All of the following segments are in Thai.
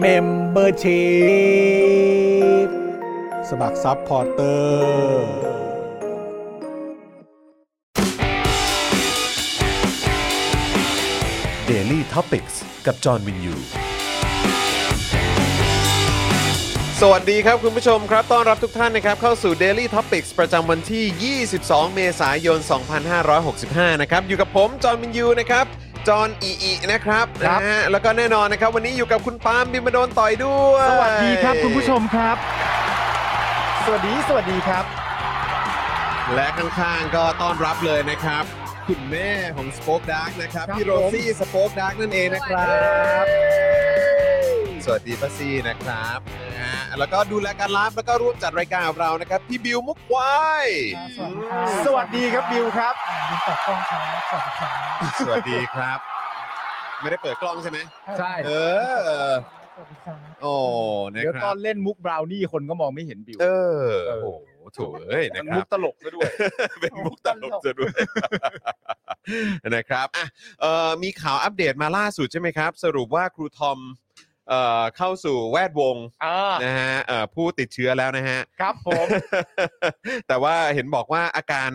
เมมเบอร์ชีพสมัครซัพพอร์เตอร์ Daily t o p i c กกับจอห์นวินยู สวัสดีครับ คุณผู้ชมครับ ต้อนรับทุกท่านนะครับ เข้าสู่ Daily Topics ประจำวันที่ 22 เมษายน 2565 นะครับ อยู่กับผม จอห์นวินยู นะครับ จอห์นอีอีนะครับ ครับ นะฮะแล้วก็แน่นอนนะครับ วันนี้อยู่กับคุณปาล์มบิมบโดนต่อยด้วย สวัสดีครับคุณผู้ชมครับ สวัสดีสวัสดีครับ และข้างๆก็ต้อนรับเลยนะครับ คุณแม่ของสป็อคดักนะครับ ครับ พี่โรซี่สป็อคดักนั่นเองนะครับ สวัสดีป้าซี่นะครับนะฮะแล้วก็ดูแลการไลฟ์แล้วก็ร่วมจัดรายการกับเรานะครับพี่บิวมุกควาย สวัสดีครับ สวัสดีครับบิวครับ ผมตอบกล้องครับสวัสดีครับ สวัสดีครับ ไม่ได้เปิดกล้องใช่ไหม ใช่ เออ สวัสดีครับ โอ้นะ เดี๋ยว ค ต รั อบ นเล่นมุกบราวนี่คนก็มองไม่เห็นบิว เออโอ้โหโถูกเอ้ยนะค มุ รับกตลกซะด้วย เป็นมุกตลกจะด้วย นะครับอ่ะเอ่อมีข่าวอัปเดตมาล่าสุดใช่ไหมครับ สรุปว่าครูทอมเอ่อเข้าสู่แวดวง อ่า นะฮะเอ่อผู้ติดเชื้อแล้วนะฮ ะ ครับผม แต่ว่าเห็นบอกว่าอาการ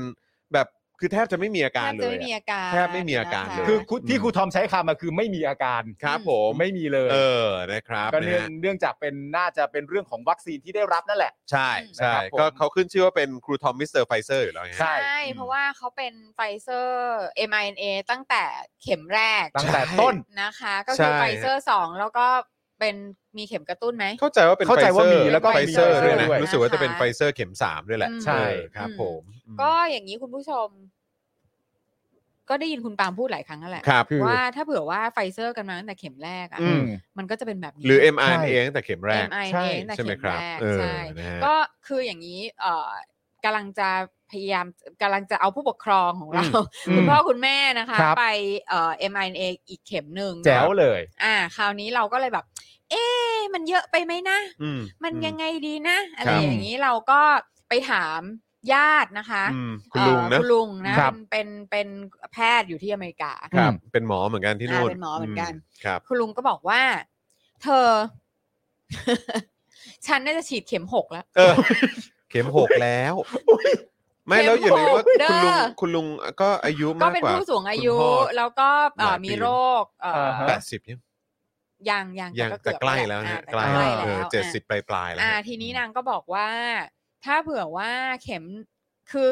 แบบคือแทบจะไม่มีอา แท การ บ เล จะ ย ไม่ อะ มีอาการ แทบไม่มีอาการ นะคะ เลย คือคุณที่ครูทอมใช้คำมาคือไม่มีอาการ ครับผม ไม่มีเลย เออนะครับ ก็ นะ เนื่อง ฮะ เนื่องจากเป็นน่าจะเป็นเรื่องของวัคซีนที่ได้รับนั่นแหละ ใช่ใช่ นะครับผม ก็เขาขึ้นชื่อว่าเป็นครูทอมมิสเตอร์ไฟเซอร์อยู่แล้วไง ใช่ ใช่ เพราะว่าเขาเป็นไฟเซอร์ mRNA ตั้งแต่เข็มแรก ตั้งแต่ต้น นะคะ ก็คือ ใช่ ไฟเซอร์ 2 แล้วก็เป็นมีเข็มกระตุ้นไหม เข้าใจว่าเป็น เข้าใจว่ามีแล้วก็ ไฟเซอร์ มีไฟเซอร์ ด้วยนะ ด้วย รู้สึกว่าจะเป็น นะคะ ไฟเซอร์เข็ม 3 ด้วยแหละ อืม ใช่ เออครับ อืม ผม ก็อย่างนี้คุณผู้ชม ก็ได้ยินคุณปาล์มพูดหลายครั้งแล้วแหละ ครับ ว่าถ้าเผื่อว่าไฟเซอร์กันมาตั้งแต่เข็มแรกอ่ะ อื ม มันก็จะเป็นแบบนี้ หรือ mRNA ตั้งแต่เข็มแรก MIA ใช่ ตั้งแต่ ใช่ไหม เข็ม ครับ แรก เออ ใช่ นะฮะ ก็คืออย่างนี้เอ่อกำลังจะพยายามกำลังจะเอาผู้ปกครองของเรา อืม คุณพ่อคุณแม่นะคะ ครับ ไปเอ่อ mRNA อีกเข็มหนึ่ง แจ๋วเลย อ่า คราวนี้เราก็เลยแบบ เอ๊ะมันเยอะไปไหมนะ อืม มันยังไงดีนะ อะไร ครับ อย่างนี้เราก็ไปถามญาตินะคะ อืมคุณลุง เอ่อ นะ คุณลุงนะครับ เป็นเป็นเป็นแพทย์อยู่ที่อเมริกา ครับ เป็นหมอเหมือนกันที่นู่น อ่าเป็นหมอเหมือนกัน ครับ คุณลุงก็บอกว่า เธอ ฉันน่าจะฉีดเข็มหกแล้ว เออ เข็มหกแล้ว ไม่แล้วอย่าลืมว่า เข็มหกเด้อ คุณลุงคุณลุงก็อายุ ก็ มาก เป็น กว่า ผู้สูงอายุ คุณพ่อ แล้วก็เอ่อ หลายปี มีโรค เอ่อ อ่าฮะ แปดสิบยัง ยังยัง ยัง เกื แต่ อบ ใกล้แล้วนะ อ่า ใกล้ ต่ แล้ว ใก เออ แล้ว เจ็ดสิ อ่ะ บปลายปลายๆแล้ว อ่า ฮะ ทีนี้นางก็บอกว่า ถ้าเผื่อว่าเข็มคือ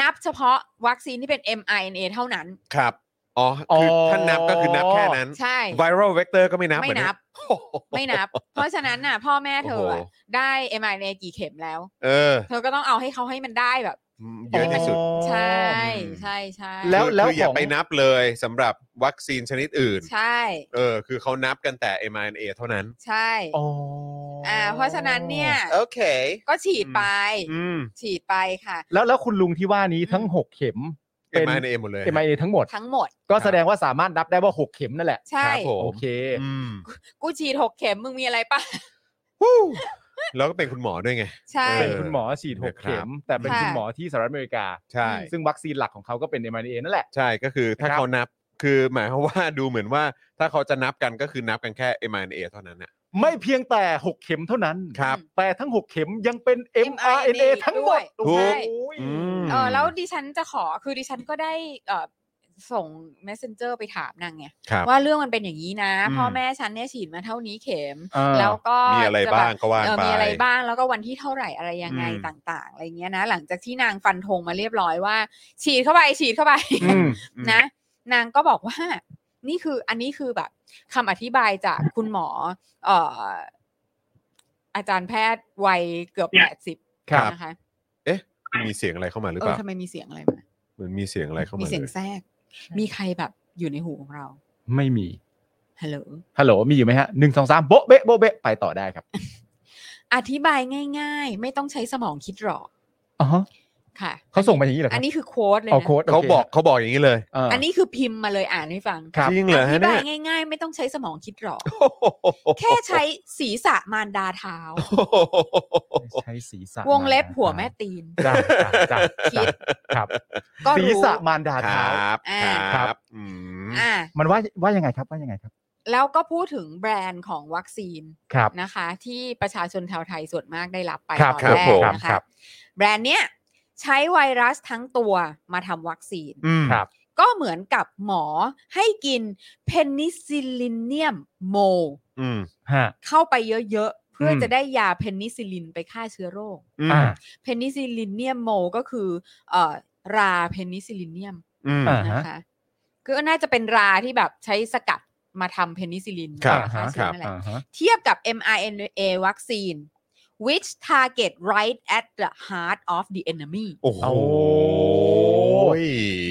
นับเฉพาะวัคซีนที่เป็น mRNA เท่านั้น ครับ อ๋อ คืออ อ ท่านนับก็คือนับแค่นั้น ใช่ ไวรัลเวกเตอร์ก็ไม่นับ ไม่ เหอเย นับ โอ้โห ไม่นับ เพราะฉะนั้นน่ะ พ่อแม่เธอ โอ้ อะ โห ได้ mRNA กี่เข็มแล้ว เออ เธอก็ต้องเอาให้เขาให้มันได้แบบ เยอะที่สุด อ๋อ ใช่ใช่ใช่ แล้ว คือ แล้ว คืออย่า ของ ไปนับเลยสำหรับวัคซีนชนิดอื่น ใช่ เออ คือเขานับกันแต่ mRNA เท่านั้น ใช่ อ๋ออ่ าเพราะฉะนั้นเนี่ย โอเค ก็ฉีดไป อืม ฉีดไปค่ะ แล้วแล้วคุณลุงที่ว่านี้ทั้งหกเข็มเป็น mRNA หมดเลย เอ็มไอเอทั้งหมด ทั้งหมด ก็แสดงว่าสามารถนับได้ว่า 6 เข็มนั่นแหละ ใช่ ครับผม โอเค อืม กูฉีดหกเข็มมึงมีอะไรปะ วู้แล้วก็เป็นคุณหมอด้วยไง ใช่ เป็น เออ คุณหมอฉีด 6 เข็ม แต่เป็นคุณหมอที่สหรัฐอเมริกา ใช่ ซึ่งวัคซีนหลักของเขาก็เป็น m อ a นั่นแหละ ใช่ ก็คือถ้า ครับ เขานับ คือหมายความว่าดูเหมือนว่า ถ้าเขาจะนับกันก็คือนับกันแค่ mRNA เท่านั้นน่ะ ไม่เพียงแต่ 6 เข็มเท่านั้น ครับ แต่ทั้ง 6 เข็มยังเป็น mRNA ทั้งหมด ด้วถูยก โอ้ย อืม เออแล้วดิฉันจะขอคือดิฉันก็ได้เออ ส่ง messenger ไปถามนางไง ครับ ว่าเรื่องมันเป็นอย่างนี้นะ อืม พ่อแม่ฉันเนี่ยฉีดมาเท่านี้เข็ม เออ แล้วก็ มีอะไร จ บ้างก็ว่า เออ ไป มีอะไรบ้างแล้วก็วันที่เท่าไหร่อะไรยังไง อืม ต่าง ๆ อะไรเงี้ยนะ หลังจากที่นางฟันธงมาเรียบร้อยว่า ฉีดเข้าไปฉีดเข้าไป อืม นะ นางก็บอกว่า นี่คืออันนี้คือแบบคำอธิบายจากคุณหมอ เอ่อ อาจารย์แพทย์วัยเกือบ เนี่ แป ย ดสิบ ครับ นะคะ เอ๊ะ มีเสียงอะไรเข้ามาหรือ เอ เป อ ล่า ทำไมมีเสียงอะไรมา เหมือนมีเสียงอะไรเข้ามา เสียง เลย แทรก มีใครแบบอยู่ในหูของเรา ไม่มี ฮัลโหล ฮัลโหล มีอยู่ไหมฮะหนึ่งสองสามโบ๊ะเบ๊ะโบ๊ะเบ๊ะไปต่อได้ครับ อธิบายง่าย ๆ ไม่ต้องใช้สมองคิดหรอก อ๋อฮะ ค่ะ เขาส่งมาอย่างนี้เหรอค อั รั น บ นี้คือโค้ดเลย เอา นะ โค้ด เขาบอกเขาบอกอย่างนี้เลย เอออ อันนี้คือพิมพ์มาเลยอ่านให้ฟัง ครับ จริงเหรอฮะ ธิ เนี่ บาย ยง่ายๆ ไม่ต้องใช้สมองคิดหรอก โอ้โห แค่ใช้ศีรษะมารดาเท้า ใช้ศีรษะ วงเล็บ มารดา หัวแม่ตีน จ้าจ้า คิ จ้า ด ครับ ก็ ศีร รู้ ษะมารดา ค เท้า รับ อ่า ครับอืม อ่า มันว่าว่ายังไงครับว่ายังไงครับ แล้วก็พูดถึงแบรนด์ของวัคซีน ครับ นะคะ ที่ประชาชนชาวไทยส่วนมากได้รับไป ครับ ตอน ครับ แรก ผม นะ ครั คะ บ แบรนด์เนี้ยใช้ไวรัสทั้งตัวมาทำวัคซีน อืม ครับ ก็เหมือนกับหมอให้กินเพนิซิลิเนียมโม อืม ฮะ เข้าไปเยอะๆ เพื่ออ ม จะได้ยาเพนิซิลินไปฆ่าเชื้อโรค อืม อ่า เพนิซิลินเนียมโมก็คือเอ่อราเพนิซิลินเนียม อืม อ่า ฮะ นะคะก็น่าจะเป็นราที่แบบใช้สกัดมาทำเพนิซิลิน ครับ ยาฆ่าเชื้ ครั อบ นั่นแหละ อ่าฮะ เทียบกับ mRNA วัคซีน which target right at the heart of the enemy โอ้โห โอ้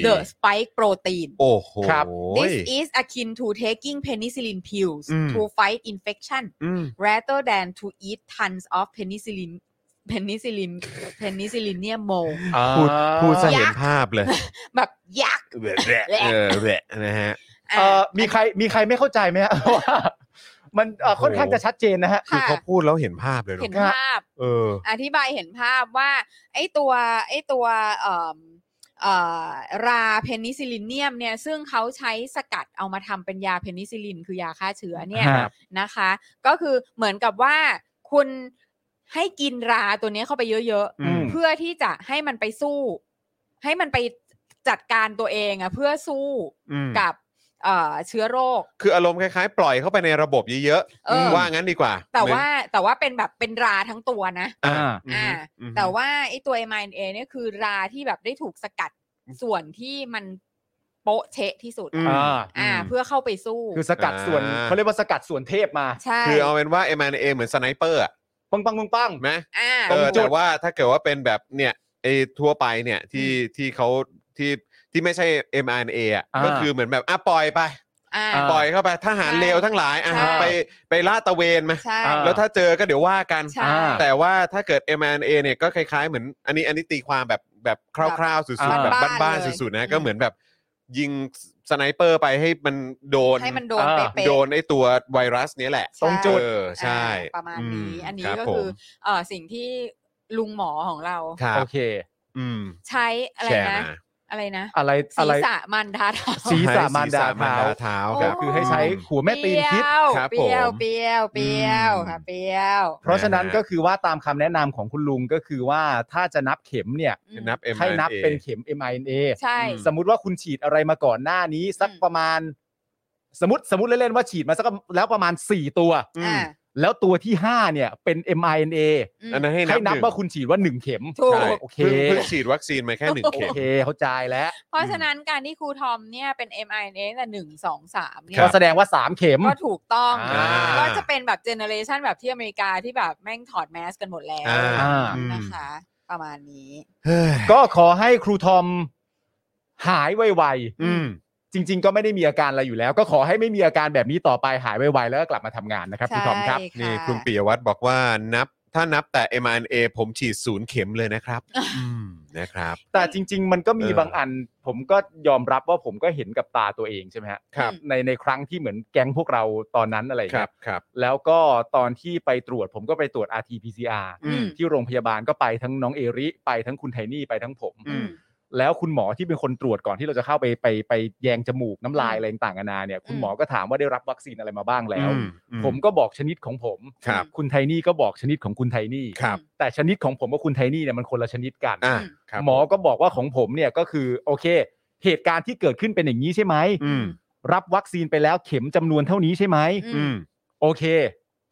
the spike protein โอ้โห ครับ this is akin to taking penicillin pills อืม to fight infection อืม rather than to eat tons of penicillin penicillin penicillinium mold พูดพูดซะเห็ ยั น กษ์ ภาพเลย แบบยักษ์ แหวะแหวะเออแหวะนะฮะ อ่ะ เอ่อมีใครมีใครไม่เข้าใจไหมฮะ ว่ามันเอ่อ โอ้โห ค่อนข้างจะชัดเจนนะฮะ ค่ะ คือเขาพูดแล้วเห็นภาพเลยเน เห็น อะ ภาพ เออ อธิบายเห็นภาพว่า ไอ้ตัวไอ้ตัวเอ่มเอ่อราเพนิซิลินเนียมเนี่ยซึ่งเขาใช้สกัดเอามาทำเป็นยาเพนิซิลิน คือยาฆ่าเชื้อเนี่ย ครับ นะคะ ก็คือเหมือนกับว่าคุณให้กินราตัวเนี้ยเข้าไปเยอะ อืม ๆ เพื่อที่จะให้มันไปสู้ ให้มันไปจัดการตัวเองอะเพื่อสู้ อืม กับเอ่อเชื้อโรค คืออารมณ์คล้ายๆ ปล่อยเข้าไปในระบบเยอะ เออ ๆว่างั้นดีกว่า แต่ว่าแต่ว่าเป็นแบบเป็นราทั้งตัวนะ อ่า อ่า อืม แต่ว่าไอ้ตัว mRNA เนี่ยคือราที่แบบได้ถูกสกัดส่วนที่มันโป๊ะเชะที่สุด อืม อ่า อ่า อืม เพื่อเข้าไปสู้ คือสกัดส่วน อ่า เขาเรียกว่าสกัดส่วนเทพมา ใช่ คือเอาเป็นว่า mRNA เหมือนสไนเปอร์อะ ปังปังปังปัง ไหม อ่า เออ จุด แต่ว่าถ้าเกิดว่าเป็นแบบเนี่ยไอ้ทั่วไปเนี่ยที่ที่เขาที่ที่ไม่ใช่ mRNA อ่ะ อ่า ก็คือเหมือนแบบอ่ะปล่อยไป อ่า อ่า ปล่อยเข้าไปทหารเลวทั้งหลายอ่ะ ใช่ ไปไปลาดตระเวนมา ใช่ อ่า แล้วถ้าเจอก็เดี๋ยวว่ากัน ใช่ แต่ว่าถ้าเกิด mRNA เนี่ยก็คล้ายๆเหมือนอันนี้อันนี้ตีความแบบแบบคร่าวๆสุดๆ แบ แบบ บ บ้า บ้าน น ๆ ๆ เลย สุดๆนะก็เหมือนแบบยิงสไนเปอร์ไปให้มันโดน ให้มันโดน อ่า เป๊ะๆ โดนไอ้ตัวไวรัสเนี้ยแหละ ตรงจุด เออใช่ อ่าประมาณนี้ ม อันนี้ รับ ก็ ผม คือเอ่อสิ่งที่ลุงหมอของเรา ครับ โอเค อืม ใช้อะไร แชร์ นะ มา อะไรนะ อะไร ศี อะไร รษะมันดาเท้า ศีรษะมารศีดาษะมาร เท้า ดาเท้า โอ้ ครับ คือให้ใช้หัวแม่ตีนคิด ครับ เปรี้ยว ผม เปรี้ยวเปรี้ยว อืม ค่ะเปรี้ยว เพราะฉะนั้น นะฮะ ก็คือว่าตามคำแนะนำของคุณลุงก็คือว่าถ้าจะนับเข็มเนี่ย นับ mRNA ให้นับเป็นเข็ม mRNA ใช่ สมมุติว่าคุณฉีดอะไรมาก่อนหน้านี้ สัก อืม ประมาณ สมมติสมมติเล่นๆว่าฉีดมาสักแล้วประมาณ 4 ตัว อื อ่าม แล้วตัวที่ 5 เนี่ยเป็น mRNA อืม อันนั้นให้ ให้นับ หง ว่าคุณฉีดว่า 1 เข็ม ถูก ใช่ โอเค เพิ่งเพิ่งฉีดวัคซีนมาแค่หนึ่ง โอ เข็ม เคเข้าใจแล้ว เพราะฉะนั้นการที่ครูทอมเนี่ยเป็น mRNA แต่หนึ่งสองสามเนี่ ก็ ย แสดงว่า 3 เข็ม ก็ถูกต้อง อ่า ก็จะเป็นแบบเจเนอเรชันแบบที่อเมริกาที่แบบแม่งถอดแมสกันหมดแล้ว อ่า นะคะ ประมาณนี้ เฮ้ย ก็ขอให้ครูทอมหายไว อืม ๆ จริง ๆ ก็ไม่ได้มีอาการอะไรอยู่แล้ว ก็ขอให้ไม่มีอาการแบบนี้ต่อไปหายไวๆแล้วก็กลับมาทำงานนะครับครูทอมครับ ใช่ะ นี่คุณปิยวัตรบอกว่านับถ้านับแต่ mRNA ผมฉีดศูนย์เข็มเลยนะครับอืมนะครับ แต่จริง ๆ มันก็มี เออ บางอัน ผมก็ยอมรับว่าผมก็เห็นกับตาตัวเองใช่ไหมฮะ ครับ ในในครั้งที่เหมือนแก๊งพวกเราตอนนั้นอะไรอย่าง ครั เงี้ บ ย ครับ แล้วก็ตอนที่ไปตรวจผมก็ไปตรวจ rt pcr อืม ที่โรงพยาบาลก็ไปทั้งน้องเอริไปทั้งคุณไทนี่ไปทั้งผม อื อื ม ม แล้วคุณหมอที่เป็นคนตรวจก่อนที่เราจะเข้าไปไปไปแยงจมูกน้ำลายอะไรต่างๆนานาเนี่ย คุณหมอก็ถามว่าได้รับวัคซีนอะไรมาบ้างแล้ว อืมอื ผมก็บอกชนิดของผม ครับ คุณไทนี่ก็บอกชนิดของคุณไทนี่ ครับ แต่ชนิดของผมกับคุณไทนี่เนี่ยมันคนละชนิดกัน อ่าครับ หมอก็บอกว่าของผมเนี่ยก็คือโอเค เหตุการณ์ที่เกิดขึ้นเป็นอย่างนี้ใช่ไหม อืม รับวัคซีนไปแล้วเข็มจำนวนเท่านี้ใช่ไหม อื อื ม ม โอเค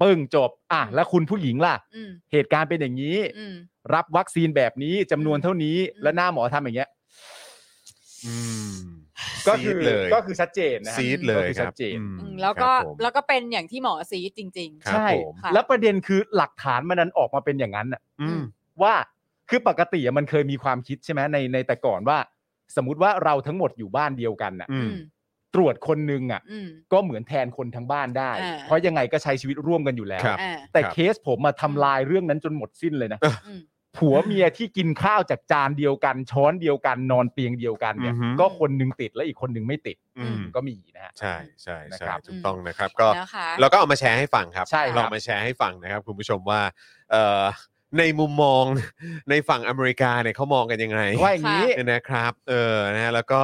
ปึ้งจบ อ่ะ แล้วคุณผู้หญิงล่ะ อืม เหตุการณ์เป็นอย่างนี้ อืม รับวัคซีนแบบนี้จำนวนเท่านี้ อืม แล้วหน้าหมอทำอย่างเงี้ย อืม ก็คื ซีดเลย ก็คือชัดเจนนะฮะ ซีดเลยค ก็คือชั รับ ดเจน อืม อืมแล้วก็ ครับผม แล้วก็เป็นอย่างที่หมอซีดจริง ครับ ใช่ ผม ค่ะ แล้วประเด็นคือหลักฐานมันนั้นออกมาเป็นอย่างนั้นน่ะ อืม ว่าคือปกติอะมันเคยมีความคิดใช่ไหมในในแต่ก่อนว่า สมมติว่าเราทั้งหมดอยู่บ้านเดียวกันน่ะ ๆ อืม ตรวจคนหนึงอ่ะ อืม ก็เหมือนแทนคนทั้งบ้านได้ อ่า เพราะยังไงก็ใช้ชีวิตร่วมกันอยู่แล้ว ครับ อ่า แต่ ครับ เคสผมมาทำลายเรื่องนั้นจนหมดสิ้นเลยนะ อืม ผัวเมียที่กินข้าวจากจานเดียวกัน ช้อนเดียวกันนอนเตียงเดียวกันเนี่ย อือฮึ ก็คนหนึงติดและอีกคนหนึงไม่ติด อืม ก็มีนะฮะ ใช่ใช่ นะ ใช่ ครับ ถูกต้องนะครับก็ นะคะ เราก็เอามาแชร์ให้ฟังครับ ใช่ครับ เรามาแชร์ให้ฟังนะครับ คุณผู้ชมว่าเอ่อในมุมมอง ในฝั่งอเมริกาเนี่ยเขามองกันยังไง ว่าอย่างนี้ นะครับเออนะฮะแล้วก็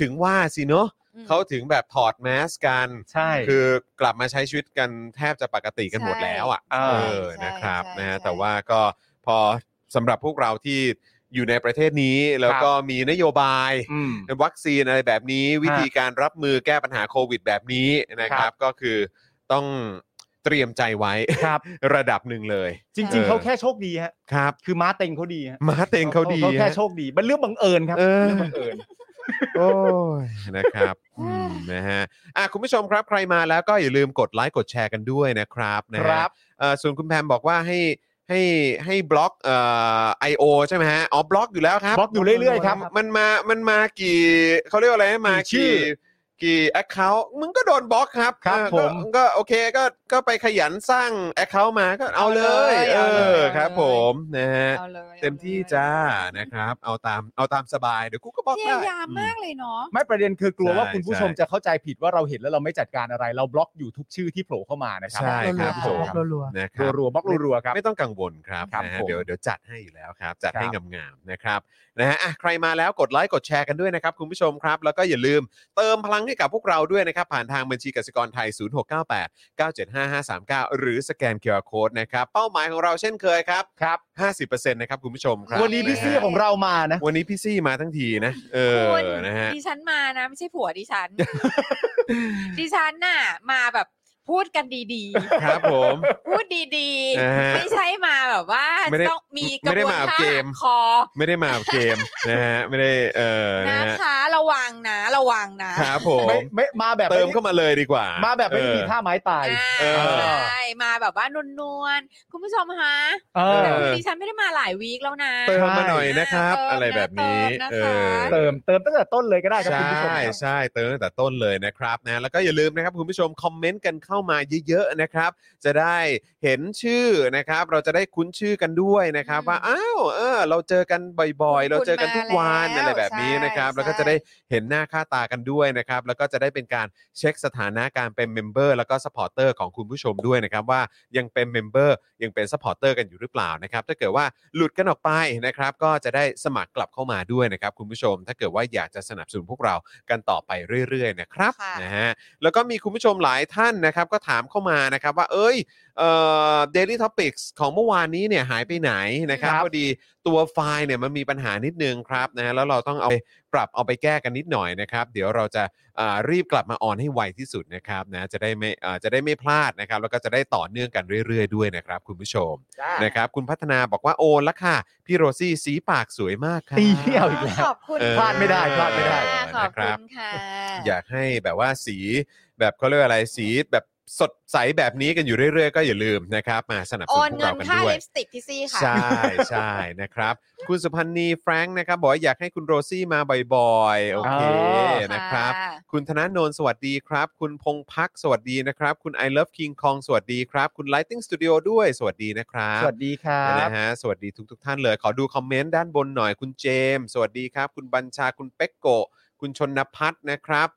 ถึงว่าสิเนอะ อืม เขาถึงแบบถอดแมสกัน ใช่ คือกลับมาใช้ชีวิตกันแทบจะปกติกันหมดแล้วอ่ะ ใช่ เออ ใช่ นะครับ ใช่ นะฮะ ใช่ แต่ว่าก็พอสำหรับพวกเราที่อยู่ในประเทศนี้ แล้วก็มีนโยบาย ม วัคซีนอะไรแบบนี้ วิธีการรับมือแก้ปัญหาโควิดแบบนี้นะค ครั รับ บ ก็คือต้องเตรียมใจไว้ ครับ ระดับหนึ่งเลย จริง ๆเขาแค่โชคดีฮะ ครับ คือม้าเต็งเขาดีฮะ มาเต็งเขาดี เขาแค่ ฮะ โชคดีมันเรื่องบังเอิญครับ เออ เรื่องบังเอิญ โอ้ย นะครับ อืมนะฮะอ่ะคุณผู้ชมครับใครมาแล้วก็อย่าลืมกดไลค์กดแชร์กันด้วยนะครับนะ ค ฮะ รับ เอ่อส่วนคุณแพมบอกว่าให้ให้ให้บล็อกเอ่อไอโอใช่ไหมฮะอ๋อบล็อกอยู่แล้วครับ บล็อกอยู่เรื่อยๆครับ มันมามันมากี่เขาเรียกว่าอะไรนะมา ชื่ กี่ อ กี่แอคเคาท์มึงก็โดนบล็อกครับ ครับ เออก็ ผม ก็โอเคก็ก็ไปขยันสร้างแอคเคาท์มาก็เอาเลยเอ เอาเลยเอา อ เลย ครับผมนะฮะ อาลยอาลย เต็มที่จ้านะครับ เอาตามเอาตามสบายเดี๋ยวกูก็บล็อก พ ได้ ยายามมากเลยเนาะ ไม่ประเด็นคือกลัวว่า ใช่ คุณผู้ชม ใช่ จะเข้าใจผิดว่าเราเห็นแล้วเราไม่จัดการอะไร เราบล็อกอยู่ทุกชื่อที่โผล่เข้ามานะครับ ใช่ครับ รั ผ รัวๆมรัวๆ นะครับ รัวๆบล็อกรัวๆครับ ไม่ต้องกังวลครับ ครับ นะฮะ ผม เดี๋ยวเดี๋ยวจัดให้อยู่แล้วครับ จัด ครับ ให้งามๆนะครับนะฮะอ่ะใครมาแล้วกดไลค์กดแชร์กันด้วยนะครับ คุณผู้ชมครับ แล้วก็อย่าลืมเติมพลังให้กับพวกเราด้วยนะครับ ผ่านทางบัญชีกสิกรไทย 0698 975539 หรือสแกน QR Code นะครับ เป้าหมายของเราเช่นเคยครับ ครับ 50%นะครับคุณผู้ชมครับ วันนี้พี่เสื้อของเรามานะ วันนี้พี่ซี่มาทั้งทีนะ เออ คุณ นะฮะ ดิฉันมานะไม่ใช่ผัวดิฉัน ดิฉันน่ะ มาแบบพูดกันดี ครับผม ๆ พูดดี นะฮะ ๆ ไม่ใช่มาแบบว่า ไม่ได้ ต้องมีก ไม่ ระ ได้ บวน มา ท่า เอาเกม คอ ไม่ได้มากับเกมนะฮะไม่ได้เออนะ นะ ฮะ คะระวังนะระวังนะครับ ผม ไม่ไม่มาแบบ เติมเข้ามาเลยดีกว่า มา มา แบบไม่ได้มีท่าไม้ตาย อ่า เออ ใช่มาแบบว่านวลๆคุณผู้ชมฮะ เออ อ ดิฉันไม่ได้มาหลายวีคแล้วนะ เติมมาหน่อยนะครับ เติมนะ อะไรแบบนี้เออเติมนะคะ เติมเติมตั้งแต่ต้นเลยก็ได้ครับ ใช่ คุณผู้ชมครับ ใช่เติมตั้งแต่ต้นเลยนะครับนะแล้วก็อย่าลืมนะครับคุณผู้ชมคอมเมนต์กันเข้ามาเยอะๆนะครับ จะได้เห็นชื่อนะครับ เราจะได้คุ้นชื่อกันด้วยนะครับ อืม ว่าอ้าวเออ เราเจอกันบ่อยๆ เราเจอกันทุกวัน คุณมาแล้ว อะไรแบบนี้นะครับ ใช่ แล้วก็จะได้เห็นหน้าค่าตากันด้วยนะครับ แล้วก็จะได้เป็นการเช็คสถานะการเป็นเมมเบอร์แล้วก็สปอร์เตอร์ของคุณผู้ชมด้วยนะครับว่ายังเป็นเมมเบอร์ยังเป็นสปอร์เตอร์กันอยู่หรือเปล่านะครับ ถ้าเกิดว่าหลุดกันออกไปนะครับ ก็จะได้สมัครกลับเข้ามาด้วยนะครับ คุณผู้ชม ถ้าเกิดว่าอยากจะสนับสนุนพวกเรากันต่อไปเรื่อยๆนะครับ ค่ะ นะฮะแล้วก็มีคุณผู้ชมหลายท่านนะครับ ก็ถามเข้ามานะครับว่าเอ้ย เอ่อ daily topics ของเมื่อวานนี้เนี่ยหายไปไหนนะครับ ครับ พอดีตัวไฟล์เนี่ยมันมีปัญหานิดนึงครับนะแล้วเราต้องเอาไปปรับเอาไปแก้กันนิดหน่อยนะครับ เดี๋ยวเราจะอ่ารีบกลับมาออนให้ไวที่สุดนะครับนะจะได้ไม่อ่าจะได้ไม่พลาดนะครับ แล้วก็จะได้ต่อเนื่องกันเรื่อย ๆ ด้วยนะครับ คุณผู้ชมนะครับคุณพัฒนาบอกว่าโอนละค่ะ พี่โรซี่สีปากสวยมากค่ะ ตีเที่ยวอีกแล้ว ขอบคุณ เออ พลาดไม่ได้พลาดไม่ได้ ค่ะขอบ นะครั คุ บ ณค่ะ อยากให้แบบว่าสีแบบเขาเรียกว่าอะไรสีแบบสดใสแบบนี้กันอยู่เรื่อย ๆ ก็อย่าลืมนะครับ มาสนับส โอ นุ น นพวกเราเงิน กัน ค่า ด้วย ลิปสติกพี่ซี่ค่ะ ใช่ใช่นะครับ คุณสุพันธ์นีแฟรงค์นะครับ บอกว่าอยากให้คุณโรซี่มาบ่อยๆ โอเค อ๋อ นะครับ คุณธนาโนนสวัสดีครับ คุณพงพักสวัสดีนะครับ คุณ I love King Kong สวัสดีครับ คุณ Lighting Studio ด้วยสวัสดีนะครับ สวัสดีครั นะ บ ฮะสวัสดีทุกทท่านเลย ขอดูคอมเมนต์ด้านบนหน่อยคุณเจมส์สวัสดีครับ คุณบัญชาคุณเป็กโกะคุณชนพัฒน์นะครับ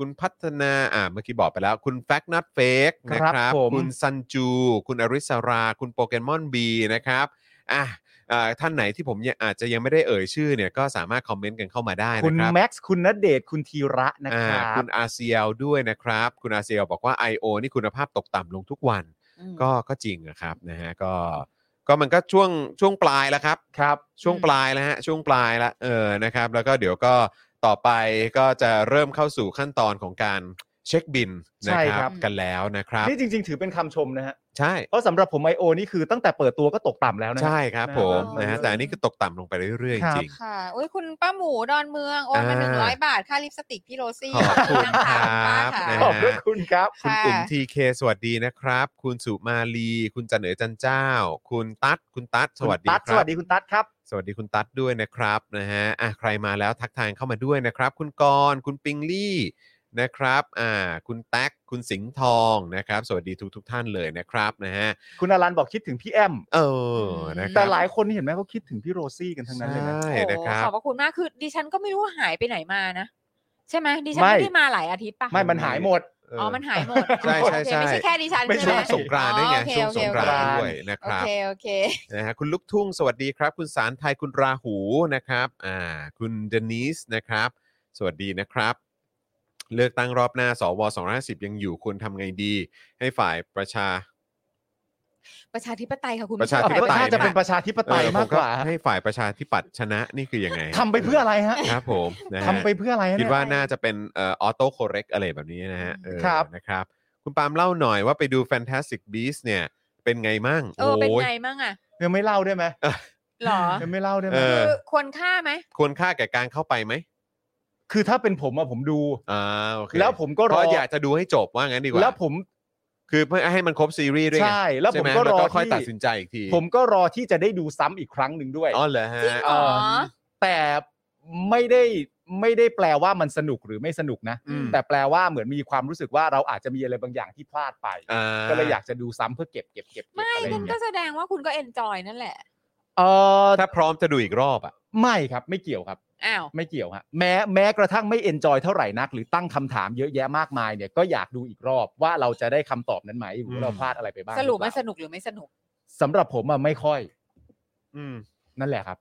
คุณพัฒนาอ่าเมื่อกี้บอกไปแล้ว คุณแฟกนัทเฟกนะค ครั รับบ ผม คุณซันจู คุณอริสรา คุณโปเกมอนบีนะครับอ่ะอ่าท่านไหนที่ผมยังอาจจะยังไม่ได้เอ่ยชื่อเนี่ยก็สามารถคอมเมนต์กันเข้ามาได้ คุณ นะครับ แม็กซ์คุณณเดชน์คุณธีระนะค อ่า รับ คุณอาเซียลด้วยนะครับ คุณอาเซียลบอกว่า I.O. นี่คุณภาพตกต่ำลงทุกวัน อืม ก็ก็จริงนะครับนะฮะก็ก็มันก็ช่วงช่วงปลายแล้วครับ ครับ ช่วงปลายแล้วฮะช่วงปลายละเออนะครับ แล้วก็เดี๋ยวก็ ต่อไปก็จะเริ่มเข้าสู่ขั้นตอนของการเช็คบินนะ ใช่ ค ครั รับ บ กันแล้วนะครับ นี่จริง ๆ ถือเป็นคำชมนะฮะ ใช่ เพราะสำหรับผมไอโอนี่คือตั้งแต่เปิดตัวก็ตกต่ำแล้วนะฮะ ใช่ครับผม นะคนะรับฮะแต่อันนี้คือตกต่ำลงไปเรื่อย คๆรับ จริง ค่ะโอ้ยคุณป้าหมูดอนเมืองโอนมา อ่า หนึ่งร้อยบาท ค่าลิปสติกพี่โรซี่ ขอบคุณ ขอณ ครับ มาก นะฮะขอบพระคุณครับ คุณ ะ อุ่มทีเคสวัสดีนะครับ คุณสุมาลี คุณจันเหนือจันเจ้า คุณตั๊ดคุณตั๊ดสวัสดี คุณตั๊ด ค ส รับวัสดีคุณตั๊ดครับ สวัสดีคุณตั๊ดด้วยนะครับนะฮะอ่ะใครมาแล้วทักทายเข้ามาด้วยนะครับ คุณกรณ์คุณปิงลี่นะครับอ่าคุณแท็กคุณสิงห์ทองนะครับ สวัสดีทุกทท่านเลยนะครับนะฮะ คุณอรันบอกคิดถึงพี่แอม เออนะค แต่ รับ หลายคนเห็นไหมเขาคิดถึงพี่โรซี่กันทั้งนั้นเลยนะ ใช่ โอ้ นะครับ ขอบพระคุณมากคือดิฉันก็ไม่รู้ว่าหายไปไหนมานะ ใช่ไหมดิฉัน ไม่ ไม่ได้มาหลายอาทิตย์ปะ ไม่มันหายหมด อ๋อมันหายหมด ใช่ใช่ใช่ โอเคไม่ใช่แค่ดิฉัน ไม่ ใช่ ช่ว ไหม งสงกรานต์ด้วยไง อ๋อโอเค ช่วง โอเค สงกรานต์ด้วยนะ โอ ครับ เคโอเค นะฮะคุณลูกทุ่งสวัสดีครับ คุณสารไทยคุณราหูนะครับอ่าคุณเดนิสนะครับ สวัสดีนะครับ เลือกตั้งรอบหน้าสว250ยังอยู่ควรทำไงดี ให้ฝ่ายประชา ประชาธิปไตยค่ะคุณ ประชาธิปไตย ถ้าจะเป็นประชาธิปไตย เออ มากกว่า ผให้ฝ่ายประชาธิปัตย์ชนะนี่คือยังไง ทำไปเพื่ออะไรฮะ ครับผมนะฮะ ทำไปเพื่ออะไรฮะ คิด เนี่ย ว่าน่าจะเป็นเอออโต้โคเรกอะไรแบบนี้นะฮะเออ ครับ นะครับ คุณปาล์มเล่าหน่อยว่าไปดู Fantastic Beasts เนี่ย เป็นไงมั่ง เออเป็น โอ้ย ไงมั่งอ่ะ ยังไม่เล่าได้ไหม หรอ ยังไม่เล่าได้ไหม เอ คือควรฆ่าไหม ควรค่าแก่การเข้าไปไหม คือถ้าเป็นผมอะผมดู อ่าโอเค แล้วผมก็ร เพ อ ราะอยากจะดูให้จบว่างั้นดีกว่า แล้วผม คือเพื่อให้มันครบซีรีส์ด้วยไง ใช่ แล้วผม ใช่ไห ก็รอ แล้วค่อย ที่ ตัดสินใจอีกที ผมก็รอที่จะได้ดูซ้ำอีกครั้งหนึ่งด้วย อ๋อเหรอฮะ จริงเหร เออแต่ไม่ได้ไม่ได้แปลว่ามันสนุกหรือไม่สนุกนะ อืม แต่แปลว่าเหมือนมีความรู้สึกว่าเราอาจจะมีอะไรบางอย่างที่พลาดไป อ่า ก็เลยอยากจะดูซ้ำเพื่อเก็บเก็บเก็บเก็บ ไม่ อะไรอ นั่ ย่าน ง ก็ เงี้ย แสดงว่าคุณก็เอนจอยนั่นแหละ เออ ถ้าพร้อมจะดูอีกรอบอ่ะ ไม่ครับไม่เกี่ยวครับ อ้าว ไม่เกี่ยวฮะแม้แม้กระทั่งไม่เอนจอยเท่าไหร่นัก หรือตั้งคำถามเยอะแยะมากมายเนี่ยก็อยากดูอีกรอบว่าเราจะได้คำตอบนั้นไหมหรือว่าเราพลาดอะไรไปบ้าง สรุปมัน หอเปสล่า นุกหรือไม่สนุก สำหรับผมอะไม่ค่อย อืม นั่นแหละครับ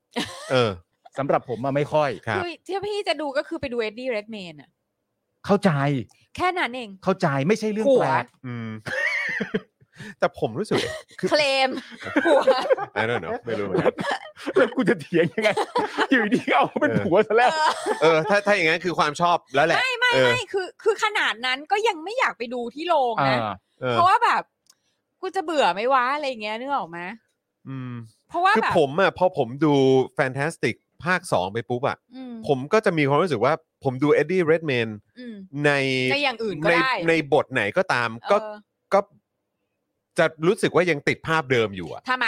เออ สำหรับผมอะไม่ค่อย ครับ คือที่พี่จะดูก็คือไปดูเอ็ดดี้เรดเมนอะ เข้าใจ แค่นั้นเอง เข้าใจไม่ใช่เรื่อง หั แป ว ลก อื ม แต่ผมรู้สึก เคล มหัว I don't know ไม่รู้เหมือนกัน แล้วกูจะเถียงยังไง อยู่ดีๆเอาเป็น เออ ผัวซะแล้ว เออถ้าถ้าอย่างนั้นคือความชอบแล้วแหละ ไม่ไม่ เออ ไม่คือ คือขนาดนั้นก็ยังไม่อยากไปดูที่โรงนะ เออ เพราะว่าแบบ กูจะเบื่อไหมวะอะไรอย่างเงี้ยนึกออกไหม อืม เพราะว่า คือ แบบ ผมอ่ะพอผมดู Fantastic ภาค 2 ไปปุ๊บอ่ะ อืม ผมก็จะมีความรู้สึกว่าผมดูเอ็ดดี้เรดแมน อืม ใน ในอย่างอื่นก็ ใน ได้ ในบทไหนก็ตามก็ เออ ก็จะรู้สึกว่ายังติดภาพเดิมอยู่อ่ะ ทำไม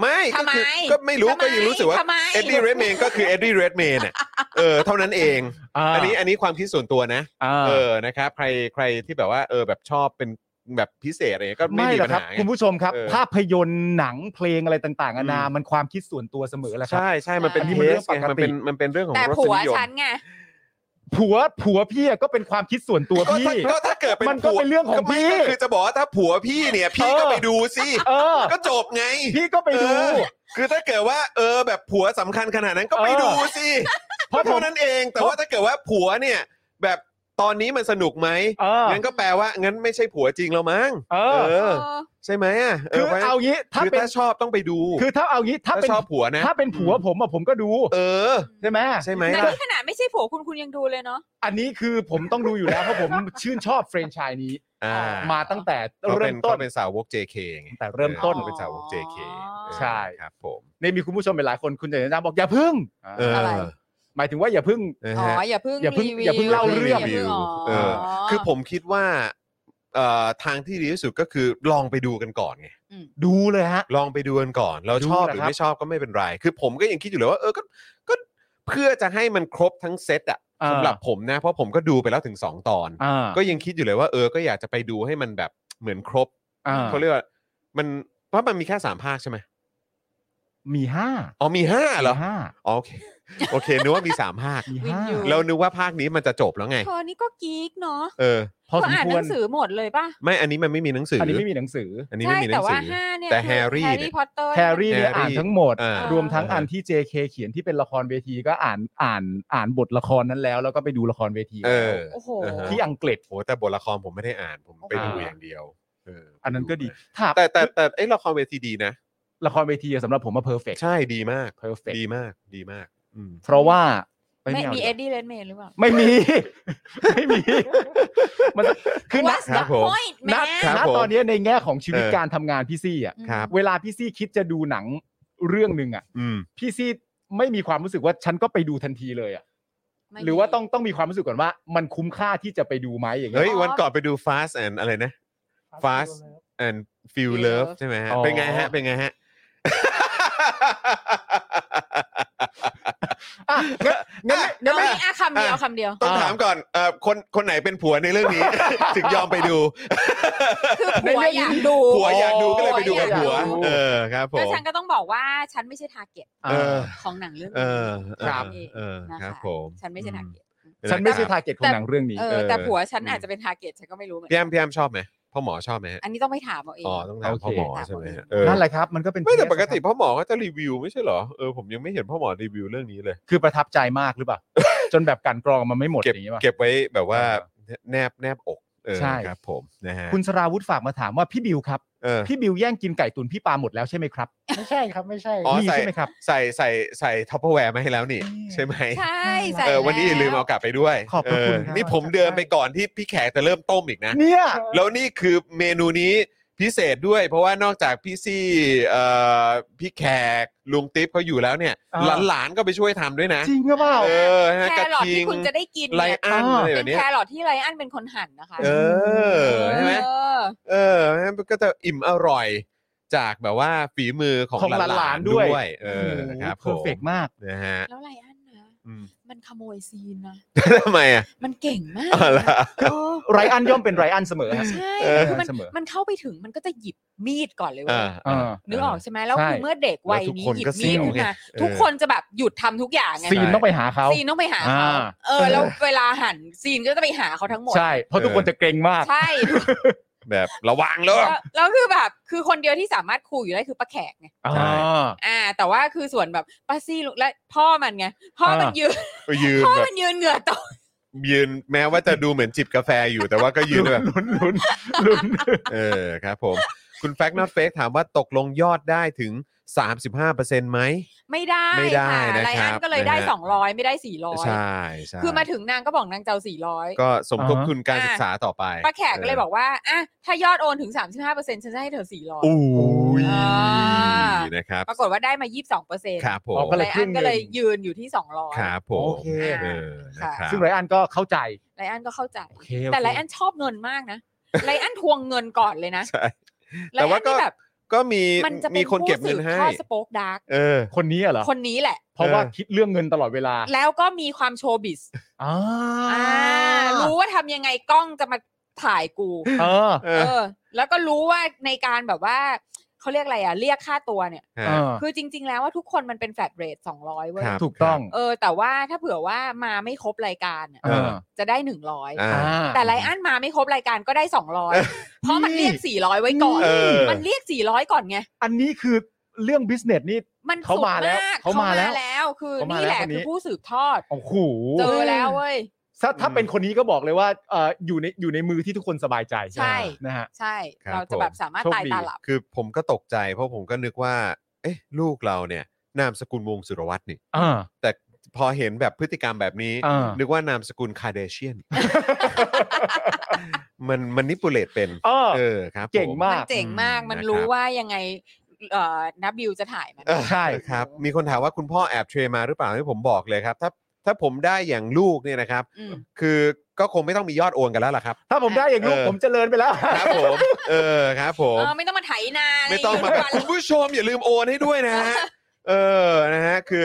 ไม่ก็ ทำไม คือก็ไม่รู้ ทำไม ก็ยังรู้สึกว่า ทำไม เอ็ดดี้เรดแมนก็คือเอ็ดดี้เรดแมนอ่ะเออเท่านั้นเอง อันนี้อันนี้ความคิดส่วนตัวนะ เออนะครับใครใครที่แบบว่าเออแบบชอบเป็นแบบพิเศษอะไรเงี้ยก็ไม่ ไม่ มี หรอก ปัญ ครับ หาไง คุณผู้ชมครับ เออ ภาพยนตร์หนังเพลงอะไรต่างๆนานา อืม มันความคิดส่วนตัวเสมอแหละครับ ใช่ใช่มันเป็น อันนี้ เท มันเรื่ ส อง ไงมัปกนเป็น ติ มันเป็นเรื่องของ แต่ รส ผัว นิยม ฉันไง ผัวผัวพี่อะก็เป็นความคิดส่วนตัว ก็ พี่ ถ้าก็ถ้าเกิดเป็น มันก็เป็นเรื่องของ ก็ไม่ พี่ ก็คือจะบอกว่าถ้าผัวพี่เนี่ยพี่ก็ เออ ไปดูสิ เออ ก็จบไง พี่ก็ไปดู เออคือถ้าเกิดว่าเออแบบผัวสำคัญขนาดนั้นก็ไป เออ ดูสิ เพราะผ เท่าม นั้นเองแต่ว่าถ้าเกิดว่าผัวเนี่ย แบบตอนนี้มันสนุกไหม เออ งั้นก็แปลว่างั้นไม่ใช่ผัวจริงแล้วมั้ง เออ เออ ใช่ไหมอ่ะ คือ พระ เอางี้ถ้า คือ เป็น ถ้าชอบต้องไปดู คือถ้าเอางี้ถ้า ถ้า เป็น ชอบผัวนะ ถ้าเป็นผัวผมอะผมก็ดู เออ ใช่ไหม ใช่ไหม แต่ ล่ะ นี่ขนาดไม่ใช่ผัวคุณคุณยังดูเลยเนาะ อันนี้คือผมต้องดูอยู่แล้วเพราะผมชื่นชอบเฟรนไชายนี้ อ่า มาตั้งแต่ เขาเป็ เริ่ น ม เขา ต้น เป็นสาวก JK ไง แต่เริ่มต้น ออขาเป็นสาวก JK เออ ใช่ ครับผม นี่มีคุณผู้ชมหลายๆคนคุณเจนนาบอกอย่าพึ่ง เออ เอะไร หมายถึงว่าอย่าพึ่ง นะ อ๋อ ฮะ อย่าเพิ่ง อย่าเพิ่ง รีวิว อย่าเพิ่งเล่าเรื่อง ย่าพิ่งอ๋อ เออคือผมคิดว่าเอ่อทางที่ดีที่สุดก็คือลองไปดูกันก่อนไง ดูเลยฮะ ลองไปดูกันก่อน เราชอบหรือ ดูนะครับ ไม่ชอบก็ไม่เป็นไร คือผมก็ยังคิดอยู่เลยว่าเออก็ก็เพื่อจะให้มันครบทั้งเซตอะสำหรับผมนะ เพราะผมก็ดูไปแล้วถึง 2 ตอน อ่า ก็ยังคิดอยู่เลยว่าเออก็อยากจะไปดูให้มันแบบเหมือนครบ อ่า เขาเรียกว่ามันเพราะมันมีแค่สามภาคใช่ไหม มีห้า อ๋อมีห้าเหรอ มีห้า อ๋อโอเค โอเคนึกว่ามีสามภา ค มี วิน ห้า ยู เรานึกว่าภาคนี้มันจะจบแล้วไง เธอนี่ก็กีกเนาะ เออ พอสเธอ ม อ่าน ค ห ว นั ร งสือหมดเลยป่ะ ไม่อันนี้มันไม่มีหนังสือ อั อั นนี้ไม่มีหนังสือ อันนี้ ใช่ ไม่มีหนั แต่ ง ว่า สือ ห้าเนี่ย แต่ Harry แฮร์รี่พอตเตอร์ แฮร์รี่เนี่ย แฮร์รี่ อ่านทั้งหมด อ่า รวมทั้ง อ่า อันที่ JK เขียนที่เป็นละครเวทีก็อ่านอ่านอ่านบทละครนั้นแล้ว แล้วก็ไปดูละครเวที เออ โอ้โห เออ ที่อังกฤษ โหแต่บทละครผมไม่ได้อ่านผมไป อ่า ดูอย่างเดียวเ อันนั้นก็ดีถ้า แต่แต่แต่ไอ้ยละครเวทีดีนะ ละครเวทีอะสำหรับผมว่าเพอร์เฟกต์ ใช่ดีมาก เพอร์เฟก ดีมากดีมาก อืม เพราะว่า ฮ้ย ไม่ ไา มี ดีก เอ็ ว่า ดดี้เรดเมนหรือเปล่า ไม่มี ไม่ มี มันคือณ What's ครั the บผม point ณ man ครับ ณ ผม ตอนนี้ในแง่ของชีวิต เออ การทำงานพี่ซี่อ่ะ อืม ครับ เวลาพี่ซี่คิดจะดูหนังเรื่องหนึ่งอ่ะ อืม พี่ซี่ไม่มีความรู้สึกว่าฉันก็ไปดูทันทีเลยอ่ะ ไม่ หรือว่าต้องต้องมีความรู้สึกก่อนว่ามันคุ้มค่าที่จะไปดูไหมอย่างเงี้ เฮ้ ย ย วันก่อนไปดู Fast and อะไรนะ Fast and Feel Feel Love Love ใช่ไหมฮะ อ๋อ เป็นไงฮะ เป็นไงฮะ อ่ะงั้น งั้นงั้น เอา ไม่ ไม่อ่ะคำเดียวคำเดียว ต้องถามก่อนเอ่อคนคนไหนเป็นผัวในเรื่องนี้ ถึงยอมไปดู คือผัวอยากดู ผัวอยากดูก็เลยไปดูกับผัว ผัวอยากดู เออครับผ ก็ ม ฉันก็ต้องบอกว่าฉันไม่ใช่ทาร์เก็ต เออ ของหนังเรื่อง เอ นี้ อ ครับ เออ นะะ ครับผม ฉันไม่ใช่ทาร์เก็ต ฉันไม่ใช่ ครับ ทาร์เก็ตของหนังเรื่องนี้ เอ เอ อ อ แต่ผัวฉันอาจจะเป็นทาร์เก็ตฉันก็ไม่รู้เหมือน พี่ กั แอน มพี่แอมชอบไหมพ่อหมอชอบไหมฮะ อันนี้ต้องไปถามเอาเอง อ๋อต้องถาม โอเค พ่อหมอใช่ไหมฮะเออ นั่นแหละครับ มันก็เป็น ไม่แต่ เคส ปกติพ่อหมอก็จะรีวิวไม่ใช่เหรอเออผมยังไม่เห็นพ่อหมอรีวิวเรื่องนี้เลย คือประทับใจมากหรื อเปล่า จนแบบกลันกรองมันไม่หมดอ เก็บ ย่างงี้ป่ะ เก็บไว้แบบว่าแนบแนบอกเออ ใช่ ครับ ผมนะฮะ คุณสราวุธฝากมาถามว่าพี่บิวครับ เออ พี่บิวแย่งกินไก่ตุนพี่ปาหมดแล้วใช่ไหมครับ ไม่ใช่ครับไม่ใช่ อ๋อ มีใช่ไหมครับ ใส่ใส่ใส่ท็อปเปอร์แวร์มาให้แล้วนี่ ใช่ไหม ใช่ใส่ เออวันนี้อย่าลืม แล้ เอากลับไปด้วย ขอบพระคุเอณอ ครับ นี่ผมเดินไปก่อนที่พี่แขกจะเริ่มต้มอีกนะ เนี่ย แล้วนี่คือเมนูนี้พิเศษด้วย เพราะว่านอกจากพี่ซี่เอ่อพี่แขกลุงติ๊บเขาอยู่แล้วเนี่ย อ่า หลานๆก็ไปช่วยทำด้วยนะ จริงหรือเปล่า เออฮะ แค กระ รอท ทิ ที่ ง คุณจะได้กิน ไล เนี่ย อ้อน อ่า อะไรแบ เป็ บ น เนี้ย แครอทที่ไรอันเป็นคนหั่นนะคะ เออใช่ไหม เออ เออมันก็จะอิ่มอร่อยจากแบบว่าฝีมือของ ของ ห ห ลา ลาน น ๆ ๆ ด้ ด้ ว วย ย เออครับ เพ ผ อ ม ร์เฟกมาก นะฮะ แล้วไรอันนะ อืม มันขโมยซีนนะ ทำไมอ่ะ มันเก่งมาก เอาละ เออ ไรอันย่อมเป็นไรอันเสมอฮะ ใช่ เออ คือมัน เสมอ มันเข้าไปถึงมันก็จะหยิบมีดก่อนเลย เอ เว่า อ เออ นึกออกใช่ไหมแล้ว ใช่ คือเมื่อเด็กวัยนี้หยิบมีดขึ้นมาทุกคนจะแบบหยุดทำทุกอย่างไง ซีนต้องไปหาเขา ซีนต้องไปหาเขา อ่า เออแล้วเวลาหั่นซีนก็จะไปหาเขาทั้งหมด ใช่ เพราะทุกคนจะเกรงมาก ใช่ แบบระวังเล แล้ ย วแล้วคือแบบคือคนเดียวที่สามารถคูอยู่ได้คือป้าแขกไง อ่า ใช่ อ่า แต่ว่าคือส่วนแบบป้าซี่ลูกและพ่อมันไงพ่อมัน อ่ายื ยืน ยืน พ่อ แบบ มันยืนเหงื่อตก ยืนแม้ว่าจะดูเหมือนจิบกาแฟอยู่แต่ว่าก็ยืนแบบ ลุ้นลุ้นลุ้น เออครับผม คุณแฟกนอตเฟกถามว่าตกลงยอดได้ถึง 35%ไหม ไม่ได้ ไม่ได้ ค่ะ นะครับ ไรอันก็เลยได้ นะฮะ สองร้อยไม่ได้สี่ร้อย ใช่ใช่ คือมาถึงนางก็บอกนางเจ้าสี่ร้อย ก็สมทบ อ่าฮะ ทุนการศึกษาต่อไป ป้าแขกก็เลยบอกว่าอ่ะถ้ายอดโอนถึง 35%ฉันจะให้เธอสี่ร้อย อุ้ย อ่า นะครับ ปรากฏว่าได้มา 22% ครับผม อ๋อก็ ไร เลย อันก็เลยยืนอยู่ที่ 200 ครับผม โอเค เออนะครับ ซึ่งไรอันก็เข้าใจ ไรอันก็เข้าใจ โอเคโอเค แต่ไรอันชอบเงินมากนะ ไรอันทวงเงินก่อนเลยนะ ใช่ ไร แต่ อั ว่านก็ นี่แบบ ก็มี มันจะเป็ มี น คนเก็บเงินให้ ข้อสปอคดาร์ก เออ คนนี้อะเหรอ คนนี้แหละ เพราะว่าคิดเรื่องเงินตลอดเวลา แล้วก็มีความโชว์บิส อ่า อ่ารู้ว่าทำยังไงกล้องจะมาถ่ายกู เออ เอ เอ อ อ แล้วก็รู้ว่าในการแบบว่าเขาเรียกอะไรอ่ะ เรียกค่าตัวเนี่ย ฮะ เออ คือจริง ๆ แล้วว่าทุกคนมันเป็นแฟลตเรทสองร้อยเว้ย ครับ ถูกต้อง เออ แต่ว่าถ้าเผื่อว่ามาไม่ครบรายการอะ เออ จะได้หนึ่งร้อย อ่า แต่ไลอันมาไม่ครบรายการก็ได้สองร้อย เออ เพราะมันเรียกสี่ร้อยไว้ก่อน เออ มันเรียกสี่ร้อยก่อนไง อันนี้คือเรื่องบิสเนสนี่ มัน เขา สุด มาแล้ว มาก เขามาแล้ว คือ เขามา นี่ แล้ว แหละ คนนี้ คือผู้สืบทอด โอ้โห เจอแล้วเว้ย ถ้าถ้าเป็นคนนี้ก็บอกเลยว่าเอ่ออยู่ในอยู่ในมือที่ทุกคนสบายใจ ใช่ นะฮะ ใช่ ครับ เราจะแบบสามารถ โชค ตาย ดี ตาหลับ คือผมก็ตกใจเพราะผมก็นึกว่า เอ๊ะลูกเราเนี่ย นามสกุลวงศ์สุรวัตรนี่ อ่า แต่พอเห็นแบบพฤติกรรมแบบนี้ อ่า นึกว่านามสกุลคาเดเชี ยน มันมันนิปูเลตเป็น อ้อ เออครับผ เก่งมาก มันเจ๋งมาก อืม มัน นะครับ รู้ว่ายังไง เอ่อนับบิวจะถ่ายมัน เออ ใช่ ครับ มีคนถามว่าคุณพ่อแอบเทรนมาหรือเปล่าให้ผมบอกเลยครับ ถ้าถ้าผมได้อย่างลูกเนี่ยนะครับ อืม คือก็คงไม่ต้องมียอดโอนกันแล้วล่ะครับ ถ้าผมได้อย่างลูก เออ ผมเจริญไปแล้ว ครับผม เออครับผม เออไม่ต้องมาไถนาะร ไม่ต้องมาแบบ ทุ คุณกวัน ผู้ชมอย่าลืมโอนให้ด้วยนะฮะ เออ นะฮะ คือ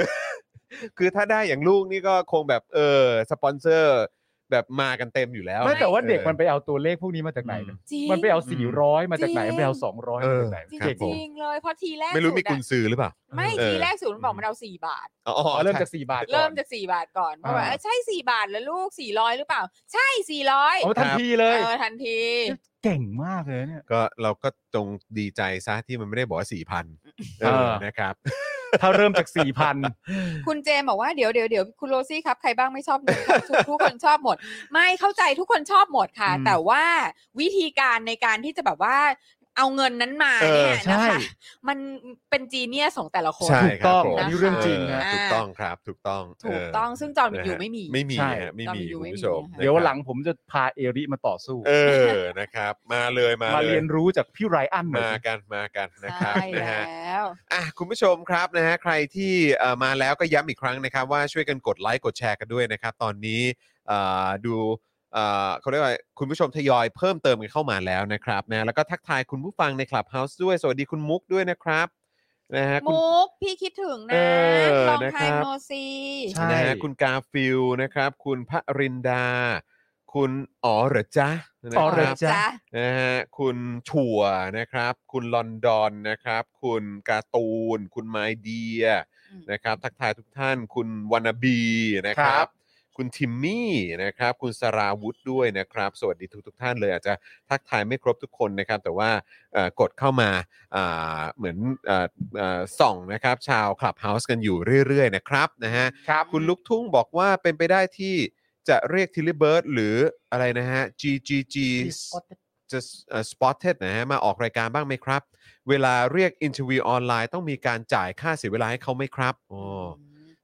คือถ้าได้อย่างลูกนี่ก็คงแบบ เออ สปอนเซอร์ แบบมากันเต็มอยู่แล้ว ไม่แต่ว่าเด็กมัอนอ ไปเอาตัวเลขพวกนี้มาจากไหนนะ จริง มันไปเอา 400 มาจากไหน จริง มันไปเอา200มาจากไหน จริง ครับผม จริงเลยเพราะทีแรก ไม่รู้ สุด มีกุญ อะ ซือหรือเปล่า ไม่ เออ ทีแรกศูนย์บอกมันเอาสี่บาท อ๋อ อ๋อเริ่ม ใช่ จาก 4 บาทอน เริ่มจากสี่บาทก่อนเพราะว่าเอ้ยใช่สี่บาทแล้วลูกสี่ร้อยหรือเปล่า ใช่สี่ร้อย โอ้ทันทีเล เอย อทันที เก่งมากเลยเนี่ย ก็เราก็จงดีใจซะที่มันไม่ได้บอกว่าสี่พัน เออ นะครับ ถ้าเริ่มจาก คุณเจมบอกว่าเดี๋ยวเดี๋ยวเดี๋ยวคุณโรซี่ครับใครบ้างไม่ชอบเงินครับทุกทุกคนชอบหมด ไม่เข้าใจทุกคนชอบหมดค่ะ อืม แต่ว่าวิธีการในการที่จะแบบว่า เอาเงินนั้นมา เออ เนี่ย ใช่ นะคะมันเป็นจีเนียสของแต่ละคน ใช่ ถูก ครับ ต้อง ผม อันนี้เรื่องจริงฮะ ถูกต้องครับ ถูกต้อง ถูกต้องซึ่งจอห์นวินยู ะฮะ ไม่มี ไม่มี ใช่ ฮะไม่มี จอคุห์นวิ ณ นยู ผู้ชม ไม่มี เดี๋ยว นะครับ หลังผมจะพาเอริมาต่อสู้ เออนะครับ มาเลยมา มา เล เรี ย ยนรู้จากพี่ไรอันหน่อย มา สิ กันมากันนะครับ ใช่ นะ แล ฮะ ้ว อ่ะคุณผู้ชมครับนะฮะใครที่เอ่อมาแล้วก็ย้ำอีกครั้งนะครับว่าช่วยกันกดไลค์กดแชร์กันด้วยนะครับ ตอนนี้เอ่อดูเอ่อเขาเรียกว่าคุณผู้ชมทยอยเพิ่มเติมกันเข้ามาแล้วนะครับนะแล้วก็ทักทายคุณผู้ฟังในคลับเฮาส์ด้วย สวัสดีคุณมุกด้วยนะครับนะฮะคุณ มุกพี่คิดถึง เอ นะ อ ลอง นะค ไฮ รับ โนซี ใช่ นะฮะคุณกาฟิลนะครับ คุณพระรินดา คุณอ๋อเหรอจ๊ะนะ อ๋อ ค เหร รั อบ จ๊ะ นะฮะคุณถั่วนะครับ คุณลอนดอนนะครับ คุณการ์ตูน คุณไมเดียนะครับ ทักทายทุกท่าน คุณวานาบีนะค ค รั รับ บ คุณทิมมี่นะครับ คุณสราวุธด้วยนะครับ สวัสดีทุกทท่านเลยอาจจะทักทายไม่ครบทุกคนนะครับ แต่ว่าเอ่อกดเข้ามาอ่าเหมือนเอ่อเอ่อส่องนะครับ ชาวคลับเฮาส์กันอยู่เรื่อยๆนะครับนะฮะ ครับ คุณลูกทุ่งบอกว่าเป็นไปได้ที่จะเรียกทิล l เบิร์ดหรืออะไรนะฮะ G G G จะเอ่อ spotted นะฮะมาออกรายการบ้างไหมครับ เวลาเรียกอินทวิวออนไลน์ต้องมีการจ่ายค่าเสียเวลาให้เขาไหมครับอ๋อ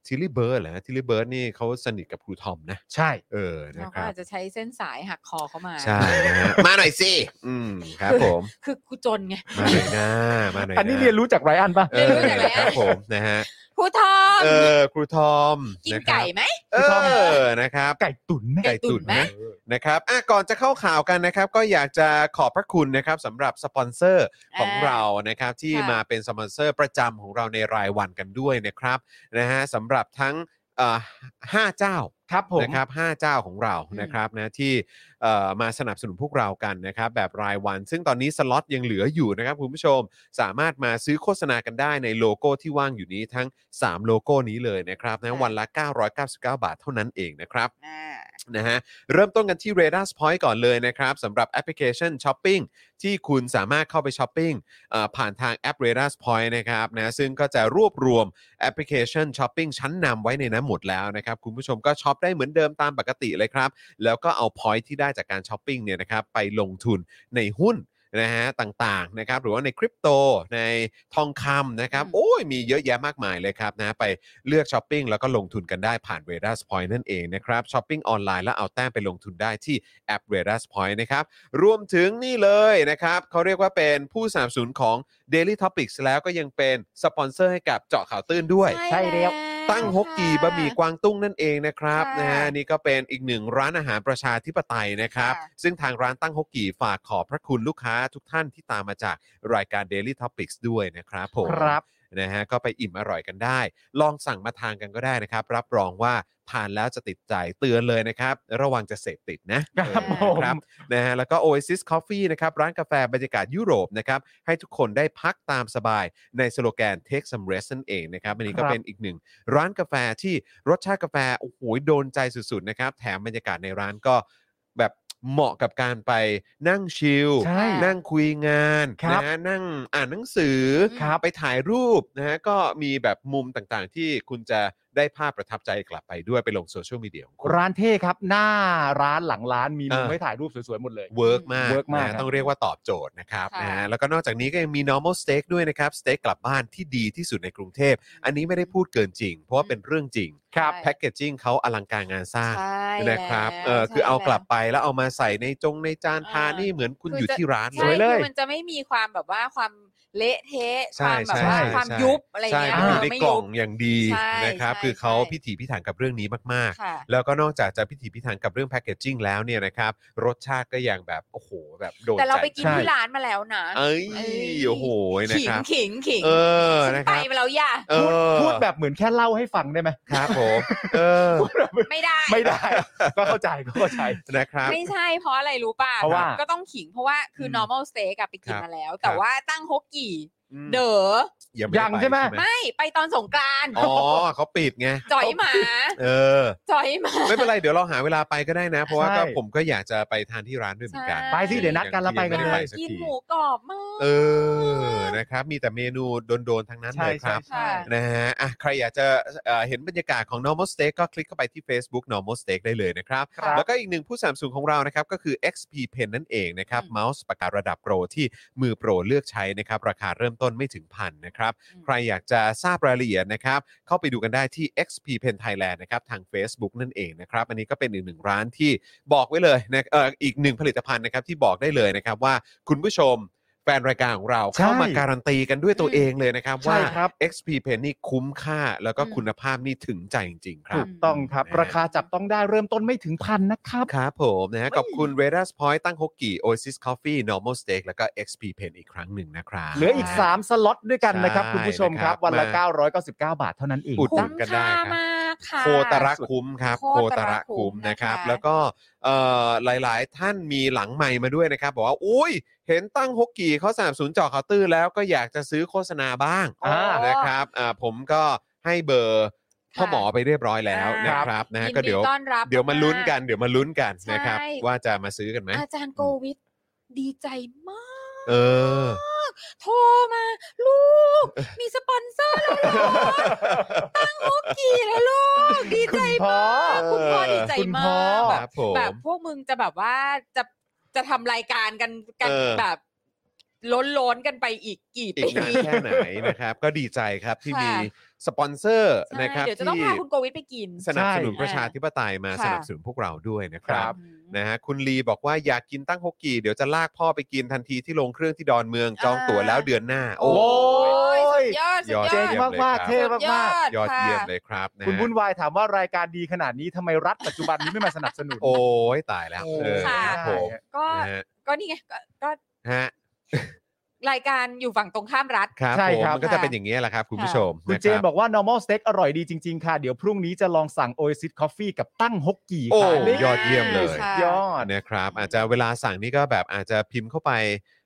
ทิลลี่เบิร์ดเหรอฮะทิลลี่เบิร์ดนี่เขาสนิทกับครูทอมนะ ใช่ เออนะ เรา ค ก็ รับ อาจจะใช้เส้นสายหักคอเข้ามา ใช่นะฮะ มาหน่อยสิ อืมครับผม คือกูจนไง มาหน่อยนะ มาหน่อยะ อันนี้เรียนรู้จากไรอันป่ะ เอ เรียนอรู้จากไหนอะ ครับผมนะฮะ ครูทอม เออครูทอม กินะ ค ไก่ รับ ไหม เอ ครูทอม อนะครับ ไก่ตุ๋นไหม ไก่ตุ๋น ไก่ตุ๋นไหม นะนะครับอ่ะก่อนจะเข้าข่าวกันนะครับ ก็อยากจะขอบพระคุณนะครับสำหรับสปอนเซอร์ของเรานะครับที่ ค่ะ มาเป็นสปอนเซอร์ประจำของเราในรายวันกันด้วยนะครับนะฮะสำหรับทั้งเอ่อห้าเจ้า ครับผม นะครับห้าเจ้าของเรา อืม นะครับนะที่เอ่อมาสนับสนุนพวกเรากันนะครับแบบรายวัน ซึ่งตอนนี้สล็อตยังเหลืออยู่นะครับคุณผู้ชมสามารถมาซื้อโฆษณากันได้ในโลโก้ที่ว่างอยู่นี้ทั้งสามโลโก้นี้เลยนะครับนะวันละ 999 บาทเท่านั้นเองนะครับ อ่า นะฮะเริ่มต้นกันที่ r a d a r Point ก่อนเลยนะครับสำหรับแอปพลิเคชันช้อปปิ้งที่คุณสามารถเข้าไปช้อปปิ้งเอ่อผ่านทางแอป r a d a r Point นะครับนะซึ่งก็จะรวบรวมแอปพลิเคชันช้อปปิ้งชั้นนำไว้ในนั้นหมดแล้วนะครับ คุณผู้ชมก็ช้อปได้เหมือนเดิมตามปกติเลยครับ แล้วก็เอา point ที่ได้จากการช้อปปิ้งเนี่ยนะครับไปลงทุนในหุ้นนะฮะต่างๆนะครับหรือว่าในคริปโตในทองคำนะครับ อืม โอ้ยมีเยอะแยะมากมายเลยครับนะไปเลือกช้อปปิ้งแล้วก็ลงทุนกันได้ผ่าน r a d a r Point นั่นเองนะครับช้อปปิ้งออนไลน์แล้วเอาแต้มไปลงทุนได้ที่แอป r a d a r Point นะครับรวมถึงนี่เลยนะครับเขาเรียกว่าเป็นผู้สนับสนุนของ Daily Topics แล้วก็ยังเป็นสปอนเซอร์ให้กับเจาะข่าวตื้นด้วย ใช่แล้ว ตั้งฮกกีบะหมี่กวางตุ้งนั่นเองนะครับ ค่ะ นะฮะนี่ก็เป็นอีกหนึ่งร้านอาหารประชาธิปไตยนะครับ ค่ะ ซึ่งทางร้านตั้งฮกกีฝากขอบพระคุณลูกค้าทุกท่านที่ตามมาจากรายการ Daily Topics ด้วยนะครับผม ครับ นะฮะก็ไปอิ่มอร่อยกันได้ ลองสั่งมาทานกันก็ได้นะครับ รับรองว่าทานแล้วจะติดใจเตือนเลยนะครับ ระวังจะเสพติดนะครับ เอ ผ อ ม นะครับ นะฮะแล้วก็ Oasis Coffee นะครับร้านกาแฟบรรยากาศยุโรปนะครับให้ทุกคนได้พักตามสบายในสโลแกน Take some rest นั่นเองนะครับอันนี้ก็ ครับ เป็นอีกหนึ่ง ร้านกาแฟที่รสชาติกาแฟโอ้โหโดนใจสุดๆนะครับแถมบรรยากาศในร้านก็แบบเหมาะกับการไปนั่งชิล ใช่ นั่งคุยงาน ครับ นะฮะนั่งอ่านหนังสือ ครับ ไปถ่ายรูปนะฮะก็มีแบบมุมต่างๆ ที่คุณจะได้ภาพประทับใจกลับไปด้วยไปลงโซเชียลมีเดียของคุณ ร้านเท่ครับ หน้าร้านหลังร้านมี เอ มุ อ มให้ถ่ายรูปสวยๆหมดเลย เวิร์กมาก เวิร์กมาก นะฮะ ครับ ต้องเรียกว่าตอบโจทย์นะครับ ค่ะ นะฮะแล้วก็นอกจากนี้ก็ยังมี normal steak ด้วยนะครับสเต็กกลับบ้านที่ดีที่สุดในกรุงเทพ อันนี้ไม่ได้พูดเกินจริง เพราะว่าเป็นเรื่องจริง ครับ แพ c เกจจิ้งเขาอลังการงานสร้าง ใช่ นะครับ แล้ว เออคือ ใช่ เอากลับ แว ไปแล้วเอามาใส่ในจงในจาน เออ ทานนี่เหมือนคุณอคืออ ยู่ที่ร้านเล ใช่ วย เลย คือมันจะไม่มีความแบบว่าความเละเทะ ใช่ ความแบบ ใช่ ว่า ใช่ ความ ใช่ ยุบอะไรเงี้ย มันอยู่ใน ไม่ กล่อง ยุบ อย่างดี ใช่ นะครับ ใช่ คือเขา ใช่ พิถีพิถันกับเรื่องนี้มากๆ ค่ะ แล้วก็นอกจากจะพิถีพิถันกับเรื่องแพ c เกจจิ้งแล้วเนี่ยนะครับรสชาติก็ยังแบบโอ้โหแบบโดน แต่เรา ใจ ไปกิน ใช่ ที่ร้านมาแล้วนะ เอ้ยโอ้โหนะคขิง รับ ขิงขิง เออ ฉัน นะค ไป รับ มาแล้วอย่า เออ พูดแบบเหมือนแค่เล่าให้ฟังได้ไหม ครับผม เออ ไม่ได้ ไม่ได้ ก็เข้าใจก็เข้าใจ นะครับ ไม่ใช่เพราะอะไรรู้ป่ะ เพราะว่า ก็ต้องขิงเพราะว่าคืออ ม normal steak อะไปกิคนรับ มาแล้ว ค แต่ รับ ว่าตั้งฮกกี่ อืม เด๋อ ยังใช่ไหม ไม่ไปตอนสงกรานต์ อ๋อเขาปิดไง จ่อยหมา เออ จ่อยหมา ไม่เป็นไร เดี๋ยวเราหาเวลาไปก็ได้นะ เพราะว่า ใช่ ก็ผมก็อยากจะไปทานที่ร้านด้วยเหมือนกัน ใช่ไปสิเดี๋ยวนัดกันแล้ว ไปกัน ม่ด้ เลย สั กิน ที หมูกรอบมาก เออนะครับ มีแต่เมนูโดนๆทั้งนั้น ใช่ เลยค ใช่ รับ ใช่ นะฮะอ่ะใครอยากจะเอ่อเห็นบรรยากาศของ normal steak ก็คลิกเข้าไปที่ Facebook normal steak ได้เลยนะครับ ครับ แล้วก็อีกหนึ่งผู้สามสูงของเรานะครับ ก็คือ XP Pen นั่นเองนะครับเมาส์ปากการะดับโปรที่มือโปรเลือกใช้นะครับ ราคาเริ่มต้นไม่ถึงพันนะครับ ใครอยากจะทราบรายละเอียดนะครับ เข้าไปดูกันได้ที่ XP Pen Thailand นะครับทาง Facebook นั่นเองนะครับ อันนี้ก็เป็นอีกหนึ่งร้านที่บอกไว้เลยนะเอ่ออีกหนึ่งผลิตภัณฑ์นะครับที่บอกได้เลยนะครับว่าคุณผู้ชมแฟนรายการของเราเข้ามาการันตีกันด้วยตัวเองเลยนะครับ ใช่ ว่า ครับ XP Pen นี่คุ้มค่าแล้วก็คุณภาพนี่ถึงใจจริง ๆ ครั ถู บ กต้องครับ ราคาจับต้องได้เริ่มต้นไม่ถึงพันนะครับ ครับผมนะฮะขอบคุณ r a d a r s Point ตั้งฮกกี้ Oasis Coffee Normal Steak แล้วก็ XP Pen อีกครั้งหนึ่งนะครับ เหลืออีก 3 สล็อตด้วยกันนะครับ ใช่ คุณผู้ชม นะค ค รั รับ บ วันละ 999 บาทเท่านั้นเอง อุดห จ้ะ นุนกันได้ คุ้ม ครับค่ามากค่ะ โคตระคุ้มครับ โค โค ต ต ระ ระคุ้ คุ้ม ม นะครับ นะคะ แล้วก็เอ่อหลายๆ ท่านมีหลังใหม่มาด้วยนะครับ บอกว่า อุ้ย เห็นตั้งฮกกี่เขาสามศูนย์จอเขาวตื้อแล้วก็อยากจะซื้อโฆษณาบ้าง โอ้ อ่า นะครับอ่าผมก็ให้เบอร์พ่อหมอไปเรียบร้อยแล้ว ค่ะ นะครับนะฮะก็เดี๋ยว ต้อนรับ เดี๋ยวมาลุ้นกัน ม เดี๋ยวมาลุ้นกัน ใช่ นะครับ ว่าจะมาซื้อกันไหม ากอาจารย์โกวิทดีใจมาก เออ โทรมา ลูก มีสปอนเซอร์แล้วลูกตั้งโอกี่แล้วลูก ดีใจ คุณพ่อ มากคุณพ่อดีใจ คุณ มา พ่อคกแบ รั บบ ผม แบบพวกมึงจะแบบว่าจะจะทำรายการกันกัน เออ แบบ ล้นล้นๆกันไปอีกกี่ อีก ปี นานแค่ไหนนะครับ ก็ดีใจครับที่ ค่ะ มีสปอนเซอร์ ใช่ นะครับ เดี๋ยวจะต้อง ที่ พาคุณโกวิทไปกิน สนับสนุน ใช่ ประชาธิปไตยมา ค่ะ สนับสนุนพวกเราด้วยนะครั ครับ บ อืม นะฮะคุณลีบอกว่าอยากกินตั้งฮกกีเดี๋ยวจะลากพ่อไปกินทันทีที่ลงเครื่องที่ดอนเมืองจองตั๋วแล้วเดือนหน้า โอ้ โอ้ ย ย สุดยอดสุดยอยอดดเยี่ เจ๋ง ย มากมากๆเท่มากมาก ยอดเยี่ยม ค่ะ เลยครับนะ ๆคุณ ฮะ วุ่นวายถามว่ารายการดีขนาดนี้ทำไมรัฐปัจจุบันนี้ไม่มาสนับสนุน โอ้ยตายแล้วเออ ค่ะ ครับผม ก็ นะฮะ ก็นี่ไงก็ก็ ฮะ รายการอยู่ฝั่งตรงข้ามรัฐ ครับ ใช่ ผม ครับ มันก็จะเป็นอย่างนี้ยแหละครับ คุณผู้ชม คุณ ะ เจ รั นบอกว่า normal steak อร่อยดีจริง ๆ ค่ะ เดี๋ยวพรุ่งนี้จะลองสั่ง Oasis Coffee กับตั้งฮกกี่ โอ้ ค่ะ นี่ ยอดเยี่ยมเลย ค่ะ ยอด นะครับอาจจะเวลาสั่งนี่ก็แบบอาจจะพิมพ์เข้าไป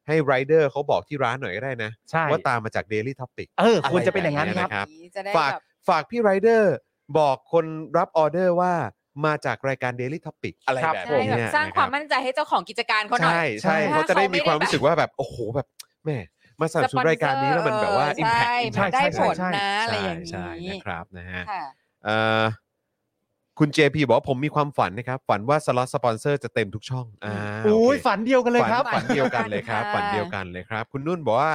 ให้ไรเดอร์เขาบอกที่ร้านหน่อยก็ได้นะ ใช่ ว่าตามมาจาก Daily Topic เออควรจะเป็นอย่างนั้นครับ ครับ จะได้ ฝาก แบบ ฝากพี่ไรเดอร์บอกคนรับออเดอร์ว่ามาจากรายการ Daily Topic อะไร ครับ แบบ ใช่ นี้ แบบ เนี่ย สร้างความ นะ มั่นใจให้เจ้าของกิจการ รั เขา บ หน่อย ใช่ใช่ ใช่ เขาจะได้มีความ ถ้าเขาไม่ได้ รู้สึกว่าแบบโอ้โหแบบแหม่มาสนับสนุนรายการนี้แล้วมันแบบว่า เออ impact ใช่ impact มันได้ผล ใช่ใช่ นะอะไรอย่าง ใช่ นี้ นะครับนะฮะ ค่ะ เอ่อคุณ JP บอกว่าผมมีความฝันนะครับ ฝันว่าสล็อตสปอนเซอร์จะเต็มทุกช่องอ่าโอ อุ้ย เค ฝันเดียวกันเลย ฝัน ครับ ฝันเดียวกันเลยครับ ฝั ฝัน นเดี เดีย ยว วกั กัน น เลยครับ คุณนุ่นบอกว่า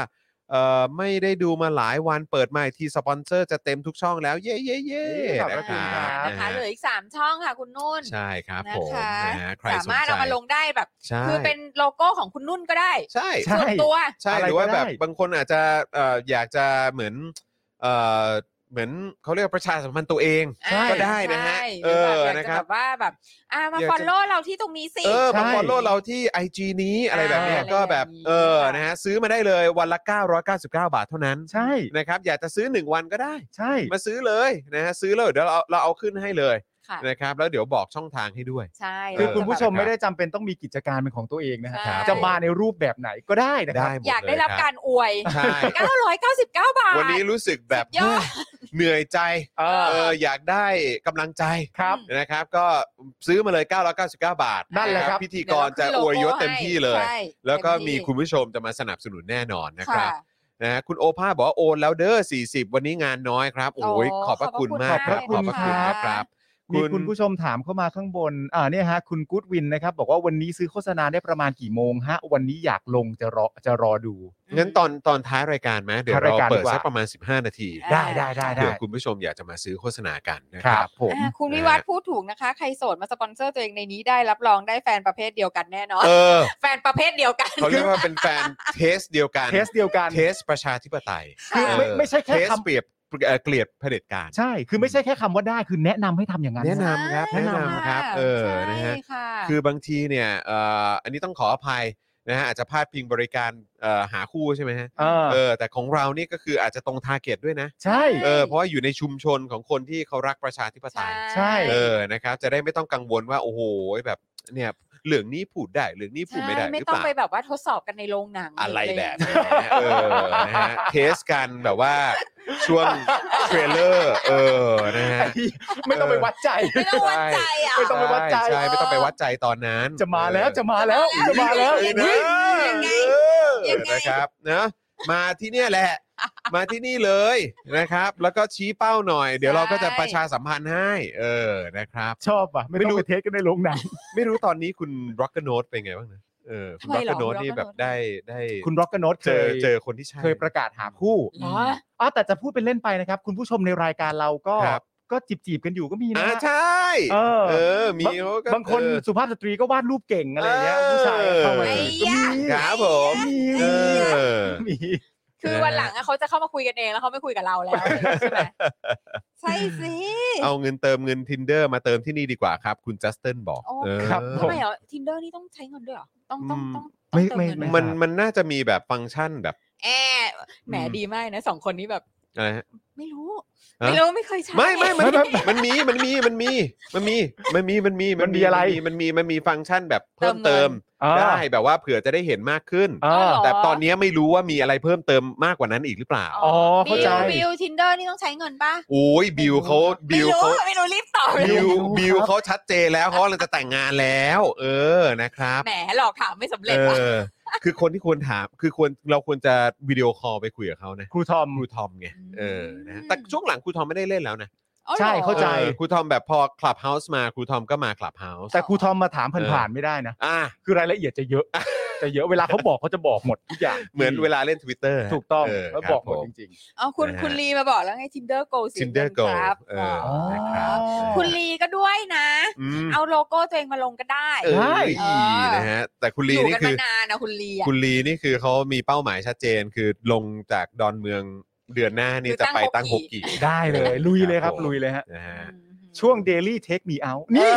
เอ่อไม่ได้ดูมาหลายวันเปิดมาอีกทีสปอนเซอร์จะเต็มทุกช่องแล้ว เย้เย้เย้ ขอบ นะค ณ รับ ขอบณ นะคะเหลืออีกสามช่องค่ะคุณนุ่น ใช่ครับ นะ ผม คะ นะฮะใครส สาน มารถ ใจ เอามาลงได้แบบ ใช่ คือเป็นโลโก้ของคุณนุ่นก็ได้ ใช่ ใช่ ส่วนตัว ใช่ อะไร หรือว่า ก็ แบ ได้ บ บางคนอาจจะเอ่ออยากจะเหมือนเอ่อเหมือนเขาเรียกว่าประชาสัมพันธ์ตัวเอง ใช่ ก็ได้นะฮะ ใช่ เออ หรื นะ อ ค แบ รั บบ แบบว่าแบบอ่ะมา อยากจะ ฟอลโล่เราที่ตรงนี้สิ เออ ใช่ มาฟอลโล่เราที่ IG นี้อะไรแบบเนี้ย อ่า ก็แบบ อะเออไรอย่างนี้ค่ะ นะฮะซื้อมาได้เลยวันละ 999 บาทเท่านั้น ใช่ นะครับอยากจะซื้อ 1 วันก็ได้ ใช่ มาซื้อเลยนะฮะซื้อเลยเดี๋ยวเราเราเอาขึ้นให้เลย ค่ะ นะครับแล้วเดี๋ยวบอกช่องทางให้ด้วย ใช่ คือ เรา คุณ จะ ผู้ชม แบบ ไม่ได้จำเป็นต้องมีกิจการเป็นของตัวเองนะฮะ ครับ จะมาในรูปแบบไหนก็ได้นะครั ได้ บ หมด อยากได้รับ เลยค การอวย ใช่ 999 บาท วันนี้รู้สึกแบบ สุดยอด เหนื่อยใจ เออ เอออยากได้กำลังใจ ครับ นะครับ ก็ซื้อมาเลย 999 บาท นั่นแหละครับ พิธีกรจะอวยยศเต็มที่เลย ใช่ แล้วก็ เต็ มี ที่ คุณผู้ชมจะมาสนับสนุนแน่นอนนะครับ ะ นะฮะคุณโอภาสบอกว่าโอนแล้วเด้อ40 วันนี้งานน้อยครับ โอ้ย โอ้ ขอบพระคุณมากครับข ข อ อ บบ พ พ ระ ระคุ คุณ ณ นะค ค่ะ รับ มีคุณผู้ชมถามเข้ามาข้างบนอ่าเนี่ยฮะคุณกู๊ดวินนะครับ บอกว่าวันนี้ซื้อโฆษณาได้ประมาณกี่โมงฮะ วันนี้อยากลงจะรอจะรอดู งั้นตอนตอนท้ายรายการไหมเดี๋ยว ท้าย เรา ยการ เปิด ดีกว่า สักประมาณ 15 นาที ได้ เผื่อคุณผู้ชมอยากจะมาซื้อโฆษณากันนะ ค ค รั รั บบ ผม อ่ะคุณวิวัฒน์พูดถูกนะคะ ใครโสดมาสปอนเซอร์ตัวเองในนี้ได้รับรองได้แฟนประเภทเดียวกันแน่นอน เออ แฟนประเภทเดียวกัน เขาเรียกว่าเป็นแฟนเทสเดียวกัน เทสเดียวกัน เทสประชาธิปไตย คือไม่ เออ ไม่ใช่ เท แค่ ส คำ เปรียบเอ่อเกลียดเผด็จการ ใช่ คือไม่ใช่แค่คำว่าได้คือแนะนำให้ทำอย่างนั้น แนะน ฮ ครับ ใช่ แนะนำครับ ะ เออ ใช่ นะฮะ ค่ะ คือบางทีเนี่ยเอ่ออันนี้ต้องขออภัยนะฮะอาจจะพลาดพิงบริการเอ่อหาคู่ใช่ไหมฮะ เออ เออแต่ของเรานี่ก็คืออาจจะตรงทาร์เก็ตด้วยนะ ใช่ เออเพราะว่าอยู่ในชุมชนของคนที่เขารักประชาธิปไตย ใช่ เออนะครับ จะได้ไม่ต้องกังวลว่า โอ้โหแบบเนี่ย เหลืองนี้พูดได้เหลืองนี้พูดไม่ได้ ใช่ไม่ หรือ ต้อ เปล่างไปแบบว่าทดสอบกันในโรงหนัง อะไรแบบ นี้ นี้นะเออนะฮะเทสกันแบบว่าช่วงเทรลเลอร์เออนะฮะ ไม่ต้องไปวัดใจ ไม่ต้องวัดใจอ่ะ ไม่ต้องไปวัดใจ ใช่ไม่ต้องไปวัดใจตอนนั้น จะมาแล้วจะมาแล้วจะมาแล้ว เออ เฮ้ นะ ยยังไงยังไง นะครับนะมาที่เนี่ยแหละ มาที่นี่เลยนะครับ แล้วก็ชี้เป้าหน่อย เดี๋ยวเราก็จะประชาสัมพันธ์ให้ เออนะครับ ชอบอ่ะ ไม่ต้องไปเทสกันในโรงหนัง ไม่รู้ตอนนี้คุณร็อกเกอร์โนเป็นไงบ้างนะเออคุณ ทำไม ร็อก เห เก ร อ อ ร์โนนี่ Rock แบบ Note ได้ได้ คุณร็อกกโนต เจ เค อย เจอคนที่ใช่ เคยประกาศหาคู่ เหรอ อ๋อแต่จะพูดเป็นเล่นไปนะครับ คุณผู้ชมในรายการเราก็ ครับ ก็จีบจีบๆกันอยู่ก็มีนะ อ่า ฮะ ใช่ เออ เออมีเขก็ บางคน เออ สุภาพสตรีก็วาดรูปเก่งอะไรอย่างเงี้ยผู้ชายเข้ามา ไอ้ ก็ ยะ มี ครับผม มี เออ มี คือวันหลังอะเขาจะเข้ามาคุยกันเองแล้วเขาไม่คุยกับเราแล้วใช่ไหมใช่สิ เอาเงินเติมเงิน tinder มาเติมที่นี่ดีกว่าครับ คุณจัสตินบอก โอ้ เออ ครับผ ทำไมเหรอทินเดอร์นี่ต้องใช้เงินด้วยเหรอต้องต้องต้อง ไม่ ต้องเติ ไม่ไม่เงินด้วยเหรอ มันมันน่าจะมีแบบฟังก์ชันแบบ แอบแหมดีมากนะสองคนนี้แบบ อะไรฮะ ไม่รู้ ฮะ ไม่รู้ไม่เคยใช้ ไม่ไม่มันมันมีมันมีมันมีมันมีมันมีมันมี มันมีอะไร มันมีมันมีฟังก์ชันแบบเพิ่ม เติ เติม มเงิ ได้แบบว่าเผื่อจะได้เห็นมากขึ้น อ่า เหร แต่ตอนนี้ไม่รู้ว่ามีอะไรเพิ่มเติมมากกว่านั้นอีกหรือเปล่า อ๋อเข้าใจ บิวบิวทินเดอร์นี่ต้องใช้เงินป่ะ โอ้ยบิวเขา ไม่ บิว รู้ เขา ไม่รู้รีบตอบ บิว รู้ครับ บิวเขาชัดเจนแล้วเขาเราจะแต่งงานแล้ว เออนะครับ แหมหลอกถามไม่สำ เอ เร็จว่ะ อ คือคนที่ควรถามคือควรเราควรจะวิดีโอคอลไปคุยกับเขานะ ครูทอม ครูทอมไงเออนะแต่ช่วงหลังครูทอมไม่ได้เล่นแล้วนะ อ๋อหรอ ใช่เข้าใจ ออครูทอมแบบพอคลับเฮาส์มาครูทอมก็มาคลับเฮาส์ แต่ครูทอมมาถามผ่านๆไม่ได้นะ อ่า คือรายละเอียดจะเยอะ จะเยอะเวลาเขาบอกเขาจะบอกหมดทุกอย่าง เหมือนเวลาเล่น Twitter ฮะ ถูกต้อง เ แล้ว ครับ อกหผมด ม จริง เอาคุณ นะฮะ คุณลีมาบอกแล้วไง tinder go สีย Tinder งิ Go นครับ เออ อ๋อ นะครับ คุณลีก็ด้วยนะ อืม เอาโลโก้ตัวเองมาลงก็ได้ เออ ได้ เออ นะฮะแต่คุณ อ ลี ยู่ นี่ กัน คือนมาานนะคุณลีอ่ะ คุณลีนี่คือเขามีเป้าหมายชัดเจนคือลงจากดอนเมืองเดือนหน้านี่ คือ จะ ตั้ง ไปตั้ง ห ห ก ก กี่ กี่ ๆ ได้เลยลุยเลยครับลุยเลยฮะ นะฮะ ช่วง Daily Take Me Out เอ นี่ อ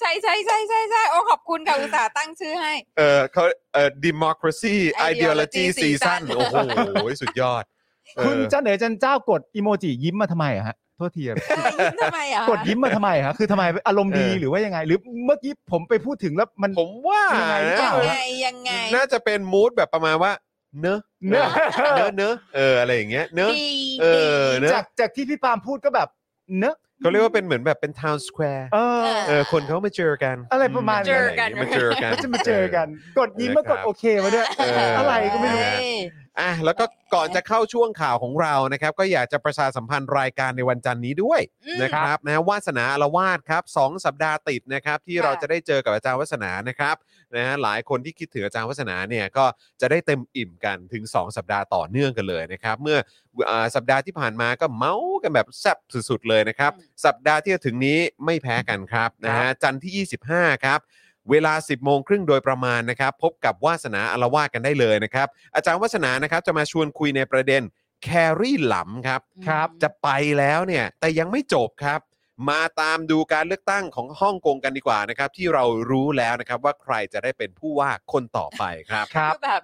ใช่ใช่ใช่ใช่ใช่ใช่ใช่โอ้ขอบคุณค่ะอุตส่าห์ตั้งชื่อให้ เออเขาเออ democracy ideology Ideology season Season โอ้โหสุดยอดเออ คุณเจ้าเหนือจันเจ้ากดอีโมจิยิ้มมาทำไมอะฮะโทษทีอะ เออยิ้มทำไมอ่ะ กดยิ้มมาทำไมฮะคือทำไมอารมณ์ดี เออ หรือว่ายังไง หรือเมื่อกี้ผมไปพูดถึงแล้วมัน ผมว่า ยังไงหรือเป ยั ล่า ง นะ ไงยังไง น่าจะเป็นมูดแบบประมาณว่า เนอะ เนอะ เนอะเนอะเอออะไรอย่างเงี้ยเนอะ ดี เอ ดี อเนอะ จากจากที่พี่ปาล์มพูดก็แบบ เนอะ เขาเรียกว่าเป็นเหมือนแบบเป็นทาวน์สแควร์ เออ เออคนเขามาเจอกัน อะไรประมาณ เจอกัน มาเจอกัน จะมาเจอกัน กดยิ้มมากดโอเคมาด้วย เอออ อะไรก็ไม่รู้ เอ้ย อ่ะแล้วก็ก่อนจะเข้าช่วงข่าวของเรานะครับ ก็อยากจะประชาสัมพันธ์รายการในวันจันทร์นี้ด้วย อืม นะครับนะฮะวาสนาอารวาสครับสองสัปดาห์ติดนะครับ ที่ ค่ะ เราจะได้เจอกับอาจารย์วัสนานะครับนะฮะหลายคนที่คิดถึงอาจารย์วัสนาเนี่ยก็จะได้เต็มอิ่มกันถึง 2 สัปดาห์ต่อเนื่องกันเลยนะครับ เมื่ออ่าสัปดาห์ที่ผ่านมาก็เมาส์กันแบบแซ่บสุดๆเลยนะครับ สัปดาห์ที่จะถึงนี้ไม่แพ้กันครับนะฮะจันทร์ที่ 25 ครับ เวลา 10 โมงครึ่งโดยประมาณนะครับ พบกับวาสนาอารวาสกันได้เลยนะครับ อาจารย์วาสนานะครับจะมาชวนคุยในประเด็นแครี่หลํครับ ครับ จะไปแล้วเนี่ย แต่ยังไม่จบครับ มาตามดูการเลือกตั้งของฮ่องกงกันดีกว่านะครับ ที่เรารู้แล้วนะครับว่าใครจะได้เป็นผู้ว่าคนต่อไป ครับ ครับ คือแบบ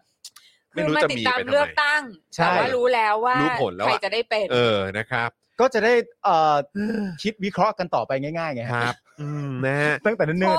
ไม่รู้ คือ จะ ติด มี ตาม ไปทำไม เลือกตั้ง ใช่ แต่ว่ารู้แล้วว่า รู้ผลแล้วอะ ใครจะได้เป็น เออนะครับ ก็จะได้เอ่อคิดวิเคราะห์กันต่อไปง่ายๆไง ครับอืมนะฮะ ตั้งแต่เนิ่น โอ้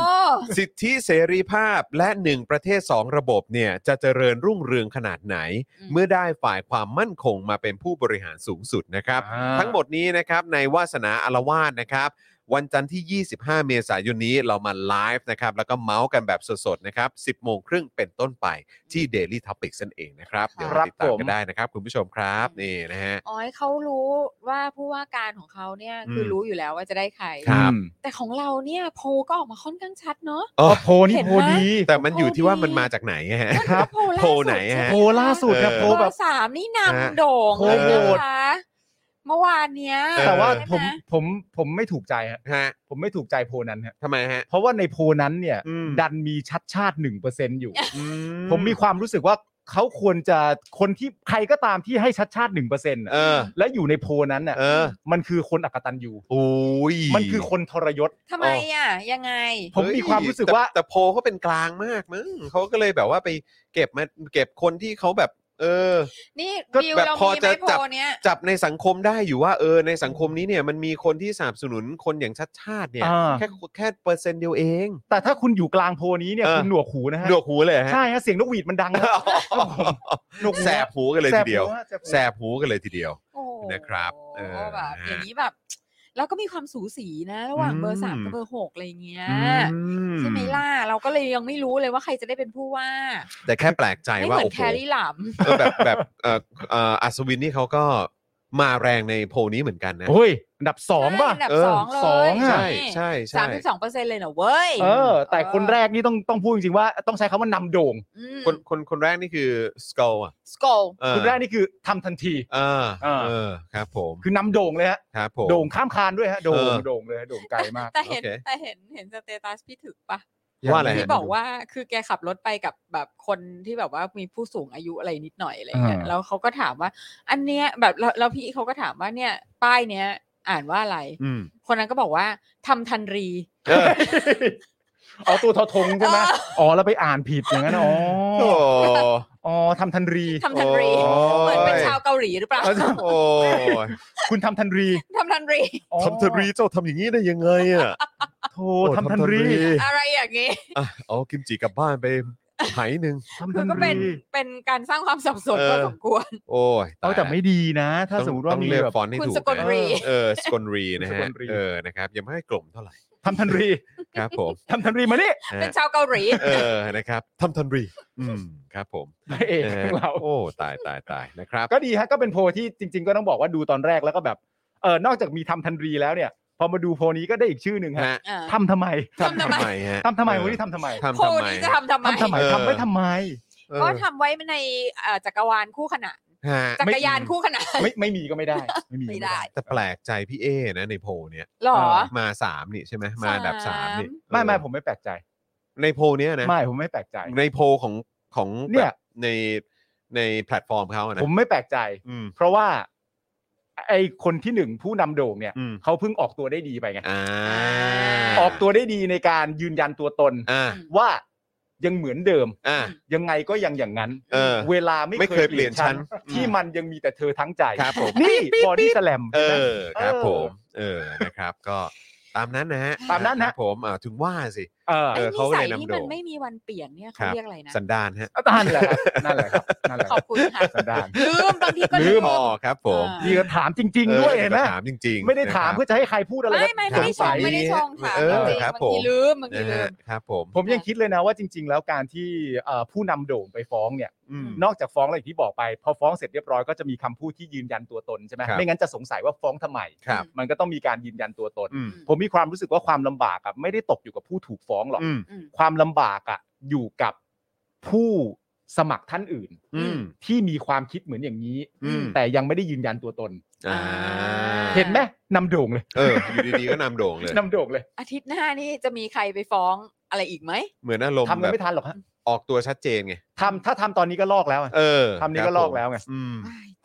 สิทธิเสรีภาพและ 1 ประเทศ 2 ระบบเนี่ยจะเจริญรุ่งเรืองขนาดไหน อืม เมื่อได้ฝ่ายความมั่นคงมาเป็นผู้บริหารสูงสุดนะครับ อ่า ทั้งหมดนี้นะครับในวาสนาอารวาสนะครับ วันจันทร์ที่ 25 เมษายนนี้เรามาไลฟ์นะครับ แล้วก็เมาส์กันแบบสดๆ นะครับ 10 โมงครึ่งเป็นต้นไปที่ Daily Topic นั่นเองนะครับ เดี๋ยวเราติดตามกันได้นะครับคุณผู้ชมครับนี่นะฮะ อ๋อเขารู้ว่าผู้ว่าการของเขาเนี่ยคือ ม รู้อยู่แล้วว่าจะได้ใคร ครับ แต่ของเราเนี่ยโพลก็ออกมาค่อนข้างชัดเนาะ โอ้โพลนี่ เห็นไหม โพลดี แต่มันอยู่ที่ว่ามันมาจากไหนฮะ ครับ โพลไหนฮะ โพลล่าสุดนะ เออ โพ โพ ล ล แบ แบบ บสามนี่ ฮะ นำโด่งเลย โพลโหว นะ ต คะเมื่อวานเนี้ย ออ แต่ว่า ใช่ไห ผมผมผมไม่ถูกใจฮะ ฮะ ผมไม่ถูกใจโพลนั้นฮะ ทำไมฮะ เพราะว่าในโพลนั้นเนี่ย อืม ดันมีชัดชาติหนึ่งเปอร์เซ็นอยู่ อื ผมมีความรู้สึกว่าเขาควรจะคนที่ใครก็ตามที่ให้ชัดชาติหนึ่งเปอร์เซ็นต์ เออ และอยู่ในโพลนั้นน่ะ เออ มันคือคนอักตันยู โอ้ย มันคือคนทรยศ ทำไมอ่ะยังไง ผมมีความรู้สึกว่า แต่แต่โพลเขาเป็นกลางมากมั้งเขาก็เลยแบบว่าไปเก็บมาเก็บคนที่เขาแบบ เออ นี่ ก็ ดิว แบบ เรา พอ มีไหม จะ โพ จับ ลเนี้ย จับในสังคมได้อยู่ว่าเออในสังคมนี้เนี่ยมันมีคนที่สนับสนุนคนอย่างชัดชาติเนี่ย อ่า แค่แค่เปอร์เซ็นต์เดียวเอง แต่ถ้าคุณอยู่กลางโพนี้เนี่ย เออ คุณหนวกหูนะฮะ หนวกหูเลยฮะ ใช่ฮะเสียงนกหวีดมันดังนะ หนวกหู แสบหูกันเลยทีเดียว แสบหูฮะแสบหู แสบหูกันเลยทีเดียว โอ้โห นะครับเออ แบบ นะฮะ อย่างนี้แบบ แล้วก็มีความสูสีนะ ระหว่างเบอร์สามกับเบอร์หกอะไรอย่างเงี้ยใช่ไหมล่ะเราก็เลยยังไม่รู้เลยว่าใครจะได้เป็นผู้ว่า แต่แค่แปลกใจ ไม่ ว่า เหมือ โอ้ น โห แครี่หลัม เออแบบแบบเอ่อเอ่ออัศวินนี่เขาก็มาแรงในโพลนี้เหมือนกันนะ โอ้ยอันดับสองป่ะ อันดับ เออ สองเลย สองอะ ใช่ใช่ สา ใช่ มสิบสองเปอร์เซ็นต์เลยเหรอเว้ย เออ แต่คนแรกนี่ต้องต้องพูดจริงๆว่าต้องใช้คำว่านำโด่ง คนคนคนแรกนี่คือสกอลอ่ะ สโกล เออ คนแรกนี่คือทำทันที เออ เออ เออครับผม คือนำโด่งเลยฮะ ครับผม โด่งข้ามคานด้วยฮะโด่ เอง อ โด่งเลยฮะโด่งไกลมาก แต่เห็น โอเค แต่เห็นเห็นสเตตัสพี่ถึกปะ ว่าอะไรฮะ ที่บอกว่าคือแกขับรถไปกับแบบคนที่แบบว่ามีผู้สูงอายุอะไรนิดหน่อยอะไรเงี้ย อ่า แล้วเขาก็ถามว่า อันเนี้ยแบบแล้วแล้วพี่เขาก็ถามว่าเนี่ย ป้ายเนี้ย อ่านว่าอะไร อืม คนนั้นก็บอกว่าทำทันรี เออ อ๋อตัวทอทงใช่ไหม เออ อ๋อแล้วไปอ่านผิดอย่างนั้นอ๋อ โอ้ อ๋อทำทันรี ทำทันรี โอ้ย เหมือนเป็นชาวเกาหลีหรือเปล่า โอ้ย คุณทำทันรี ทำทันรี อ๋อ ทำเทอรีเจ้าทำอย่างนี้ได้ยังไงอ่ะ โททำทันรี อะไรอย่างงี้ อ่ะเอากิมจิกลับบ้านไปไหายหนึ่ง ทำ คื ทั อน ก็เป็น รี เป็นการสร้างความสับสนพอสมควร โอ้ย เอาแต่ไม่ดีนะ ถ้าสมมติว่า อง มี เลือก แบบ ฟอนต์ให้ คุณ ถูก สกล นะ รี เออสกลรีนะ สก ฮะ ลรี เออนะครับยังไม่ให้กลมเท่าไหร่ ทำทันรี ครับ ผม ทำทันรีมานี่ นะ เป็น ฮะ ชาวเกาหลี เออนะครับทำทันรี อืมครับผม พระเอกของเรา โอ้ตายตายตายนะครับ ก็ดีฮะก็เป็นโพลที่จริง ๆ ก็ต้องบอกว่าดูตอนแรกแล้วก็แบบเออนอกจากมีทำทันรีแล้วเนี่ย พอมาดูโพลนี้ก็ได้อีกชื่อหนึ่งฮะ ฮะ อ่า ทำทำไม ทำทำไม ฮะ ทำทำไม เออ วันนี้ทำทำไม ทำ โพล ทำไม นี้จะทำทำไม ทำทำไม เออ ทำไว้ทำไม เออ ก็ทำไว้ในเอ่อจักรวาลคู่ขนาน ฮะ จักรยาน ไม่ คู่ข นาน ไม่ไม่มีก็ไม่ได้ไม่มี ไม่ได้ แต่แปลกใจพี่เอนะในโพลเนี้ย หรอ มาสามนี่ใช่ไหมมาอันดับสามนี่ ไม่ไม่ เออ ผมไม่แปลกใจ ในโพลเนี้ยนะ ไม่ผมไม่แปลกใจ ในโพลของของ เนี่ย แบบในในแพลตฟอร์มเขาอะนะ ผมไม่แปลกใจ อืม เพราะว่าไอคนที่หนึ่งผู้นำโด่งเนี่ย อืม เขาเพิ่งออกตัวได้ดีไปไง อ่า ออกตัวได้ดีในการยืนยันตัวตน อ่า ว่ายังเหมือนเดิม อ่า ยังไงก็ยังอย่างนั้น เออ เวลาไม่ ไม่เคยเปลี่ยนฉันอืม ที่มันยังมีแต่เธอทั้งใจ ครับผม นี่บอดี้แลม เออครับผม เออนะครับ ก็ตามนั้นนะฮะ ตามนั้น ค ฮะ รับผมอ่าถึงว่าสิ เออ เออไอ้นิ เขาก็ สั เลย ยนำที่โด่ มัน ง ไม่มีวันเปลี่ยนเนี่ย ค เขา รับ เรียกอะไรนะ สันดานฮะ นั่นแหละครับนั่นแหละครับนั่นแหละ ขอบคุณ ค่ะ สันดาน ลืมบางทีก็ ลื ลื ม ม พอครับผม เออ นี่ก็ถามจริง ๆ ด้วย ออ เห็นไหม ถามจริงๆ ไม่ได้ถานะครัมบ เพื่อจะให้ใครพูดอะไร ไม่ไม่ไม่ได้ช ส ง ย ไม่ได้ชงค่ะ เออ จริง ครับ ๆบาง ผม ทีลืมบางที นะ ลื ฮะ ม ครับผม ผมยังคิดเลยนะว่าจริง ๆ แล้วการที่เอ่อผู้นำโด่งไปฟ้องเนี่ย อืม นอกจากฟ้องอะไรที่บอกไป พอฟ้องเสร็จเรียบร้อยก็จะมีคำพูดที่ยืนยันตัวตนใช่ไหม ครับ ไม่งั้นจะสงสัยว่าฟ้องทำไม ครับ มันก็ต้องมีการยืนยันตัวตน อืม ผมมีความรู้สึกว่าความลำบากอะไม่ได้ตกอยู่กับผู้ถูกฟ้องหรอก อืม อืม ความลำบากอะอยู่กับผู้สมัครท่านอื่น อืม ที่มีความคิดเหมือนอย่างนี้ อืม แต่ยังไม่ได้ยืนยันตัวตน อ่า อ่า เห็นไหมนำโด่งเลย เอออยู่ดีๆก็นำโด่งเลย นำโด่งเลย อาทิตย์หน้านี่จะมีใครไปฟ้องอะไรอีกไหม เหมือนอารมณ์ ทำ แบ กัน บ ไม่ทันหรอกฮะ ออกตัวชัดเจนไง ทำถ้าทำตอนนี้ก็ลอกแล้วอะ เออ ทำคนี้รับ ก็ลอกแล้วไง ผมอืม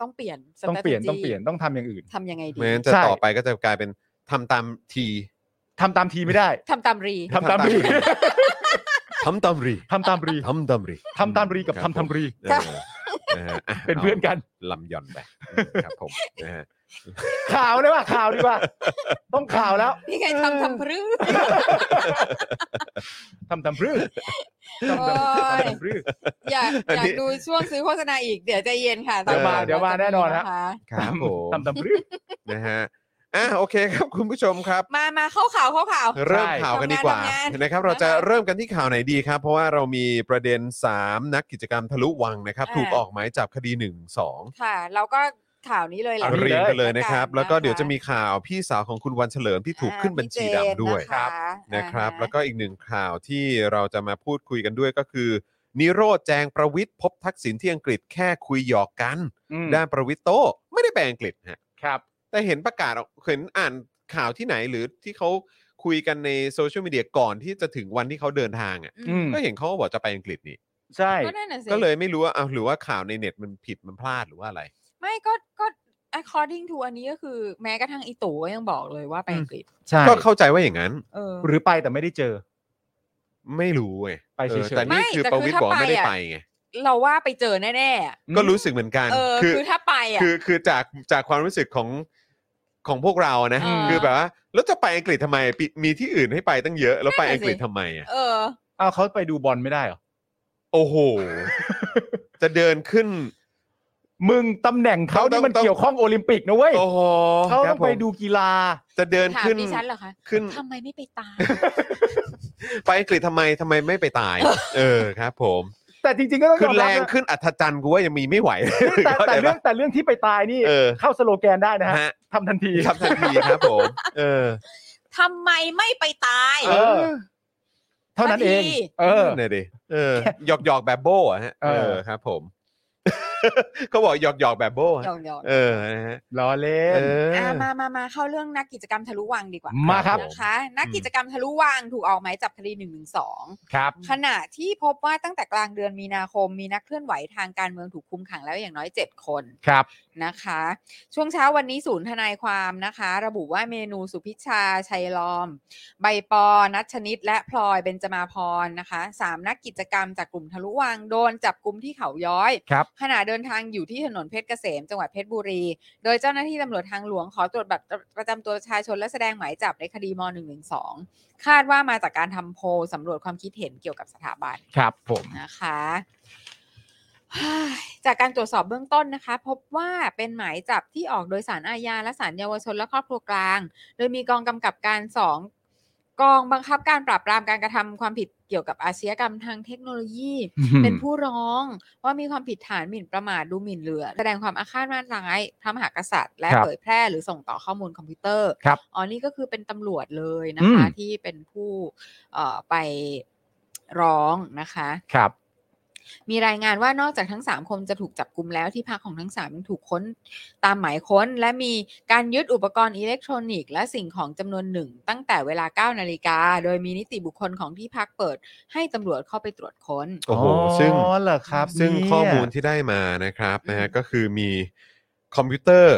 ต้องเปลี่ยน ต้องเปลี่ยน strategy ต้องเปลี่ยนต้องทำอย่างอื่น ทำยังไงดี ไม่งั้นจะ ใช่ ต่อไปก็จะกลายเป็นทำตามที ทำตามทีไม่ได้ ทำตามรี ทำตามรี ทำตามรี ทำตามรี ทำตามรี ทำตามรีกับ ค ทำ ผ ทำรี เออนะฮะะ เป็นเพื่อนกัน าลำหย่อนไปครับผมนะฮะ ข่าวเลยว่าข่าวดีกว่า ต้องข่าวแล้ว นี่ไงทำทำพรื้ ทำทำรื้อ โอ้ย ทำรื้อ อยากอยากดูช่วงซื้อโฆษณาอีก เดี๋ยวใจเย็นค่ะ เดี๋ยวมาเดี๋ยวมาแน่นอนฮะ ค ครับผม ทำทำรื้อ นะฮะอ่ะโอเคครับคุณผู้ชมครับ มา มาเข้าข่าวเข้าข่าว เริ่ม ใช่ ข่าวกันดีกว่า ทำงานทำงาน นะครับ เรา นะคะ จะเริ่มกันที่ข่าวไหนดีครับ เพราะว่าเรามีประเด็น 3 นักกิจกรรมทะลุวังนะครับ อ่า ถูกออกหมายจับคดี 1 2 ค่ะ เราก็ข่าวนี้เลยแหละ อา เรียงกันเลยนะครับ ะ แล้วก็เดี๋ยวจะมีข่าวพี่สาวของคุณวันเฉลิมที่ถูกขึ้นบัญชีดำด้วย อ่าพี่เจน นะครับ อ่าฮ แล้วก็อีกหนึ่งข่าวที่เราจะมาพูดคุยกันด้วยก็คือ นิโรธแจงประวิทย์พบทักษิณที่อังกฤษแค่คุยหยอกกัน อืม ด้านประวิทย์โตไม่ได้ไปอังกฤษฮะ ครับ แต่เห็นประกาศออกเห็นอ่านข่าวที่ไหนหรือที่เขาคุยกันในโซเชียลมีเดียก่อนที่จะถึงวันที่เขาเดินทางอ่ะ อืม ก็เห็นเขาก็บอกจะไปอังกฤษนี่ ใช่ ก็นั่นน่ะสิ ก็เลยไม่รู้ว่าเอาหรือว่าข่าวในเน็ตมันผิดมันพลาดหรือว่าอะไร ไม่ก็ก็ according to อันนี้ก็คือ แม้กระทั่งอีตู่ก็ยังบอกเลยว่าไปอังกฤษ ใช่ ก็เข้าใจว่าอย่างนั้น เออ หรือไปแต่ไม่ได้เจอ ไม่รู้ไง ไปเฉยอๆอแต่นี่คือ ไม่แต่ ประ คือ วิทย์ ถ้า บอกว่า ไป ไม่ได้ อะ ไปไง เราว่าไปเจอแน่ๆอะ ก็รู้สึกเหมือนกัน เออ คือถ้าไปอ่ะ คือคือจากจากความรู้สึกของของพวกเรานะ เออ คือแบบว่าแล้วจะไปอังกฤษทำไมปิมีที่อื่นให้ไปตั้งเยอะ แล้วไป นั่นน่ะสิ อังกฤษทำไมอ่ะ เออ อ้าวเขาไปดูบอลไม่ได้เหรอ โอ้โห จะเดินขึ้น มึงตำแหน่งเขา ต้อ นี่ ง มัน ต้อง เกี่ยวข้องโอลิมปิกนะเว้ย โอ้โห เขา ค ต้ รั อบ ง ผม ไปดูกีฬา จะเดิน ถาม ขึ้น ดิฉันเหรอคะ ขึ้น ทำไมไม่ไปตาม ไปอังกฤษทำไมทำไมไม่ไปตาย เออครับ ผม แต่จริงๆก็ต้อง คื ย อ อม แร รับ ง นะ ขึ้นอัศจรรย์กูว่ายังมีไม่ไหว แต่แต่ ข้าใจ เรื่อ ปะ งแต่เรื่องที่ไปตายนี่ เออ เข้าสโลแกนได้นะฮะ ฮะ ทำทันที ทำทันทีครับผม เออ ทำไมไม่ไปตาย เออ เท่านั้นเอง ทันที เออ นั่นนะดิเออหยอกหยอกๆแบบโบ้อะฮะ เอ เอ อ อครับ ผม เขาบอกหยอกหยอกๆแบบโบ้ หย ฮะ อกหยอก เออนะฮะ ล้อเล่น เออ มามามาเข้าเรื่องนักกิจกรรมทะลุวังดีกว่า มาครับ นะคะ นักกิจกรรมทะลุวังถูกออกหมายจับคดี1นึ ครับ ขณะที่พบว่าตั้งแต่กลางเดือนมีนาคมมีนักเคลื่อนไหวทางการเมืองถูกคุมขังแล้วอย่างน้อย 7 คน ครับ นะคะ ช่วงเช้าวันนี้ศูนย์ทนายความนะคะ ระบุว่าเมนูสุพิชชา ชัยลอม ใบปอ นัชชนิด และพลอยเบญจมาพรนะคะสามนักกิจกรรมจากกลุ่มทะลุวังโดนจับกลุ่มที่เขาย้อย ครับ ขณะเดินทางอยู่ที่ถนนเพชรเกษม จังหวัดเพชรบุรี โดยเจ้าหน้าที่ตำรวจทางหลวงขอตรวจบัตรประจำตัวประชาชนและแสดงหมายจับในคดีม .112 คาดว่ามาจากการทำโพลสำรวจความคิดเห็นเกี่ยวกับสถาบัน ครับผม นะคะเฮ้ยจากการตรวจสอบเบื้องต้นนะคะ พบว่าเป็นหมายจับที่ออกโดยสารอาญาและสารเยาวชนและครอบครัวกลาง โดยมีกองกำกับการสองกองบังคับการปราบปรามการกระทำความผิดเกี่ยวกับอาชญากรรมทางเทคโนโลยี เป็นผู้ร้องว่ามีความผิดฐานหมิ่นประมาทดูหมิ่นเหลือ แสดงความอาฆาตมาตร้ายพระมหากษัตริย์ และ ครับ เผยแพร่หรือส่งต่อข้อมูลคอมพิวเตอร์ ครับ อ๋อนี่ก็คือเป็นตำรวจเลยนะคะ อืม ที่เป็นผู้เอ่อไปร้องนะคะ ครับ มีรายงานว่านอกจากทั้ง 3 คนจะถูกจับกลุมแล้วที่พักของทั้ง3ยังถูกค้นตามหมายค้น และมีการยึดอุปกรณ์อิเล็กทรอนิกส์และสิ่งของจำนวนหนึ่ง ตั้งแต่เวลา 9 นาฬิกา โดยมีนิติบุคคลของที่พักเปิด ให้ตำรวจเข้าไปตรวจค้น โอ้โหซึ่ง อ๋อเหรอครับ ซึ่ง เนี่ย ข้อมูลที่ได้มานะครับนะฮะ อืม ก็คือมีคอมพิวเตอร์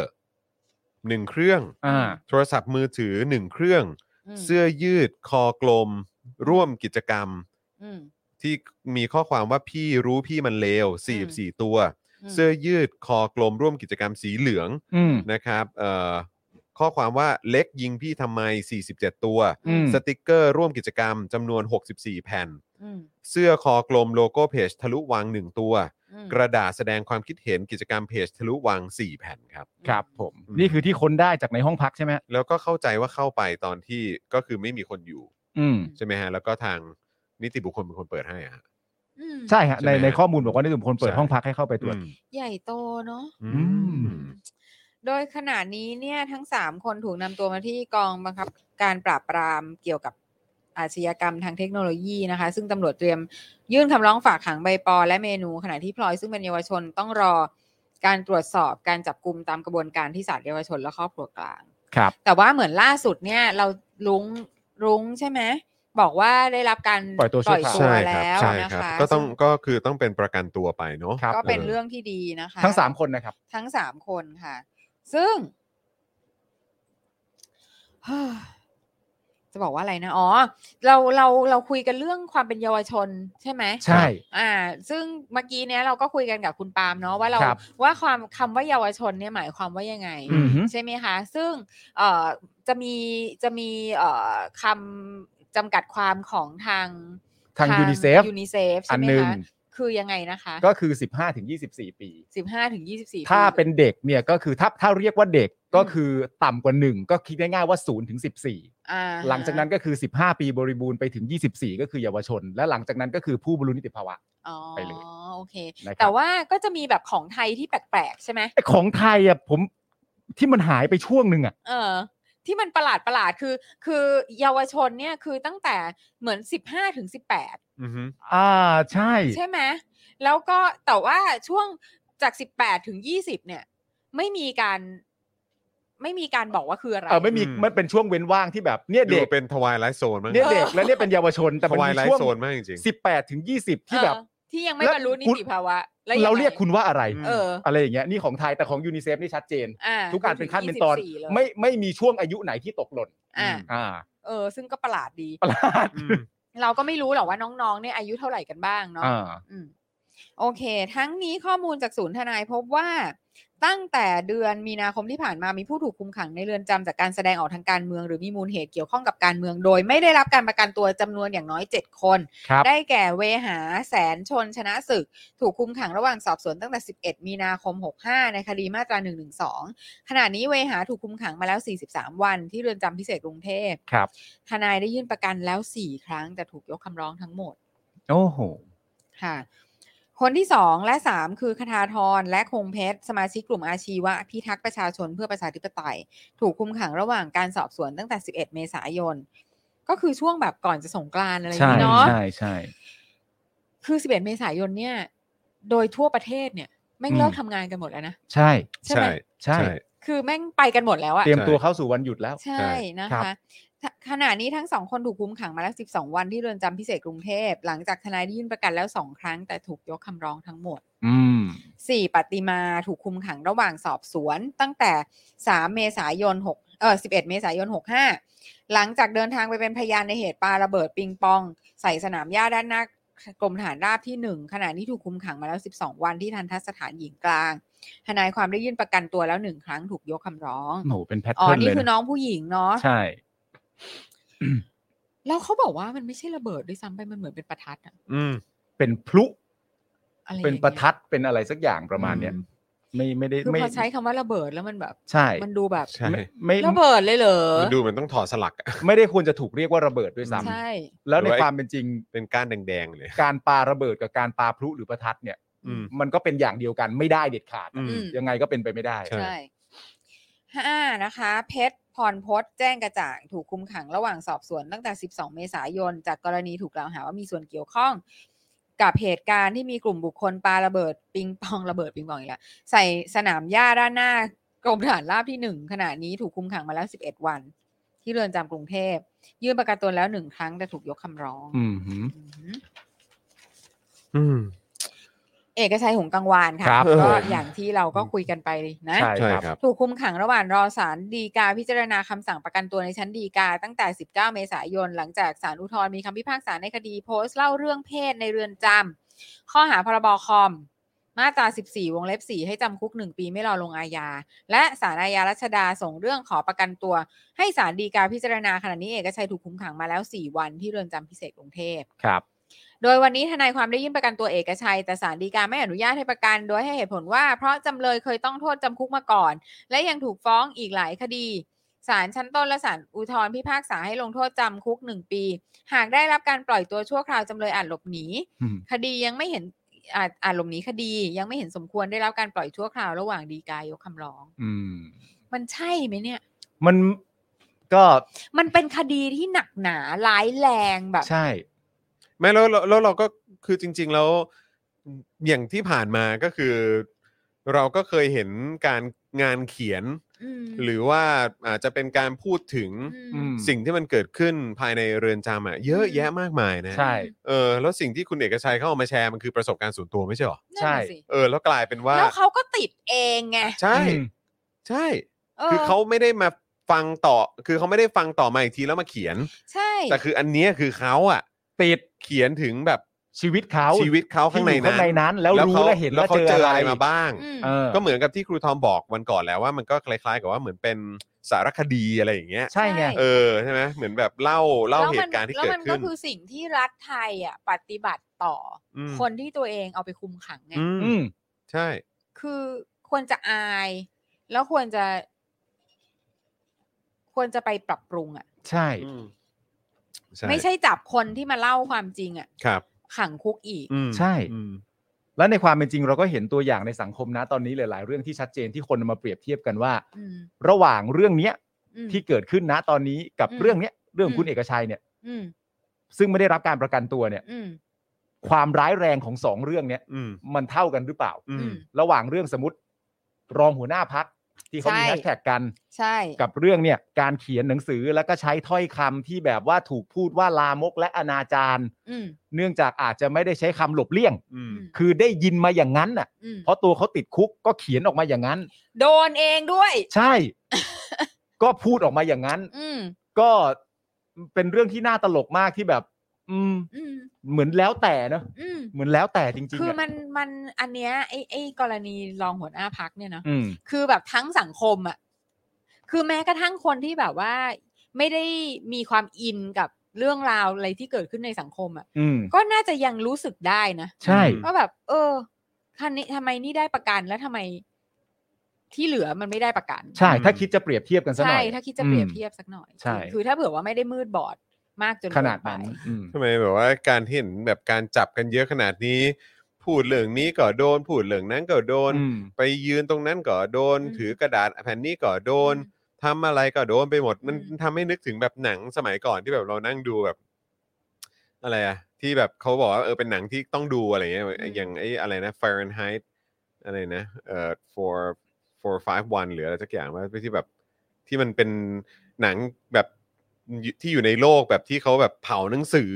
หนึ่งเครื่อง อ่า โทรศัพท์มือถือหนึ่งเครื่อง อืม เสื้อยืดคอกลม ร่วมกิจกรรม อืม ที่มีข้อความว่าพี่รู้พี่มันเลว44 ตัว อืม เสื้อยืดคอกลม ร่วมกิจกรรมสีเหลือง อืม นะครับเอ่อข้อความว่าเล็กยิงพี่ทำไม 47 ตัว อืม สติกเกอร์ร่วมกิจกรรมจำนวน 64 แผ่น อืม เสื้อคอกลมโลโก้เพจทะลุวัง 1 ตัว อืม กระดาษแสดงความคิดเห็นกิจกรรมเพจทะลุวัง 4 แผ่นครับ ครับผม อืม นี่คือที่ค้นได้จากในห้องพักใช่ไหมฮะ แล้วก็เข้าใจว่าเข้าไปตอนที่ก็คือไม่มีคนอยู่ อืม ใช่ไหมฮะ แล้วก็ทางนิติบุคคลเป็นคนเปิดให้อะฮะ อืม ใช่ฮะ ใช่ไห ใน ม ในข้อมูลบอกว่าในกลุ่มคนเปิด ใช่ ห้องพักให้เข้าไปตรวจ ใหญ่โตเนาะ อืม โดยขณะนี้เนี่ยทั้ง 3 คนถูกนำตัวมาที่กองบังคับการปราบปรามเกี่ยวกับอาชญากรรมทางเทคโนโลยีนะคะ ซึ่งตำรวจเตรียมยื่นคำร้องฝากขังใบปอ และเมนู ขณะที่พลอยซึ่งเป็นเยาวชนต้องรอการตรวจสอบการจับกลุ่มตามกระบวนการที่ศาลเยาวชนและครอบครัวกลาง ครับ แต่ว่าเหมือนล่าสุดเนี่ยเรารุ้งรุ้งใช่ไหมบอกว่าได้รับการ ปล่อยตัวชั่วคราว ใช่ค แล้ รับ ว ใช่ นะ ครับ คะ ก็ต้องก็คือต้องเป็นประกันตัวไปเนาะ ครับ ก็เป็น เออ เรื่องที่ดีนะคะ ทั้งสามคนนะครับ ทั้งสามคนค่ะ ซึ่ง จะบอกว่าอะไรนะ อ๋อ เราเราเราคุยกันเรื่องความเป็นเยาวชนใช่ไหม ใช่ อ่า ซึ่งเมื่อกี้เนี้ยเราก็คุยกันกับคุณปาล์มเนาะว่าเรา ครับ ว่าความคำว่าเยาวชนเนี่ยหมายความว่ายังไง อือฮึ ใช่ไหมคะ ซึ่งเอ่อจะมีจะมีเอ่อคำจำกัดความของทาง ทางยูนิเซฟ ยูนิเซฟ อั ใช่ น ไหม หนึ่ง คะคือยังไงนะคะ ก็คือ 15ถึง24 ปี สิบห้าถึงยี่สิบสี่ ถ้าเป็นเด็กเนี่ยก็คือถ้าถ้าเรียกว่าเด็กก็คือต่ำกว่าหนึ่งก็คิดง่ายๆว่า0ถึง14 หลังจากนั้นก็คือ 15 ปีบริบูรณ์ไปถึง 24 ก็คือเยาวชน และหลังจากนั้นก็คือผู้บรรลุนิติภาวะ อ๋อ ไปเลย โอเค นะครับ แต่ว่าก็จะมีแบบของไทยที่แปลกๆ ใช่ไหม ไอ้ของไทยอ่ะผมที่มันหายไปช่วงหนึ่งอ่ะ เออ ที่มันประหลาดประหลาดๆคือ คือเยาวชนเนี่ยคือตั้งแต่เหมือน 15ถึง อือฮึ อ่าใช่ 18 ใช่ไหมแล้วก็แต่ว่าช่วงจาก 18ถึง20 เนี่ย ไม่มีการ ไม่มีการบอกว่าคืออะไร เออไม่มี อืม มันเป็นช่วงเว้นว่างที่แบบเนี่ย ดู เด็ก เป็นทวายไลท์โซนมั้ง เนี่ยเด็กแล้วเนี่ยเป็นเยาวชนแต่ ท มัน วาย มี ไล ช่ว ท์ ง โซนมากจริงๆ สิบแปดถึงยี่สิบที่ เออ แบบ ที่ยังไม่ แล้ว บรรลุนิ คุณ ติภาวะแล้วงไง เราเรียกคุณว่าอะไร เออ อะไรอย่างเงี้ยนี่ของไทยแต่ของยูนิเซฟนี่ชัดเจน อ่า ทุกการเป็นขั้น จ เป็น ถึง ตอน 24เลย ไม่ไม่มีช่วงอายุไหนที่ตกหล่น อ่า อ่า เออ ซึ่งก็ประหลาดดี ประหลาด อืม เราก็ไม่รู้หรอกว่าน้องๆเนี่ยอายุเท่าไหร่กันบ้างเนาะ อ่า อืม โอเค ทั้งนี้ข้อมูลจากศูนย์ทนายพบว่าตั้งแต่เดือนมีนาคมที่ผ่านมามีผู้ถูกคุมขังในเรือนจำจากการแสดงออกทางการเมือง หรือมีมูลเหตุเกี่ยวข้องกับการเมือง โดยไม่ได้รับการประกันตัวจำนวนอย่างน้อย 7 คน ครับ ได้แก่เวหาแสนชนชนะศึก ถูกคุมขังระหว่างสอบสวนตั้งแต่ 11 มีนาคม 65 ในคดีมาตรา 112 ขณะนี้เวหาถูกคุมขังมาแล้ว 43 วันที่เรือนจำพิเศษกรุงเทพ ครับ ทนายได้ยื่นประกันแล้ว 4 ครั้ง แต่ถูกยกคำร้องทั้งหมด โอ้โห ค่ะ คนที่ 2 และ 3 คือคทาธรและคงเพชร สมาชิกกลุ่มอาชีวะ พิทักษ์ประชาชนเพื่อประชาธิปไตย ถูกคุมขังระหว่างการสอบสวนตั้งแต่ 11 เมษายน ก็คือช่วงแบบก่อนจะสงกรานต์อะไรอย่าง ใช่ นี้เนาะ ใช่ใช่ คือ 11 เมษายนเนี่ย โดยทั่วประเทศเนี่ย แม่ง อืม เลิกทำงานกันหมดแล้วนะ ใช่ ใช่ไหม ใช่ ใช่ คือแม่งไปกันหมดแล้วอะ เตรียมตัวเข้าสู่วันหยุดแล้ว ใช่นะ ครั คะ บ ทะขณะนี้ทั้งสองคนถูกคุมขังมาแล้ว 12 วันที่เรือนจำพิเศษกรุงเทพ หลังจากทนายได้ยื่นประกันแล้ว 2 ครั้ง แต่ถูกยกคำร้องทั้งหมด อืม 4 ปฏิมาถูกคุมขังระหว่างสอบสวน ตั้งแต่ 3 เมษายน6เออ11 เมษายน 65 หลังจากเดินทางไปเป็นพยานในเหตุปาระเบิดปิงปอง ใส่สนามหญ้าด้านหน้ากรมฐานราบที่ 1 ขณะนี้ถูกคุมขังมาแล้ว 12 วันที่ทันทสถานหญิงกลาง ทนายความได้ยื่นประกันตัวแล้วหนึ่งครั้งถูกยกคำร้อง โอ้โหเป็นแพท อ๋อ เทิร์น นี่ เลย คือน้องผู้หญิงเนาะ ใช่ แล้วเขาบอกว่ามันไม่ใช่ระเบิดด้วยซ้ำไปมันเหมือนเป็นประทัดอะ อืม เป็นพลุ อะไรอย่าง เป็น งี้ย ประทัดเป็นอะไรสักอย่างประมาณเนี้ย อื ไม่ไม่ได้ คือ ไม่ พอใช้คำว่าระเบิดแล้วมันแบบ ใช่ มันดูแบบ ใช่ ไม่ไม่ ระเบิดเลยเหรอ ดูเหมือนต้องถอดสลักอะ ไม่ได้ควรจะถูกเรียกว่าระเบิดด้วยซ้ ใช่ ำแล้วในความเป็นจริง เป็นก้านแดงๆเลย การปาระเบิดกับการปาพลุหรือประทัดเนี่ย อืม มันก็เป็นอย่างเดียวกันไม่ได้เด็ดขาด อืม อืม ยังไงก็เป็นไปไม่ได้ ใช่ ใช่ห้านะคะ เพชรพรพจน์แจ้งกระจ่างถูกคุมขังระหว่างสอบสวนตั้งแต่ 12 เมษายน จากกรณีถูกกล่าวหาว่ามีส่วนเกี่ยวข้อง กับเหตุการณ์ที่มีกลุ่มบุคคลปาระเบิดปิงปองระเบิดปิงปองอีกแล้วใส่สนามหญ้าด้านหน้ากรมฐานราบที่หนึ่งขณะนี้ถูกคุมขังมาแล้ว 11 วัน ที่เรือนจำกรุงเทพ ยื่นประกันตัวแล้วหนึ่งครั้งแต่ถูกยกคำร้อง อืมหืม อืม อืม เอกชัยหงส์กังวานค่ะ ครับ ก็อย่างที่เราก็คุยกันไปนะ ใช่ ใช่ ค ครับ รับ ถูกคุมขังระหว่างรอศาลฎีกาพิจารณาคำสั่งประกันตัวในชั้นฎีกาตั้งแต่ 19 เมษายน หลังจากศาลอุทธรณ์มีคำพิพากษาในคดีโพสต์เล่าเรื่องเพศในเรือนจำข้อหาพรบคอม มาตรา 14 วงเล็บ 4 ให้จำคุก 1 ปีไม่รอลงอาญา และศาลอาญารัชดาส่งเรื่องขอประกันตัว ให้ศาลฎีกาพิจารณาขณะนี้เอกชัยถูกคุมขังมาแล้ว 4 วันที่เรือนจำพิเศษกรุงเทพ ครับ โดยวันนี้ทนายความได้ยื่นประกันตัวเอกชัย แต่ศาลฎีกาไม่อนุญาตให้ประกัน โดยให้เหตุผลว่า เพราะจำเลยเคยต้องโทษจำคุกมาก่อน และยังถูกฟ้องอีกหลายคดีศาลชั้นต้นและศาลอุทธรพิพากษาให้ลงโทษจำคุก 1 ปี หากได้รับการปล่อยตัวชั่วคราวจำเลยอาจหลบหนี อืม คดียังไม่เห็นอาจอาจหลบหนีคดี ยังไม่เห็นสมควรได้รับการปล่อยชั่วคราวระหว่างฎีกายกคำร้อง อืม มันใช่ไหมเนี่ย มันก็ มันเป็นคดีที่หนักหนาร้ายแรงแบบ ใช่ ไม่แล้วแล้วแล้วเราก็คือจริง ๆ แล้วอย่างที่ผ่านมาก็คือ เราก็เคยเห็นการงานเขียน อืม หรือว่าอาจจะเป็นการพูดถึง อืม ม สิ่งที่มันเกิดขึ้นภายในเรือนจำอะเยอะแยะมากมายนะ ใช่ เออแล้วสิ่งที่คุณเอกชัยเข้าเอามาแชร์มันคือประสบการณ์ส่วนตัวไม่ใช่หรอ นั่นน่ะ ใช่ สิ เออแล้วกลายเป็นว่า แล้วเขาก็ติดเองไง ใช่ อืม ใช่ เ คือเขาไม่ได้มาฟังต่อ คือเขาไม่ได้ฟังต่อมาอีกทีแล้วมาเขียน ใช่ แต่คืออันเนี้ยคือเขาอะ ติด เขียนถึงแบบ ชีวิตเขา ชีวิตเขาข้างใน ที่อยู่ นั้น ข้างในนั้น แล้วรู้ ขา และเห็น แล้ว ว่า เขา เจอ เจอ อะ อะไร ไรมาบ้าง อืม เออ ก็เหมือนกับที่ครูทอมบอกวันก่อนแล้วว่ามันก็คล้ายๆ กับว่าเหมือนเป็นสารคดีอะไรอย่างเงี้ย ใช่ไง เออใช่ไหมเหมือนแบบเล่าเล่า แล้ว เห มัน ตุการณ์ที่ แล้ว เกิด มัน ขึ้ ก็ น คือสิ่งที่รัฐไทยอ่ะปฏิบัติต่ออ ม คนที่ตัวเองเอาไปคุมขังไง อืม อืม ใช่ คือควรจะอาย แล้วควรจะ ควรจะไปปรับปรุงอ่ะ ใช่ อืม ไม่ใช่จับคนที่มาเล่าความจริงอ่ะ ครับ ขังคุกอีก อืม ใช่ อืม แล้วในความเป็นจริงเราก็เห็นตัวอย่างในสังคมนะตอนนี้หลาย ๆ เรื่องที่ชัดเจนที่คนเอามาเปรียบเทียบกันว่า อืม ระหว่างเรื่องเนี้ย อืม ที่เกิดขึ้นนะตอนนี้กับ อืม เรื่องเนี้ยเรื่องของคุ อื ณ ม เอกชัยเนี่ย อืม ซึ่งไม่ได้รับการประกันตัวเนี่ย อืม ความร้ายแรงของสองเรื่องเนี้ย อืม มันเท่ากันหรือเปล่า อื อื ม ม ระหว่างเรื่องสมมติรองหัวหน้าพักที่เขามี ใช่ แฮชแท็กกัน ใช่ กับเรื่องเนี่ยการเขียนหนังสือแล้วก็ใช้ถ้อยคำที่แบบว่าถูกพูดว่าลามกและอนาจาร อืม เนื่องจากอาจจะไม่ได้ใช้คำหลบเลี่ยง อืม อืม คือได้ยินมาอย่างนั้นน่ะ อืม เพราะตัวเขาติดคุกก็เขียนออกมาอย่างนั้น โดนเองด้วย ใช่ ก็พูดออกมาอย่างนั้น อืม ก็เป็นเรื่องที่น่าตลกมากที่แบบ อืม อืม เหมือนแล้วแต่เนอะ อืม เหมือนแล้วแต่จริงๆะ คือมันมันอันเนี้ยไอ้ไอ้กรณีรองหัวหน้าพักเนี่ยเนาะ อืม คือแบบทั้งสังคมอ่ะคือแม้กระทั่งคนที่แบบว่า ไม่ได้มีความอินกับเรื่องราวอะไรที่เกิดขึ้นในสังคมอ่ะ อืม ก็น่าจะยังรู้สึกได้นะ ใช่ อืม ว่าแบบ เออคันนี้ทำไมนี่ได้ประกันแล้วทำไม ที่เหลือมันไม่ได้ประกัน ใช่ ถ้าคิดจะเปรียบเทียบกันซะหน่ ใช่ อย ถ้าคิดจะเปรียบเทียบสักหน่อย ใช่ คือคือถ้าเผื่อว่าไม่ได้มืดบอดมากจน ข เกิ นาด ไป นั้นอืม ทำไมแบบว่าการเห็นแบบการจับกันเยอะขนาดนี้ พูดเรื่องนี้ก็โดน พูดเรื่องนั้นก็โดน อืม ไปยืนตรงนั้นก็โดน อืม ถือกระดาษแผ่นนี้ก็โดน อืม ทำอะไรก็โดนไปหมด มัน อืม ทำให้นึกถึงแบบหนังสมัยก่อนที่แบบเรานั่งดูแบบ อะไรอะที่แบบเขาบอกว่าเออเป็นหนังที่ต้องดูอะไรเงี้ยอย่างไอ้อะไรนะ Fahrenheit อะไรนะเอ่อ for for five one หรืออะไรสักอย่างว่าที่แบบที่มันเป็นหนังแบบที่อยู่ในโลกแบบที่เขาแบบเผาหนังสือ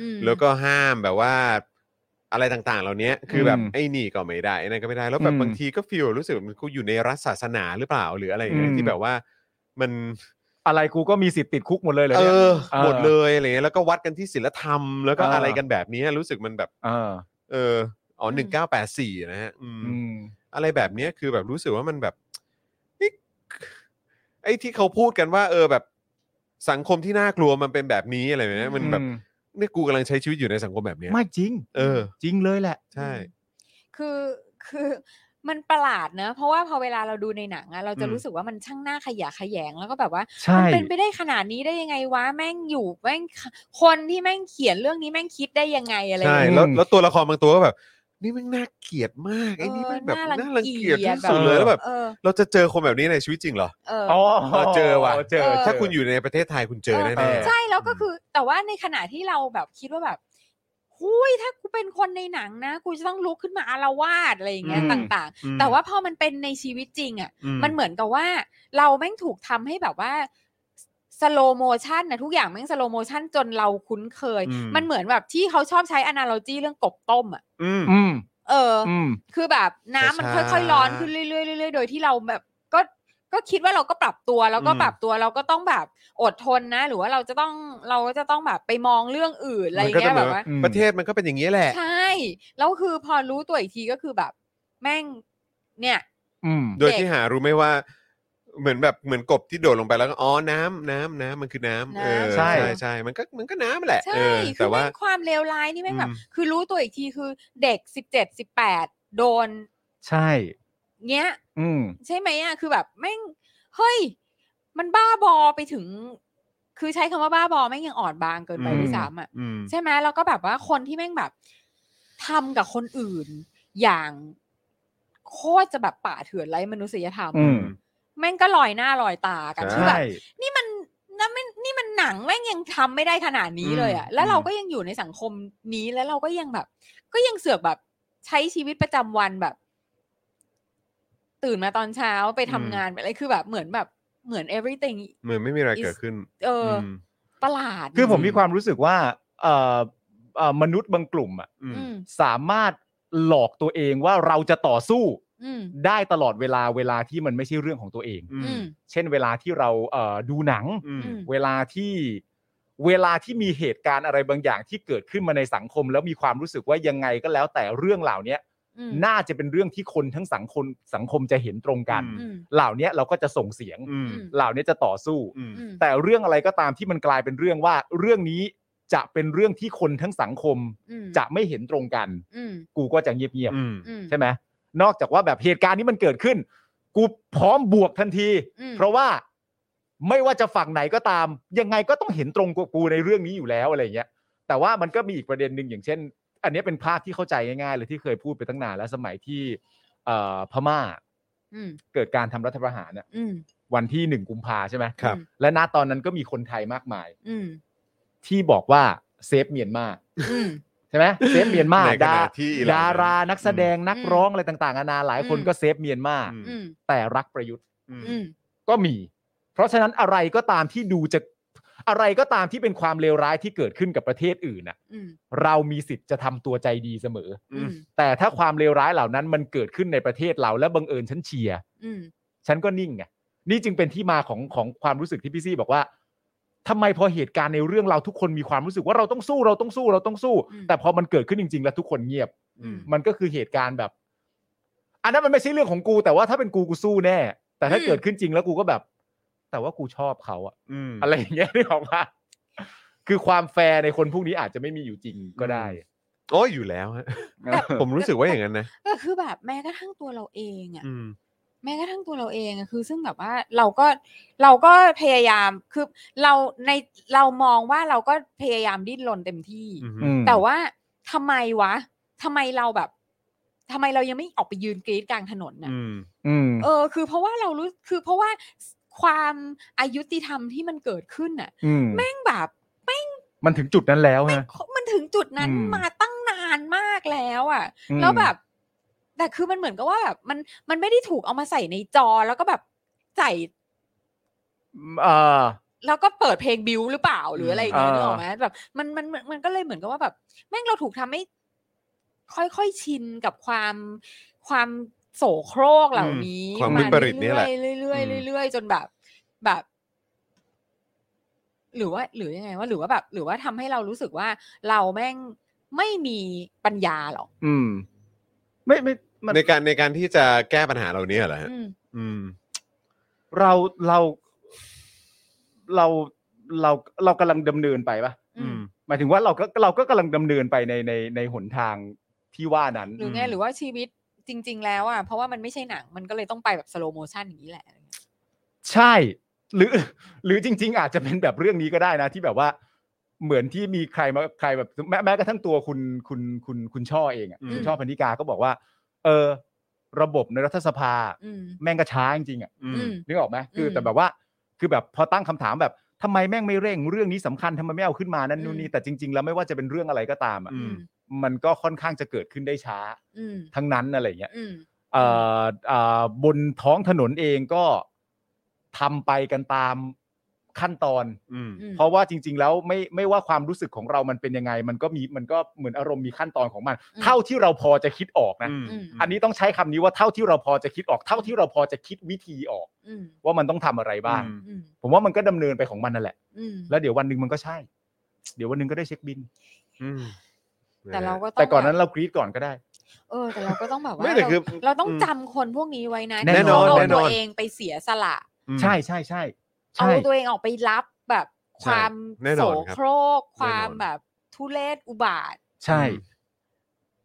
อืม แล้วก็ห้ามแบบว่าอะไรต่างๆ เหล่านี้คือแบบ อืม ไอ้นี่ก็ไม่ได้ไอ้นั่นก็ไม่ได้แล้วแบบ อืม บางทีก็ฟีลรู้สึกเหมันกูอยู่ในรัฐศาสนาหรือเปล่าหรืออะไรอย่างเงี้ย อืม ที่แบบว่ามัน อะไรกูก็มีสิทธิ์ติดคุกหมดเลยเหรอ เอ เนี่ย อ เออ หมดเลยอะไรเงี้ยแล้วก็วัดกันที่ศีลธรรม แล้วก็ เอออ อะไรกันแบบนี้รู้สึกมันแบบ เออ เอออ๋อ อื หนึ่งเก้าแปดสี่นะฮะอืม อืม อะไรแบบเนี้ยคือแบบรู้สึกว่ามันแบบเอ๊ะไอ้ที่เขาพูดกันว่า เออแบบสังคมที่น่ากลัวมันเป็นแบบนี้อะไรแบบเนี้ยมันแบบ อืม เนี่ยกูกำลังใช้ชีวิตอยู่ในสังคมแบบเนี้ย ไม่จริง เออ จริงเลยแหละ ใช่ อืมคือคือ มันประหลาดเนอะเพราะว่าพอเวลาเราดูในหนังอะเราจะ อืม รู้สึกว่ามันช่างหน้าขยะแขยงแล้วก็แบบว่า ใช่ มันเป็นไปได้ขนาดนี้ได้ยังไงวะแม่งอยู่แม่งคนที่แม่งเขียนเรื่องนี้แม่งคิดได้ยังไงอะไรอ ใช่ ย่างเงี้ย แล้ว อืม แล้วตัวละครบางตัวก็แบบ นี่แมันน่าเกลียดมากไอ้นี่ เออ แมันแบบ น่ารัง น่ารังเกียจ เกียจ ที่สุด แบบ เลยแล้วแบบ เออ เราจะเจอคนแบบนี้ในชีวิตจริงเหรอ เออ อ๋อ เจอว่ะ เจอ ถ้าคุณอยู่ในประเทศไทยคุณเจอ เออ แน่ๆ ใช่แล้วก็คือ แต่ว่าในขณะที่เราแบบคิดว่าแบบหุยถ้ากูเป็นคนในหนังนะ กูจะต้องลุกขึ้นมาอารวาสอะไรอย่างเงี้ย อืม ต่าง อืม ๆ แต่ว่าพอมันเป็นในชีวิตจริงอะ อื มันเหมือนกับว่าเราแม่งถูกทำให้แบบว่าสโลโมชันนะทุกอย่างแม่งสโลโมชันจนเราคุ้นเคย มันเหมือนแบบที่เขาชอบใช้อนาโลจีเรื่องกบต้มอ่ะ อืม อืม เอออ อืม คือแบบน้ำมัน ช้าๆ ค่อยๆร้อนขึ้นเรื่อยๆเรื่อยๆโดยที่เราแบบก็ก็คิดว่าเราก็ปรับตัวแล้วก็ อืม ปรับตัวเราก็ต้องแบบอดทนนะ หรือว่าเราจะต้องเราก็จะต้องแบบไปมองเรื่องอื่นอะไรอ มัน ย่าง ก็จะ เงี้ย เห แบ มือน บ ว่า ว่า อืม ประเทศมันก็เป็นอย่างนี้แหละ ใช่แล้วคือพอรู้ตัวอีกทีก็คือแบบ แม่งเนี่ย อืม โดยที่หารู้ไหมว่า เหมือนแบบเหมือนกบที่โดดลงไปแล้วก็อ๋อน้ำน้ำน้ำมันคือน้ำ น้ำ เออ ใช่ ใช่ใช่มันก็มันก็น้ำแหละ ใช่ เออ คื แต่ อ ว่า แม่งความเลวร้ายนี่แม่งแบ อื บ ม คือรู้ตัวอีกทีคือเด็กสิบเจ็ดสิบแปดโดน ใช่ เงี้ย อืม ใช่ไหมอ่ะ คือแบบแม่ง เฮ้ย มันบ้าบอไปถึง คือใช้คำว่าบ้าบอแม่งยังอ่อนบางเกินไป อืม ด้วยซ้ำอ่ะ อืม ใช่ไหมแล้วก็แบบว่าคนที่แม่งแบบทำกับคนอื่น อย่างโคตรจะแบบป่าเถื่อนไร้มนุษยธรรม อืม แม่งก็ลอยหน้าลอยตากันคือ ใช่ แบบ นี่มันนั่นมันนี่มันหนังแม่งยังทำไม่ได้ขนาดนี้เลยอะ อืม แล้วเรา อืม ก็ยังอยู่ในสังคมนี้แล้วเราก็ยังแบบ ก็ยังเสือกแบบใช้ชีวิตประจำวันแบบ ตื่นมาตอนเช้าไปทำงานไปอะไรคือแบบเหมือนแบบเหมือน everything เหมือนไม่มีอะไรเกิดขึ้น เอออ ม ประหลาด คือผมมีความรู้สึกว่าเอ่อเอ่อมนุษย์บางกลุ่มอะ อืม อืม สามารถหลอกตัวเองว่าเราจะต่อสู้ อืม ได้ตลอดเวลาเวลาที่มันไม่ใช่เรื่องของตัวเอง อื อืม เช่น เวลาที่เราเอ่อดูหนัง อืม อืม เวลาที่เวลาที่มีเหตุการณ์อะไรบางอย่างที่เกิดขึ้นมาในสังคม แล้วมีความรู้สึกว่ายังไงก็แล้วแต่เรื่องเหล่าเนี้ย อืม น่าจะเป็นเรื่องที่คนทั้งสังคมสังคมจะเห็นตรงกัน อื อืม เหล่าเนี้ยเราก็จะส่งเสียง อืม เหล่าเนี้ยจะต่อสู้ อืม อืม แต่เรื่องอะไรก็ตามที่มันกลายเป็นเรื่องว่า เรื่องนี้จะเป็นเรื่องที่คนทั้งสังคม อืม จะไม่เห็นตรงกัน อืม กูก็จะเงียบ อืม อืม ๆใช่ไหมนอกจากว่าแบบเหตุการณ์นี้มันเกิดขึ้น กูพร้อมบวกทันที อืม เพราะว่าไม่ว่าจะฝั่งไหนก็ตาม ยังไงก็ต้องเห็นตรงกับกูในเรื่องนี้อยู่แล้วอะไรเงี้ย แต่ว่ามันก็มีอีกประเด็นหนึ่งอย่างเช่น อันเนี้ยเป็นภาพที่เข้าใจง่ายๆเลยที่เคยพูดไปตั้งนานแล้วสมัยที่เอ่อพม่า อืม เกิดการทำรัฐประหารเนี่ย อืม วันที่หนึ่งกุมภาใช่ไหม ครับ และณตอนนั้นก็มีคนไทยมากมาย อืม ที่บอกว่าเซฟเมียนมา อืม ใช่ไหมเซฟเมียนมา ในข ดา ณะที่อิหร่น ดารานักแสดงนัก อืม ร้องอะไรต่างๆนานาหลายคน อืม ก็เซฟเมียนมา อืม อืม แต่รักประยุทธ์ อืม อืม ก็มี เพราะฉะนั้นอะไรก็ตามที่ดูจะอะไรก็ตามที่เป็นความเลวร้ายที่เกิดขึ้นกับประเทศอื่นน่ะ อืม เรามีสิทธิ์จะทำตัวใจดีเสมอ อื อื ม ม แต่ถ้าความเลวร้ายเหล่านั้นมันเกิดขึ้นในประเทศเราและบังเอิญฉันเชียร์ อืม ฉันก็นิ่งไงนี่จึงเป็นที่มาของของความรู้สึกที่พี่ซี่บอกว่า ทำไมพอเหตุการณ์ในเรื่องเราทุกคนมีความรู้สึกว่าเราต้องสู้เราต้องสู้เราต้องสู้ อืม แต่พอมันเกิดขึ้นจริง ๆ แล้วทุกคนเงียบ อืม มันก็คือเหตุการณ์แบบ อันนั้นมันไม่ใช่เรื่องของกูแต่ว่าถ้าเป็นกูกูสู้แน่ แต่ถ้า อืม เกิดขึ้นจริงแล้วกูก็แบบ แต่ว่ากูชอบเขาอะ อืม อะไรอย่างเงี้ยนี่บอกว่า คือความแฟร์ในคนพวกนี้อาจจะไม่มีอยู่จริงก็ได้ โอ้ยอยู่แล้วฮะผมรู้สึกว่าอย่างนั้นนะ ก็คือแบบแม้กระทั่งตัวเราเองอะ อืม แม้กระทั่งตัวเราเองอะคือซึ่งแบบว่าเราก็เราก็พยายามคือเราในเรามองว่าเราก็พยายามดิ้นรนเต็มที่ อืม อืม แต่ว่าทำไมวะทำไมเราแบบทำไมเรายังไม่ออกไปยืนกรีดกลางถนนน่ะ อืม อืม เออคือเพราะว่าเรารู้คือเพราะว่าความอายุติธรรมที่มันเกิดขึ้นน่ะ อืม แม่งแบบแม่ง มันถึงจุดนั้นแล้วฮะ มันถึงจุดนั้น อืม มาตั้งนานมากแล้วอ่ะ แล้วแบบ แต่คือมันเหมือนกับว่าแบบมันมันไม่ได้ถูกเอามาใส่ในจอแล้วก็แบบใส่ อืมเอ่อ แล้วก็เปิดเพลงบิวหรือเปล่าหรืออะไรอย่างเงี้ย เออ นึกออกไหมแบบ มันมันมันมันก็เลยเหมือนกับว่าแบบ แม่งเราถูกทำให้ค่อยๆชินกับความความโสโครกเหล่านี้ ความวิปริตเนี่ยแหละ เรื่อยๆเรื่อยๆเรื่อยๆจนแบบแบบ หรือว่า หรือยังไงว่าหรือว่าแบบ หรือว่าทำให้เรารู้สึกว่าเราแม่งไม่มีปัญญาหรอก อืม ไม่ไม่มัน ในการในการที่จะแก้ปัญหาเหล่านี้เหรอฮะ อืม อืม เราเราเราเราเรากำลังดำเนินไปปะ อืม หมายถึงว่าเราก็เราก็กำลังดำเนินไปในในในหนทางที่ว่านั้น หรือไงหรือว่าชีวิตจริง ๆ แล้วอ่ะเพราะว่ามันไม่ใช่หนังมันก็เลยต้องไปแบบสโลโมชันอย่างนี้แหละ ใช่ หรือ หรือจริง ๆ อาจจะเป็นแบบเรื่องนี้ก็ได้นะ ที่แบบว่า เหมือนที่มีใครมาใครแบบแม้แม้กระทั่งตัวคุณคุณคุณคุณช่อเองอะ อืม คุณช่อพันธิกาก็บอกว่า เออ ระบบในรัฐสภา อืม แม่งก็ช้าจริงๆอ่ะ อื อื ม ม นึกออกไหมคืออ ม แต่แบบว่า คือแบบพอตั้งคำถามแบบทำไมแม่งไม่เร่งเรื่องนี้สำคัญทำไมไม่เอาขึ้นมานั่นนู่นนี่ อืม แต่จริง ๆ แล้วไม่ว่าจะเป็นเรื่องอะไรก็ตามอ่ะ อื อืม มันก็ค่อนข้างจะเกิดขึ้นได้ช้า อืม ทั้งนั้นอะไรเงี้ย อืม เอ่อเอ่อบนท้องถนนเองก็ทำไปกันตามขั้นตอน อืม อืม เพราะว่าจริง ๆ แล้วไม่ไม่ว่าความรู้สึกของเรามันเป็นยังไง มันก็มีมันก็เหมือนอารมณ์มีขั้นตอนของมัน อืม เท่าที่เราพอจะคิดออกนะ อืม อืม อันนี้ต้องใช้คำนี้ว่าเท่าที่เราพอจะคิดออก เท่าที่เราพอจะคิดวิธีออก อืม ว่ามันต้องทำอะไรบ้าง อืม อืม ผมว่ามันก็ดำเนินไปของมันนั่นแหละ อืม แล้วเดี๋ยววันหนึ่งมันก็ใช่ เดี๋ยววันหนึ่งก็ได้เช็คบิน อืม แต่เราก็ต้อง แต่ก่อนนั้น แบบ เรากรีดก่อนก็ได้ เออแต่เราก็ต้องแบบว่า ไม่แต่ เรา คือ เราต้องจำคนพวกนี้ไว้นะ แน่ ที่ นอน เขา แน่นเอาตั อ วน เองไปเสียสละ อืม ใช่ใช่ใช่ เอา ใช่ ตัวเองออกไปรับแบบ ใช่ ความ แน่น โส อนครับ โครก ความ แน่นอน แบบทุเลศอุบาท ใช่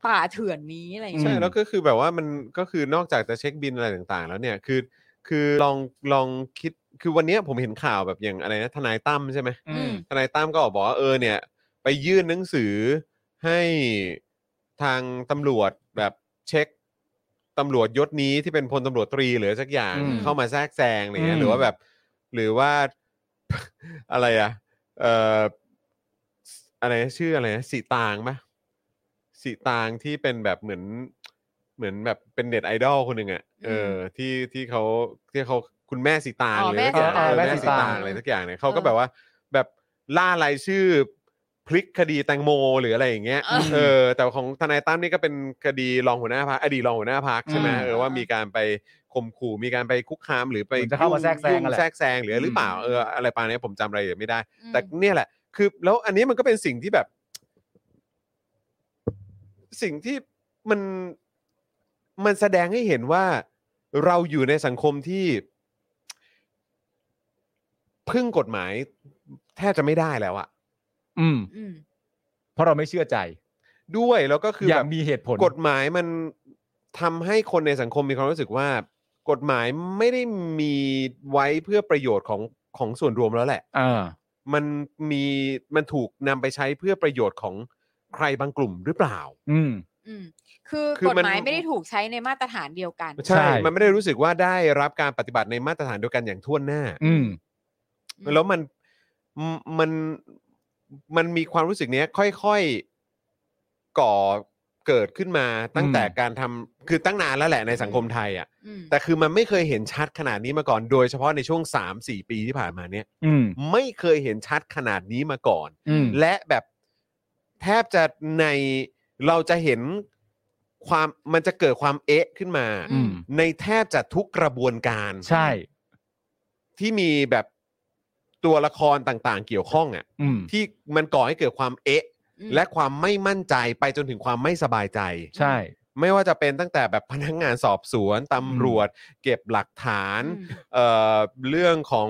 ป่าเถื่อนนี้อะไรอย่าง ใช่ เงี้ย แล้วก็คือแบบว่ามันก็คือนอกจากจะเช็คบินอะไรต่างๆ แล้วเนี่ยคือคือลองลองคิดคือวันเนี้ยผมเห็นข่าวแบบอย่างอะไรนะทนายตั้มใช่ไหม อื อื ม ม ทนายตั้มก็บอกว่าเออเนี่ย ไปยื่นหนังสือให้ทางตำรวจแบบเช็คตำรวจยศนี้ที่เป็นพลตำรวจตรีหรือสักอย่าง อืม เข้ามาแทรกแซงอะไรเงี้ยอืม หรือว่าแบบ หรือว่า อะไรอะเอ่ออะไรนะชื่ออะไรนะสีตางปะสีตางที่เป็นแบบเหมือนเหมือนแบบเป็นเน็ตไอดอลคนหนึ่งอะเอออที่ที่เขาที่เขาคุณแม่สีตาง อ๋อ หรือสักอย่างเออแม่สีตางแม่ แม่ สี สี ตาง ตางอะไรสักอย่างเนี่ยเขาก็ เออ แบบว่า แบบล่ารายชื่อพลิกคดีแตงโมหรืออะไรอย่างเงี้ย เออ เออ แต่ของทนายตั้มนี่ก็เป็นคดีรองหัวหน้าพักอดีตรองหัวหน้าพักใช่ไหม อืม เออว่ามีการไปข่มขู่มีการไปคุกคามหรือไป เหมือนจะเข้ามาแทรกแซง ยุ่ นั่นแหละ แทรกแซงหรืออะไรหรือเปล่า อืม เอออะไรประมาณเนี้ยผมจำรายละเอียดไม่ได้ อืม แต่เนี่ยแหละ คือแล้วอันนี้มันก็เป็นสิ่งที่แบบ สิ่งที่มันมันแสดงให้เห็นว่าเราอยู่ในสังคมที่ พึ่งกฎหมายแทบจะไม่ได้แล้วอะ อืม อืม เพราะเราไม่เชื่อใจ ด้วยแล้วก็คือ อ แบ ย่าง บ มีเหตุผล กฎหมายมันทำให้คนในสังคมมีความรู้สึกว่า กฎหมายไม่ได้มีไว้เพื่อประโยชน์ของของส่วนรวมแล้วแหละ อ่า มันมีมันถูกนำไปใช้เพื่อประโยชน์ของใครบางกลุ่มหรือเปล่า อืม อืมคือ คือก ฎหมาย มัน ไม่ได้ถูกใช้ในมาตรฐานเดียวกัน ใช่ มันไม่ได้รู้สึกว่าได้รับการปฏิบัติในมาตรฐานเดียวกันอย่างทั่วหน้า อืม อืม แล้วมันมมันมันมีความรู้สึกเนี้ย ค่อยๆก่อเกิดขึ้นมาตั้งแต่การทำคือตั้งนานแล้วแหละในสังคมไทยอ่ะ อืม แต่คือมันไม่เคยเห็นชัดขนาดนี้มาก่อน โดยเฉพาะในช่วง 3-4 ปีที่ผ่านมาเนี่ย อืม ไม่เคยเห็นชัดขนาดนี้มาก่อน อืม และแบบแทบจะในเราจะเห็นความมันจะเกิดความเอ๊ะขึ้นมา อืม ในแทบจะทุกกระบวนการ ใช่ ที่มีแบบ ตัวละครต่างๆ เกี่ยวข้องอ่ะ อืม ที่มันก่อให้เกิดความเอ๊ะ อืม และความไม่มั่นใจไปจนถึงความไม่สบายใจ ใช่ ไม่ว่าจะเป็นตั้งแต่แบบพนักงานสอบสวนตำรวจ เก็บหลักฐาน อืม เอ่อเรื่องของ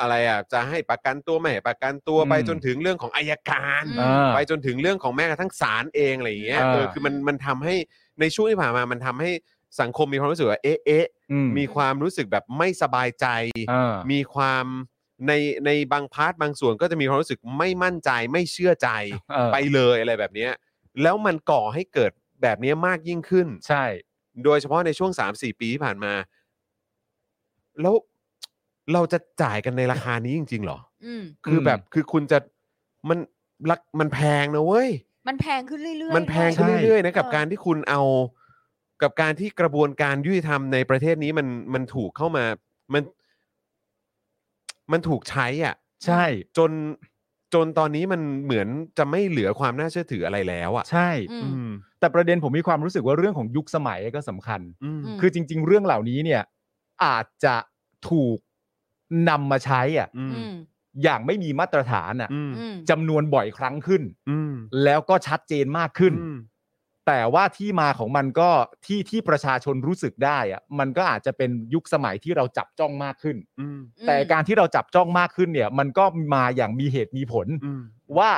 อะไรอ่ะจะให้ประกันตัวไม่ให้ประกันตัว อืม ไปจนถึงเรื่องของอายการ อืม อ่า ไปจนถึงเรื่องของแม้กระทั่งศาลเองอะไรอย่างเงี้ย อ่า เออคือมันมันทำให้ในช่วงที่ผ่านมามันทำให้สังคมมีความรู้สึกว่าเอ๊ะเอ๊ะ อื มีความรู้สึกแบบไม่สบายใจ อ่า มีความในในบางพาร์ทบางส่วนก็จะมีความรู้สึกไม่มั่นใจไม่เชื่อใจ เออ ไปเลยอะไรแบบเนี้ยแล้วมันก่อให้เกิดแบบเนี้ยมากยิ่งขึ้น ใช่ โดยเฉพาะในช่วง 3-4 ปีที่ผ่านมา แล้วเราจะจ่ายกันในราคานี้จริง ๆ เหรอ อืม คือ ม แบบคือคุณจะมันรักมันแพงนะเว้ย มันแพงขึ้นเรื่อยๆ มันแพง ด้วย ขึ้นเรื่อยๆนะกับ เออ การที่คุณเอา กับการที่กระบวนการยุติธรรมในประเทศนี้มันมันถูกเข้ามามัน มันถูกใช้อ่ะ ใช่ จนจนตอนนี้มันเหมือนจะไม่เหลือความน่าเชื่อถืออะไรแล้วอ่ะ ใช่ อืม อืม แต่ประเด็นผมมีความรู้สึกว่าเรื่องของยุคสมัยก็สำคัญ อืม ม คือจริง ๆ เรื่องเหล่านี้เนี่ย อาจจะถูกนำมาใช้อ่ะ อืม อืม อย่างไม่มีมาตรฐานอ่ะ อืม อืม จำนวนบ่อยครั้งขึ้น อืม แล้วก็ชัดเจนมากขึ้น อืม แต่ว่าที่มาของมันก็ที่ที่ประชาชนรู้สึกได้อ่ะมันก็อาจจะเป็นยุคสมัยที่เราจับจ้องมากขึ้น อืม แต่การที่เราจับจ้องมากขึ้นเนี่ย มันก็มาอย่างมีเหตุมีผล อืม ว่า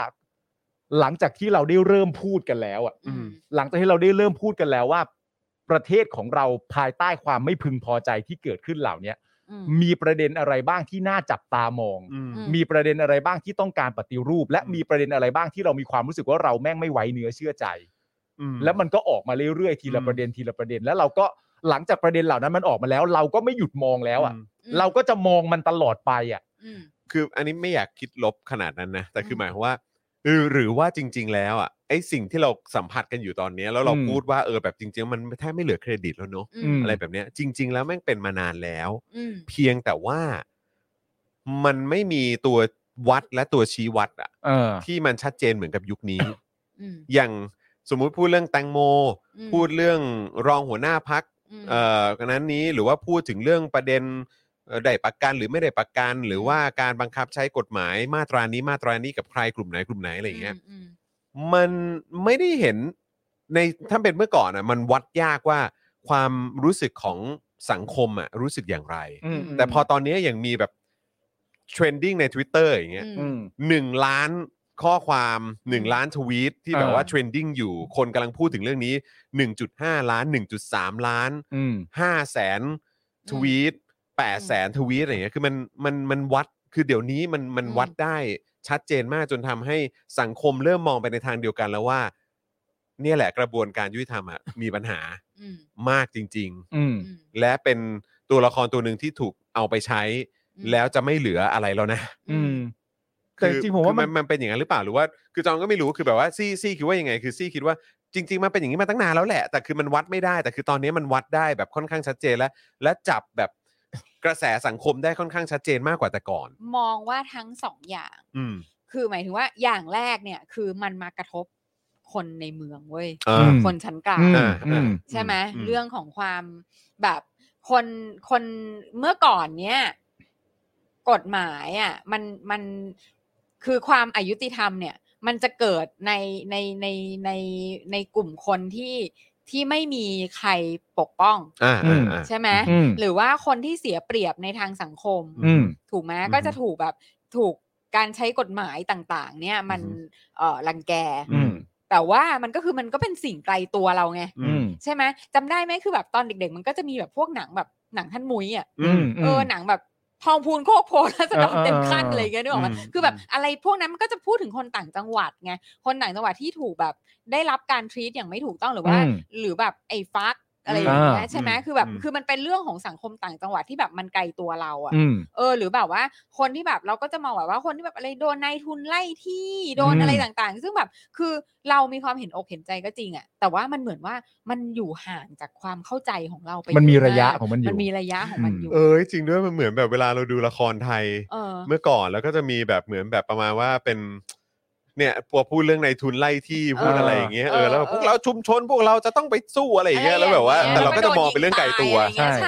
หลังจากที่เราได้เริ่มพูดกันแล้วอ่ะ อืม หลังจากที่เราได้เริ่มพูดกันแล้วว่า ประเทศของเราภายใต้ความไม่พึงพอใจที่เกิดขึ้นเหล่าเนี้ย อืม มีประเด็นอะไรบ้างที่น่าจับตามอง อืม ม มีประเด็นอะไรบ้างที่ต้องการปฏิรูป และ อืม มีประเด็นอะไรบ้างที่เรามีความรู้สึกว่าเราแม่งไม่ไว้เนื้อเชื่อใจ อืม แล้วมันก็ออกมาเรื่อยๆทีละ อืม ประเด็นทีละประเด็น แล้วเราก็หลังจากประเด็นเหล่านั้นมันออกมาแล้ว เราก็ไม่หยุดมองแล้วอ่ะ ม เราก็จะมองมันตลอดไปอ่ะ อืม คืออันนี้ไม่อยากคิดลบขนาดนั้นนะ แต่คือ ม หมายความว่าเออหรือว่าจริง ๆ แล้วอ่ะไอ้สิ่งที่เราสัมผัสกันอยู่ตอนเนี้ยแล้วเรา อืม พูดว่าเออแบบจริง ๆ มันแทบไม่เหลือเครดิตแล้วเนอะ อืม อะไรแบบเนี้ยจริง ๆ แล้วแม่งเป็นมานานแล้ว อืม เพียงแต่ว่ามันไม่มีตัววัดและตัวชี้วัดอะ เออ ที่มันชัดเจนเหมือนกับยุคนี้ อืม อย่างสมมุติพูดเรื่องแตงโม อืม พูดเรื่องรองหัวหน้าพัก ม เอ่อนั้นนี้หรือว่าพูดถึงเรื่องประเด็นเอ่อได้ประกันหรือไม่ได้ประกัน หรือว่าการบังคับใช้กฎหมายมาตรานี้มาตรานี้กับใครกลุ่มไหนกลุ่มไหนอะไรอย่างเงี้ย ม มันไม่ได้เห็นในถ้าเป็นเมื่อก่อนอ่ะมันวัดยากว่าความรู้สึกของสังคมอ่ะรู้สึกอย่างไร อืม แต่พอตอนนี้อย่างมีแบบเทรนดิ้งใน Twitter อย่างเงี้ยอือืม ม หนึ่งล้านข้อความหนึ่งล้านทวีตที่แบบ อ่า ว่าเทรนดิ้งอยู่คนกำลังพูดถึงเรื่องนี้ 1.5 ล้าน 1.3 ล้าน อืม ห้าแสนทวีตแปดแสนทวีตอะไรเงี้ยคือมันมันมันวัดคือเดี๋ยวนี้มันมัน อืม วัดได้ชัดเจนมากจนทำให้สังคมเริ่มมองไปในทางเดียวกันแล้วว่า เนี่ยแหละกระบวนการยุติธรรมอ่ะ มีปัญหา อืม มากจริง อืม อืม ๆ และเป็นตัวละครตัวหนึ่งที่ถูกเอาไปใช้ แล้วจะไม่เหลืออะไรแล้วนะ อืม แต่ คือ จริงๆผมว่า คือ มัน นมันเป็นอย่างนั้นหรือเปล่าหรือว่า คือจองก็ไม่รู้คือแบบว่าซี่ซี่คิดว่ายังไง คือซี่คิดว่าจริง ๆ มันเป็นอย่างนี้มาตั้งนานแล้วแหละ แต่คือมันวัดไม่ได้ แต่คือตอนนี้มันวัดได้แบบค่อนข้างชัดเจนแล้ว และจับแบบกระแสสังคมได้ค่อนข้างชัดเจนมากกว่าแต่ก่อน มองว่าทั้งสองอย่าง อืม คือหมายถึงว่าอย่างแรกเนี่ย คือมันมากระทบคนในเมืองเว้ย เออ ม คนชั้นกลาง อืม อ่า อืม ใช่ไหม อืม เรื่องของความแบบคนคนเมื่อก่อนเนี่ย กฎหมายอ่ะมันมันคือความอายุติธรรมเนี่ย มันจะเกิดในในในในในกลุ่มคนที่ที่ไม่มีใครปกป้อง อ่า อื อ่าม อ่า ใช่ไหม อืม หรือว่าคนที่เสียเปรียบในทางสังคม อืม ถูกไหม อืม ก็จะถูกแบบถูกการใช้กฎหมายต่าง ๆ เนี่ยมัน อืม เอ่อรังแก อืม แต่ว่ามันก็คือมันก็เป็นสิ่งไกลตัวเราไง อืม ใช่ไหมจำได้ไหมคือแบบตอนเด็ก ๆ มันก็จะมีแบบพวกหนังแบบหนังท่านมุ้ยอ่ะ อืม เออหนังแบบทองพูนโคกโพธิ์รัศดร เออเออ เต็มขั้น เอออ อะไรอย่างเงี้ยนึกออกไหม อืม คือแบบอะไรพวกนั้นมันก็จะพูดถึงคนต่างจังหวัดไงคนต่างจังหวัดที่ถูกแบบได้รับการทรีตอย่างไม่ถูกต้องหรือว่า อืม หรือแบบไอ้ฟักอะไรอย่างเงี้ย อ่า ใช่ไหม อืม คือแบบ อืม คือมันเป็นเรื่องของสังคมต่างจังหวัดที่แบบมันไกลตัวเราอ่ะ อืม เออหรือแบบว่าคนที่แบบเราก็จะมองแบบว่าคนที่แบบอะไรโดนนายทุนไล่ที่โดน อืม อะไรต่างๆ ซึ่งแบบคือเรามีความเห็นอกเห็นใจก็จริงอะแต่ว่ามันเหมือนว่ามันอยู่ห่างจากความเข้าใจของเราไป มันมี เอาก ระยะของมันอยู่ มันมีระยะของมันอยู่ เออจริงด้วยมันเหมือนแบบเวลาเราดูละครไทย เออ เมื่อก่อนแล้วก็จะมีแบบเหมือนแบบประมาณว่าเป็น เนี่ยพอพูดเรื่องในทุนไล่ที่พูดอะไรอย่างเงี้ยเออแล้วแบบพเออวกเราชุมชนพวกเราจะต้องไปสู้อะไรอย่างเงี้ยแล้วแบบว่า อะไร แต่เราก็จะมอง โด เป็นเรื่องไกลตัว ยิงาย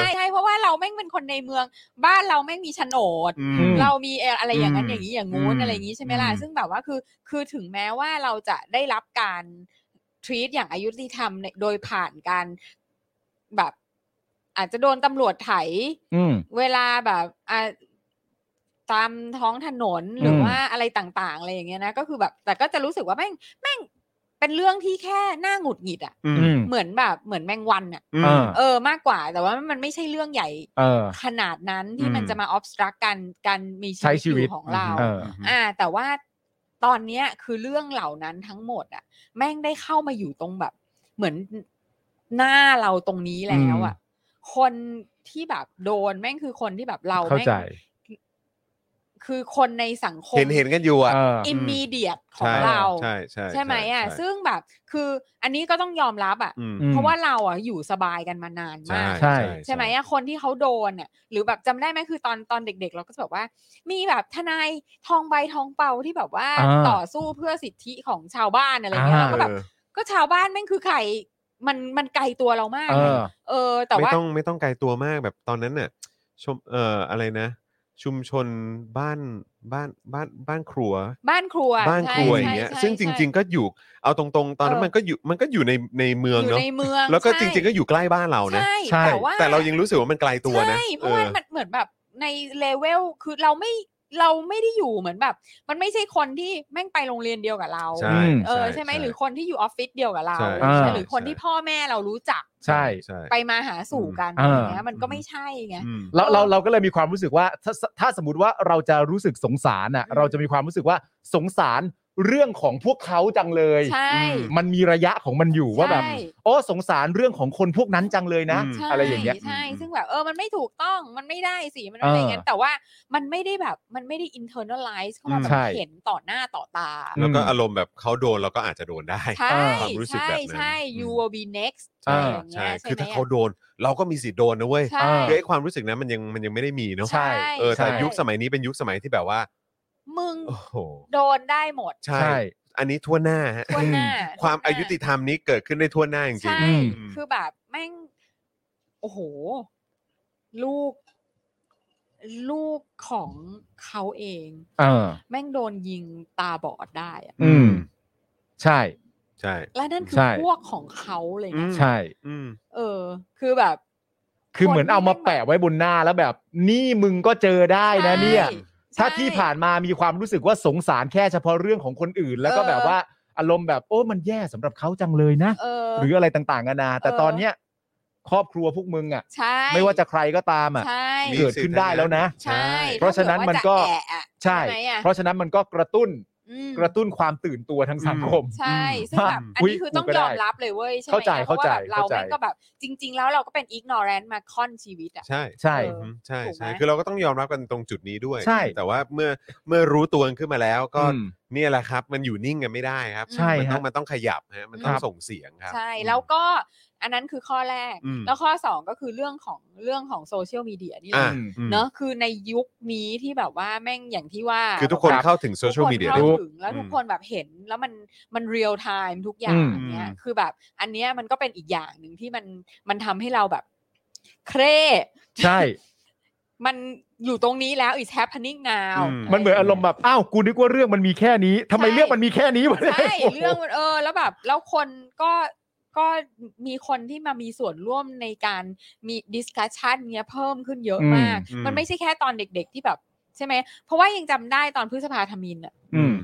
เออใช่อะไรอย่างเงี้ยใช่ใช่ใช่เพราะว่าเรา แม่งเป็นคนในเมือง บ้านเราแม่งมีโฉนด อืม เรามีเอ่ออะไรอย่างนั้น อืม อย่างนี้อย่างงู้น อืม อะไรอย่างนี้ใช่ไหมล่ะ อืม ซึ่งแบบว่าคือคือถึงแม้ว่าเราจะได้รับการทรีตอย่างอายุติธรรมในโดยผ่านการแบบ อาจจะโดนตำรวจไถ อืม เวลาแบบอ่ะตามท้องถนนหรืออ ม ว่าอะไรต่างๆอะไรอย่างเงี้ยนะก็คือแบบ แต่ก็จะรู้สึกว่าแม่งแม่งเป็นเรื่องที่แค่หน้าหงุดหงิดอะ่ะ อืม อืม เหมือนแบบเหมือนแมงวันอะ่ะ อืม เออ เออมากกว่า แต่ว่ามันไม่ใช่เรื่องใหญ่ เออ ขนาดนั้นที่ อืม มันจะมาออฟสตรักการการมี ใช้ ชี ชี วิวิตตอยู่ของเรา เออ อ่า แต่ว่าตอนเนี้ยคือเรื่องเหล่านั้นทั้งหมดอะ่ะ แม่งได้เข้ามาอยู่ตรงแบบ เหมือนหน้าเราตรงนี้แล้วอะ่ะ คนที่แบบโดนแม่งคือคนที่แบบเรา เข้า แม่ง ใจ คือคนในสังคม เห็นเห็นกันอยู่อ่ะ เออ อิมมีเดียขอ ใช่ งเรา ใช่ใช่ ใช่ไหมอ่ะ ใช่ ซึ่งแบบคืออันนี้ก็ต้องยอมรับอ่ะ อืม อืม เพราะว่าเราอ่ะอยู่สบายกันมานาน ใช่ มาก ใช่ ใช่ไหมอะคนที่เขาโดนอ่ะหรือแบบจำได้ไหมคือตอนตอนเด็ก ๆ เราก็จะแบบว่า มีแบบทนายทองใบทองเปาที่แบบว่า อ่า ต่อสู้เพื่อสิทธิของชาวบ้านอะไรเงี้ยเราก็แบบ เออ ก็ชาวบ้านแม่งคือใครมันมันไกลตัวเรามาก เอ ไง อ เออ แต่ว่า ไม่ต้องไม่ต้องไกลตัวมากแบบตอนนั้นน่ะชมเอ่ออะไรนะ ชุมชนบ้านบ้านบ้านบ้านครัว บ้านครัว บ้านครัวอย่างเงี้ยซึ่งจริง ๆ ก็อยู่เอาตรงๆ ตอนนั้นมันก็อยู่มันก็อยู่ในในเมือง อยู่ เนาะ ในเมือง แล้วก็จริง ๆ ก็อยู่ใกล้บ้านเรานะ ใช่ ใช่ แต่ว่า แต่เรายังรู้สึกว่ามันไกลตัวนะ ใช่เพราะว่า ออ มันเหมือนแบบในเลเวลคือเราไม่เราไม่ได้อยู่เหมือนแบบ มันไม่ใช่คนที่แม่งไปโรงเรียนเดียวกับเรา ใช่ อืม เออใช่ไหมหรือคนที่อยู่ออฟฟิศเดียวกับเรา ใช่ อ่า หรือคนที่พ่อแม่เรารู้จัก ใช่ ใช่ ไปมาหาสู่กัน อ่า อย่างเงี้ยมันก็ไม่ใช่ไง อืม เรา เออ เราเราก็เลยมีความรู้สึกว่าถ้าถ้าสมมติว่าเราจะรู้สึกสงสารอ่ะ อืม เราจะมีความรู้สึกว่าสงสารเรื่องของพวกเขาจังเลย ใช่ มันมีระยะของมันอยู่ว่าแบบ ใช่ โอ้สงสารเรื่องของคนพวกนั้นจังเลยนะ อืม ใช่ อะไรอย่างเงี้ย ใช่ อืม ซึ่งแบบเออมันไม่ถูกต้องมันไม่ได้สิมันอะไรอย่างเงี้ย เออ แต่ว่ามันไม่ได้แบบมันไม่ได้ internalize เข้ามา อืม แบบ ใช่ เห็นต่อหน้าต่อตา แล้วก็อารมณ์แบบเขาโดนเราก็อาจจะโดนได้ ใช่ ความรู้สึก ใช่ แบบนั้น ใช่ you อืม will be next อ่า อะไรอย่างเงี้ ใช่ ยใช่ คือ ไหม ถ้าเขาโดน เราก็มีสิทธิ์โดนนะเว้ย ใช่ เออ คือไอ้ความรู้สึกนั้นมันยังมันยังไม่ได้มีเนาะ ใช่ เออแต่ ใช่ ยุคสมัยนี้เป็นยุคสมัยที่แบบว่า มึง โอ้โห โดนได้หมด ใช่ ใช่ อันนี้ทั่วหน้าฮะ ทั่วหน้า ความ ทั่ อา หน้ ยุติธรรมนี้เกิดขึ้นได้ทั่วหน้าจริง ใช่ อืม คือแบบแม่ง โอ้โห ลูก ลูกของเขาเอง เออ แม่งโดนยิงตาบอดได้อะ อืม ใช่ ๆ ใช่ และนั่นคือ ใช่ พวกของเขาเลยนะ ใช่ อืม เออ คือแบบ คือเหมือนเอามาแปะไว้บนหน้าแล้วแบบ นี่มึงก็เจอได้นะเนี่ย ใช่ ถ้าที่ผ่านมามีความรู้สึกว่าสงสารแค่เฉพาะเรื่องของคนอื่น แล้วก็แบบว่าอารมณ์แบบโอ้มันแย่สำหรับเขาจังเลยนะ เออ หรืออะไรต่างๆนานา แต่ เออ ตอนเนี้ยครอบครัวพวกมึงอ่ะ ใช่ ไม่ว่าจะใครก็ตามอ่ะ ใช่ มี เกิดขึ้นได้แล้วนะ ใช่ เพราะฉะนั้นมันก็ ถ้าเดว่าจะแอะอะ ใช่ ไหมอ่ะ เพราะฉะนั้นมันก็กระตุ้น อืม กระตุ้นความตื่นตัวทางสังคม ใช่ ซึ่งแบบ อืม อันนี้คือต้อง อุ๊ย ยอมรับเลยเว้ยใช่ไหม เข้าใจ เพราะว่า เข้าใจ แบบเรา เข้าใจ แม่งก็แบบ จริง ๆ แล้วเราก็เป็น ignorant มาค่อนชีวิตอ่ะ ใช่ ใช่ เออ อืมใช่ ถูกไหม ใช่คือเราก็ต้องยอมรับกันตรงจุดนี้ด้วย ใช่ แต่ว่าเมื่อเมื่อรู้ตัวขึ้นมาแล้วก็ อืม เนี่ยแหละครับ มันอยู่นิ่งกันไม่ได้ครับ ใช่ มั ฮะ ต้องมันต้องขยับฮะมันต้อ ค ง รับ ส่งเสียงครับ ใช่ แล้วก็อันนั้นคือข้อแรก อืม แล้วข้อ 2 ก็คือเรื่องของเรื่องของโซเชียลมีเดียนี่แห อ่ะ ละ อืม อืม เนอะคือในยุคนี้ที่แบบว่าแม่งอย่างที่ว่า คือทุกคน แบบ เข้าถึงโซเชียลมีเดีย ทุ ได้ ก หมดคนข้าถึงแล้ว อืม ทุกคนแบบเห็นแล้วมันมันเรียลไทม์ทุกอย่าง อืม เนี้ย อืม คือแบบอันเนี้ยมันก็เป็นอีกอย่างหนึ่งที่มันมันทำให้เราแบบเคร ใช่ มันอยู่ตรงนี้แล้ว it's happening now อืม มันเหมือนอารมณ์แบบอ้าวกูนึกว่าเรื่องมันมีแค่นี้ทำไมเรื่องมันมีแค่นี้วะนี่ย ใช่ เรื่องมันเออ แล้วแบบแล้วคนก็ก็มีคนที่มามีส่วนร่วมในการมี discussion เนี้ยเพิ่มขึ้นเยอะมาก อืมอืม มันไม่ใช่แค่ตอนเด็กๆที่แบบ ใช่ไหม เพราะว่ายังจำได้ตอนพฤษภาธมินอ่ะ อืม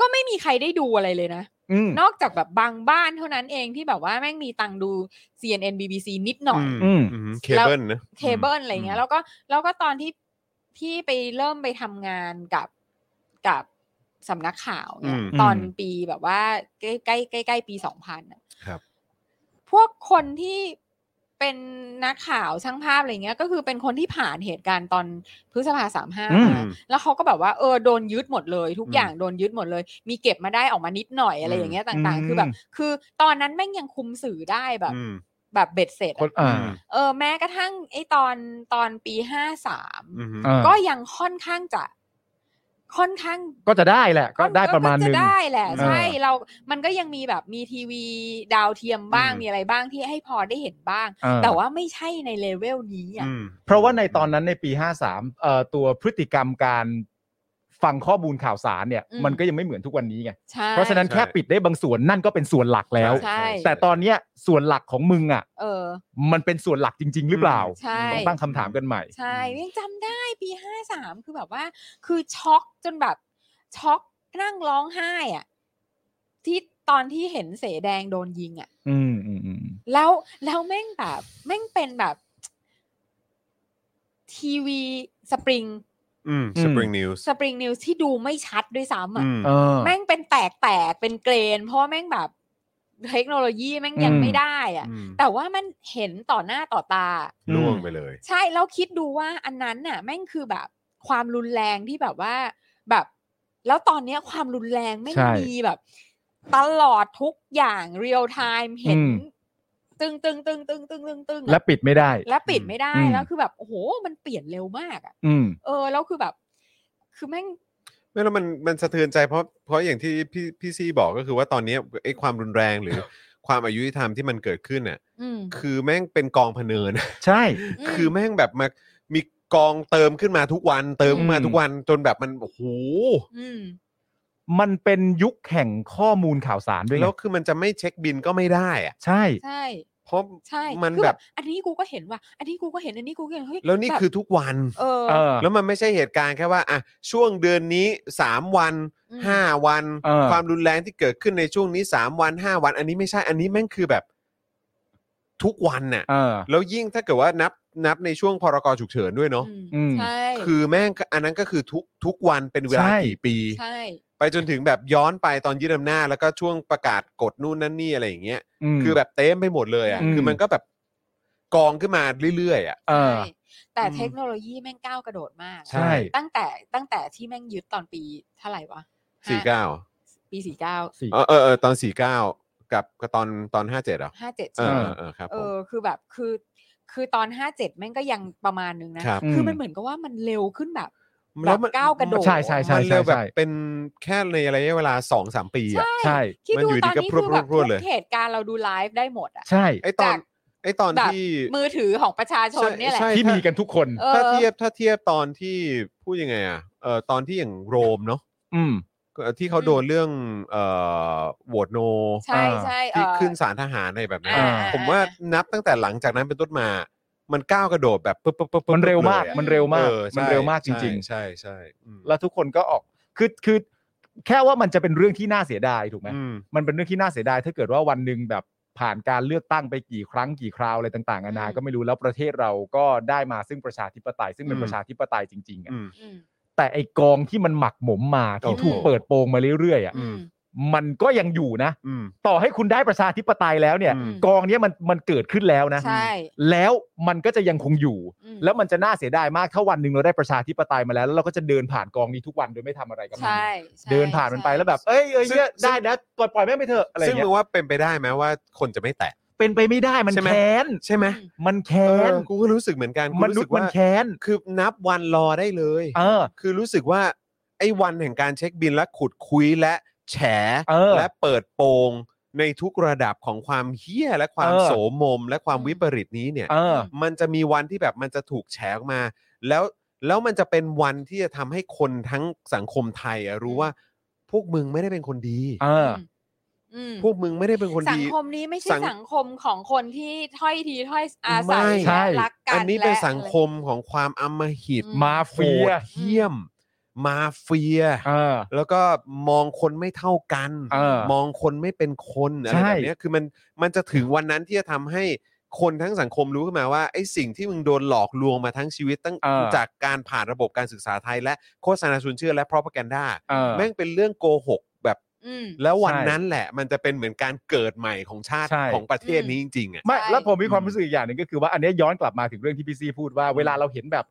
ก็ไม่มีใครได้ดูอะไรเลยนะ อืม นอกจากแบบบางบ้านเท่านั้นเองที่แบบว่าแม่งมีตังค์ดู CNN BBC นิดหน่อย อืมอืมเคเบิลนะ เคเบิลอะไรเงี้ยแล้วก็แล้วก็ตอนที่พี่ไปเริ่มไปทำงานกับกับสำนักข่าวเนี่ย อืม ตอนปีแบบว่าใกล้ใกล้ใกล้ใกล้ปีสองพันะครับ พวกคนที่เป็นนักข่าวช่างภาพอะไรเงี้ย ก็คือเป็นคนที่ผ่านเหตุการณ์ตอนพฤษภาสามห้า อืม แล้วเขาก็แบบว่าเออโดนยึดหมดเลย ทุก อืม อย่างโดนยึดหมดเลย มีเก็บมาได้ออกมานิดหน่อยอะไรอย่างเงี้ยต่าง ๆ คือแบบ ม คือตอนนั้นแม่งยังคุมสื่อได้แบบ อืม แบบเบ็ดเสร็จอะ คนอ่า เออแม้กระทั่งไอตอนตอนปีห้าสาม อืม อ่า ก็ยังค่อนข้างจะ ค่อนข้าง ก็จะได้แหละ ก็ได้ประมาณหนึ่ง ก็จะได้แหละ ใช่ เออ เรา มันก็ยังมีแบบมีทีวีดาวเทียมบ้าง อืม มีอะไรบ้างที่ให้พอได้เห็นบ้าง เออ แต่ว่าไม่ใช่ในเลเวลนี้อ่ะ อืม เพราะว่าในตอนนั้นในปี 53เอ่อตัวพฤติกรรมการฟังข้อมูลข่าวสารเนี่ย มันก็ยังไม่เหมือนทุกวันนี้ไง ใช่ เพราะฉะนั้น ใช่ แค่ปิดได้บางส่วนนั่นก็เป็นส่วนหลักแล้ว ใช่ แต่ตอนเนี้ยส่วนหลักของมึงอ่ะ เออ มันเป็นส่วนหลักจริง ๆ หรือเปล่า ใช่ ต้องตั้งคำถามกันใหม่ ใช่ยังจำได้ปีห้าสามคือแบบว่า คือช็อกจนแบบช็อกนั่งร้องไห้อ่ะที่ตอนที่เห็นเสแดงโดนยิงอ่ะ อืมอืมอืม แล้วแล้วแม่งแบบแม่งเป็นแบบ ทีวีสปริง อืม อืม Spring News สปริงนิวส์ที่ดูไม่ชัดด้วยซ้ำอ่ะ อืม เออ แม่งเป็นแตกแตกเป็นเกรน เพราะว่าแม่งแบบเทคโนโลยีแม่งยัง อืม ไม่ได้อ่ะ อืม แต่ว่ามันเห็นต่อหน้าต่อตา ล่วงไปเลย ใช่แล้วคิดดูว่าอันนั้นน่ะ แม่งคือแบบความรุนแรงที่แบบว่า แบบ แล้วตอนเนี้ยความรุนแรงไม่ง ใช่ มีแบบ ตลอดทุกอย่างเรียลไทม์เห็น อืม ตึงตึงตึงตึงตึงตึงตึงอะ และปิดไม่ได้ และปิดไม่ได้ อืม แล้วคือแบบโอ้โหมันเปลี่ยนเร็วมากอ่ะ อืม เออ แล้วคือแบบ คือแม่ง ไม่แล้วมันมันสะเทือนใจเพราะเพราะอย่างที่พี่พี่ซีบอกก็คือว่าตอนนี้ไอ้ความรุนแรงหรือ ความอายุธรรมที่มันเกิดขึ้นเนี่ย อืม คือแม่งเป็นกองพะเนิน ใช่ อืม คือแม่งแบบมามีกองเติมขึ้นมาทุกวัน เติมขึ้นมาทุกวันจนแบบมันโอ้โห อืม มันเป็นยุคแห่งข้อมูลข่าวสารด้วยไง แล้วคือมันจะไม่เช็คบินก็ไม่ได้อะ ใช่ ใช่ เพราะ ใช่ มัน คือ แบ แบบ บ อันนี้กูก็เห็นว่ะอันนี้กูก็เห็น อันนี้กูก็เห็น เฮ้ย แล้วนี่ บบ คือทุกวัน เออ เออ แล้วมันไม่ใช่เหตุการณ์แค่ว่าอ่ะช่วงเดือนนี้ 3 วัน อืม 5 วัน เออ ความรุนแรงที่เกิดขึ้นในช่วงนี้ 3 วัน 5 วัน อันนี้ไม่ใช่อันนี้แม่งคือแบบทุกวันน่ะ เออ แล้วยิ่งถ้าเกิดว่านับนับในช่วงพรกฉุกเฉินด้วยเนาะ ม อืม ใช่ คือแม่งก็อันนั้นก็คือทุกทุกวันเป็นเวลา ใช่ กี่ปี ใช่ ไปจนถึงแบบย้อนไปตอนยึดอำนาจแล้วก็ช่วงประกาศกฎนู่นนั่นนี่อะไรอย่างเงี้ย ม คือแบบเต็มไปหมดเลยอ่ะ อืม คือมันก็แบบกองขึ้นมาเรื่อยๆอ่ะ เออ ใช่ แต่ อืม เทคโนโลยีแม่งก้าวกระโดดมาก ใช่ ตั้งแต่ตั้งแต่ที่แม่งยึดตอนปีเท่าไหร่วะห้ สี่เก้า ปีสี่เก้า สี่ เออเออเออตอนสี่เก้ากับกับตอนตอนห้าเจ็ดอ่ะ ห้าเจ็ด เอ ใช่ อ ไเออหมเออครับ เอ ผม อ คือแบบคือ คือตอนห้าเจ็ดแม่งก็ยังประมาณนึงนะ ครับ คือ ม มันเหมือนกับว่ามันเร็วขึ้นแบบ แล้วแบบ มัน ก้าวกระโดด ใช่ใช่ใช่ มันเร็วแบบเป็นแค่ในระยะเวลาสองสามปีอ่ะ ใช่ คิด มัน ดู อยู่ ต ดี อน ก็ นี้ พรวด คือแบบ พรวดเลย ทุกเหตุการณ์เราดูไลฟ์ได้หมดอ่ะ ใช่ ไอตอน จาก ไอตอน แบบ ที่ มือถือของประชาชน ใช่ เนี่ยแหละ ใช่ ที่มีกันทุกคน เออ ถ้าเทียบถ้าเทียบตอนที่พูดยังไงอ่ะเออตอนที่อย่างโรมเนาะ อืม ก็ที่เขาโดนเรื่องเอ่อโหวตโน ใช่ อ่า ใช่ ที่ เอ่อ ขึ้นสารทหารอะไรแบบนี้น อ่า ผมว่านับตั้งแต่หลังจากนั้นเป็นต้นมา มันก้าวกระโดดแบบปึ๊บปึ๊บปึ๊บปึ๊บ มันเร็วมาก ลยอะ มันเร็วมาก ออใช่ มันเร็วมากจริง ใช่ใช่ใช่อืม ๆ แล้วทุกคนก็ออก คือคือ แค่ว่ามันจะเป็นเรื่องที่น่าเสียดายถูกไหม อืม มันเป็นเรื่องที่น่าเสียดาย ถ้าเกิดว่าวันหนึ่งแบบผ่านการเลือกตั้งไปกี่ครั้งกี่คราวอะไรต่างๆนานา อืม ก็ไม่รู้แล้วประเทศเราก็ได้มาซึ่งประชาธิปไตย ซึ่งเป็นประชาธิปไตยจริงๆอะ อืม อืม แต่ไอกองที่มันหมักหมมมาที่ถูก โอ้โห เปิดโปงมาเรื่อยๆอะ อืม มันก็ยังอยู่นะ อืม ต่อให้คุณได้ประชาธิปไตยแล้วเนี่ย อืม กองเนี้ยมันมันเกิดขึ้นแล้วนะ ใช่ แล้วมันก็จะยังคงอยู่ อืม แล้วมันจะน่าเสียดายมากถ้าวันหนึ่งเราได้ประชาธิปไตยมาแล้วแล้วเราก็จะเดินผ่านกองนี้ทุกวันโดยไม่ทำอะไรกับมั ใช่ใช่ เดินผ่านมันไปแล้วแบบ เอ้ยเอ้ย ซึ่ง เนี่ยได้นะปล่อยปล่อยแม่งไปเถอะอะไร ซึ่ง เงี้ มึ ย งว่าเป็นไปได้ไหมว่าคนจะไม่แตะ เป็นไปไม่ได้มัน ใช่ไหม แค้น ใช่ไหม มัน เอ แค้น อกูก็รู้สึกเหมือนกันกู ม รู้ นุสึษก ย์มัน ว่า แค้น คือนับวันรอได้เลย เออ คือรู้สึกว่าไอ้วันแห่งการเช็คบินและขุดคุยและแฉ เออ และเปิดโปงในทุกระดับของความเฮี้ย และความ เออ โสมม และความวิปริตนี้เนี่ย เออ มันจะมีวันที่แบบมันจะถูกแฉออกมา แล้วแล้วมันจะเป็นวันที่จะทำให้คนทั้งสังคมไทยอะรู้ว่าพวกมึงไม่ได้เป็นคนดี เออ อืม พวกมึงไม่ได้เป็นคน สัง ดี คมนี้ไม่ สั ใช่ ง สังคมของคนที่ถ้อยทีถ้อยอาศัย ไม่ใช่ และรักกัน อันนี้เป็น และ สังคมของความอำมหิต อื มา โห เฟีย ดเหี้ยม มาเฟีย เออ แล้วก็มองคนไม่เท่ากัน เออ มองคนไม่เป็นคนอะไร ใช่ แบบเนี้ยคือมันมันจะถึงวันนั้นที่จะทำให้คนทั้งสังคมรู้ขึ้นมาว่าไอ้สิ่งที่มึงโดนหลอกลวงมาทั้งชีวิตตั้ง เออ จากการผ่านระบบการศึกษาไทย และโฆษณาชวนเชื่อและพ r o p a g a n d a เออ แม่งเป็นเรื่องโกหกแบบ อืม แล้ววัน ใช่ นั้นแหละ มันจะเป็นเหมือนการเกิดใหม่ของชาติ ใช่ ของประเทศนี้จริงๆอ่ะ ไม่ ใช่ แล้วผมมีความรู้สึกอีกอย่างหนึ่งก็คือว่าอันเนี้ยย้อนกลับมาถึงเรื่องที่พี่ซีพูดว่าเวลาเราเห็นแบบ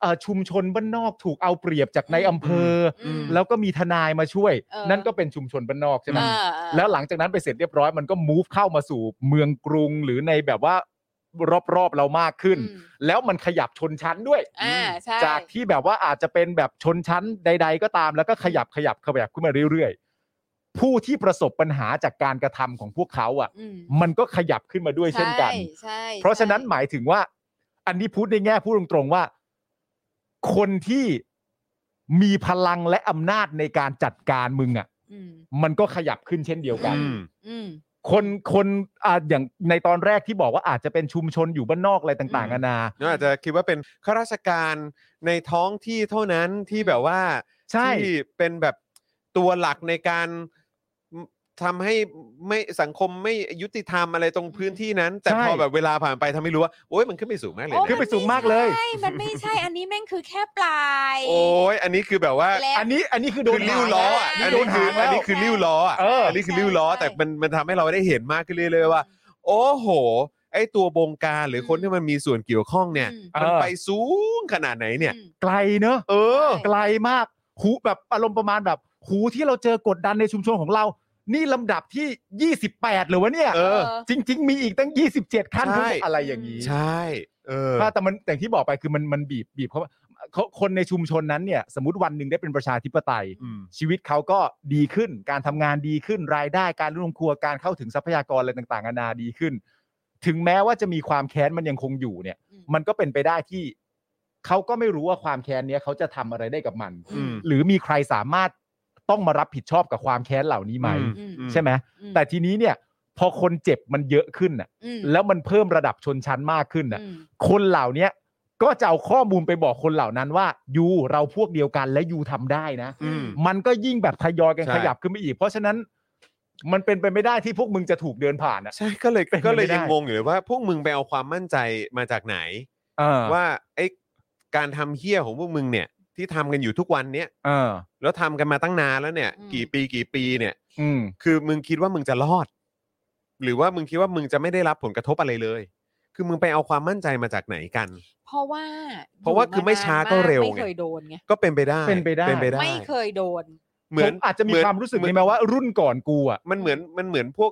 เอ่อชุมชนบ้านนอกถูกเอาเปรียบจากในอำเภออ ม แล้วก็มีทนายมาช่วย เออ นั่นก็เป็นชุมชนบ้านนอกใช่ไหม เออเออ แล้วหลังจากนั้นไปเสร็จเรียบร้อยมันก็ move เข้ามาสู่เมืองกรุงหรือในแบบว่า รอบๆเรามากขึ้น อืม แล้วมันขยับชนชั้นด้วย อ่าใช่ จากที่แบบว่าอาจจะเป็นแบบชนชั้นใด ๆ ก็ตามแล้วก็ขยับขยับขยับขึ้นมาเรื่อย ๆ ผู้ที่ประสบปัญหาจากการกระทำของพวกเขาอ่ะ อืม มันก็ขยับขึ้นมาด้วยเช่นกัน ใช่ใช่ เพราะฉะนั้น ใช่ หมายถึงว่า อันนี้พูดในแง่พูดตรงๆว่า คนที่มีพลังและอำนาจในการจัดการมึงอ่ะ อืม มันก็ขยับขึ้นเช่นเดียวกัน อืม อืม คนคนอาอย่างในตอนแรกที่บอกว่าอาจจะเป็นชุมชนอยู่บ้านนอกอะไรต่างอืๆม นานา เราอาจจะคิดว่าเป็นข้าราชการในท้องที่เท่านั้นที่แบบว่า ใช่ ที่เป็นแบบตัวหลักในการทำให้ไม่สังคมไม่ยุติธรรมอะไรตรงพื้นที่นั้น แต่ ใช่ พอแบบเวลาผ่านไปทำให้รู้ว่าโอ้ยมันขึ้นไปสูงมากเลย โอ้ ขึ้น นะ ไปสูงมากเลย ใช่ มันไม่ใช่ อันนี้แม่งคือแค่ปลาย โอ้ยอันนี้คือแบบว่า และ อันนี้อันนี้คือโด คื น อริ้วล้ออ่ะ หางแล้อัวน โด นี้ น คือ หาง อั แล้ น ว นี้คือริ้วล้ออ่ะ เอออั อันนี้คือริ้วล้อ ใช่ แต่มันมันทำให้เราได้เห็นมากขึ้นเรื่อยๆว่า โอ้โห ไอ้ตัวบงการหรือคนที่มันมีส่วนเกี่ยวข้องเนี่ย อืม เอ มัน อ ไปสูงขนาดไหนเนี่ย อืม ไกลเนอะ เออ ใช่ ไกลมากหูแบบอารมณ์ประมาณแบบ หูที่เราเจอกดดันในชุมชนของเรา นี่ลำดับที่ 28เลยวะเนี่ย เออ จริง ๆ มีอีกตั้ง 27 ขั้น ใช่ ขึ้นอะไรอย่างนี้ ใช่ เออ ถ้าแต่มันอย่างที่บอกไปคือมันมันบีบบีบเขาเขาคนในชุมชนนั้นเนี่ย สมมติวันหนึ่งได้เป็นประชาธิปไตย อืม ชีวิตเขาก็ดีขึ้น การทำงานดีขึ้น รายได้การร่วมครัวการเข้าถึงทรัพยากรอะไรต่างๆนานาดีขึ้น ถึงแม้ว่าจะมีความแค้นมันยังคงอยู่เนี่ย อืม มันก็เป็นไปได้ที่เขาก็ไม่รู้ว่าความแค้นเนี้ยเขาจะทำอะไรได้กับมัน อืม หรือมีใครสามารถต้องมารับผิดชอบกับความแค้นเหล่านี้ไหม อื อืม อื ใช่ไหม อืม แต่ทีนี้เนี่ยพอคนเจ็บมันเยอะขึ้นน่ะ อืม แล้วมันเพิ่มระดับชนชั้นมากขึ้นน่ะ อืม คนเหล่าเนี้ยก็จะเอาข้อมูลไปบอกคนเหล่านั้นว่ายูเราพวกเดียวกันและยูทำได้นะ อืม มันก็ยิ่งแบบทยอยกัน ใช่ ขยับขึ้นไปอีก เพราะฉะนั้นมันเป็นไปไม่ได้ที่พวกมึงจะถูกเดินผ่านอ่ะ ใช่ก็เลย เป็นไป ก็เลย ไม่ได้ ยังงงอยู่เลยว่า พวกมึงไปเอาความมั่นใจมาจากไหน เออ ว่าไอ้การทำเฮี้ยของพวกมึงเนี่ย ที่ทำกันอยู่ทุกวันเนี่ย เออ แล้วทำกันมาตั้งนานแล้วเนี่ย กี่ปีกี่ปีเนี่ย อืม คือมึงคิดว่ามึงจะรอด หรือว่ามึงคิดว่ามึงจะไม่ได้รับผลกระทบอะไรเลย คือมึงไปเอาความมั่นใจมาจากไหนกัน เพราะว่า เพราะว่าคือไม่ช้าก็เร็วไง ไม่เคยโดนไง ก็เป็นไปได้ เป็นไปได้ เป็นไปได้ ไม่เคยโดน เหมือน ผอาจจะมี เหน ความรู้สึก เหอ นี้ น ไหมว่ารุ่นก่อนกูอ่ะ มันเหมือนมันเหมือนพวก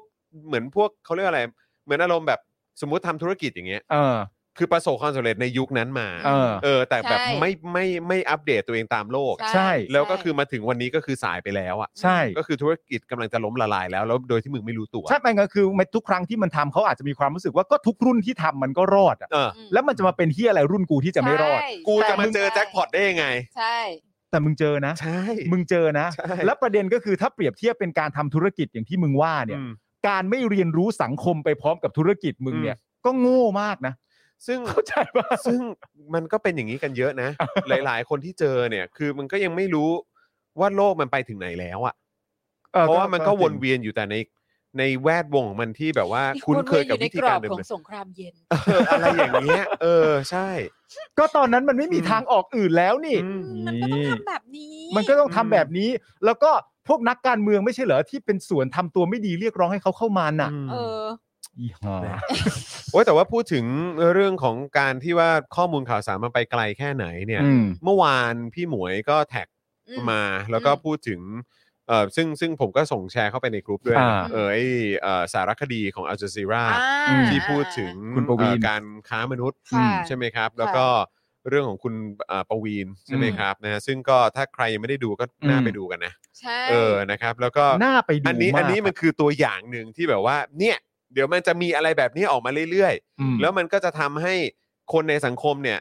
เหมือนพวกเขาเรียกอะไร เหมือนอารมณ์แบบสมมุติทำธุรกิจอย่างเงี้ย เออ คือประสบความสำเร็จในยุคนั้นมา เออ เออ แต่แบบ ใช่ ไม่ไม่ไม่อัปเดตตัวเองตามโลกอะ ใช่ แล้วก็คือมาถึงวันนี้ก็คือสายไปแล้วอ่ะ ใช่ ก็คือธุรกิจกำลังจะล้มละลายแล้วแล้วโดยที่มึงไม่รู้ตัว ใช่ไปก็คือมันทุกครั้งที่มันทำเขาอาจจะมีความรู้สึกว่าก็ทุกรุ่นที่ทำมันก็รอดอ่ะ เออ อืม แล้วมันจะมาเป็นเฮียอะไรรุ่นกูที่จะไม่รอด ใช่ กูจะมา ใช่ เจอแจ็คพอตได้ยังไง ใช่ แต่มึงเจอนะ ใช่ มึงเจอนะ ใช่ และประเด็นก็คือถ้าเปรียบเทียบเป็นการทำธุรกิจอย่างที่มึงว่าเนี่ย อืม การไม่เรียนรู้สังคมไปพร้อมกับธุรกิจมึงเนี่ย ก็โง่มากนะ ซึ่ง เข้าใจป่ะ ซึ่งมันก็เป็นอย่างนี้กันเย อะนะ หลาย ๆ คนที่เจอเนี่ย คือมันก็ยังไม่รู้ว่าโลกมันไปถึงไหนแล้วอะ ออ เพราะว่ามันก็วน จริง เวียนอยู่แต่ในในแวดวงของมันที่แบบว่า ที่ คุ้นเคยกับวิธีการ อ เดิ ยู่ในกรอบขอ ม งสงครามเย็น ๆเอออะไรอย่าง เงี้ย เออใช่ ก็ตอนนั้นมันไม่มี อืม ทางออกอื่นแล้วนี่ อืม มันก็ต้องทำแบบนี้ มันก็ต้องทำ อืม แบบนี้ แล้วก็พวกนักการเมืองไม่ใช่เหรอที่เป็นส่วนทำตัวไม่ดีเรียกร้องให้เขาเข้ามาน่ะ เออ อีห่า โอ้ยแต่ว่าพูดถึงเรื่องของการที่ว่าข้อมูลข่าวสารมันไปไกลแค่ไหนเนี่ย อืม เมื่อวานพี่หมวยก็แท็ก มาแล้วก็ อืม พูดถึงเออซึ่งซึ่งผมก็ส่งแชร์เข้าไปในกลุ่มด้วยนะ อ่า เออไอเอ่อสารคดีของอัลจ z ซีรา อ่า ที่พูดถึง คุณปวีณ เอ่อการค้ามนุษย์ ค่ะ ใช่ไหมครับ แล้วก็เรื่องของคุณเอ่อปวีณใช่ไหม อืม ครับนะฮะซึ่งก็ถ้าใครยังไม่ได้ดูก็น่า อืม ไปดูกันนะ ใช่ เออนะครับ แล้วก็ น่าไปดู อันนี้ มาก อันนี้มันคือตัวอย่างหนึ่งที่แบบว่า เนี่ย เดี๋ยวมันจะมีอะไรแบบนี้ออกมาเรื่อย ม ๆ แล้วมันก็จะทำให้คนในสังคมเนี่ย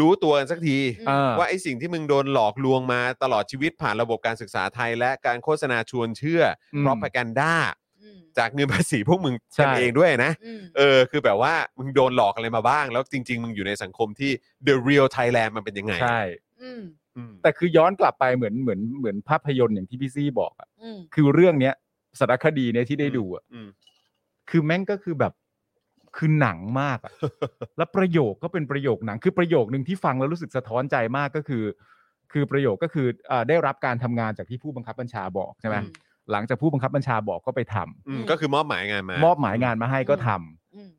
รู้ตัวกันสักที เออ ว่าไอ้สิ่งที่มึงโดนหลอกลวงมาตลอดชีวิตผ่านระบบการศึกษาไทย และการโฆษณาชวนเชื่อ อืม รอพกันด้า อืม จากเงินภาษีพวกมึง ใช่ กันเองด้วยนะ อืม เออ คือแบบว่ามึงโดนหลอกอะไรมาบ้าง แล้วจริง ๆ มึงอยู่ในสังคมที่ the real Thailand มันเป็นยังไง ใช่ อืม อืม แต่คือย้อนกลับไปเหมือนเหมือนเหมือนภาพยนตร์อย่างที่พี่ซี่บอกอะ อืม คือเรื่องเนี้ยสารคดีเนี้ยที่ได้ดูอะ อืม คือแม่งก็คือแบบคือหนังมากอะ แล้วประโยคก็เป็นประโยคหนังคือประโยคหนึ่งที่ฟังแล้วรู้สึกสะท้อนใจมากก็คือ คือประโยคก็คือเอ่อได้รับการทำงานจากที่ผู้บังคับบัญชาบอกใช่ไหม อืม หลังจากผู้บังคับบัญชาบอกก็ไปทำ อืมก็คือมอบหมายงานมาม ม อบหมายงานมาให้ก็ทำ อืม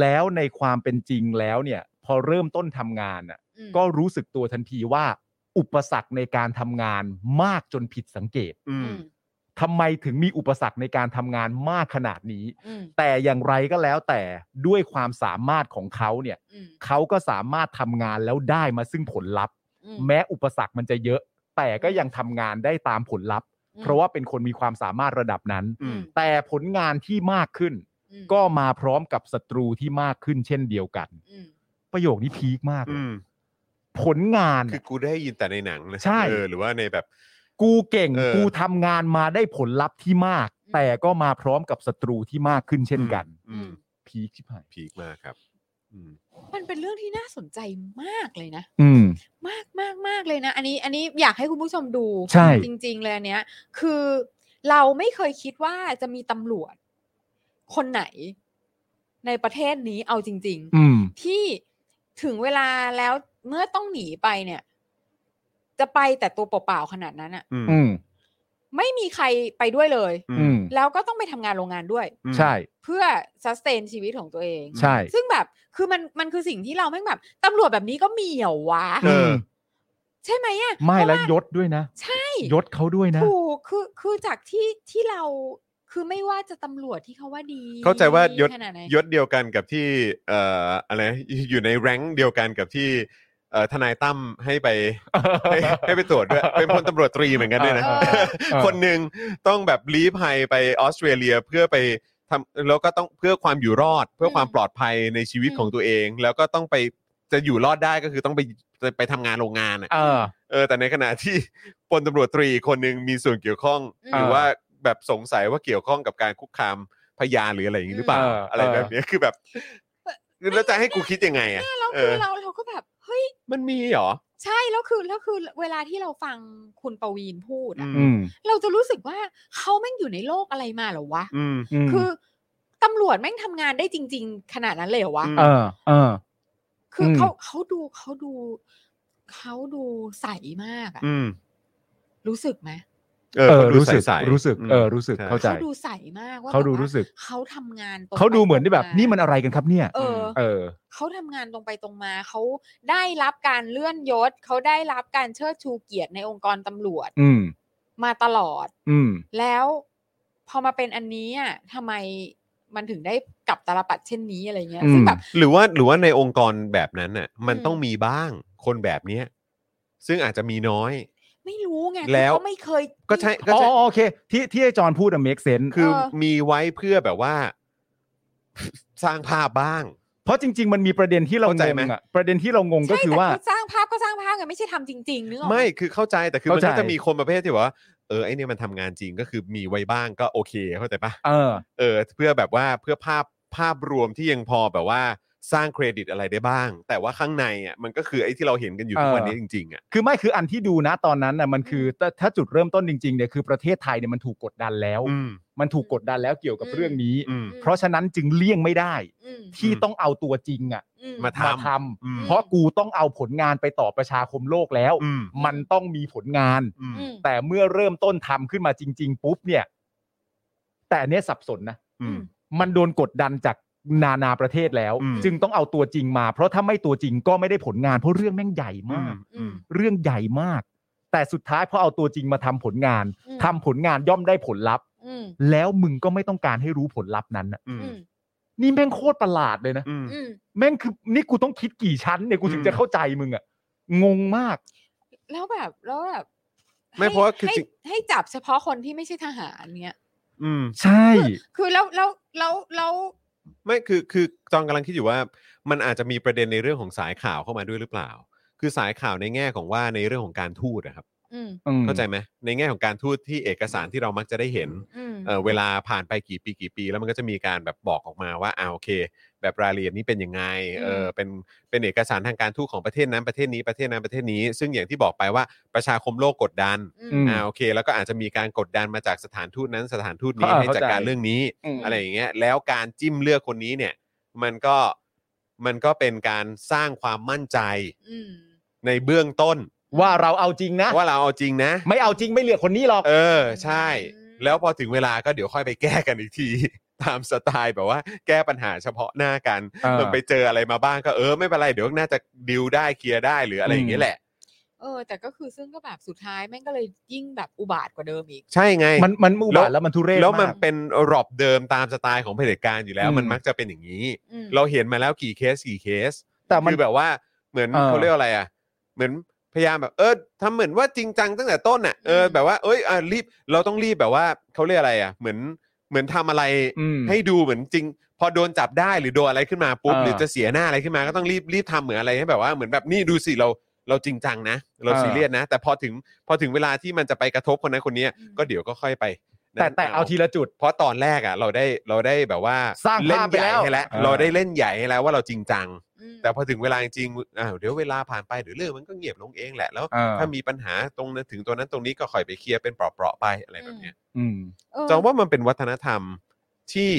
แล้วในความเป็นจริงแล้วเนี่ย พอเริ่มต้นทำงานน่ะ อืม ก็รู้สึกตัวทันทีว่า อุปสรรคในการทำงานมากจนผิดสังเกต อื อื ม ม ทำไมถึงมีอุปสรรคในการทำงานมากขนาดนี้ อืม แต่อย่างไรก็แล้วแต่ด้วยความสามารถของเขาเนี่ย อืม เขาก็สามารถทำงานแล้วได้มาซึ่งผลลัพธ์ อืม แม้อุปสรรคมันจะเยอะ แต่ก็ยังทำงานได้ตามผลลัพธ์ เพราะว่าเป็นคนมีความสามารถระดับนั้น อืม แต่ผลงานที่มากขึ้น อืม ก็มาพร้อมกับศัตรูที่มากขึ้นเช่นเดียวกัน อืม ประโยคนี้พีคมากเลย อืม ผลงาน คือ น่ะ กูได้ยินแต่ในหนังนะ ใช่ เออหรือว่าในแบบ กูเก่ง เออ กูทำงานมาได้ผลลัพธ์ที่มาก แต่ก็มาพร้อมกับศัตรูที่มากขึ้นเช่นกัน อืม พีคชิบหาย พีคมากครับ อืม มันเป็นเรื่องที่น่าสนใจมากเลยนะ อืม มากมากมากเลยนะ อันนี้อันนี้อยากให้คุณผู้ชมดู ใช่ จริง ๆ เลยอันเนี้ย คือเราไม่เคยคิดว่าจะมีตำรวจ คนไหน ในประเทศนี้เอาจริง อืม ๆ ที่ถึงเวลาแล้วเมื่อต้องหนีไปเนี่ย จะไปแต่ตัวเปล่าๆขนาดนั้นอะ อืม อืม ไม่มีใครไปด้วยเลย อื อืม แล้วก็ต้องไปทำงานโรงงานด้วย ใช่ เพื่อซัสเตนชีวิตของตัวเอง ใช่ ซึ่งแบบคือมันมันคือสิ่งที่เราแม่งแบบตำรวจแบบนี้ก็มีเหรอวะ เออ ใช่ไหมอะ ไม่ เพราะ แล้ว ว่า ยศด้วยนะ ใช่ ยศเขาด้วยนะ ถูกคือคือจากที่ที่เราคือไม่ว่าจะตำรวจที่เขาว่าดี เข้าใจว่ายศ ขนาดไหน ยศเดียวกันกับที่เอ่ออะไรอยู่ในแรงค์เดียวกันกับที่เอ่อทนายตั้มให้ไป ให้ให้ไปตรวจด้วย เป็นพลตำรวจตรีเหมือนกันด้วยนะ เออ ออ คนหนึ่งต้องแบบลี้ภัยไปออสเตรเลียเพื่อไปทำแล้วก็ต้องเพื่อความอยู่รอด เพื่อความปลอดภัยในชีวิต อืม ของตัวเอง แล้วก็ต้องไปจะอยู่รอดได้ก็คือต้องไปจะไปทำงานโรงงานอะ เออ เออแต่ในขณะที่ พลตำรวจตรีคนหนึ่งมีส่วนเกี่ยวข้อง อืม หรือว่าแบบสงสัยว่าเกี่ยวข้องกับการคุกคามพยานหรืออะไรอย่างนี้หรือเปล่า เอออ อะไรแบบเนี้ยคือแบบแล้วจะให้กูคิดยังไงอะ แล้ว เอ คือ อ เราเราก็แบบเฮ้ย มันมีเหรอ ใช่แล้วคือแล้วคือเวลาที่เราฟังคุณประวีนพูด อื อะ อื ม ม เราจะรู้สึกว่าเขาแม่งอยู่ในโลกอะไรมาเหรอวะ อืม อืม คือตำรวจแม่งทำงานได้จริง ๆ ขนาดนั้นเลยเหรอวะ อืม เออ เออ คืออ ม เขาเขาดูเขาดูเขาดูใสมากอะ อืม รู้สึกไหม เออเขาดู รู้สึก ใสๆ รู้สึก เออ ม รู้สึก ใช่ เข้าใจ เขาดูใสมากว่า เขาดู แบบว่า รู้สึก เขาทำงานตรง เขาดู ไป เหมือนที่แบบ ตรงา นี่มันอะไรกันครับเนี่ย เออ เออ เขาทำงานตรงไปตรงมาเขาได้รับการเลื่อนยศเขาได้รับการเชิดชูเกียรติในองค์กรตำรวจ อืม มาตลอด อืม แล้วพอมาเป็นอันนี้อ่ะทำไมมันถึงได้กลับตาลปัดเช่นนี้อะไรเงี้ย อืม ซึ่งแบบ หรือว่าหรือว่าในองค์กรแบบนั้นน่ะมัน อืม ต้องมีบ้างคนแบบเนี้ยซึ่งอาจจะมีน้อย ไม่รู้ไง แล้ว เขาไม่เคย ก็ใช่ก็ อ๋อ ใช่ โอเค ที่ที่ไอ้จอนพูดอะ make sense คือ เออ มีไว้เพื่อแบบว่า สร้างภาพบ้าง เพราะจริง ๆ มันมีประเด็นที่เรา เข้าง ใจ ง ไหม อะประเด็นที่เรางงก็ ใช่ คือ แต่ ว่า เขาสร้างภาพก็สร้างภาพไงไม่ใช่ทำจริงๆนึกออกห ไม่คือเข้าใจแต่คือมัน เข้าใจ ก็จะมีคนประเภทที่แบบว่าเออไอเนี่ยมันทำงานจริงก็คือมีไว้บ้างก็โอเคเข้าใจปะ เออ เออ เพื่อแบบว่าเพื่อภาพภาพรวมที่ยังพอแบบว่า สร้างเครดิตอะไรได้บ้าง แต่ว่าข้างในอ่ะมันก็คือไอ้ที่เราเห็นกันอยู่ทุกวันนี้จริง ๆอ่ะ คือไม่คืออันที่ดูนะตอนนั้นน่ะมันคือถ้าถ้าจุดเริ่มต้นจริงๆเนี่ยคือประเทศไทยเนี่ยมันถูกกดดันแล้ว อืม มันถูกกดดันแล้วเกี่ยวกับเรื่องนี้ อืม อืม เพราะฉะนั้นจึงเลี่ยงไม่ได้ อืม ที่ อืม ต้องเอาตัวจริงอ่ะ อื มาท มาท ำอืม ำเพราะกูต้องเอาผลงานไปต่อประชาคมโลกแล้ว อืม มันต้องมีผลงาน อืม อืม แต่เมื่อเริ่มต้นทำขึ้นมาจริง ๆ ปุ๊บเนี่ย แต่อันเนี้ยสับสนนะ อืม มันโดนกดดันจากนานาประเทศแล้ว อืม จึงต้องเอาตัวจริงมา เพราะถ้าไม่ตัวจริงก็ไม่ได้ผลงาน เพราะเรื่องแม่งใหญ่ อื มาก มอืม เรื่องใหญ่มาก แต่สุดท้ายพอเอาตัวจริงมาทำผลงาน อืม ทำผลงานย่อมได้ผลลัพธ์ อืม แล้วมึงก็ไม่ต้องการให้รู้ผลลัพธ์นั้นน่ะ อืม อืม นี่แม่งโคตรประหลาดเลยนะ อืม อืม แม่งคือนี่กูต้องคิดกี่ชั้นเนี่ยกูถึงจะเข้าใจมึงอะงงมาก แล้วแบบแล้วแบบ ไม่ ให้ เพราะว่าคือ ให้ จริง ให้จับเฉพาะคนที่ไม่ใช่ทหารเนี้ย อืม ใช่ คือแล้วแล้วแล้วแล้ว ไม่คือคือจองกำลังคิดอยู่ว่ามันอาจจะมีประเด็นในเรื่องของสายข่าวเข้ามาด้วยหรือเปล่า คือสายข่าวในแง่ของว่าในเรื่องของการทูตนะครับ อืม อืม เข้าใจไหมในแง่ของการทูตที่เอกสารที่เรามักจะได้เห็น อืม เอ่อเวลาผ่านไปกี่ปีกี่ปี แล้วมันก็จะมีการแบบบอกออกมาว่าอ่าโอเค แบบรายละเอียดนี้เป็นยังไงเออเป็นเป็นเอกสารทางการทูตของประเทศนั้นประเทศนี้ประเทศนั้นประเทศนี้ ซึ่งอย่างที่บอกไปว่าประชาคมโลกกดดัน อืม อ่าโอเคแล้วก็อาจจะมีการกดดันมาจากสถานทูตนั้นสถานทูตนี้ อ่า ให้จัด เข้าใจ การเรื่องนี้ อืม อะไรอย่างเงี้ยแล้วการจิ้มเลือกคนนี้เนี่ย มันก็มันก็เป็นการสร้างความมั่นใจ อืม ในเบื้องต้น ว่าเราเอาจริงนะ ว่าเราเอาจริงนะ ไม่เอาจริงไม่เลือกคนนี้หรอก เออใช่ อืม แล้วพอถึงเวลาก็เดี๋ยวค่อยไปแก้กันอีกที ตามสไตล์แบบว่า แก้ปัญหาเฉพาะหน้ากัน เออ มันไปเจออะไรมาบ้างก็เออไม่เป็นไรเดี๋ยวน่าจะดิวได้เคลียร์ได้หรืออะไรอย่างเงี้ยแหละ เออ แต่ก็คือซึ่งก็แบบสุดท้ายแม่งก็เลยยิ่งแบบอุบาทกว่าเดิมอีก ใช่ไง มันมันอุบาทแล้วมันทุเรศ แล้วมัน มาก เป็นรอบเดิมตามสไตล์ของเผด็จการอยู่แล้ว อืม มันมักจะเป็นอย่างนี้ อืม เราเห็นมาแล้วกี่เคสกี่เคส แต่มัน คือแบบว่าเหมือน เออ เขาเรียกอะไรอ่ะ เหมือนพยายามแบบเออทำเหมือนว่าจริงจังตั้งแต่ต้นน่ะเออ อืม แบบว่าเอ้ยอ่ะรีบเราต้องรีบแบบว่าเขาเรียกอะไรอ่ะ เหมือนเหมือนทำอะไร อืม ให้ดูเหมือนจริง พอโดนจับได้หรือโดนอะไรขึ้นมาปุ๊บ เออ หรือจะเสียหน้าอะไรขึ้นมาก็ต้องรีบรีบทำเหมือนอะไรให้แบบว่าเหมือนแบบนี่ดูสิเราเราจริงจังนะ เรา เออ ซีเรียสนะ แต่พอถึงพอถึงเวลาที่มันจะไปกระทบคนนั้นคนนี้ก็เดี๋ยวก็ค่อยไป แต่ นั้น แต่เอาทีละจุด เพราะตอนแรกอ่ะเราได้เราได้แบบว่า สร้าง เล่น ภาพไป ใหญ่ แล้ว ให้แล้ว เออ เราได้เล่นใหญ่ให้แล้วว่าเราจริงจัง อืม แต่พอถึงเวลาจริงๆอ้าวเดี๋ยวเวลาผ่านไปเดี๋ยวเรื่องมันก็เงียบลงเองแหละแล้ว เออ ถ้ามีปัญหาตรงนั้นถึงตัวนั้นตรงนี้ก็ค่อยไปเคลียร์เป็นเปราะๆไปอะไร อืม แบบเนี้ย อืม เออ จองว่ามันเป็นวัฒนธรรมที่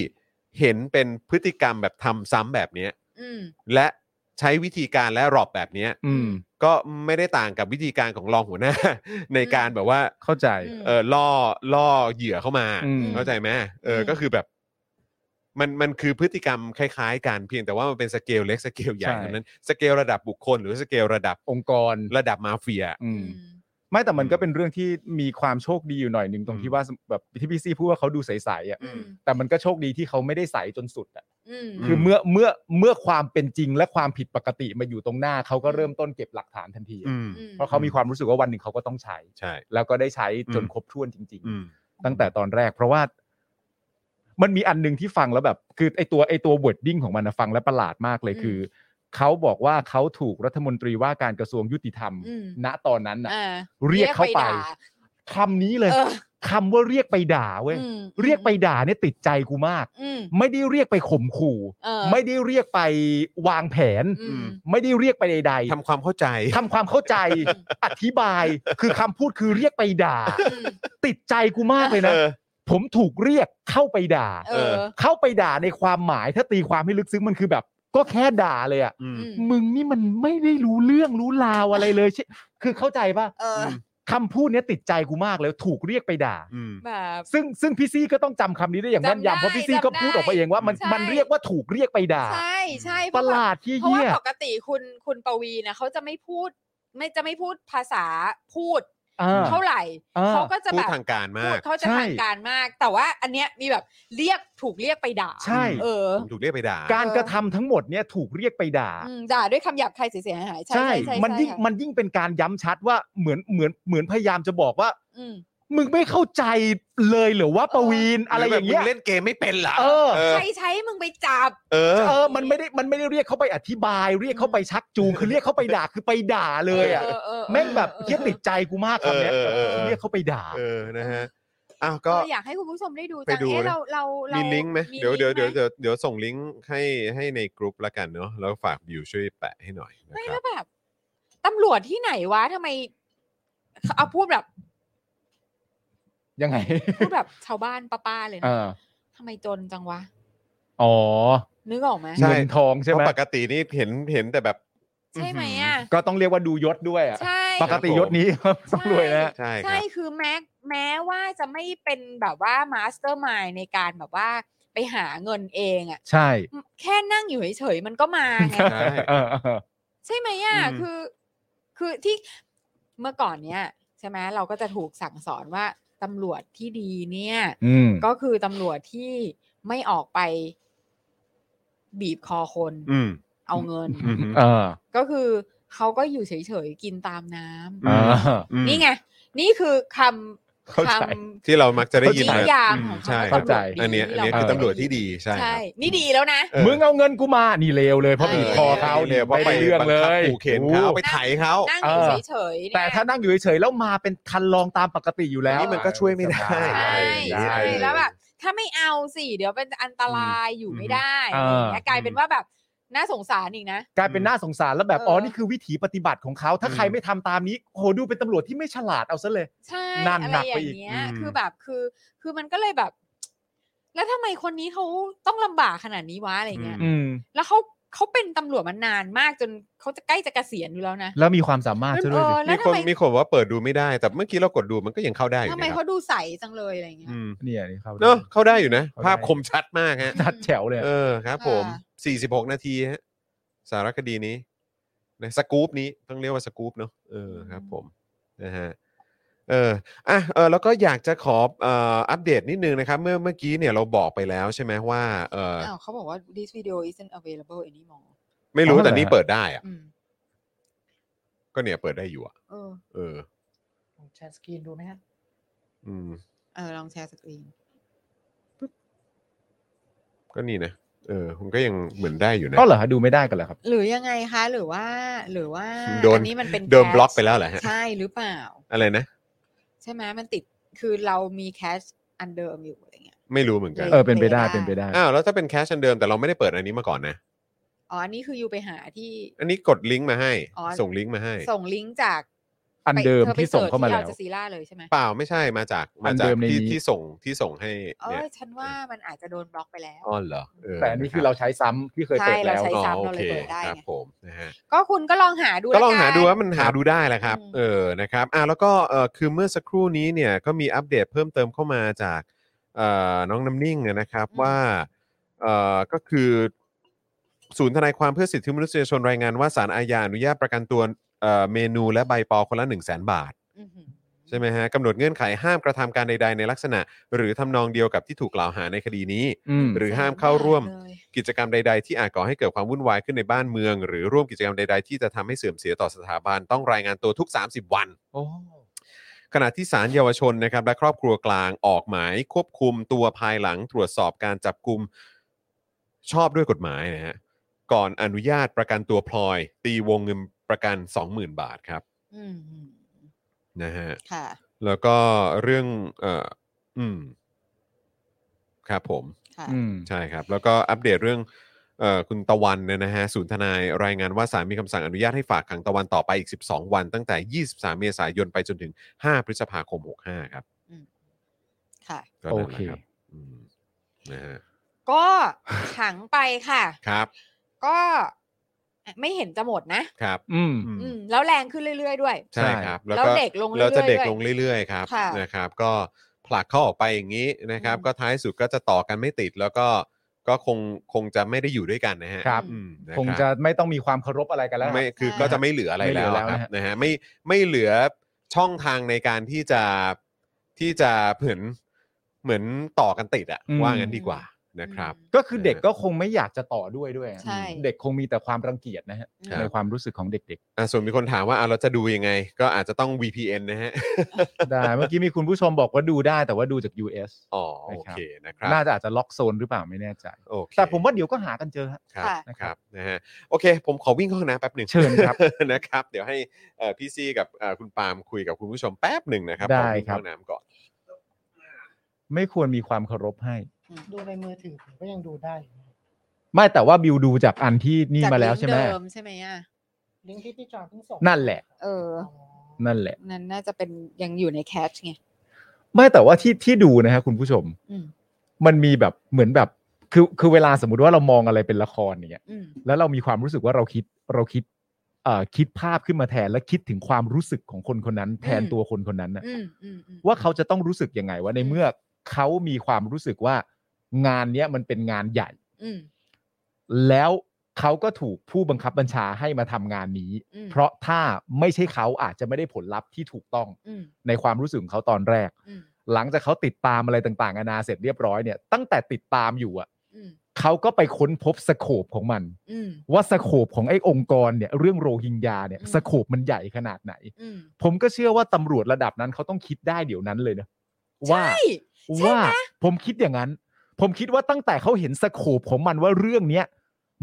เห็นเป็นพฤติกรรมแบบทำซ้ำแบบเนี้ย อืม และใช้วิธีการและรอบแบบเนี้ย อืม ก็ไม่ได้ต่างกับวิธีการของรองหัวหน้า ในการแบบว่า เข้าใจ อืม เออล่อล่อเหยื่อเข้ามา อืม เข้าใจไหมเอออ ม ก็คือแบบ มันมันคือพฤติกรรมคล้ายๆกันเพียงแต่ว่ามันเป็นสเกลเล็กสเกลใหญ่ ใช่ เท่านั้นสเกลระดับบุคคล หรือสเกลระดับ องค์กร ระดับมาเฟีย อื อื ม ม ไม่แต่มัน อืม ก็เป็นเรื่องที่มีความโชคดีอยู่หน่อยหนึ่งตรง อืม ที่ว่าแบบที่พี่ซีพูดว่าเขาดูใสๆอ่ะ อืม แต่มันก็โชคดีที่เขาไม่ได้ใสจนสุดอ่ะ อืม อื คือเมื่อเมื่อเมื่อความเป็นจริงและความผิดปกติมาอยู่ตรงหน้าเขาก็เริ่มต้นเก็บหลักฐานทันทีอะ อืม อืม เพราะเขามีความรู้สึกว่าวันหนึ่งเขาก็ต้องใช้ ใช่ แล้วก็ได้ใช้จน อืม ครบถ้วนจริง อืม ๆ ตั้งแต่ตอนแรก เพราะว่ามันมีอันหนึ่งที่ฟังแล้วแบบ คือไอตัวไอตัววอร์ดดิ้งของมันนะฟังแล้วประหลาดมากเลย อืม คือเขาบอกว่าเขาถูกรัฐมนตรีว่าการกระทรวงยุติธรรม อืม ณตอนนั้นน่ะ อ่า เรียกเข้าไป ด่ คำนี้เลย เออ คำว่าเรียกไปด่าเว้ย อืม เรียกไปด่าเนี่ยติดใจกูมาก อืม ไม่ได้เรียกไปข่มขู่ เออ ไม่ได้เรียกไปวางแผน อืม ไม่ได้เรียกไปใด ทำความเข้าใจ ๆทำความเข้าใจ อธิบาย คือคำพูดคือเรียกไปด่า อืม ติดใจกูมากเลยนะ เออ ผมถูกเรียกเข้าไปด่า เออ เข้าไปด่าในความหมาย ถ้าตีความให้ลึกซึ้งมันคือแบบ ก็แค่ด่าเลยอะ อืม อืม มึงนี่มันไม่ได้รู้เรื่องรู้ราวอะไรเลยใช่คือเข้าใจปะ เอออ ม คำพูดเนี้ยติดใจกูมากเลยถูกเรียกไปด่า อืม แบบ ซึ่งซึ่งพี่ซี่ก็ต้องจำคำนี้ได้อย่างแม่น จำได้ ยำเพราะพี่ซี่ก็พูดออกไปเองว่ามัน ใช่ มันเรียกว่าถูกเรียกไปด่า ใช่ใช่เพ ป ราะ ระห ว่า ลาดที่ เพราะว่า เยี่ย ปกติคุณคุณปวีนะเขาจะไม่พูด ไม่จะไม่พูดภาษาพูด อ่า เท่าไหร่ อ่า เขาก็จะ พู แบ ด บ ทางการ พู มา ด ก เขาจะ ใช่ ทางการมาก แต่ว่าอันเนี้ยมีแบบเรียกถูกเรียกไปด่า ใช่ เออ ถูกเรียกไปด่า การกระทำทั้งหมดเนี่ยถูกเรียกไปด่า อืมด่าด้วยคำหยาบคายเสียหายๆใช่ใช่ใช่ มันยิ่ง ใช่ มันยิ่งเป็นการย้ำชัดว่าเหมือนเหมือนเหมือนพยายามจะบอกว่า อืม มึงไม่เข้าใจเลยเหรือว่า เออ ประวีนอะไรอย่างเงี้ย หแบบมึเล่นเกมไม่เป็นเหรอ เออ เออ ใช่ใช้มึงไปจับ เออ เออมันไม่ได้มันไม่ได้เรียกเขาไปอธิบาย เรียกเขาไปชักจูงคือเรียกเขาไปด่าคือไปด่าเลยอ่ะ เเออ แม่งแบบ เออ เฮียติดใจกูมากคำเนี้ย เออเออเออ เรียกเขาไปด่า เออนะฮะอ้าว เอ ก็ ออยากให้คุณผู้ชมได้ดู ไป จัง ดู เอ๊ะ นะ เราเราเรา มี มี ลิงก์ไหมเดี๋ยวเดี๋ยว ลิงก์ เดี๋ยว ไหม เดี๋ยวเดี๋ยวส่งลิงก์ให้ให้ในกรุ๊ปละกันเนาะแล้วฝากบิวช่วยแปะให้หน่อยนะ ไม่ ครับ แล้วแบบตำรวจที่ไหนวะทำไม เอาพูดแบบ ยังไง พูดแบบชาวบ้านป้าๆเลย เอ นะ อ ทำไมจนจังวะ อ๋อ นึกออกไหม ใช่ เงินทองใช่ไหม เพราะปกตินี่เห็นเห็นแต่แบบ ใช่ไหมอ่ะ ก็ต้องเรียกว่าดูยศด้วยอะ ใช่ ปกติยศนี้ ครับต้องรวยนะ ใช่ค ใช่ รับ คือแม้แม้ว่าจะไม่เป็นแบบว่ามาสเตอร์มายในการแบบว่าไปหาเงินเองอ่ะ ใช่ แค่นั่งอยู่เฉยๆมันก็มาไง ใช่ เออเออเออ ใช่ไหมอ่ะ อืม คือ คือที่เมื่อก่อนเนี้ยใช่ไหมเราก็จะถูกสั่งสอนว่าตำรวจที่ดีเนี่ย อืม ก็คือตำรวจที่ไม่ออกไปบีบคอคน อืม เอาเงิน อืม เออ ก็คือเขาก็อยู่เฉยๆกินตามน้ เอ ำ อ อืม นี่ไง นี่คือคำ เข้า ค ใจ ำ ที่เรามักจะได้ยิน นิยาม อื ของ ใช่ คำว่า เข้าใจ อันเนี้ยอันเนี้ย ที่ คือ เรา ตำรวจที่ดีใช่ ใช่ ครับ นี่ดีแล้วนะ เออ มึงเอาเงินกูมานี่เลวเลยเพราะ เออ บีบคอเขา เลวเพราะ ไม่ ไป ได้เรื่อง บัง เล คับ ย ขู่เข็นเขาไป นั่ง ไถเขา นั่งอยู่เฉยๆเนี่ย แต่ถ้านั่งอยู่เฉยๆแล้วมาเป็นคันลองตามปกติอยู่แล้ว นี่มันก็ช่วยไม่ได้ ใช่ อะไรอย่างเงี้ย ใช่ เออ แล้วแบบถ้าไม่เอาสิเดี๋ยวเป็นอันตรายอยู่ไม่ได้ เอ อะไรอย่าง อ เงี้ยกลายเป็นว่าแบบน่าสงสารอีกนะ กลายเป็นน่าสงสารแล้วแบบ เอออ๋ อ๋อนี่คือวิถีปฏิบัติของเขาถ้าใครไม่ทำตามนี้โหดูเป็นตำรวจที่ไม่ฉลาดเอาซะเลย ใช่ นั่น อะ หนั ไร ก อ ไปอีย่าง ก เงี้ย อืม คือแบบคือคือมันก็เลยแบบ แล้วทำไมคนนี้เขาต้องลำบากขนาดนี้วะอะไรเงี้ย อืม แล้วเขาเขาเป็นตำรวจมานานมากจนเขาจะใกล้จะเกษียณอยู่แล้วนะ แล้วมีความสามารถ มัน ซะ เอ ด้วย อ ดิ แล้ มี ว ค ทำ น ไม มีคนว่าเปิดดูไม่ได้ แต่เมื่อกี้เรากดดูมันก็ยังเข้าได้อยู่ ทำไม นะค เขา รับ ดูใสจังเลยอะไรเงี้ย อืม เนี่ยนี่เขา เนอะเข้าได้อยู่นะ เข้ได้ ภาพคมชัดมากฮะ ชัดแฉวเลย เออครับ ผม ค่ะ 46 นาทีฮะสารคดีนี้ นะสกู๊ปนี้ต้องเรียกว่าสกู๊ปเนาะเออครับผมนะฮะเอออ่ะเออแล้วก็อยากจะขอเอ่ออัปเดตนิดนึงนะครับ เมื่อเมื่อกี้เนี่ยเราบอกไปแล้วใช่ไหมว่าเออ อ้าวเขาบอกว่า this video isn't available anymore ไม่รู้ อ๋อเหรอ แต่นี่เปิดได้อะ อืม ก็เนี่ยเปิดได้อยู่อะ เออ เออ ผมแชร์สกรีนดูไหมฮะ อืม เออ ลองแชร์สกรีน ก็นี่นะเออมันก็ยังเหมือนได้อยู่นะ ก็เหรอฮะดูไม่ได้กันเหรอครับ หรือยังไงคะ หรือว่า หรือว่า โดน อันี้มันเป็น โดน แคช บล็อกไปแล้วเหรอฮะ ใช่หรือเปล่า อะไรนะ ใช่ไหมมันติดคือเรามีแคชอันเดิมอยู่อะไรเงี้ย ไม่รู้เหมือนกัน เออเป็นไปได้ ไม่ได้ เป็นไปได้ อ้าวแล้วถ้าเป็นแคชอันเดิมแต่เราไม่ได้เปิดอันนี้มาก่อนนะ อ๋อ อันนี้คืออยู่ไปหาที่ อันนี้กดลิงก์มาให้ อ๋อ ส่งลิงก์มาให้ ส่งลิงก์จาก อันเดิม ไปธไป ที่ส่งเข้ามาแล้ว สิร์ชที่ซีล่าเลยใช่ไหม เปล่าไม่ใช่มาจาก อั มาน จาก เดิมใน ที่ นี้ ที่ส่งที่ส่งให้ เอ เนี่ย อฉันว่ามันอาจจะโดนบล็อกไปแล้ว อ๋อเหรอเ แต่อันนี้คือเราใช้ซ้ำที่เคย ใช่ เปิดแล้ว เราใช้ อ๋อ ซ้ำ โอ เราเลย เค เปิดได้ไง ครับผมนะฮะ ก็คุณก็ลองหาดู ก็ลอง ะน หาดูว่ามันหาดูได้แหละครับ อืม เออนะครับอ่ะแล้วก็เออคือเมื่อสักครู่นี้เนี่ยก็มีอัปเดตเพิ่มเติมเข้ามาจากเอ่อน้องน้ำนิ่งนะครับว่าเอ่อก็คือศูนย์ทนายความเพื่อสิทธิมนุษยชนรายงานว่าสารอาญาอนุญาตประกันตัวเอ่อเมนูและใบปอคนละ 1 0 0 0 0แสนบาท อื้อหือ ใช่ไหมฮะกำหนดเงื่อนไขห้ามกระทำการใด ๆ ในลักษณะ หรือทำนองเดียวกับที่ถูกกล่าวหาในคดีนี้ อืม หรือห้ามเข้าร่วม เลย กิจกรรมใด ๆ ที่อาจก่อให้เกิดความวุ่นวายขึ้นในบ้านเมือง หรือร่วมกิจกรรมใด ๆ ที่จะทำให้เสื่อมเสียต่อสถาบันต้องรายงานตัวทุก 30 วัน ขณะที่ศาลเยาวชนนะครับและครอบครัวกลางออกหมายควบคุมตัวภายหลังตรวจสอบการจับกลุ่มชอบด้วยกฎหมายนะฮะก่อนอนุญาตประกันตัวพลอย ตีวงเงินประกัน 20,000 บาทครับ อืมหือ นะฮะ ค่ะ แล้วก็เรื่องเอ่ออืม ครับผม ค่ะ อืม ใช่ครับ แล้วก็อัปเดตเรื่องเอ่อคุณตะวันเนยนะฮะศูนย์ทนายรายงานว่าศาลมีคำสั่งอนุญาตให้ฝากขังตะวันต่อไปอีก 12 วัน ตั้งแต่ 23 เมษายนไปจนถึง 5 พฤษภาคม 65 ครับ ค่ะ ก็ โอ นั่นแห เค ละครับอืมนะฮะ ก็ถังไปค่ะ ครับ ก็ไม่เห็นจะหมดนะ ครับ อืม อืม อืมแล้วแรงขึ้นเรื่อย ๆ ด้วย ใช่ครับ แล้ว แล้ว ก็ เด็กลงเรื่อยๆ แล้วจะเด็ก ด้วย ลงเรื่อยๆครับ ค่ะ นะครับ ก็ผลักเข้าออกไปอย่างนี้นะครับ อืม ก็ท้ายสุดก็จะต่อกันไม่ติด แล้วก็ก็คงคงจะไม่ได้อยู่ด้วยกันนะฮะ ครับ อืมนรับ คงจะไม่ต้องมีความเคารพอะไรกันแล้ว ไม่คือ ใช่ ก็จะไม่เหลืออะไร ไม่เหลื แล้ว อ ค แล้ว รับ นะฮะ นะฮะไม่ไม่เหลือช่องทางในการที่จะที่จะเหมือนเหมือนต่อกันติดอะว่างั้นดีกว่านะครับ ก็คือเด็กก็คงไม่อยากจะต่อด้วยด้วย ใช่ เด็กคงมีแต่ความรังเกียจนะฮะ อื ครั ม บ ในความรู้สึกของเด็ก อ่ะส่วนมีคนถามว่าอ่ะเราจะดูยังไง ก็อาจจะต้อง VPN นะฮะ ๆ ได้เมื่อกี้มีคุณผู้ชมบอกว่าดูได้แต่ว่าดูจาก US อ๋อโอเคนะครับ น่าจะอาจจะล็อกโซนหรือเปล่าไม่แน่ใจ โอเค แต่ผมว่าเดี๋ยวก็หากันเจอฮะ ครับ ค่ะ ครับนะฮะโอเค ผมขอวิ่งเข้าห้องน้ำแป๊บหนึ่ง เชิญครับ นะครับ เดี๋ยวให้เอ่อพี่ซีกับเอ่อคุณปาล์มคุยกับคุณผู้ชมแป๊บหนึ่งนะครับขอวิ่งเข้าห้องน้ำก่อน ไม่ควรมีความเคารพให้ ดูในมือถือผมก็ยังดูได้อยู่นะ ไม่แต่ว่าบิวดูจากอันที่นี่ จาก มาแล้วใช่ไหม ลิงก์เดิมใช่ไหมอ่ะ ลิงก์ที่พี่จอนเพิ่งส่ง นั่นแหละ เออ อ๋อ นั่นแหละ นั่นน่าจะเป็นยังอยู่ในแคชไง ไม่แต่ว่าที่ที่ดูนะฮะคุณผู้ชม อืม มันมีแบบเหมือนแบบ คือคือเวลาสมมติว่าเรามองอะไรเป็นละครอย่างเงี้ย อืม แล้วเรามีความรู้สึกว่าเราคิดเราคิดเอ่อคิดภาพขึ้นมาแทนและคิดถึงความรู้สึกของคนคนนั้น แทนตัวคนคนนั้นนะ อืมอืมอืม ว่าเขาจะต้องรู้สึกยังไงว่าในเมื่อเขามีความรู้สึกว่างานเนี้ยมันเป็นงานใหญ่ อืม แล้วเขาก็ถูกผู้บังคับบัญชาให้มาทำงานนี้ อืม เพราะถ้าไม่ใช่เขาอาจจะไม่ได้ผลลัพธ์ที่ถูกต้อง อืม ในความรู้สึกของเขาตอนแรก อืม หลังจากเขาติดตามอะไรต่างๆนานาเสร็จเรียบร้อยเนี่ยตั้งแต่ติดตามอยู่อ่ะ อืม เขาก็ไปค้นพบสโคปของมัน อืม ว่าสโคปของไอ้องค์กรเนี่ยเรื่องโรฮิงญาเนี่ย อืม สโคปมันใหญ่ขนาดไหน อืม ผมก็เชื่อว่าตำรวจระดับนั้นเขาต้องคิดได้เดี๋ยวนั้นเลยนะว่า ใช่ใช่ ว่า ไหม ผมคิดอย่างนั้น ผมคิดว่าตั้งแต่เขาเห็นสโคปของมันว่าเรื่องเนี้ย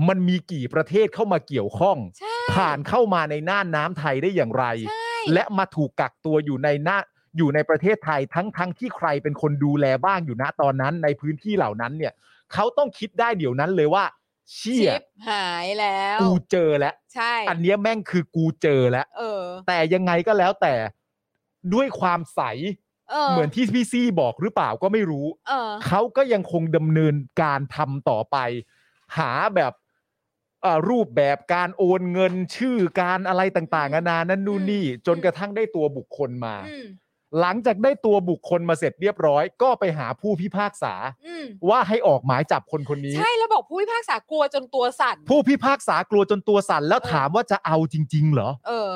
มันมีกี่ประเทศเข้ามาเกี่ยวข้อง ใช่ ผ่านเข้ามาในน่านน้ำไทยได้อย่างไร ใช่ และมาถูกกักตัวอยู่ในหน้าอยู่ในประเทศไทยทั้งทั้งที่ใครเป็นคนดูแลบ้างอยู่ณตอนนั้นในพื้นที่เหล่านั้นเนี่ยเขาต้องคิดได้เดี๋ยวนั้นเลยว่า เชี่ย ชิปหายแล้ว กูเจอแล้ว ใช่ อันเนี้ยแม่งคือกูเจอแล้ว เออ แต่ยังไงก็แล้วแต่ด้วยความใส เออ เหมือนที่พี่ซี่บอกหรือเปล่าก็ไม่รู้ เออ เขาก็ยังคงดำเนินการทำต่อไป หาแบบเอ่อรูปแบบการโอนเงินชื่อการอะไรต่างๆนานานั่นนู่นนี่ จนกระทั่งได้ตัวบุคคลมา อืม หลังจากได้ตัวบุคคลมาเสร็จเรียบร้อย ก็ไปหาผู้พิพากษา อืม ว่าให้ออกหมายจับคนคนนี้ ใช่แล้วบอกผู้พิพากษากลัวจนตัวสั่น ผู้พิพากษากลัวจนตัวสั่นแล้วถามว่าจะเอาจริง ๆ เหรอ เออ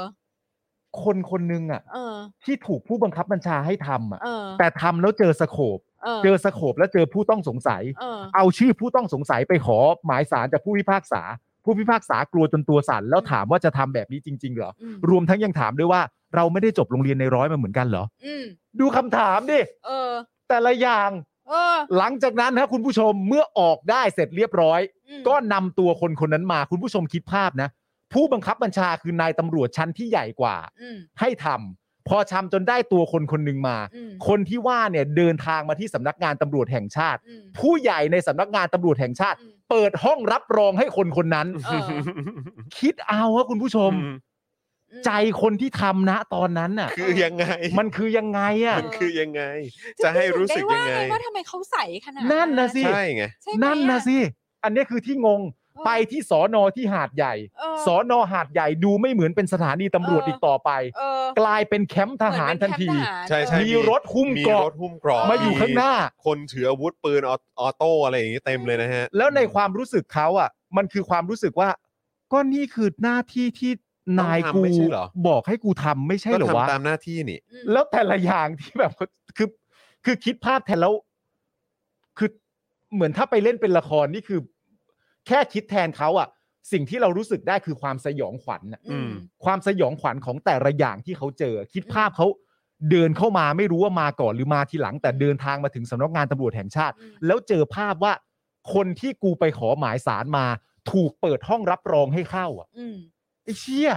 คนคนหนึงอ่ะ เออ ที่ถูกผู้บังคับบัญชาให้ทำอ่ะ เออ แต่ทำแล้วเจอสโคบ เออ เจอสโคบแล้วเจอผู้ต้องสงสัย เออ เอาชื่อผู้ต้องสงสัยไปขอหมายสารจากผู้พิพากษา ผู้พิพากษากลัวจนตัวสั่นแล้วถามว่าจะทำแบบนี้จริง ๆ เหรอ อืม รวมทั้งยังถามด้วยว่าเราไม่ได้จบโรงเรียนในร้อยมาเหมือนกันเหรอ อืม ดูคำถามดิ เออ แต่ละอย่าง เออ หลังจากนั้นนะคุณผู้ชมเมื่อออกได้เสร็จเรียบร้อย อืม ก็นำตัวคนคนนั้นมาคุณผู้ชมคิดภาพนะ ผู้บังคับบัญชาคือนายตำรวจชั้นที่ใหญ่กว่า อืม ให้ทำพอทำจนได้ตัวคนคนหนึ่งมา อืม คนที่ว่าเนี่ยเดินทางมาที่สำนักงานตำรวจแห่งชาติ อืม ผู้ใหญ่ในสำนักงานตำรวจแห่งชาติ อืม เปิดห้องรับรองให้คนคนนั้น เออ คิดเอาว่าคุณผู้ชม อืม ใจคนที่ทำนะตอนนั้นน่ะ คือยังไง มันคือยังไงอ่ะ มันคือยังไง จะให้รู้สึกยังไง ด้ว่าทำไมเขาใสขนาด นั่นน่ะสิ ใช่ไง ใช่ไหม นั่นนะ อะ สิอันเนี้ยคือที่งง เออ ไปที่สอนอที่หาดใหญ่ เออ สอนอหาดใหญ่ดูไม่เหมือนเป็นสถานีตำรวจ เอออี อีกต่อไป เออก ลายเป็นแคมป์ทหารทันที เหมือเป็แคมป์ทหาร ใช่ใช่ มีรถหุ้ม มี เกราะ รถหุ้มเกรอบ มาอยู่ข้างหน้า คนถืออาวุธปืนออออโต้อะไรอย่างนี้เต็มเลยนะฮะ แล้วในความรู้สึกเขาอ่ะ มันคือความรู้สึกว่า ก็นี่คือหน้าที่ที่นาย ต้อง กู ทำไม่ใช่เหรอ บอกให้กูทำไม่ใช่เหรอ ก็ วะ ทำตามหน้าที่นี่ อืม แล้วแต่ละอย่างที่แบบว่าคือ คือคิดภาพแทนแล้ว คือเหมือนถ้าไปเล่นเป็นละครนี่คือ แค่คิดแทนเขาอะสิ่งที่เรารู้สึกได้คือความสยองขวัญน่ะ อืม ความสยองขวัญของแต่ละอย่างที่เขาเจอ คิดภาพเขาเดินเข้ามาไม่รู้ว่ามาก่อนหรือมาทีหลัง แต่เดินทางมาถึงสำนักงานตำรวจแห่งชาติ อืม แล้วเจอภาพว่า คนที่กูไปขอหมายสารมา ถูกเปิดห้องรับรองให้เข้าอ่ะ อืม ไอ้เชี่ย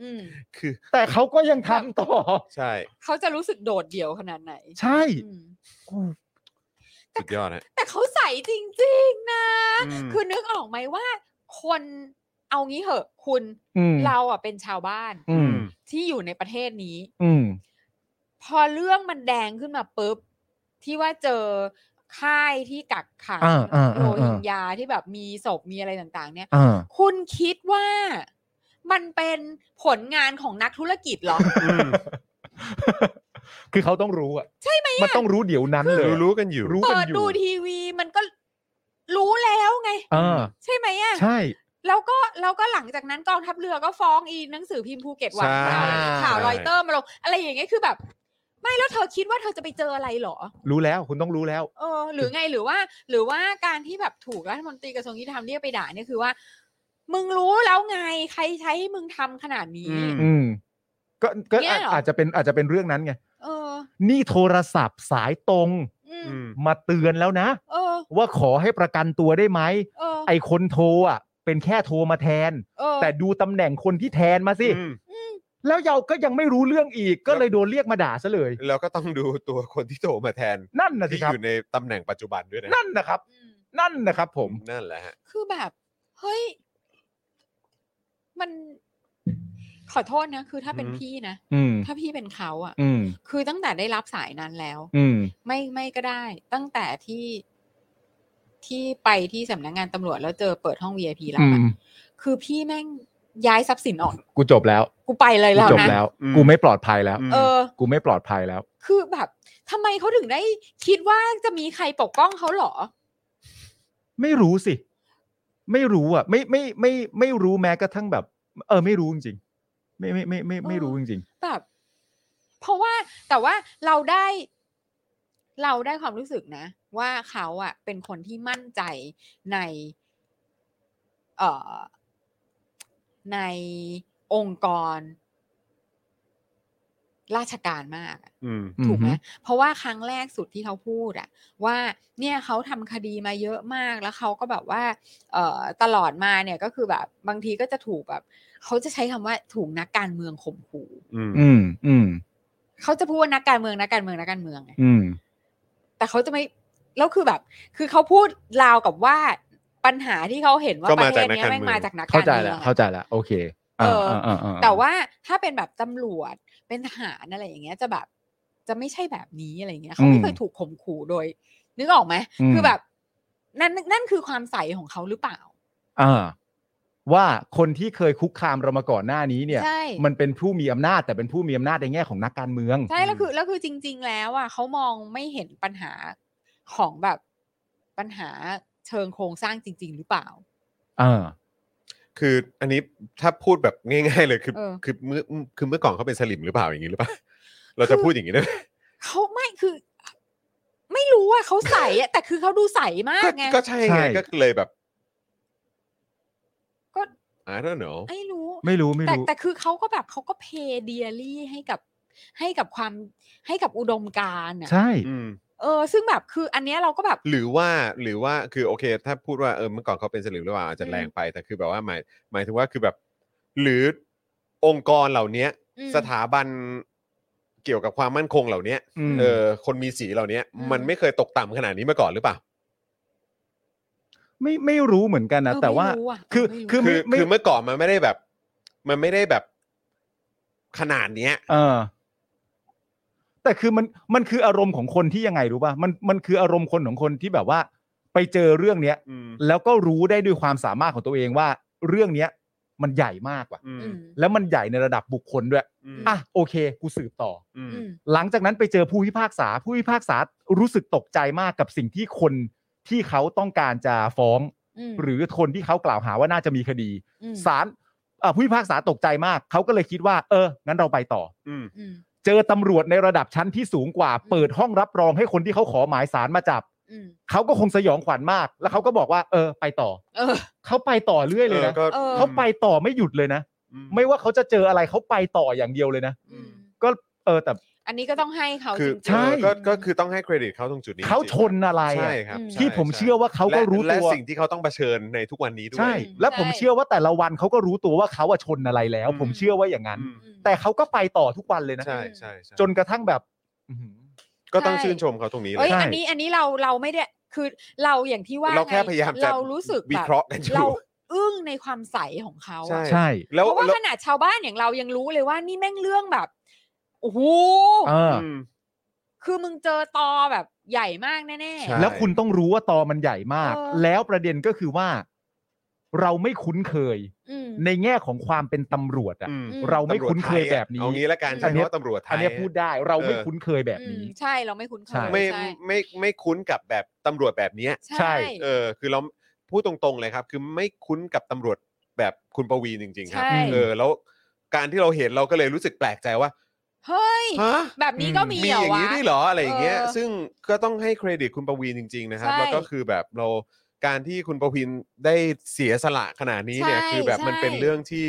อืม คือ แต่เขาก็ยังทำต่อ ใช่ เขาจะรู้สึกโดดเดี่ยวขนาดไหน ใช่ อืม กู สุดยอดฮะ แต่เขาใสจริงๆนะ อืม คือนึกออกไหมว่า คนเอางี้เหอะ คุณ อืม เราอ่ะเป็นชาวบ้าน อืม ที่อยู่ในประเทศนี้ อืม พอเรื่องมันแดงขึ้นมาปุ๊บ ที่ว่าเจอค่ายที่กักขัง อ่าอ่า โร อ่า ฮิงญาที่แบบมีศพมีอะไรต่างๆ เนี่ย อ่า คุณคิดว่ามันเป็นผลงานของนักธุรกิจเหรอ คือเขาต้องรู้อะใช่ไหมมันต้องรู้เดี๋ยวนั้นเลย รู้รู้ๆกันอยู่ รู้กั เปิ น ด อยู่ ดูทีวีมันก็รู้แล้วไง อ่า ใช่ไหมอ่ะ ใช่ แล้วก็แล้วก็หลังจากนั้นกองทัพเรือก็ฟ้องอีหนังสือพิมพ์ภูเก็ตวัน ใช่ ข่าวข่าว ใช่ รอยเตอร์มาลงอะไรอย่างเงี้ยคือแบบ ไม่แล้วเธอคิดว่าเธอจะไปเจออะไรเหรอ รู้แล้วคุณต้องรู้แล้ว เออ หรือไงหรือว่า หรือว่าการที่แบบถูกรัฐมนตรีกระทรวงยุติธรรมเรียกไปด่าเนี่ยคือว่า มึงรู้แล้วไงใครใช้ให้มึงทำขนาดนี้ อืม อืม ก็ก็ เนี่ย อาจ เหรออ อาจจะเป็นอาจจะเป็นเรื่องนั้นไง เออ นี่โทรศัพท์สายตรง อืม อืม มาเตือนแล้วนะ เออ ว่าขอให้ประกันตัวได้ไหม เออ ไอคนโทรอ่ะ เป็นแค่โทรมาแทน เออ แต่ดูตำแหน่งคนที่แทนมาสิ อืม แล้วเราก็ยังไม่รู้เรื่องอีก ก็เลยโดนเรียกมาด่าซะเลย แล้วก็ต้องดูตัวคนที่โทรมาแทน นั่นนะสิ ที่ ครับ อยู่ในตำแหน่งปัจจุบันด้วยนะ นั่นนะครับ อืม นั่นนะครับผม นั่นแหละฮะ คือแบบ เฮ้ย มันขอโทษนะคือถ้าเป็น อืม พี่นะ อืม ถ้าพี่เป็นเขาอะ อืม คือตั้งแต่ได้รับสายนั้นแล้ว อืม ไม่ไม่ก็ได้ ตั้งแต่ที่ที่ไปที่สำนักงานตำรวจแล้วเจอเปิดห้อง VIP รับอะคือพี่แม่งย้ายทรัพย์สินออก กูจบแล้ว กูไปเลย กู แล้ว จบ นะ แล้ว อืม กูไม่ปลอดภัยแล้ว เออ กูไม่ปลอดภัยแล้ว คือแบบทำไมเขาถึงได้คิดว่าจะมีใครปกป้องเขาเหรอ ไม่รู้สิ ไม่รู้อ่ะ ไม่ไม่ไม่ไม่รู้แม้กระทั่งแบบ เออ ไม่รู้จริงๆไม่ไม่ไม่ไม่ไม่รู้จริง แบบ เพราะว่าแต่ว่าเราได้ เราได้ความรู้สึกนะ ว่าเขาอะเป็นคนที่มั่นใจใน เอ่อ ในองค์กร ราชการมากอะ อืม อืม ถูกไหม ฮึ เพราะว่าครั้งแรกสุดที่เขาพูดอะว่า เนี่ยเขาทำคดีมาเยอะมากแล้วเขาก็แบบว่า เอ่อ ตลอดมาเนี่ยก็คือแบบ บางทีก็จะถูกแบบเขาจะใช้คำว่าถูกนักการเมืองข่มขู่ อืม ๆ อืม อืม เขาจะพูดว่านักการเมืองนักการเมืองนักการเมืองไง อืม แต่เขาจะไม่แล้วคือแบบ คือเขาพูดราวกับว่าปัญหาที่เขาเห็นว่า ก็ ป มา ระเท จาก ศเนี้ย นักการ แม่ง เมือง มาจากนัก เข้า การ ใจ เมือ แล้ว งอะ เข้าใจแล้วโอเค เออ อ่าอ่อ่ แต่ว่าถ้าเป็นแบบตำรวจเป็นทหารอะไรอย่างเงี้ย จะแบบจะไม่ใช่แบบนี้อะไรอย่างเงี้ยเขาไม่เคยถูกข่มขู่โดย นึกออกไหมคือแบบ นั่นนั่นคือความใสของเขาหรือเปล่า อ่า ว่าคนที่เคยคุกคามเรามาก่อนหน้านี้เนี่ย ใช่ มันเป็นผู้มีอำนาจแต่เป็นผู้มีอำนาจในแง่ของนักการเมือง ใช่แล้วคือแล้วคือจริง ๆ แล้วอ่ะเขามองไม่เห็นปัญหาของแบบปัญหาเชิงโครงสร้างจริง ๆ หรือเปล่า เออ คืออันนี้ถ้าพูดแบบง่าย ๆ เลยคือ เออ คือเมื่อคือเมื่อก่อนเขาเป็นสลิมหรือเปล่าอย่างนี้หรือเปล่าเราจะพูดอย่างนี้ได้ไหม เขาไม่คือ ไม่รู้อ่ะเขาใสอ่ะแต่คือเขาดูใสมาก ก็ ไง ก็ใช่ ใช่ ไงก็เลยแบบ ก็ อ่า I don't know ไม่รู้ ไม่รู้ไม่ แต่ รู้ แต่คือเขาก็แบบเขาก็เพเดียรี่ให้กับให้กับความให้กับอุดมการณ์อ่ะ ใช่ อืม เออ ซึ่งแบบคืออันเนี้ยเราก็แบบ หรือว่าหรือว่าคือโอเค ถ้าพูดว่าเออเมื่อก่อนเขาเป็นสลิมหรือเปล่าอาจจะ อืม แรงไปแต่คือแบบว่าหมายหมายถึงว่าคือแบบ หรือองค์กรเหล่าเนี้ย อืม สถาบันเกี่ยวกับความมั่นคงเหล่าเนี้ย ม เออคนมีสีเหล่าเนี้ย อืม มันไม่เคยตกต่ำขนาดนี้มาก่อนหรือเปล่า ไม่ไม่รู้เหมือนกันนะ เออ แต่ว่า ไม่รู้อะ คือ เออคืคือไม่รู้อไม่ไม่ คือเมื่อก่อนมันไม่ได้แบบ มันไม่ได้แบบขนาดเนี้ย เออ แต่คือมันมันคืออารมณ์ของคนที่ยังไงรู้ป่ะมันมันคืออารมณ์คนของคนที่แบบว่า ไปเจอเรื่องเนี้ย อืม แล้วก็รู้ได้ด้วยความสามารถของตัวเองว่า เรื่องเนี้ย มันใหญ่มากว่ะ อืม อืม แล้วมันใหญ่ในระดับบุคคลด้วย อืม อ่ะโอเค กูสืบต่อ อืม อืม หลังจากนั้นไปเจอผู้พิพากษา ผู้พิพากษารู้สึกตกใจมากกับสิ่งที่คนที่เขาต้องการจะฟ้อง อืม หรือคนที่เขากล่าวหาว่าน่าจะมีคดี ม ศาลเอ่อผู้พิพากษาตกใจมาก เขาก็เลยคิดว่า เออ งั้นเราไปต่อ อืม อืม เจอตำรวจในระดับชั้นที่สูงกว่า อืม เปิดห้องรับรองให้คนที่เขาขอหมายสารมาจับ อืม เขาก็คงสยองขวัญมาก แล้วเขาก็บอกว่า เออ ไปต่อ เออ เขาไปต่อเรื่อยเลยนะ ก็ เออ เขาไปต่อไม่หยุดเลยนะ อืม ไม่ว่าเขาจะเจออะไรเขาไปต่ออย่างเดียวเลยนะ อืม ก็เออแต่ อันนี้ก็ต้องให้เขา คือ จริงๆ ใช่ เออก็ก็คือต้องให้เครดิตเขาตรงจุดนี้ เขา จริงๆ ชนอะไรอะ ใช่ครับใ ที่ผม ใ เชื่อว่าเขาก็ และ รู้ และ ตัว สิ่งที่เขาต้องเผชิญในทุกวันนี้ด้วย ใช่ อืม และผม ใช่ เชื่อว่าแต่ละวันเขาก็รู้ตัวว่าเขาอะชนอะไรแล้ว ผมเชื่อว่าอย่างนั้น อืม อืม แต่เขาก็ไปต่อทุกวันเลยนะ ใช่ใช่ใช่ จนกระทั่งแบบอื้อหือ ก็ต้อง ใช่ ชื่นชมเขาตรงนี้เล เอ้ ย ย ใช่ อันนี้อันนี้เราเราไม่ได้คือเราอย่างที่ว่า เราแค่ ไง พยายามจะ เรารู้สึก วิ แบบ เคราะห์กันอยู่ เราอึ้งในความใสของเขาอะ ใช่ ใช่ แล้ว เพราะว่า แล้ว ขนาดชาวบ้านอย่างเรายังรู้เลยว่านี่แม่งเรื่องแบบโอ้โห เออ อืม คือมึงเจอตอแบบใหญ่มากแน่ ใช่ แล้วคุณต้องรู้ว่าตอมันใหญ่มาก เออ แล้วประเด็นก็คือว่า เราไม่คุ้นเคย ๆอืม ในแง่ของความเป็นตำรวจอะ อืม ม เราไม่คุ้นเคยแบบนี้ เอางี้ละกัน อืม ใช่เพราะว่าตำรวจไทย อันเนี้ยพูดได้เราไม่ เออ คุ้นเคยแบบนี้ อืมใช่เราไม่คุ้นเคย ใช่ ไม่ ใช่ ไม่ไม่คุ้นกับแบบตำรวจแบบเนี้ย ใช่ เออ คือเราพูดตรงๆเลยครับ คือไม่คุ้นกับตำรวจแบบคุณประวีนจริง ๆ ครับ ใช่ เออแล้วการที่เราเห็นเราก็เลยรู้สึกแปลกใจว่า เฮ้ย ฮะ แบบนี้ก็มี มี เหร อ อย่าง นี้ วะ ด้วยเหรออะไรอย่างเงี้ย เออ ซึ่งก็ต้องให้เครดิตคุณประวีนจริง ๆ นะครับ ใช่ แล้วก็คือแบบเราการที่คุณประวีนได้เสียสละขนาดนี้เนี่ย ใช่ คือแบบมัน ใช่ เป็นเรื่องที่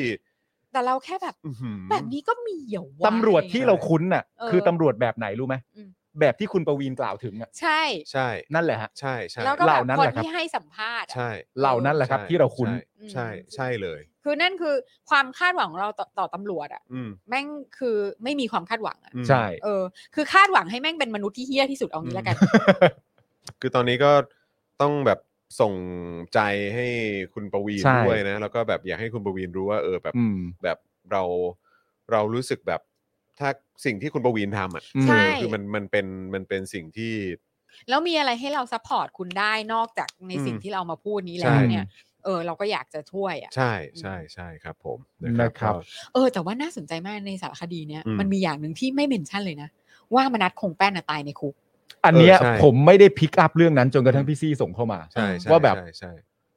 แต่เราแค่แบบ อื้อหือ แบบนี้ก็มีเหรอวะ ตำรวจที่เราคุ้นน่ะ เออ คือตำรวจแบบไหนรู้ไหม อืม แบบที่คุณประวีนกล่าวถึงอะ ใช่ ใช่ นั่นแหละฮะ ใช่ใช่ แล้วก็ เห แบ ล่า บ นั้น คน แหละครับ ที่ให้สัมภาษณ์อะ ใช่ เหล่านั้นแหละครับ ใช่ ที่เราคุ้น ใช่ อืม ใช่ใช่เลย คือนั่นคือความคาดหวังของเราต่อต่อตำรวจอะ อืม แม่งคือไม่มีความคาดหวังอะ อืม ใช่ เออ คือคาดหวังให้แม่งเป็นมนุษย์ที่เฮี้ยที่สุดเอางี้แล้วกัน คือตอนนี้ก็ต้องแบบส่งใจให้คุณประวีน ใช่ ด้วยนะ แล้วก็แบบอยากให้คุณประวีนรู้ว่าเออแบบ อืม แบบเราเรารู้สึกแบบถ้าสิ่งที่คุณประวีนทำอ่ะ ใช่ เออคือมันมันเป็นมันเป็นสิ่งที่ แล้วมีอะไรให้เราซัพพอร์ตคุณได้นอกจากในสิ่ง อืม ที่เรามาพูดนี้แล้ว ใช่ เนี่ย เออ เราก็อยากจะช่วยอะ ใช่ใช่ใช่ครับผม นะครับ ก็ เออแต่ว่าน่าสนใจมากในสารคดีเนี้ย อืม มันมีอย่างหนึ่งที่ไม่เมนชั่นเลยนะ ว่ามนัดคงแป้นน่ะตายในคุก อันเนี้ย เออใช่ ผมไม่ได้พิกอัพเรื่องนั้นจนกระทั่งพี่ซี่ส่งเข้ามา ใช่ใช่ ว่าแบบ ใช่ใช่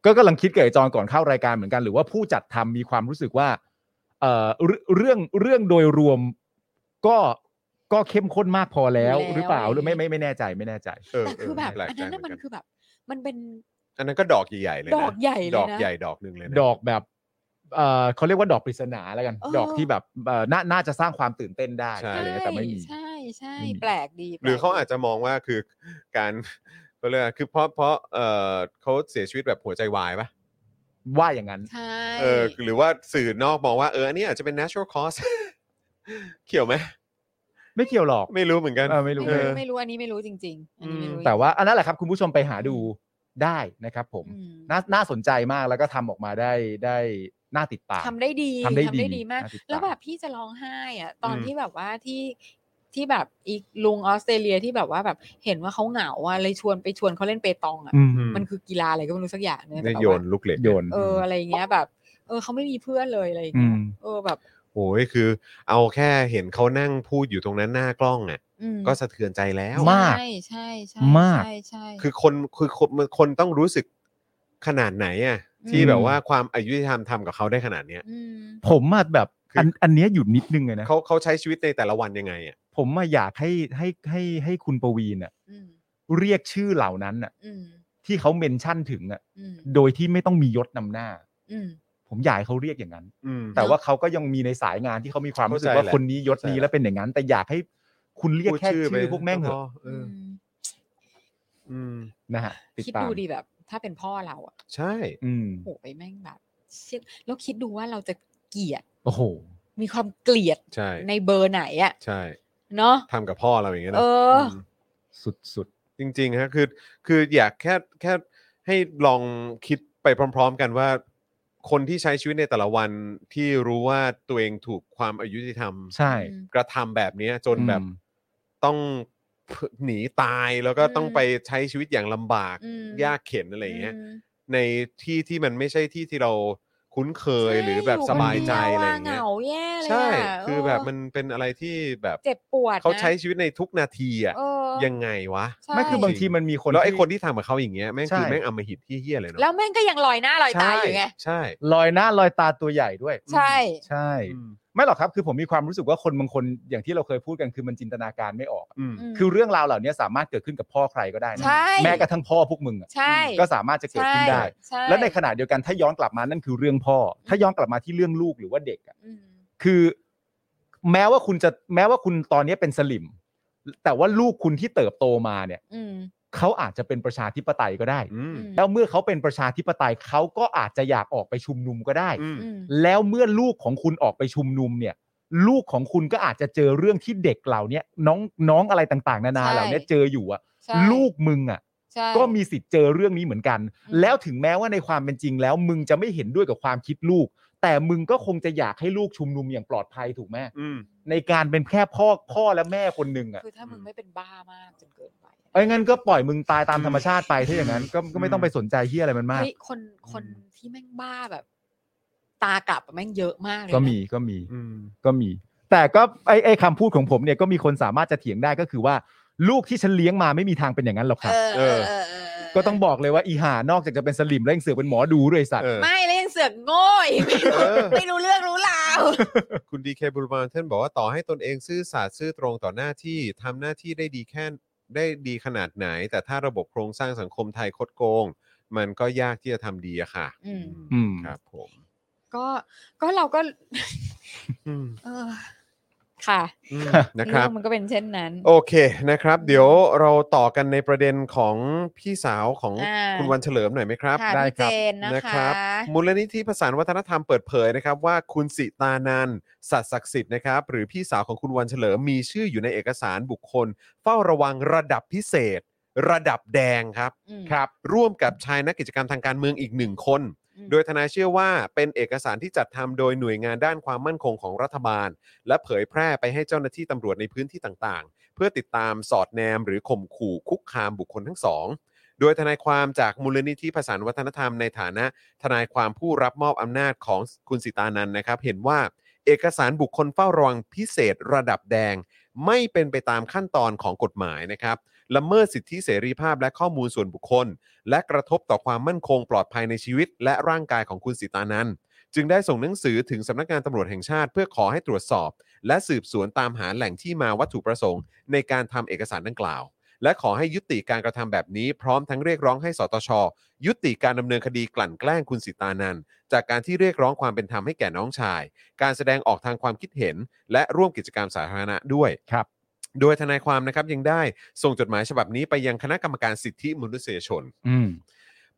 ก็กำลังคิดกับไอ้จอนก่อนเข้ารายการเหมือนกัน หรือว่าผู้จัดทำมีความรู้สึกว่าเอ่อเรื่องเรื่องเรื่องโดยรวมก็ก็เข้มข้นมากพอแล้ว แล้ว หรือเปล่าหรือไม่ไม่ไม่แน่ใจไม่แน่ใจ เ แต่คือแบบ เหลาย อันนั้น ใจ น่ะ เห มันคือแบบ มันเป็น อันนั้นก็ดอกใหญ่ๆเลยนะ ดอกใหญ่เลยนะ ดอกใหญ่ดอกหนึ่งเลยนะ ดอกแบบเอ่อเขาเรียกว่าดอกปริศนาแล้วกัน เออ ดอกที่แบบเอ่อน่าน่าจะสร้างความตื่นเต้นได้ ใช่ อะไรเงี้ยแต่ไม่มี ใช่ใช่ ไม่มี แปลกดี หรือเขา แปลกดี อาจจะมองว่าคือการ ก็เลยกว่าคือเพราะเพราะเออเขาเสียชีวิตแบบหัวใจวายปะ ว่าอย่างนั้น ใช่ เออหรือว่าสื่อนอกมองว่าเอออันนี้อาจจะเป็น natural cause เขี่ยวไหม ไม่เกี่ยวหรอก ไม่รู้เหมือนกัน เออไม่รู้ ไม่ เอ รู้ อ ไม่รู้อันนี้ไม่รู้จริง ๆ อันนี้ไม่รู้ แต่ว่าอันนั้นแหละครับ คุณผู้ชมไปหาดูได้นะครับผม อืม น่าน่าสนใจมากแล้วก็ทำออกมาได้ได้น่าติดตาม ทำได้ดี ทำได้ดี มาก น่าติดตาม แล้วแบบพี่จะร้องไห้อะตอน อืม ที่แบบว่าที่ที่แบบอีกลุงออสเตรเลียที่แบบว่าแบบเห็นว่าเขาเหงาอะเลยชวนไปชวนเขาเล่นเปตองอะ อืม อืม มันคือกีฬาอะไรก็ไม่รู้สักอย่างเนี่ย นี่ แต่ โย ว่า นลูกเหล็ก โยน เอออะไรอย่างเงี้ยแบบ เออเขาไม่มีเพื่อนเลยอะไรอย่าง อื เงี้ย ม เออแบบ โอ้ยคือ เอาแค่เห็นเขานั่งพูดอยู่ตรงนั้นหน้ากล้องอ่ะ อืม ก็สะเทือนใจแล้ว มาก ใช่ใช่ใช่ มาก ใช่ใช่ คือคนคือคนมันคนต้องรู้สึกขนาดไหนอ่ะที่ อืม แบบว่าความอายุธรรมทำกับเขาได้ขนาดเนี้ย อืม ผมมาแบบ คืออั อันอันเนี้ยหยุดนิดนึงเลยนะ เขาเขาใช้ชีวิตในแต่ละวันยังไงอ่ะ ผมมาอยากให้ให้ให้ให้คุณปวีณอะ อืม เรียกชื่อเหล่านั้นอะ อืม ที่เขาเมนชั่นถึงอะ อืม โดยที่ไม่ต้องมียศนำหน้า อืม ผมอยากให้เขาเรียกอย่างนั้น อืม แต่ว่าเขาก็ยังมีในสายงานที่เขามีความรู้สึก เข้าใจ ว่า แหละ คนนี้ยศนี้ เข้าใจ แล้วเป็นอย่างนั้น แต่อยากให้คุณเรียก พูด แค่ชื่ ไป อพวกแม่งเหอะ เอออืม นะฮะติด คิด ตาม ดูดีแบบ ถ้าเป็นพ่อเราอะ ใช่ อืม โหไปแม่งแบบเชี่ยแล้วคิดดูว่าเราจะเกลียด โอ้โห มีความเกลียด ใช่ ในเบอร์ไหนอะ ใช่ เนาะ ทำกับพ่อเราอย่างเงี้ยนะ เอออื ม สุดสุด จริงๆฮะคือคืออยากแค่แค่ให้ลองคิดไปพร้อม ๆ กันว่า คนที่ใช้ชีวิตในแต่ละวันที่รู้ว่าตัวเองถูกความอายุติธรรม ใช่ อืม กระทำแบบเนี้ยจนแบบ อืม ต้องหนีตายแล้วก็ต้อง อืม ไปใช้ชีวิตอย่างลำบาก อืม ยากเข็นอะไรอย่างเงี้ย อืม ในที่ที่มันไม่ใช่ที่ที่เราคุ้นเคย ใช่ หรือแบบ คน สบายใจ ดีว อะไรอย่าง เห เงี้ย งาแย่เลย ใช่ ะ คือแบบมันเป็นอะไรที่แบบ เจ็บปวดนะ เขาใช้ชีวิตในทุกนาทีอ่ะ เออ ยังไงวะ ใช่ ไม่คือบางทีมันมีคน แล้วไอ้ ที่ คนที่ทำกับเขาอย่างเงี้ยแม่งคือ ใช่ แม่งอำมหิตที่เฮี้ยเลยเนาะ แล้วแม่งก็ยังลอยหน้าลอยตาอยู่ไง ใช่ ลอยหน้าลอยตาตัวใหญ่ด้วย ใช่ ใช่ ใช่อืม ไม่หรอกครับคือผมมีความรู้สึกว่าคนบางคนอย่างที่เราเคยพูดกันคือมันจินตนาการไม่ออก อืม อืม คือเรื่องราวเหล่านี้สามารถเกิดขึ้นกับพ่อใครก็ได้นะ ใช่ แม้กระทั่งพ่อพวกมึงอะ ใช่ ก็สามารถจะเกิดขึ้นได้ ใช่ และในขณะเดียวกันถ้าย้อนกลับมานั่นคือเรื่องพ่อ ถ้าย้อนกลับมาที่เรื่องลูกหรือว่าเด็กอะ อืม คือแม้ว่าคุณจะแม้ว่าคุณตอนนี้เป็นสลิม แต่ว่าลูกคุณที่เติบโตมาเนี่ย อืม เขาอาจจะเป็นประชาธิปไตยก็ได้ อืม แล้วเมื่อเขาเป็นประชาธิปไตยเขาก็อาจจะอยากออกไปชุมนุมก็ได้ อืม อืม แล้วเมื่อลูกของคุณออกไปชุมนุมเนี่ย ลูกของคุณก็อาจจะเจอเรื่องที่เด็กเหล่าเนี้ยน้องน้องอะไรต่างๆ นานา ใช่ เหล่าเนี้ยเจออยู่อะ ใช่ ลูกมึงอะ ใช่ ก็มีสิทธิ์เจอเรื่องนี้เหมือนกัน อืม แล้วถึงแม้ว่าในความเป็นจริงแล้ว มึงจะไม่เห็นด้วยกับความคิดลูก แต่มึงก็คงจะอยากให้ลูกชุมนุมอย่างปลอดภัยถูกไหม อืม ในการเป็นแค่พ่อพ่อและแม่คนหนึ่งอ่ะ คือถ้ามึงไม่เป็นบ้ามากจนเกินไป ไอ้งั้นก็ปล่อยมึงตายตามธรรมชาติไปถ้าอย่างนั้นก็ก็ไม่ อืม ต้องไปสนใจเฮียอะไรมันมาก เฮ้ยคนคนที่แม่งบ้าแบบ ตากลับอะแม่งเยอะมากเลยนะ ก็มีก็มี อืม ก็มี แต่ก็ไอ้ไอ้คำพูดของผมเนี่ยก็มีคนสามารถจะเถียงได้ก็คือว่า ลูกที่ฉันเลี้ยงมาไม่มีทางเป็นอย่างนั้นหรอกค เอ รับ อเออเออเออ ก็ต้องบอกเลยว่าอีห่านอกจากจะเป็นสลิมแล้วยังเสือกเป็นหมอดูด้วยไอ้สัตว์ เออ ไม่แล้วยังเสือกโง่อีกไม่ รู้ เออ ไม่รู้เรื่องรู้ราว คุณดีเคบุรมานท่านบอกว่าต่อให้ตนเองซื่อสัตย์ซื่อตรงต่อหน้าที่ทำหน้าที่ได้ดีแค่ได้ดีขนาดไหน แต่ถ้าระบบโครงสร้างสังคมไทยคดโกง มันก็ยากที่จะทำดีอะค่ะ อืม อืม ครับผม ก็ก็เราก็ อืม เออ ค่ะ อืม เรื่ นะครับ องมันก็เป็นเช่นนั้น โอเคนะครับ เดี๋ยวเราต่อกันในประเด็นของพี่สาวของ อ่า คุณวันเฉลิมหน่อยไหมครับ ค่ะ ได้ พี่ ค เจ รับ นนะ ค คะ รับมูลนิธิประสานวัฒนธรรมเปิดเผยนะครับ ว่าคุณสิตานันสัตย์ศักดิ์สิทธิ์นะครับ หรือพี่สาวของคุณวันเฉลิมมีชื่ออยู่ในเอกสารบุคคล เฝ้าระวังระดับพิเศษ ระดับแดงครับ อืม ครับ ร่วมกับชายนักกิจกรรมทางการเมืองอีกหนึ่งคน อืม โดยทนายเชื่อว่าเป็นเอกสารที่จัดทำโดยหน่วยงานด้านความมั่นคงของรัฐบาล และเผยแพร่ไปให้เจ้าหน้าที่ตำรวจในพื้นที่ต่างๆ เพื่อติดตามสอดแนมหรือข่มขู่คุกคามบุคคลทั้งสอง โดยทนายความจากมูลนิธิประสานวัฒนธรรมในฐานะ ทนายความผู้รับมอบอำนาจของคุณสิตานันนะครับ เห็นว่าเอกสารบุคคลเฝ้าระวังพิเศษระดับแดง ไม่เป็นไปตามขั้นตอนของกฎหมายนะครับละเมิดสิทธิเสรีภาพและข้อมูลส่วนบุคคล และกระทบต่อความมั่นคงปลอดภัยในชีวิต และร่างกายของคุณสิตานันจึงได้ส่งหนังสือถึงสำนักงานตำรวจแห่งชาติ เพื่อขอให้ตรวจสอบ และสืบสวนตามหาแหล่งที่มาวัตถุประสงค์ ในการทำเอกสารดังกล่าว และขอให้ยุติการกระทำแบบนี้พร้อมทั้งเรียกร้องให้สตช ยุติการดำเนินคดีกลั่นแกล้งคุณสิตานันจากการที่เรียกร้องความเป็นธรรมให้แก่น้องชาย การแสดงออกทางความคิดเห็น และร่วมกิจกรรมสาธารณะด้วย ครับ โดยทนายความนะครับยังได้ส่งจดหมายฉบับนี้ไปยังคณะกรรมการสิทธิมนุษยชน อืม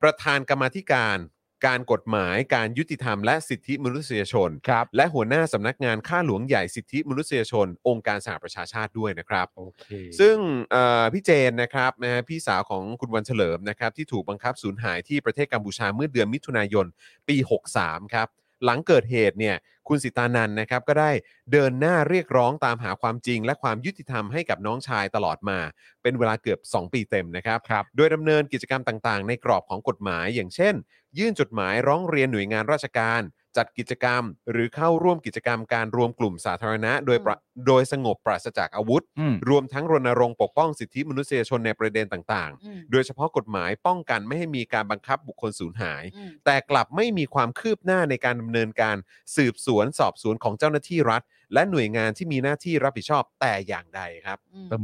ประธานกรรมาธิการ การกฎหมาย การยุติธรรมและสิทธิมนุษยชน ครับ และหัวหน้าสำนักงานข้าหลวงใหญ่สิทธิมนุษยชน องค์การสหประชาชาติด้วยนะครับ โอเค ซึ่งเอ่อพี่เจนนะครับนะฮะพี่สาวของคุณวันเฉลิมนะครับที่ถูกบังคับสูญหายที่ประเทศกัมพูชาเมื่อเดือนมิถุนายนปี 63 ครับ หลังเกิดเหตุเนี่ยคุณสิตานันนะครับก็ได้เดินหน้าเรียกร้องตามหาความจริง และความยุติธรรมให้กับน้องชายตลอดมา เป็นเวลาเกือบ 2 ปีเต็มนะครับ ครับ โดยดำเนินกิจกรรมต่างๆ ในกรอบของกฎหมาย อย่างเช่น ยื่นจดหมายร้องเรียนหน่วยงานราชการ จัดกิจกรรม หรือเข้าร่วมกิจกรรมการรวมกลุ่มสาธารณะ โดยประโดยสงบปราศจากอาวุธ อืม รวมทั้งรณรงค์ปกป้องสิทธิมนุษยชนในประเด็นต่าง อืม ๆ โดยเฉพาะกฎหมายป้องกันไม่ให้มีการบังคับบุคคลสูญหาย อืม แต่กลับไม่มีความคืบหน้าในการดำเนินการสืบสวนสอบสวนของเจ้าหน้าที่รัฐ และหน่วยงานที่มีหน้าที่รับผิดชอบแต่อย่างใดครับ อืม ตึม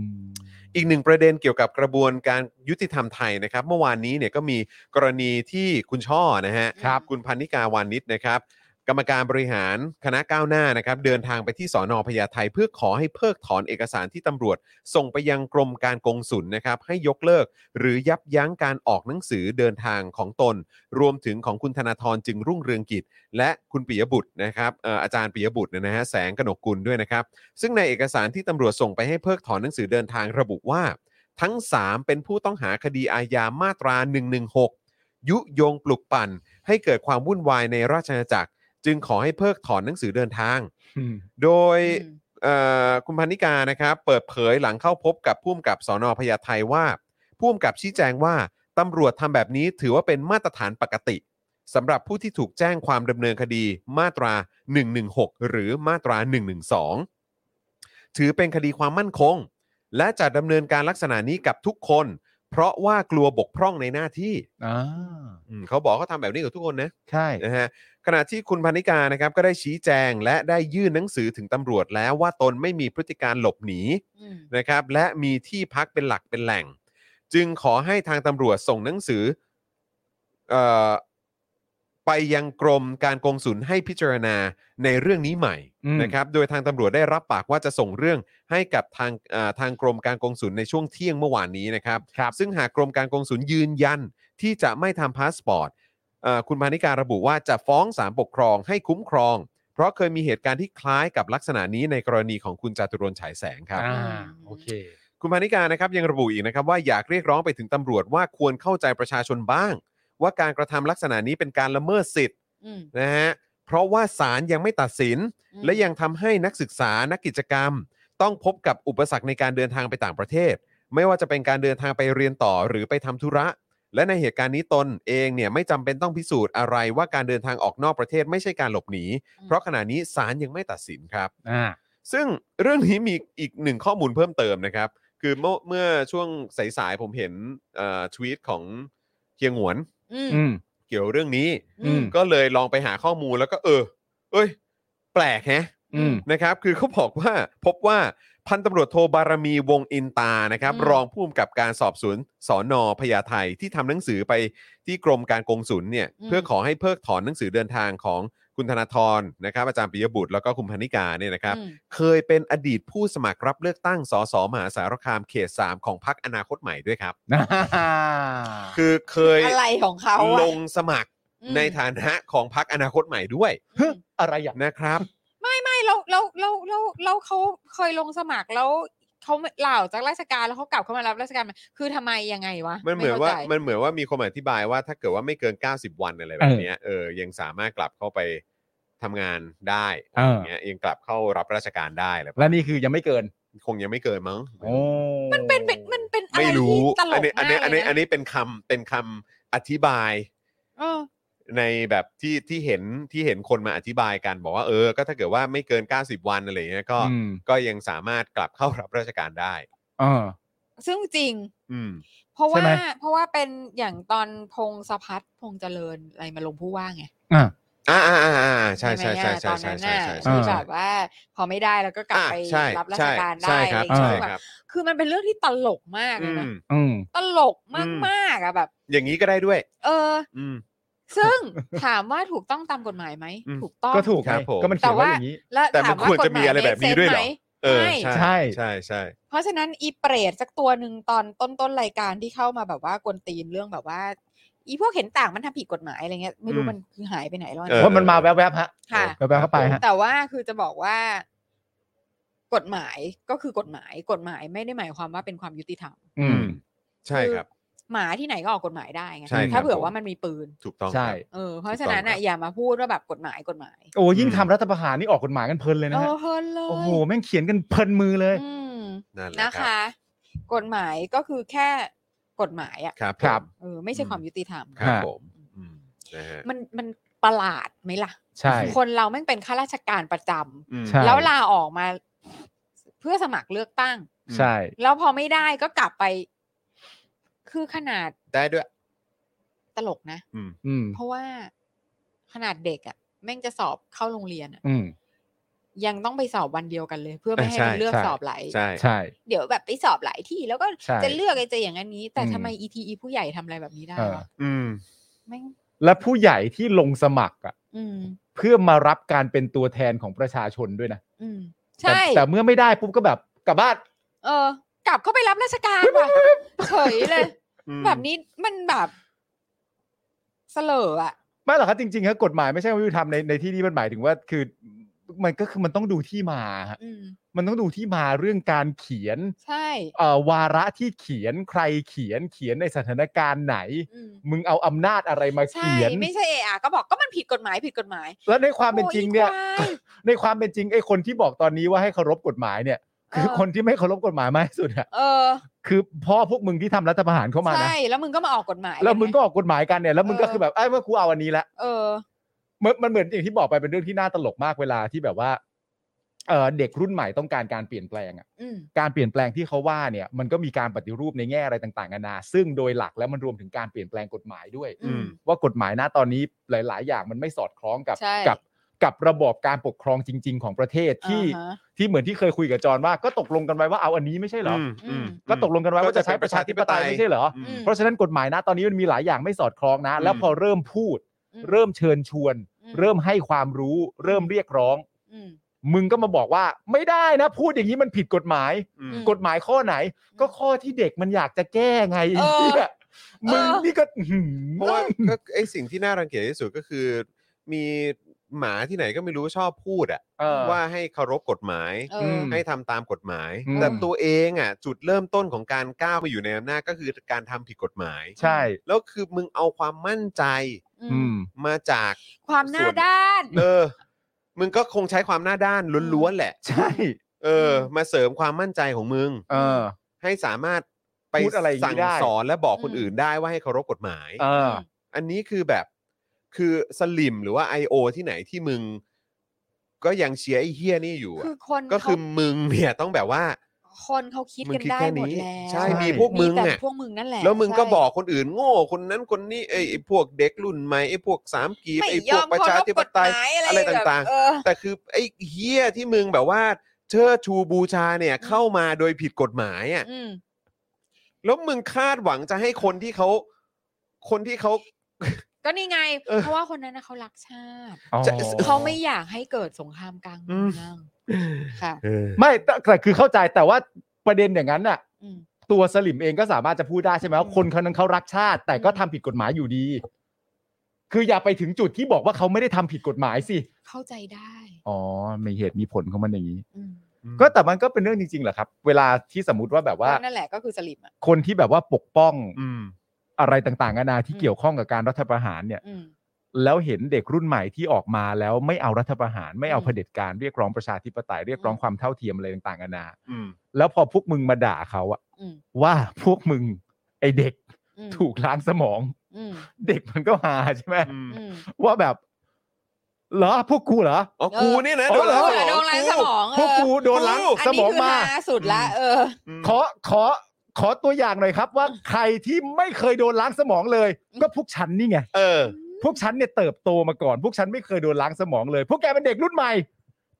อีกหนึ่งประเด็นเกี่ยวกับกระบวนการยุติธรรมไทยนะครับ เมื่อวานนี้เนี่ยก็มีกรณีที่คุณช่อนะฮะ ครับ คุณพันนิกาวานิชนะครับ กรรมการบริหารคณะก้าวหน้านะครับ เดินทางไปที่สอนอพญาไทเพื่อขอให้เพิกถอนเอกสารที่ตำรวจ ส่งไปยังกรมการกงสุลนะครับ ให้ยกเลิก หรือยับยั้งการออกหนังสือเดินทางของตน รวมถึงของคุณธนาธรจึงรุ่งเรืองกิจ และคุณปิยบุตรนะครับเอ่ออาจารย์ปิยบุตรเนี่ยนะฮะแสงกนกกุลด้วยนะครับ ซึ่งในเอกสารที่ตำรวจส่งไปให้เพิกถอนหนังสือเดินทางระบุว่า ทั้ง 3 เป็นผู้ต้องหาคดีอาญามาตรา 116 ยุยงปลุกปั่น ให้เกิดความวุ่นวายในราชอาณาจักร จึงขอให้เพิกถอนหนังสือเดินทาง อืม โดย อืม เอ่อคุณพันนิกานะครับ เปิดเผยหลังเข้าพบกับผู้มกับสอนอพญาไทว่าผู้มกับชี้แจงว่าตำรวจทำแบบนี้ถือว่าเป็นมาตรฐานปกติสำหรับผู้ที่ถูกแจ้งความดำเนินคดีมาตรา 116 หรือมาตรา 112 ถือเป็นคดีความมั่นคง และจะดำเนินการลักษณะนี้กับทุกคน เพราะว่ากลัวบกพร่องในหน้าที่ อ่า อืมเขาบอกเขาทำแบบนี้กับทุกคนนะ ใช่ นะฮะขณะที่คุณพานิกานะครับก็ได้ชี้แจงและได้ยื่นหนังสือถึงตำรวจแล้วว่าตนไม่มีพฤติการหลบหนี อืม นะครับและมีที่พักเป็นหลักเป็นแหล่ง จึงขอให้ทางตำรวจส่งหนังสือเออไปยังกรมการกงสุลให้พิจารณาในเรื่องนี้ใหม่ อืม นะครับโดยทางตำรวจได้รับปากว่าจะส่งเรื่องให้กับทางเอ่อทางกรมการกงสุลในช่วงเที่ยงเมื่อวานนี้นะครับ ครับ ซึ่งหากกรมการกงสุลยืนยันที่จะไม่ทำพาสปอร์ตเอ่อคุณพานิการระบุว่าจะฟ้องศาลปกครองให้คุ้มครอง เพราะเคยมีเหตุการณ์ที่คล้ายกับลักษณะนี้ในกรณีของคุณจาตุรนต์ฉายแสงครับ อ่า โอเค คุณพานิการนะครับยังระบุอีกนะครับว่าอยากเรียกร้องไปถึงตำรวจว่าควรเข้าใจประชาชนบ้าง ว่าการกระทำลักษณะนี้เป็นการละเมิดสิทธิ อืม นะฮะ เพราะว่าศาลยังไม่ตัดสิน อืม และยังทำให้นักศึกษานักกิจกรรม ต้องพบกับอุปสรรคในการเดินทางไปต่างประเทศ ไม่ว่าจะเป็นการเดินทางไปเรียนต่อหรือไปทำธุระ และในเหตุการณ์นี้ตนเองเนี่ยไม่จำเป็นต้องพิสูจน์อะไรว่าการเดินทางออกนอกประเทศไม่ใช่การหลบหนี เพราะขณะนี้ศาลยังไม่ตัดสินครับ อ่า ซึ่งเรื่องนี้มีอีกหนึ่งข้อมูลเพิ่มเติมนะครับ คือเมื่อเมื่อช่วงสายๆผมเห็นเอ่อทวีตของเฮียหงวน อืม อืม เกี่ยวเรื่องนี้ อืม ก็เลยลองไปหาข้อมูลแล้วก็เออ เอ้ย แปลกแฮะ อืม นะครับ คือเขาบอกว่าพบว่าพันตำรวจโทบารมีวงอินตานะครับ อืม รองผู้กำกับการสอบสวนสอนอพญาไทที่ทำหนังสือไปที่กรมการกงสุลเนี่ย เพื่อขอให้เพิกถอนหนังสือเดินทางของคุณธนาธรนะครับ อาจารย์ปิยบุตรแล้วก็คุณพนิกาเนี่ยนะครับ อืม เคยเป็นอดีตผู้สมัครรับเลือกตั้งสสมหาสารคามเขตสามของพรรคอนาคตใหม่ด้วยครับ คือเคย อะไรของเขาอะ ลงสมัคร อืม ในฐานะของพักอนาคตใหม่ด้วย อะไรอย่าง นะครับ ไม่เราเราเราเราเราเขาเคยลงสมัครแล้วเขาไม่ลาออกจากราชการแล้วเขากลับเข้ามารับราชการใหม่คือทำไมยังไงวะ มันเหมือนว่า ไข้ใจ มันเหมือนว่ามีคนมาอธิบายว่าถ้าเกิดว่าไม่เกิน 90 วันอะไรแบบเนี้ยเออยังสามารถกลับเข้าไปทำงานได้ เอ อ อย่าง เงี้ยยังกลับเข้ารับราชการได้อะไรแบบ และนี่คือยังไม่เกิน คงยังไม่เกินมั้ง มัน เป็นเป็นมันเป็นอะไร ไม่ ที่ รู้ ตล อั ก นี้อั มาก นี้อั เล นี้ ย อัน นะ นี้เป็นคำเป็นคำอธิบาย เออ ในแบบที่ที่เห็นที่เห็นคนมาอธิบายกันบอกว่าเออก็ถ้าเกิดว่าไม่เกิน 90 วันอะไรเงี้ยก็ อืม ก็ยังสามารถกลับเข้ารับราชการได้ เออ ซึ่งจริง อืม เพราะ ใช่ ว่า ไหม เพราะว่าเป็นอย่างตอนพงศพัฒน์พงษ์เจริญอะไรมาลงผู้ว่าไง อ่า อ่าอ่าอ่าอ่าใช่ใช่ ไหม ใช่ อะ ใช่ ตอน ใช่ นั้น ใช่ น่ะ ใช่เอที่อ แบบว่า พอไม่ได้แล้วก็กลับ อ่ะ ไป ใช่ รับราช ใช่ การได้ ใช่คอะไรอรับ ย่างเงี้ ใช่ ยแบบ ครับ คือมันเป็นเรื่องที่ตลกมากเลยนะ อืม อืม ตลกมาก อืม มากๆอะแบบ อย่างนี้ก็ได้ด้วย เออ อืม ซึ่ง ถามว่าถูกต้องตามกฎหมายไหม อืม ถูกต้อง ก็ถูก ค ไง รับผม ก็มันเขียนว่าอย่างนี้ และ แต่ ถา มั ม น ว่า ควร ก จะ ฎห มี มาย อะไรแบบนี้ด้วยเหรอ เมคเซเอนส์ไมอ ใช่ ใช่ ใช่ ใช่ใช่ เพราะฉะนั้นอีเปรตสักตัวหนึ่งตอนต้นต้นรายการที่เข้ามาแบบว่ากวนตีนเรื่องแบบว่า อีพวกเห็นต่างมันทำผิดกฎหมายอะไรเงี้ยไม่รู้ อืม มันคือหายไปไหนแล้ว เอ นะ อ ว่ามันมาแวบๆฮะ ค่ะ แวบๆเข้าไปฮะ แต่ว่าคือจะบอกว่า กฎหมายก็คือกฎหมายกฎหมายไม่ได้หมายความว่าเป็นความยุติธรรม อืม ใช่ครับ อหมาที่ไหนก็ออกกฎหมายได้ไง ใช่ครับ ถ้าเผื่อว่า ผม มันมีปืน ถูกต้อง ใช่ ครับ เออเพราะฉะนั้น ถูกต้องครับอ่ะอย่ามาพูดว่าแบบกฎหมายกฎหมาย โอ้ยิ่ง อืม ทำรัฐประหารนี่ออกกฎหมายกันเพลินเลย เอ นะฮะ อเพลินเลย โอ้โหแม่งเขียนกันเพลินมือเลย อืม นั่นแหละ นะ ครั คะ บ กฎหมายก็คือแค่กฎหมายอะ ครับ ครับ ผม เออไม่ใช่ อืม ความยุติธรรม ครับ ฮะ ผมอืมนะฮะ มันมัน ประหลาดไหมล่ะ ใช่ คนเราแม่งเป็นข้าราชการประจำ อืม ใช่ แล้วลาออกมาเพื่อสมัครเลือกตั้ง ใช่ แล้วพอไม่ได้ก็กลับไป คือขนาด ได้ด้วย ตลกนะ อืม เพราะว่าขนาดเด็กอะ่ะ แม่งจะสอบเข้าโรงเรียนอะ อืม ยังต้องไปสอบวันเดียวกันเลย เพื่อไม่ให้ ใช่ มันเลือกสอบหลาย ใช่ ใช่ เดี๋ยวแบบไปสอบหลายที่แล้วก็ ใช่ จะเลือกไอ้จะอย่างนั้นนี้ แต่ อืม ทำไม ETE ผู้ใหญ่ทำอะไรแบบนี้ได้ เออ วะ อืม แม่ง และผู้ใหญ่ที่ลงสมัครอ่ะ อืม เพื่อมารับการเป็นตัวแทนของประชาชนด้วยนะ อืม แต่ ใช่ แต่เมื่อไม่ได้ปุ๊บก็แบบกลับบ้าน เออ กลับเข้าไปรับราชการ ว่ะเฉยเลย แบบนี้มันแบบเสลออ่ะ ไม่หรอกครับจริงๆครับกฎหมายไม่ใช่ว่ายุติธรรมในในที่นี้มันหมายถึงว่าคือมันก็คือมันต้องดูที่มาฮะ อืม มันต้องดูที่มาเรื่องการเขียน ใช่ เอ่อวาระที่เขียนใครเขียนเขียนในสถานการณ์ไหน อืม มึงเอาอำนาจอะไรมา ใช่ เขียน ไม่ใช่เออะก็บอกก็มันผิดกฎหมายผิดกฎหมาย แล้วในความเป็นจริงเนี่ย โอ้ยควาย ในความเป็นจริงไอ้คนที่บอกตอนนี้ว่าให้เคารพกฎหมายเนี่ย คือ เออ คนที่ไม่เคารพกฎหมายมากที่สุดอะ เออ คือพ่อพวกมึงที่ทำรัฐประหารเข้ามานะ ใช่ แล้วมึงก็มาออกกฎหมาย แล้วมึงก็ ไง ออกกฎหมายกันเนี่ยแล้วมึงก็ เออ คือแบบไอ้ยว่ากูเอาอันนี้ละ เออ มันมันเหมือนอย่างที่บอกไปเป็นเรื่องที่น่าตลกมากเวลาที่แบบว่าเอ่อเด็กรุ่นใหม่ต้องการการเปลี่ยนแปลงอะ อืม การเปลี่ยนแปลงที่เขาว่าเนี่ย มันก็มีการปฏิรูปในแง่อะไรต่างๆนานาซึ่งโดยหลักแล้วมันรวมถึงการเปลี่ยนแปลงกฎหมายด้วย อืม ว่ากฎหมายณตอนนี้หลาย ๆ อย่างมันไม่สอดคล้องกับ ใช่ กับกับระบอบการปกครองจริง ๆ ของประเทศที่ อ่าฮะ ที่เหมือนที่เคยคุยกับจอห์นว่าก็ตกลงกันไว้ว่าเอาอันนี้ไม่ใช่เหรออ อืม ก็ตกลงกันไว้ว่าจะใช้ประชาธิปไตยไม่ใช่เหรอ อืม เพราะฉะนั้นกฎหมายนะตอนนี้มันมีหลายอย่างไม่สอดคล้องนะ แล้ว อืม พอเริ่มพูด อืม เริ่มเชิญชวน อืม เริ่มให้ความรู้ เริ่มเรียกร้อง อืม มึงก็มาบอกว่าไม่ได้นะ พูดอย่างนี้มันผิดกฎหมาย อืม อืม กฎหมายข้อไหน ก็ข้อที่เด็กมันอยากจะแก้ไงไอ้เหี้ยมึงนี่ก็อื้อหือ เพราะว่าก็ไอสิ่งที่น่ารังเกียจที่สุดก็คือ มีหมาที่ไหนก็ไม่รู้ชอบพูดอะ เออ ว่าให้เคารพกฎหมาย เออ ม ให้ทำตามกฎหมาย อืม แต่ตัวเองอ่ะ จุดเริ่มต้นของการก้าวไปอยู่ในอำนาจก็คือการทำผิดกฎหมาย ใช่ แล้วคือมึงเอาความมั่นใจ อื อื ม ม มาจาก ความหน้าด้าน เออ มึงก็คงใช้ความหน้าด้านล้วนๆแหละ ใช่ เออ มาเสริมความมั่นใจของมึง เออ ให้สามารถไป พูดอะไรอย่างนี้ สั่ง ได้ สอนและบอกคน อืม อื่นได้ว่าให้เคารพกฎหมาย เออ อันนี้คือแบบคือสลิมหรือว่า I.O. ที่ไหนที่มึง ก็ยังเชียร์ไอ้เฮี้ยนี่อยู่อะ คือคน ก็คือ เขา มึงเนี่ยต้องแบบว่า คนเขาคิด มึง กัน คิด ได้ แค่ หมด นี้ แล้ว ใช่ ใช่ มีพวกมึง แต่ อ่ะ พวกมึงนั่นแหละ แล้วมึงก็ ใช่ บอกคนอื่นโง่คนนั้นคนนี้ไอ้ไอ้พวกเด็กรุ่นใหม่ไอ้พวกสามกีบ ไม่ ไอ้พ ยว ก ม ประชาธิปไตย เคารพกฎหมาย อะ อะไร ไร ต่าง แบบเออ ๆ แต่คือไอ้เฮี้ยที่มึงแบบว่าเชิดชูบูชาเนี่ยเข้ามาโดยผิดกฎหมายอ่ะ อืม แล้วมึงคาดหวังจะให้คนที่เขาคนที่เขา ก็นี่ไง เออ เพราะว่าคนนั้นนะเขารักชาติ อ๋อ จะ เขาไม่อยากให้เกิดสงครามกลางเมืองค่ะ เออ ไม่แต่แต่คือเข้าใจแต่ว่าประเด็นอย่างนั้นน่ะ อืม ตัวสลิมเองก็สามารถจะพูดได้ใช่ไหมว่า อืม คนคนนั้นเขารักชาติ แต่ก็ อืม ทำผิดกฎหมายอยู่ดี คืออย่าไปถึงจุดที่บอกว่าเขาไม่ได้ทำผิดกฎหมายสิ เข้าใจได้ อ๋อมีเหตุมีผลของมันอย่างนี้ อืม ก็แต่มันก็เป็นเรื่องจริงๆเหรอครับ เวลาที่สมมติว่าแบบว่า ก็นั่นแหละก็คือสลิมอ่ะ คนที่แบบว่าปกป้อง อืม อะไรต่างๆนานาที่ อืม เกี่ยวข้องกับการรัฐประหารเนี่ย อืม แล้วเห็นเด็กรุ่นใหม่ที่ออกมาแล้วไม่เอารัฐประหาร ไม่เอา อืม เผด็จการเรียกร้องประชาธิปไตยเรียกร้องความเท่าเทียมอะไรต่างๆนานา อืม แล้วพอพวกมึงมาด่าเขาอะ อืม ว่าพวกมึงไอเด็ก อืม ถูกล้างสมอง อืม เด็กมันก็หาใช่ไหม อืม ว่าแบบ เหรอพวกกูเหรอ อ๋อกูเนี่ยนะ เออ ล้าง เออโดนล้างสมองเออ พวกกูโดนล้างสมองมา นนี้คือฮสุดละเออ ม ขอขอขอตัวอย่างหน่อยครับ ว่าใครที่ไม่เคยโดนล้างสมองเลย ก็พวกฉันนี่ไง เออ พวกฉันเนี่ยเติบโตมาก่อน พวกฉันไม่เคยโดนล้างสมองเลย พวกแกเป็นเด็กรุ่นใหม่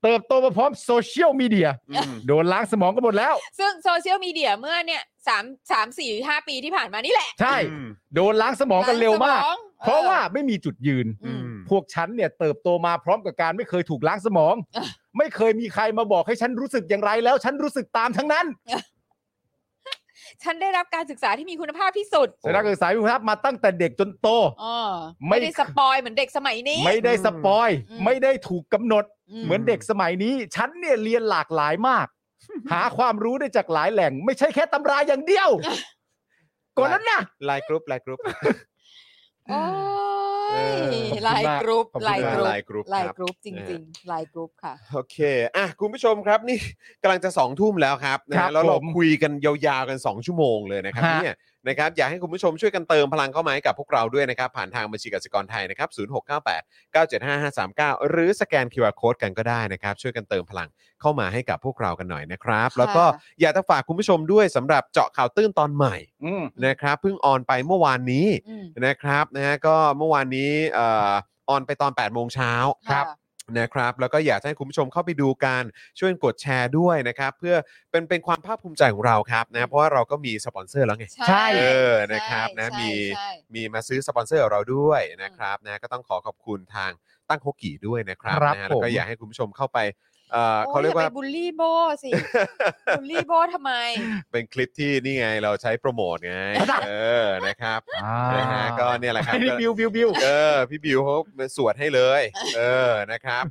เติบโตมาพร้อมโซเชียลมีเดีย อืม โดนล้างสมองกันหมดแล้ว ซึ่งโซเชียลมีเดียเมื่อเนี่ยสามสามสี่ห้าปีที่ผ่านมานี่แหละ ใช่ อืม โดนล้างสมองกันเร็วมาก ล้งสองออ เพราะว่าไม่มีจุดยืน อืม พวกฉันเนี่ยเติบโตมาพร้อมกับการไม่เคยถูกล้างสมอง เออ ไม่เคยมีใครมาบอกให้ฉันรู้สึกอย่างไรแล้ว ฉันรู้สึกตามทั้งนั้น ฉันได้รับการศึกษาที่มีคุณภาพที่สุด สนักศึกษาวิทยามาตั้งแต่เด็กจนโต อ๋อ ไม่ ไม่ได้สปอยเหมือนเด็กสมัยนี้ ไม่ได้สปอย อืม ไม่ได้ถูกกำหนด ม เหมือนเด็กสมัยนี้ ฉันเนี่ยเรียนหลากหลายมาก หาความรู้ได้จากหลายแหล่ง ไม่ใช่แค่ตำราอย่างเดียว ก่อนนั้นนะ ไลน์กรุ๊ปไลน์กรุ๊ป โอ้ เอยอ ไลน์กรุ๊ป ขอบคุณ ไลน์ มาก กรุ๊ป ไลน์กรุ๊ป ไล ค น์ รับ กรุ๊ปจริงๆไลน์กรุ๊ปค่ะ โอเค อ่ะ คุณผู้ชมครับนี่ กำลังจะสองทุ่มแล้วครับนะ ครั ฮะ บ แล้วเรา ผม คุยกันยาวๆกัน 2 ชั่วโมงเลยนะครับ ฮะ เนี่ย นะครับอยากให้คุณผู้ชมช่วยกันเติมพลังเข้ามาให้กับพวกเราด้วยนะครับ ผ่านทางบัญชีกสิกรไทยนะครับ0698 975539 หรือสแกน QR Code กันก็ได้นะครับ ช่วยกันเติมพลังเข้ามาให้กับพวกเรากันหน่อยนะครับ ค่ะ แล้วก็อยากจะฝากคุณผู้ชมด้วยสำหรับเจาะข่าวตื้นตอนใหม่ อืม นะครับเพิ่งออนไปเมื่อวานนี้ อืม นะครับนะฮะก็เมื่อวานนี้เอ่อออนไปตอน 8 โมงเช้า ค่ะ นะครับแล้วก็อยากจะให้คุณผู้ชมเข้าไปดูกันช่วยกดแชร์ด้วยนะครับ เพื่อเป็นเป็นความภาคภูมิใจของเราครับนะเพราะว่าเราก็มีสปอนเซอร์แล้วไง ใช่ เออนะครับนะ ใช่ มี ใช่ มีมาซื้อสปอนเซอร์กับเราด้วยนะครับนะก็ต้องขอขอบคุณทางตั้งโคกี่ด้วยนะครับ ครับ นะฮะแล้วก็ ผม อยากให้คุณผู้ชมเข้าไปเอ่อ โอ้ เขาเรียกว่า อไปบูลลี่โบสิ บูลลี่โบทำไม เป็นคลิปที่นี่ไงเราใช้โปรโมทไงเออนะครับนะฮะก็เนี่ยแหละครับ นี่บิวบิวบิว เออพี่บิวเขาสวดให้เลย เออนะครับ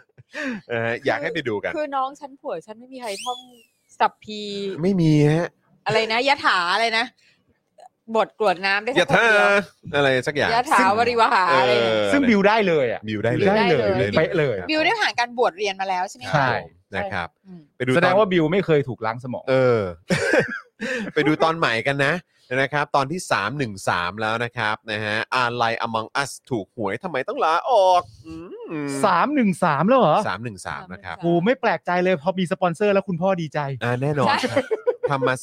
เอออยากให้ไปดูกัน คือน้องฉันผัวฉันไม่มีใครท่องสัพพี ไม่มีฮะ อะไรนะยะถาอะไรนะ บทกรวดน้ำได้ ยะ แค่คน ทา เดียว อะไรสักอย่าง ยะถาวริวหา เอ อะไร อ ซึ่งบิวได้เลยอ่ะ บิวได้เลย ได้เลย บิว เป๊ะเลย บิวได้ผ่านการบวชเรียนมาแล้วใช่ไหม ค ใช่ รับผมนะคคะรับ อืม ไปดู แสตดงอน ว่าบิวไม่เคยถูกล้างสมอง เออ ไปดูตอนใหม่กันนะนะครับ ตอนที่ 313 แล้วนะครับนะฮะอาไลอมังอัสถูกหวยทำไมต้องลาออกอืม สามหนึ่งสามแล้วเหรอ สามหนึ่งสามนะครับ สามหนึ่งสา กูไม่แปลกใจเลยพอมีสปอนเซอร์แล้วคุณพ่อดีใจ อ่าแน่นอนครับทำมา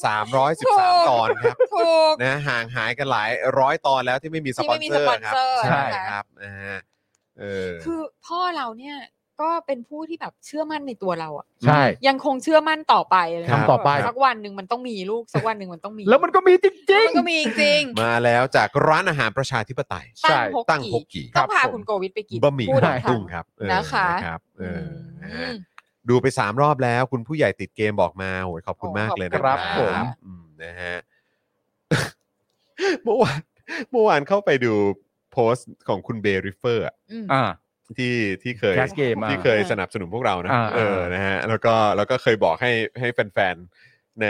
313 ตอนครับ ถูก นะห่างหายกันหลายร้อยตอนแล้วที่ไม่มีส ที่ ปอ ไม่ น มี เซอร์ครับ สปอนเซอร์ ใช่ นะคะ ครับนะฮะเออ คือพ่อเราเนี่ยก็เป็นผู้ที่แบบเชื่อมั่นในตัวเราอะ ใช่ ยังคงเชื่อมั่นต่อไปเลย ทำต่อไป สักวันหนึ่งมันต้องมีลูกสักวันหนึ่งมันต้องมี แล้วมันก็มีจริง มันก็มีจริง มาแล้วจากร้านอาหารประชาธิปไตย ใช่ ๆ ตั้ ตั้ ง ง ฮ ฮ ก ก กี่ กี่ ครั ต้ บ องพาคุณโกวิทไปกิน บะหมี่ พูด กวาง ค่ะ ตุ้งครับเออ นะคะ ครับเออนะฮะ ม ดูไป 3 รอบแล้ว คุณผู้ใหญ่ติดเกมบอกมาโหยขอบคุณ โอ้ มาก ขอบ เลย คุ นะ ณ ครับ ครับ ผม อืมนะฮะ เมื่อวานเมื่อวานเข้าไปดูโพสต์ของคุณเบริเฟอร์อะ ๆ อ่า ที่ที่เคย แคสเกมอ่ะ ที่เคยสนับสนุนพวกเรานะ อ่า เออ นะฮะ แล้วก็แล้วก็เคยบอกให้ให้แฟนๆ ใน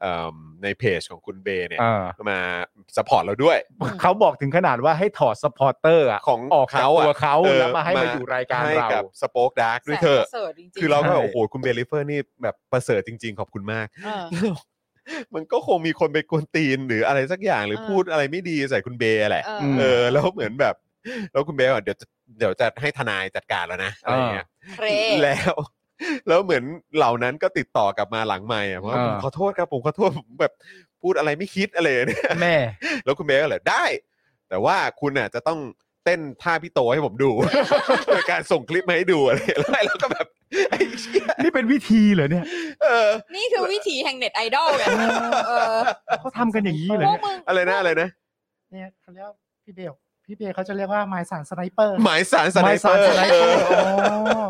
เอิ่มในเพจของคุณเบย์เนี่ย อ่า มาสปอร์ตเราด้วย เขาบอกถึงขนาดว่าให้ถอดสปอร์เตอร์อะ ของ ออกจาก เขาอะ ตัวเขา เออ แล้วมาให้ มา มาอยู่รายการ ให้ เรา กับสป็อคดาร์กด้วยเธอะ แสนประเสริฐจริงๆ คือเราก็ ใช่ โอ้โห คุณเบลิเฟอร์นี่แบบประเสริฐจริง ๆ ขอบคุณมาก เออ มันก็คงมีคนไปกวนตีนหรืออะไรสักอย่างหรือ เออ พูดอะไรไม่ดีใส่คุณเบย์แหละ เออ ม เออ แล้วเหมือนแบบ แล้วคุณเบย์บอกเดี๋ยวจะเดี๋ยวจะให้ทนายจัดการแล้วนะ อะไรอย่างเงี้ย เคร แล้ว แล้วเหมือนเหล่านั้นก็ติดต่อกลับมาหลังไม่อะว่า อ่า ผมขอโทษครับผมขอโทษผมแบบพูดอะไรไม่คิดอะไรเนี่ย แม่ แล้วคุณเบลก็เลยได้ แต่ว่าคุณน่ะจะต้องเต้นท่าพี่โตให้ผมดู โดยการส่งคลิปมาให้ดูอะไร แล้วแล้วก็แบบไอ้เหี้ย นี่เป็นวิธีเหรอเนี่ย เออ นี่คือวิถีแห่งเน็ตไอดอลไงเออ เขาทำกันอย่างนี้เหร พ อ วเนี่กย มึง อะไรนะอะไรนะ เนี่ยเขาเรียกว่าพี่เบลพี่เบลเขาจะเรียกว่าไมายสารสไนเปอร์ หมายสารสไน ไม่ เปอสาร ร์ สไน เอ เปอ อ ร์อ๋อ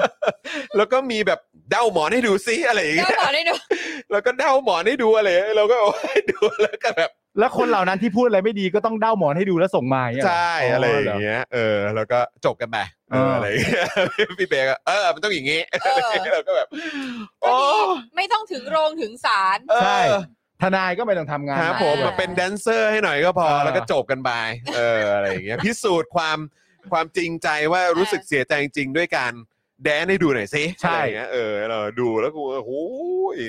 แล้วก็มีแบบเด้าหมอนให้ดูซิอะไรอย่าง เจ้า เงี้ย ต่อได้ด้วย แล้วก็เด้าหมอนให้ดูอะไรเราก็เอาให้ดูแล้วก็แบบ แล้วคนเหล่านั้นที่พูดอะไรไม่ดีก็ต้องเด้าหมอนให้ดูแล้วส่งมาอย่างเงี้ยเหร ใช่อะไร อ อย่าง เงี้เงี้ยยเออ แล้วก็จบกันไปเอออะไรอย่างเงี้ย พี่เบย์ก็เออมันต้องอย่างงี้ เออ แล้วก็แบบ ก็ โอ้ ดีไม่ต้องถึงโรงถึงศาล เออ ใช่ ทนายก็ไม่ต้องทำงาน ครับ หนัก ผม ด้ว มาย เป็นแดนเซอร์ให้หน่อยก็พอ เออ แล้วก็จบกันไปเอออะไรอย่างเงี้ยพิสูจน์ความความจริงใจว่ารู้สึกเสียใจจริงๆด้วยการแดนให้ดูหน่อยสิอะใช่ไรอย่างเงี้ยเออเราดูแล้วกูโอ้โห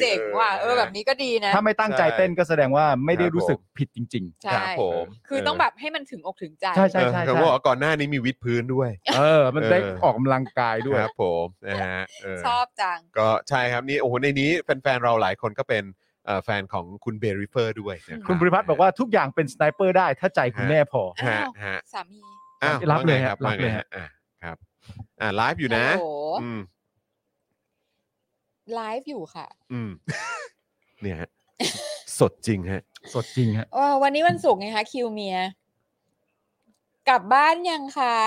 เจ๋งว่ะเออแบบนี้ก็ดีนะ ถ้าไม่ตั้งใจเต้นก็แสดงว่าไม่ได้รู้สึก ครับผม ผิดจริง ใช่ ครับผม คือต้องแบบให้มันถึงอกถึงใจ ใช่ใช่ เออเขาบอกว่าก่อนหน้านี้มีวิดพื้นด้วย ๆ เออ มันได้ออกกำลังกายด้วย ครับผมนะฮะเ ชอบจัง ก็ใช่ครับนี่โอ้โหในนี้แฟนๆเราหลายคนก็เป็นเอ่อแฟนของคุณเบริเฟอร์ด้วยนะ คุณภูริพัฒน์บอกว่าทุกอย่างเป็นสไนเปอร์ได้ถ้าใจคุณแน่พอ ฮะ อ้าว ฮะ สามี อ้าว รับเลย ว่าไง ครับรับเลย ว่าไง ฮะ อ่ะครับอ่าไลฟ์อยู่นะ ฮัลโหล อืม ไลฟ์อยู่ค่ะ อืม เนี่ย ฮะสดจริงฮะ สดจริงฮะ เออวันนี้วันศุกร์ไงคะคิวเมีย กลับบ้านยังคะ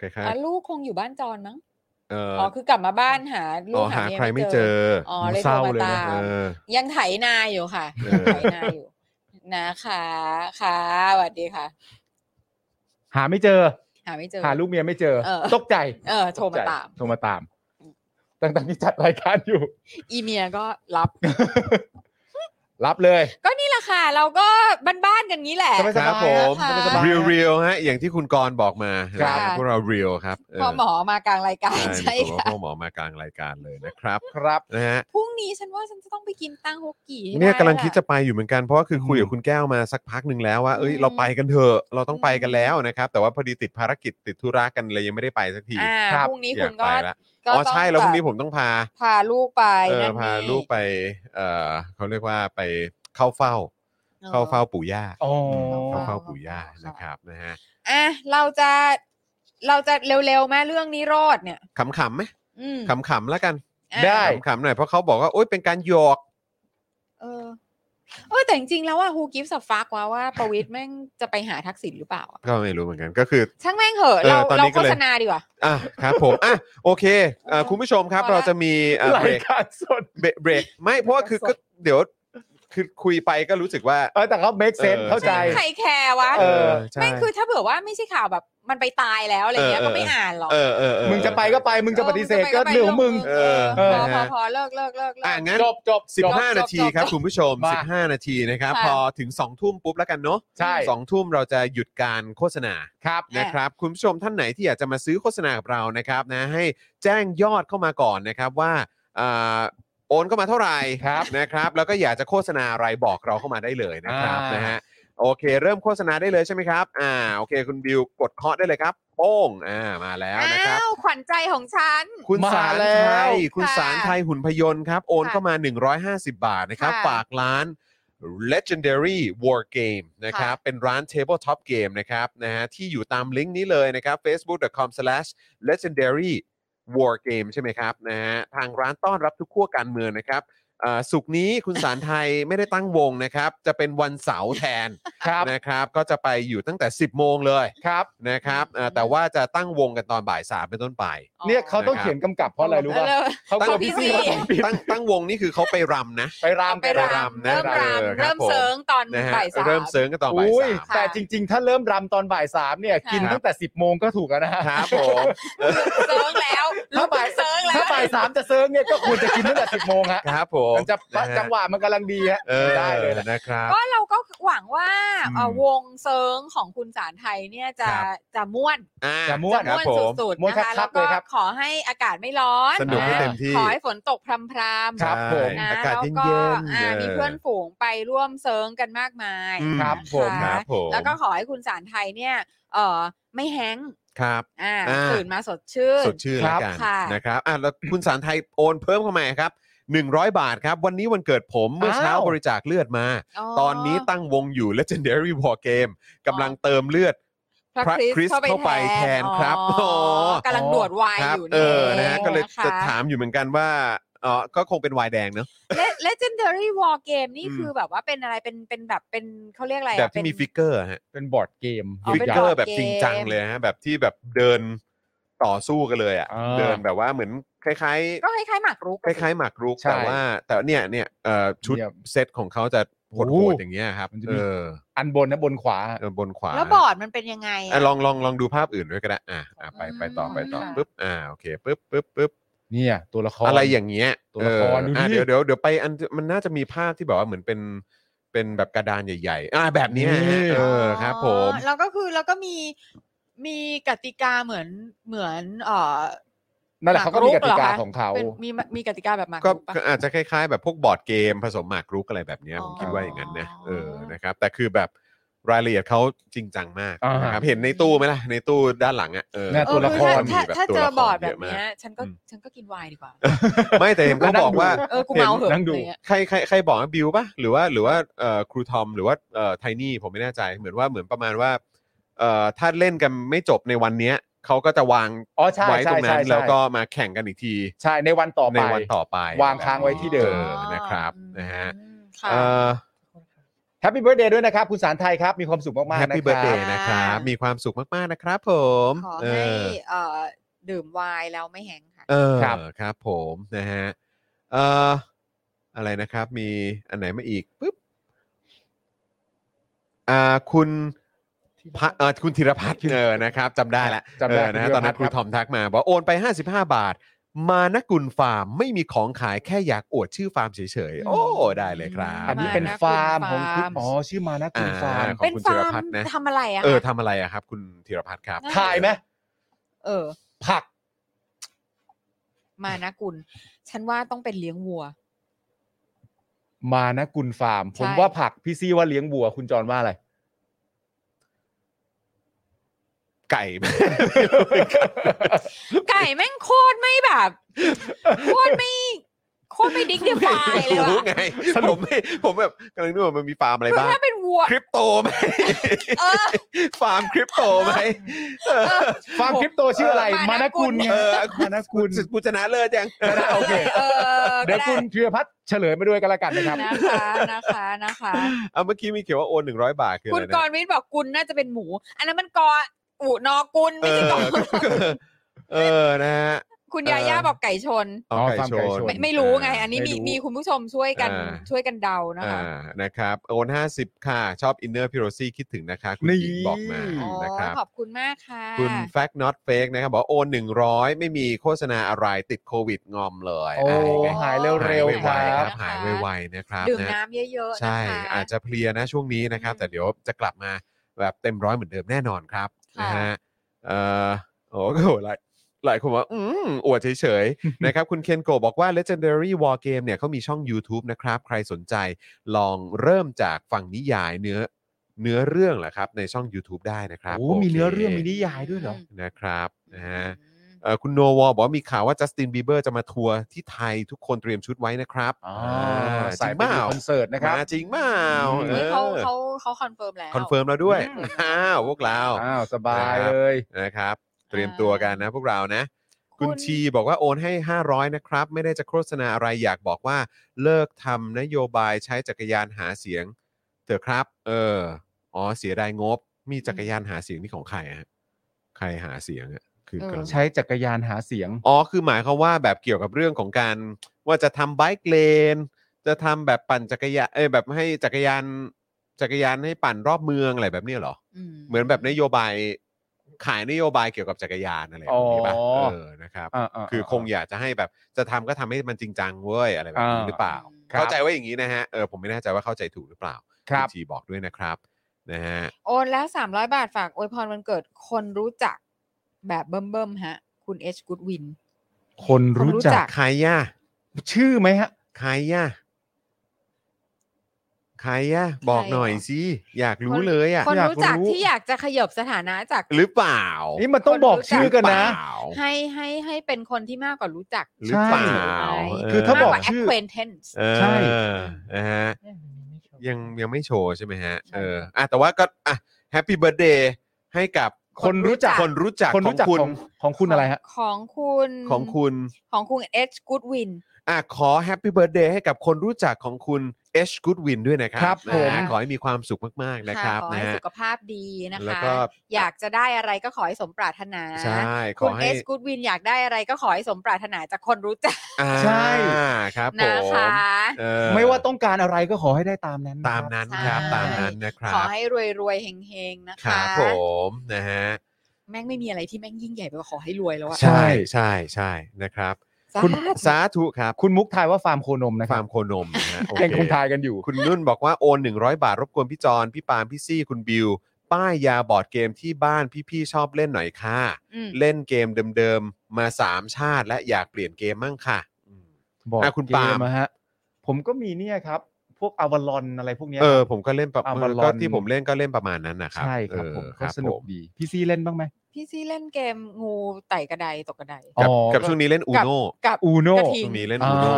คล้าย อ๋อลูกคงอยู่บ้านจอนมั้ง ๆเอ่อ อ๋อคือกลับมาบ้านหาลู อ๋อก หา หา เมีย ใครไม่เจอ อ๋อเลยโทรมา เศร้าเลยนะ ตาม เออ ยังไถนาอยู่ค่ะ เออ ยังไถนาอยู่ นะคะค่ะสวัสดีค่ะ หาไม่เจอ หาไม่เจอ หาลูกเมียไม่เจอ เออ ตกใจ เออโทรมาตาม โทรมาตามตั้งแต่ที่จัดรายการอยู่ อีเมียก็รับ รับเลย ก็นี่แหละค่ะ เราก็บ้านๆกันงี้แหละ สบายส ครับ บาย ผม ค่ะ สบายสบาย เรียวเรียวๆฮะอย่างที่คุณกรณ์บอกมา ครับ นะพวกเราเรียวครับเพ อหมอมากลางรายการใช่ ใช่มีคนบอกว่าพวค่ะกหมอมากลางรายการเลยนะครับ ครับ นะฮะ พรุ่งนี้ฉันว่าฉันจะต้องไปกินตั้งฮกกี่ให้ เนี่ย ไ กำลังคิด แว จะไปอยู่เหมือนกันเพราะว่าคือคุยกับคุณแก้วมาสักพักหนึ่งแล้วว่าเอ้ยเราไปกันเถอะเราต้องไปกันแล้วนะครับ แต่ว่าพอดีติดภารกิจติดธุระกันเลยยังไม่ได้ไปสักที อ่า ครับ พรุ่งนี้ อ คุ ยากไปณก็ละ ก็ อ๋อ ต้อง ใช่แล้วพรุ่งนี้ บบ ผมต้องพา พาลูกไป เออ นั่น พา นี่ ลูกไปเออเขาเรียกว่าไปเข้าเฝ้า เข้าเฝ้าปู่ย่า อ๋อ เข้าเฝ้าปู่ย่านะครับนะฮะ อ่ะเราจะเราจะเร็วๆแม่เรื่องนี้รอดเนี่ย ขำๆไหม อืม ขำๆแล้วกัน อ่ะ ได้ ขำๆหน่อยเพราะเขาบอกว่าโอ๊ยเป็นการหยอก เออเออแต่จริงๆแล้วว่าฮูกิฟส์ฟักว่าว่าประวิทย์แม่ง จะไปหาทักษิณหรือเปล่าอะ ก็ไม่รู้เหมือนกันก็คือ ช่างแม่งเหอะ เออ เรา ตอน เรา นี้ก็ โฆ เลย ษณาดีกว่า อ่ะครับผมอ่ะโอเคเอ่อ เออ คุณผู้ชมครับ พอละ เราจะมีเอ่อ รา เบร ย ก การสด เบรกเบรกไม่เพราะว่าคือก็เดี๋ยวคือคุยไปก็รู้สึกว่า เออแต่เขา make sense เออ เข้าใจ ใครแคร์วะ เออ ใช่ แม่งคือถ้าเผื่อว่าไม่ใช่ข่าวแบบมันไปตายแล้วอะไรเงี้ย เออ ก็ เออ ไม่อ่านหรอก เออเออเออ มึงจะไปก็ไป มึงจะปฏิเสธก็เรื่องของมึง เออ เออ พอพอพอเลิกเลิกเลิกเลิ อ่ะ ก งั้น จบจบ สิบ จบ ห้านาทีครับ จบ คุณผู้ชม มา 15 นาทีนะครับ ค่ะ พอถึง 2 ทุ่มปุ๊บแล้วกันเนาะ ใช่ สองทุ่มเราจะหยุดการโฆษณา ครับ นะครับคุณผู้ชมท่านไหนที่อยากจะมาซื้อโฆษณากับเรานะครับนะให้แจ้งยอดเข้ามาก่อนนะครับว่าอ่าโอนเข้ามาเท่าไหร่ ครับ นะครับแล้วก็อยากจะโฆษณาอะไรบอกเราเข้ามาได้เลยนะครับ อ่าน นะฮะโอเค เริ่มโฆษณาได้เลยใช่ไหมครับอ่าโอเค คุณบิวกดเคาะได้เลยครับ โป้งอ่ามาแล้วนะครับ อ้าวขวัญใจของฉัน คุณ มา สาร แล้ ไท วย คุณ ค่ะ สารไทยหุ่นพยนต์ครับ โอนเข้ามา 150 บาทนะครับ ค่ะ ฝากร้าน Legendary War Game นะครับ เป็นร้าน Tabletop Game นะครับนะฮะที่อยู่ตามลิงก์นี้เลยนะครับ facebook.com/legendary War Game ใช่ไหมครับนะฮะทางร้านต้อนรับทุกขั้วการเมืองนะครับอ่าสุกร์นี้คุณสารไทยไม่ได้ตั้งวงนะครับ จะเป็นวันเสาร์แทน ครับ นะครับ ก็จะไปอยู่ตั้งแต่ 10 โมงเลย ครับ นะครับอ่า อืม แต่ว่าจะตั้งวงกันตอนบ่ายสามเป็นต้นไป เนี่ยเขาต้องเขียนกำกับเพราะอะไรรู้ป่ะ เออ เขา ตั้ง กลัว พี่ พี่ ซี่ ซี่มาสองปี ตั้งตั้งวงนี่คือเขาไปรำนะ ไปราม ไป ไป ร ราม ำ นะ เริ่มรำ เออครับ เริ่ม ผม เสริงตอน นะฮะ บ่ายสาม เริ่มเซิร์งกันตอนบ่าย อุ้ย สาม ค่ะ แต่จริงๆ ถ้าเริ่มรำตอนบ่ายสามเนี่ย ค่ะ กินตั้งแต่ 10บโมงก็ถูกแล้วนะฮะ ครับผม เสริงแล้วลุ ถ้าก บ่ายขึ้นเสริงแล้ว ถ้าบ่ายสามจะเซิร์งเนี่ยก็ควรจะกินตั้งแต่ 10บโมงฮะ ครับผม มันจะ นฮ จังหวะมันกำลังดีฮะ เออ ได้เลยแหละ นะครับ ก็เราก็หวังว่าเอ่ออ ม วงเซิงของคุณสารไทยเนี่ยจะ ครับ จะม่วน อ่า จะม่ จะ น ม่วน ครับผม สุด ม่ ๆ วน นะคะ คั แล้ กๆวก็ เลยครับ ขอให้อากาศไม่ร้อน สนุกให้ ะ เต็มที่ ขอให้ฝนตกพรำพรำ ครับ ผม นะ อากาศ แล้ว เย็น ก็ ๆ อ่ามีเพื่อนฝูงไปร่วมเซิงกันมากมาย อืม ครับ นะะ ผม ครับผม แล้วก็ขอให้คุณสารไทยเนี่ยเออไม่แห้งก์ ครับ อ่า อ่า ตื่นมาสดชื่น สดชื่น ค แล้ รั ว บ กัน ค่ะ นะครับอ่ะแล้วคุณสารไทยโอนเพิ่มเข้ามาครับ 100 บาทครับ วันนี้วันเกิดผมเมื่อเช้าบริจาคเลือดมา ตอนนี้ตั้งวงอยู่ Legendary War Game กำลังเติมเลือด พระคริสต์เข้าไปแทน พระคริสต์เข้าไปแทนครับ อ๋อ อ กำลังดวดวาย ครับ อยู่ เออนี่ง นะฮะก็เลย นค จะถามอยู่เหมือนกันว่าเออก็คงเป็นวายแดงเนอะ เล Legendary War Game นี่ อืม คือแบบว่าเป็นอะไรเป็นเป็นแบบเป็นเขาเรียกอะไรอะ แบบที่ เป็น มีฟิกเกอร์อะฮะ เป็นบอร์ดเกม อ๋อ ฟิ เป็ ก น เกอ ด ร์แบบจริงจังเลยฮะแบบที่แบบเดินต่อสู้กันเลยอ่ะ อ่า เดินแบบว่าเหมือนคล้าย ก็คล้ายๆหมากรุก ๆคล้ายๆหมากรุก ใช่ แต่ว่าแต่เนี่ยเนี่ยเอ่อชุด เยี่ยม เซตของเขาจะโห โอ้ ดๆอย่างเงี้ยครับ มันจะ เอ มี อ อันบนนะบนขวา เออบนขวา แล้วบอร์ดมันเป็นยังไงอะ อ่ะลองลองลองดูภาพอื่นด้วยก็ได้อ่ะอ่ะไปไปต่อไปต่อ ค่ะ ปึ๊บอ่าโอเคปึ๊บปึ๊บปึ๊บ เนี่ยตัวละคร อะไรอย่างเงี้ย ตัวละคร เออ ดูดิ อ่ะเดี๋ยวเดี๋ยวเดี๋ยวไปอันมันน่าจะมีภาพที่แบบว่าเหมือนเป็นเป็นแบบกระดานใหญ่ๆอ่าแบบเนี้ยฮะเออครับ ผม แล้วก็คือแล้วก็มีมีกติกาเหมือนเหมือนเออ นั่นแหละเขาก็มีกติกา หมรุ ของเขา เป็นมีมีกติกาแบบหมาก ก็ รุกปะ ก็อาจจะคล้ายๆ แบบพวกบอร์ดเกมผสมหมากรุกอะไรแบบเนี้ย อ๋อ ผมคิดว่าอย่างนั้นนะเออ อ๋อ นะครับ แต่คือแบบรายละเอียดเขาจริงจังมาก อ่า นะ น ครับเห็นในตู้ไหมล่ะในตู้ด้านหลังอ่ะเออ เนี่ย เอ ตั อ วละคร คือถ้า มี ถ้าถ้า ตัว เจอ ละคร บอร์ดแบบ เยะมาก เนี้ยฉันก็ อืม ฉันก็กินไวน์ดี กว่า ไม่แต่เห็นเขาบอกว่า เออกูเมาเหอะ นั่งดู อะไรเงี้ย ใครใครใครบอกว่าบิวปะหรือว่าหรือว่าเอ่อครูทอมหรือว่าเอ่อไทนี่ผมไม่แน่ใจเหมือนว่าเหมือนประมาณว่าเอ่อถ้าเล่นกันไม่จบในวันเนี้ยเขาก็จะวาง อ๋อใช่ ไว้ต ใช่ รงนั้ ใช่ น ใช่ แล้วก็มาแข่งกันอีกที ใช่ในวันต่อไป ในวันต่อไป วางค้างไว้ที่เดิม ออนะครับนะฮะ อืมค่ะ เอ่อ แฮปปี้เบิร์ดเดย์ด้วยนะครับ คุณสารไทยครับ มีความสุขมากๆ แฮป นะ ปี้ ค เบิร์ดเด รั ย์ บ นะครับ ค่ะ มีความสุขมาก ๆ นะครับผม ขอ เอ ให้ อ เอ่อดื่มไวน์แล้วไม่แห้งค่ะ เออ ครับ ครับผมนะฮะเอ่ออะไรนะครับ มีอันไหนมาอีกปุ๊บอ่าคุณพะเอ่อคุณธีรพัฒน์เออนะครับจำได้ละ จำได้ เออนะฮะ คุณธีรพัตอนนั้ฒน์นครู ครับ ทอมทักมาบอกโอนไป 55 บาท มานะกุลฟาร์มไม่มีของขายแค่อยากอวดชื่อฟาร์มเฉยๆ โอ้ได้เลยครับ อันนี้เป็นฟาร์มของคุณอ๋อชื่อมานะคุณฟาร์ม อ่า ขง เป็น คุณ ฟา จิร ร์ม พัฒน์นะ ทำอะไรอะคะ เออทำอะไรอะครับ คุณธีรพัฒน์ครับ ถ่ายไหม เออ ผัก มานะกุล ฉันว่าต้องเป็นเลี้ยงวัว มานะกุลฟาร์ม ใช่ ผมว่าผักพี่ซี่ว่าเลี้ยงบัว คุณจรว่าอะไร ไก่ไหม ไก่แม่งโคตรไม่แบบ โคตรไม่ โคตรไม่ดิกเดียฟายเลย รู้ ว่ะ ไงผมไม่ผมแบบกำลังนึกว่ามันมีฟาร์มอะไร คือ บ้าง ถ้าเป็นวัว คริปโตไหม เออ ฟาร์มคริปโตไหมเออ ฟาร์มคริปโตชื่ ออะไร มา มา นะ นะ กุ กุลลไง เออ มานะกุล กูชนะเลิศยัง ชนะโอเค เออ เดี๋ยว ก็ไ คุณเทือพัฒน์เฉลยมาด้วยกันละกันนะครับ นะคะนะคะนะคะ เอาเมื่อกี้มีเขียนว่าโอนหนึ่งร้อยบาทคือ คุ อะ ณ ไร ก นะ รณ์วิทย์บอกกุลน่าจะเป็นหมู อันนั้นมันกออุนอกุล เอ ไม่ใช่ อก อ เออนะฮะ คุณยาย่าบอกไก่ชน เอา อ๋อ ไก่ ฟาร์ม ช ไก่ น ชน ไม่ไม่รู้ไง อันนี้มี ไม่รู้ มีคุณผู้ชมช่วยกัน อ่า ช่วยกันเดานะ อ่า คะ นะครับโอน50 ค่ะ ชอบอินเนอร์พิโรซี่คิดถึงนะคะ คุณ นี่ หญิงบอกมา อ๋อ นะครับ ขอบคุณมากค่ะ คุณ Fact Not Fake นะครับ บอกว่าโอน100 ไม่มีโฆษณาอะไรติดโควิดงอมเลย โอ้ ะ หายเร็วๆค หายไวๆค รั รับ บ หายไวๆนะครับ ดื่ม นะ น้ำเยอะๆนะคะ ใช่อาจจะเพลียนะช่วงนี้นะครับ อืม แต่เดี๋ยวจะกลับมาแบบเต็มร้อยเหมือนเดิมแน่นอนครับ ค่ะ นะฮะเอ่อโอ้โหหลายหลายคนว่าอืมอวดเฉยๆ นะครับ คุณเคนโกะบอกว่า Legendary War Game เนี่ยเขามีช่อง YouTube นะครับ ใครสนใจลองเริ่มจากฝั่งนิยายเนื้อเนื้อเรื่องแหละครับ ในช่อง YouTube ได้นะครับ โอ้มีเนื้อเรื่องมี โค นิยายด้วยเหรอ นะครับนะฮะ อืม เอ่อคุณโนวอลบอกว่ามีข่าวว่าจัสตินบีเบอร์จะมาทัวร์ที่ไทยทุกคนเตรียมชุดไว้นะครับ อ๋อ อ่าจ สา ริ ย ง ไป เปล่า ดูคอนเสิร์ตนะครับ มาจริงเปล่า อืม เอ เฮ้อยเขาเขาเขาคอนเฟิร์มแล้ว คอนเฟิร์มแล้วด้วย อืม อ้าวพวกเรา อ้าวสบาย นะครับ เลย นะครับ เตรียมตัวกันนะพวกเรานะคุคุณ ณชีบอกว่าโอนให้ 500 นะครับ ไม่ได้จะโฆษณาอะไรอยากบอกว่าเลิกทำนโยบายใช้จักรยานหาเสียงเถอะครับ เอออ๋อเสียดายงบ มีจักรยานหาเสียงนี่ของใครอะฮะใครหาเสียงอะคือ เออ กำลัง ใช้จักรยานหาเสียง อ๋อ คือหมายความว่าแบบเกี่ยวกับเรื่องของการว่าจะทำไบค์เลน จะทำแบบปั่นจักรยาน เอ้ยแบบให้จักรยานจักรยานให้ปั่นรอบเมืองอะไรแบบเนี้ยเหรอ เหมือนแบบนโยบายขายนโยบายเกี่ยวกับจักรยานอะไรแบบนี้ป่ะ อ๋อ เออนะครับ อ่าๆ คือคงอยากจะให้แบบจะทำก็ทำให้มันจริงจังเว้ยอะไรแบบนี้ อ่า หรือเปล่า ครับ เข้าใจว่าอย่างนี้นะฮะ เออผมไม่แน่ใจว่าเข้าใจถูกหรือเปล่า ครับ ณทีบอกด้วยนะครับนะฮะ โอนแล้ว 300 บาทฝากอวยพรวันเกิดคนรู้จักแบบเบิ่มๆฮะ คุณเอชกูดวิน คนรู้ คนรู้จั จั ก ก ใครย่ะ ชื่อไหมฮะ ใครย่ะใครย่ะบอกหน่อยสิอยากรู้เลยอ่ะ คน อยาก รู้จัก รู้ ที่อยากจะขยบสถานะจาก หรือเปล่า นี่มันต้องบอกชื่อกันนะ หรือเปล่า ให้ให้ให้เป็นคนที่มากกว่ารู้จัก หรือเปล่า ใช่ เ คือถ้าบอก มกกว่ ชื่อ acquaintance เออ ใช่ นะฮะ เนี่ยมันมีไม่เขีว ยังยังไม่โชว์ใช่ไหมฮะเอออ่ะแต่ว่าก็อ่ะแฮปปี้เบิร์ดเดย์ให้กับ คนรู้จัก คนรู้จัก คนรู้จัก ของคุณ ของของคุณอะไรฮะ ของคุณ ของคุณ ของคุณเอชกูดวิน อ่ะขอแฮปปี้เบิร์ดเดย์ให้กับคนรู้จักของคุณเอชกูดวินด้วยนะครั ครับ นะฮะ ผม ขอให้มีความสุขมากๆนะครับ ขอ นะ ให้ ฮะ สุขภาพดีนะ แล้ว คะ ก็ อยากจะได้อะไรก็ขอให้สมปรารถนา ใช่ข คุ อ ณเอ ให้ สกูดวินอยากได้อะไรก็ขอให้สมปรารถนาจากคนรู้จัก อ่า ใช่ ครับผ นะ ม คะ เออ ไม่ว่าต้องการอะไรก็ขอให้ได้ตามนั้น ตามนั้นครับ ใช่ ตามนั้นนะครับ ขอให้รวยๆเฮงๆ นะ ครั คะ บผมนะฮะ แม่งไม่มีอะไรที่แม่งยิ่งใหญ่ไปกว่าขอให้รวยแล้วอะ ใช่ใช่ใช่นะครับ สา คุณ ธุ สาธุครับ คุณมุกทายว่าฟาร์มโคนมนะค ฟา รั ร์ บ มโคนมนะฮะโอเค ยังคงทายกันอยู่ คุณนุ่นบอกว่าโอน 100 บาทรบกวนพี่จอนพี่ปาล์มพี่ซี่คุณบิว ป้ายยาบอร์ดเกมที่บ้านพี่ๆชอบเล่นหน่อยค่ะ อืม เล่นเกมเดิมๆ มา 3 ชาติและอยากเปลี่ยนเกมมั่งค่ะ บอก อ่ะคุณปาล์ม เกนะฮะ ผมก็มีเนี่ยครับ พวกอวาลอนอะไรพวกเนี้ย เออ ครับ ผมก็เล่นประ เอา มา มา ณ ลอน ก็ที่ผมเล่นก็เล่นประมาณนั้นนะครับ ใช่ครับ เออ ผม ค ก็ รับ สนุก ผม ดี พี่ซีเล่นบ้างไหม พี่ซี่เล่นเกมงูไต่กระไดตกกระได อ๋อ กับกับช่วงนี้เล่นอู กับ โน่ กับ อูโน่ กระทิ ช่วงนี้เล่น อ่า อูโน่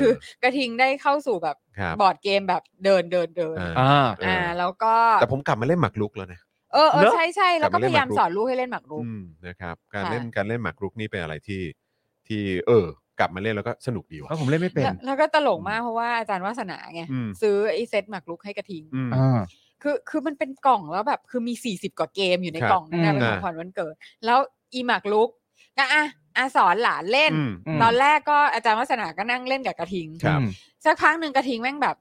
คือกระทิงได้เข้าสู่แบบ ครับ บอร์ดเกมแบบเดินเดินเดิน อ่า อ่า เอออ อ่า แล้วก็ แต่ผมกลับมาเล่นหมากรุกแล้วนะ เออเออ เนอะ ใช่ใช่แล้วก็ แต่ พ มันเล่น ยายาม หมากรุก สอนลูกให้เล่นหมากรุก อืมนะครับการ ค่ะ เล่นการเล่นหมากรุกนี่เป็นอะไรที่ที่เออ กลับมาเล่นแล้วก็สนุกดี เพ ว่ะ ราะผมเล่นไม่เป็น แล้วแล้วก็ตลกมากเพราะว่าอาจารย์วาสนาไง อืม ซื้อไอ้เซตหมากรุกให้กระทิง อืม อ่า คือคือมันเป็นกล่องแล้วแบบ คือมีสี่สิบกว่าเกมอยู่ใน ครับ กล่องนั่นอืนะม เป็นของขวัญวันเกิด แล้วอีหมากรุกก็อ่ะอาสอนหลานเล่น อืม ตอนแรกก็อาจารย์วัฒนาก็นั่งเล่นกับกระทิง ครับ สักพักหนึ่งกระทิงแม่งแบบ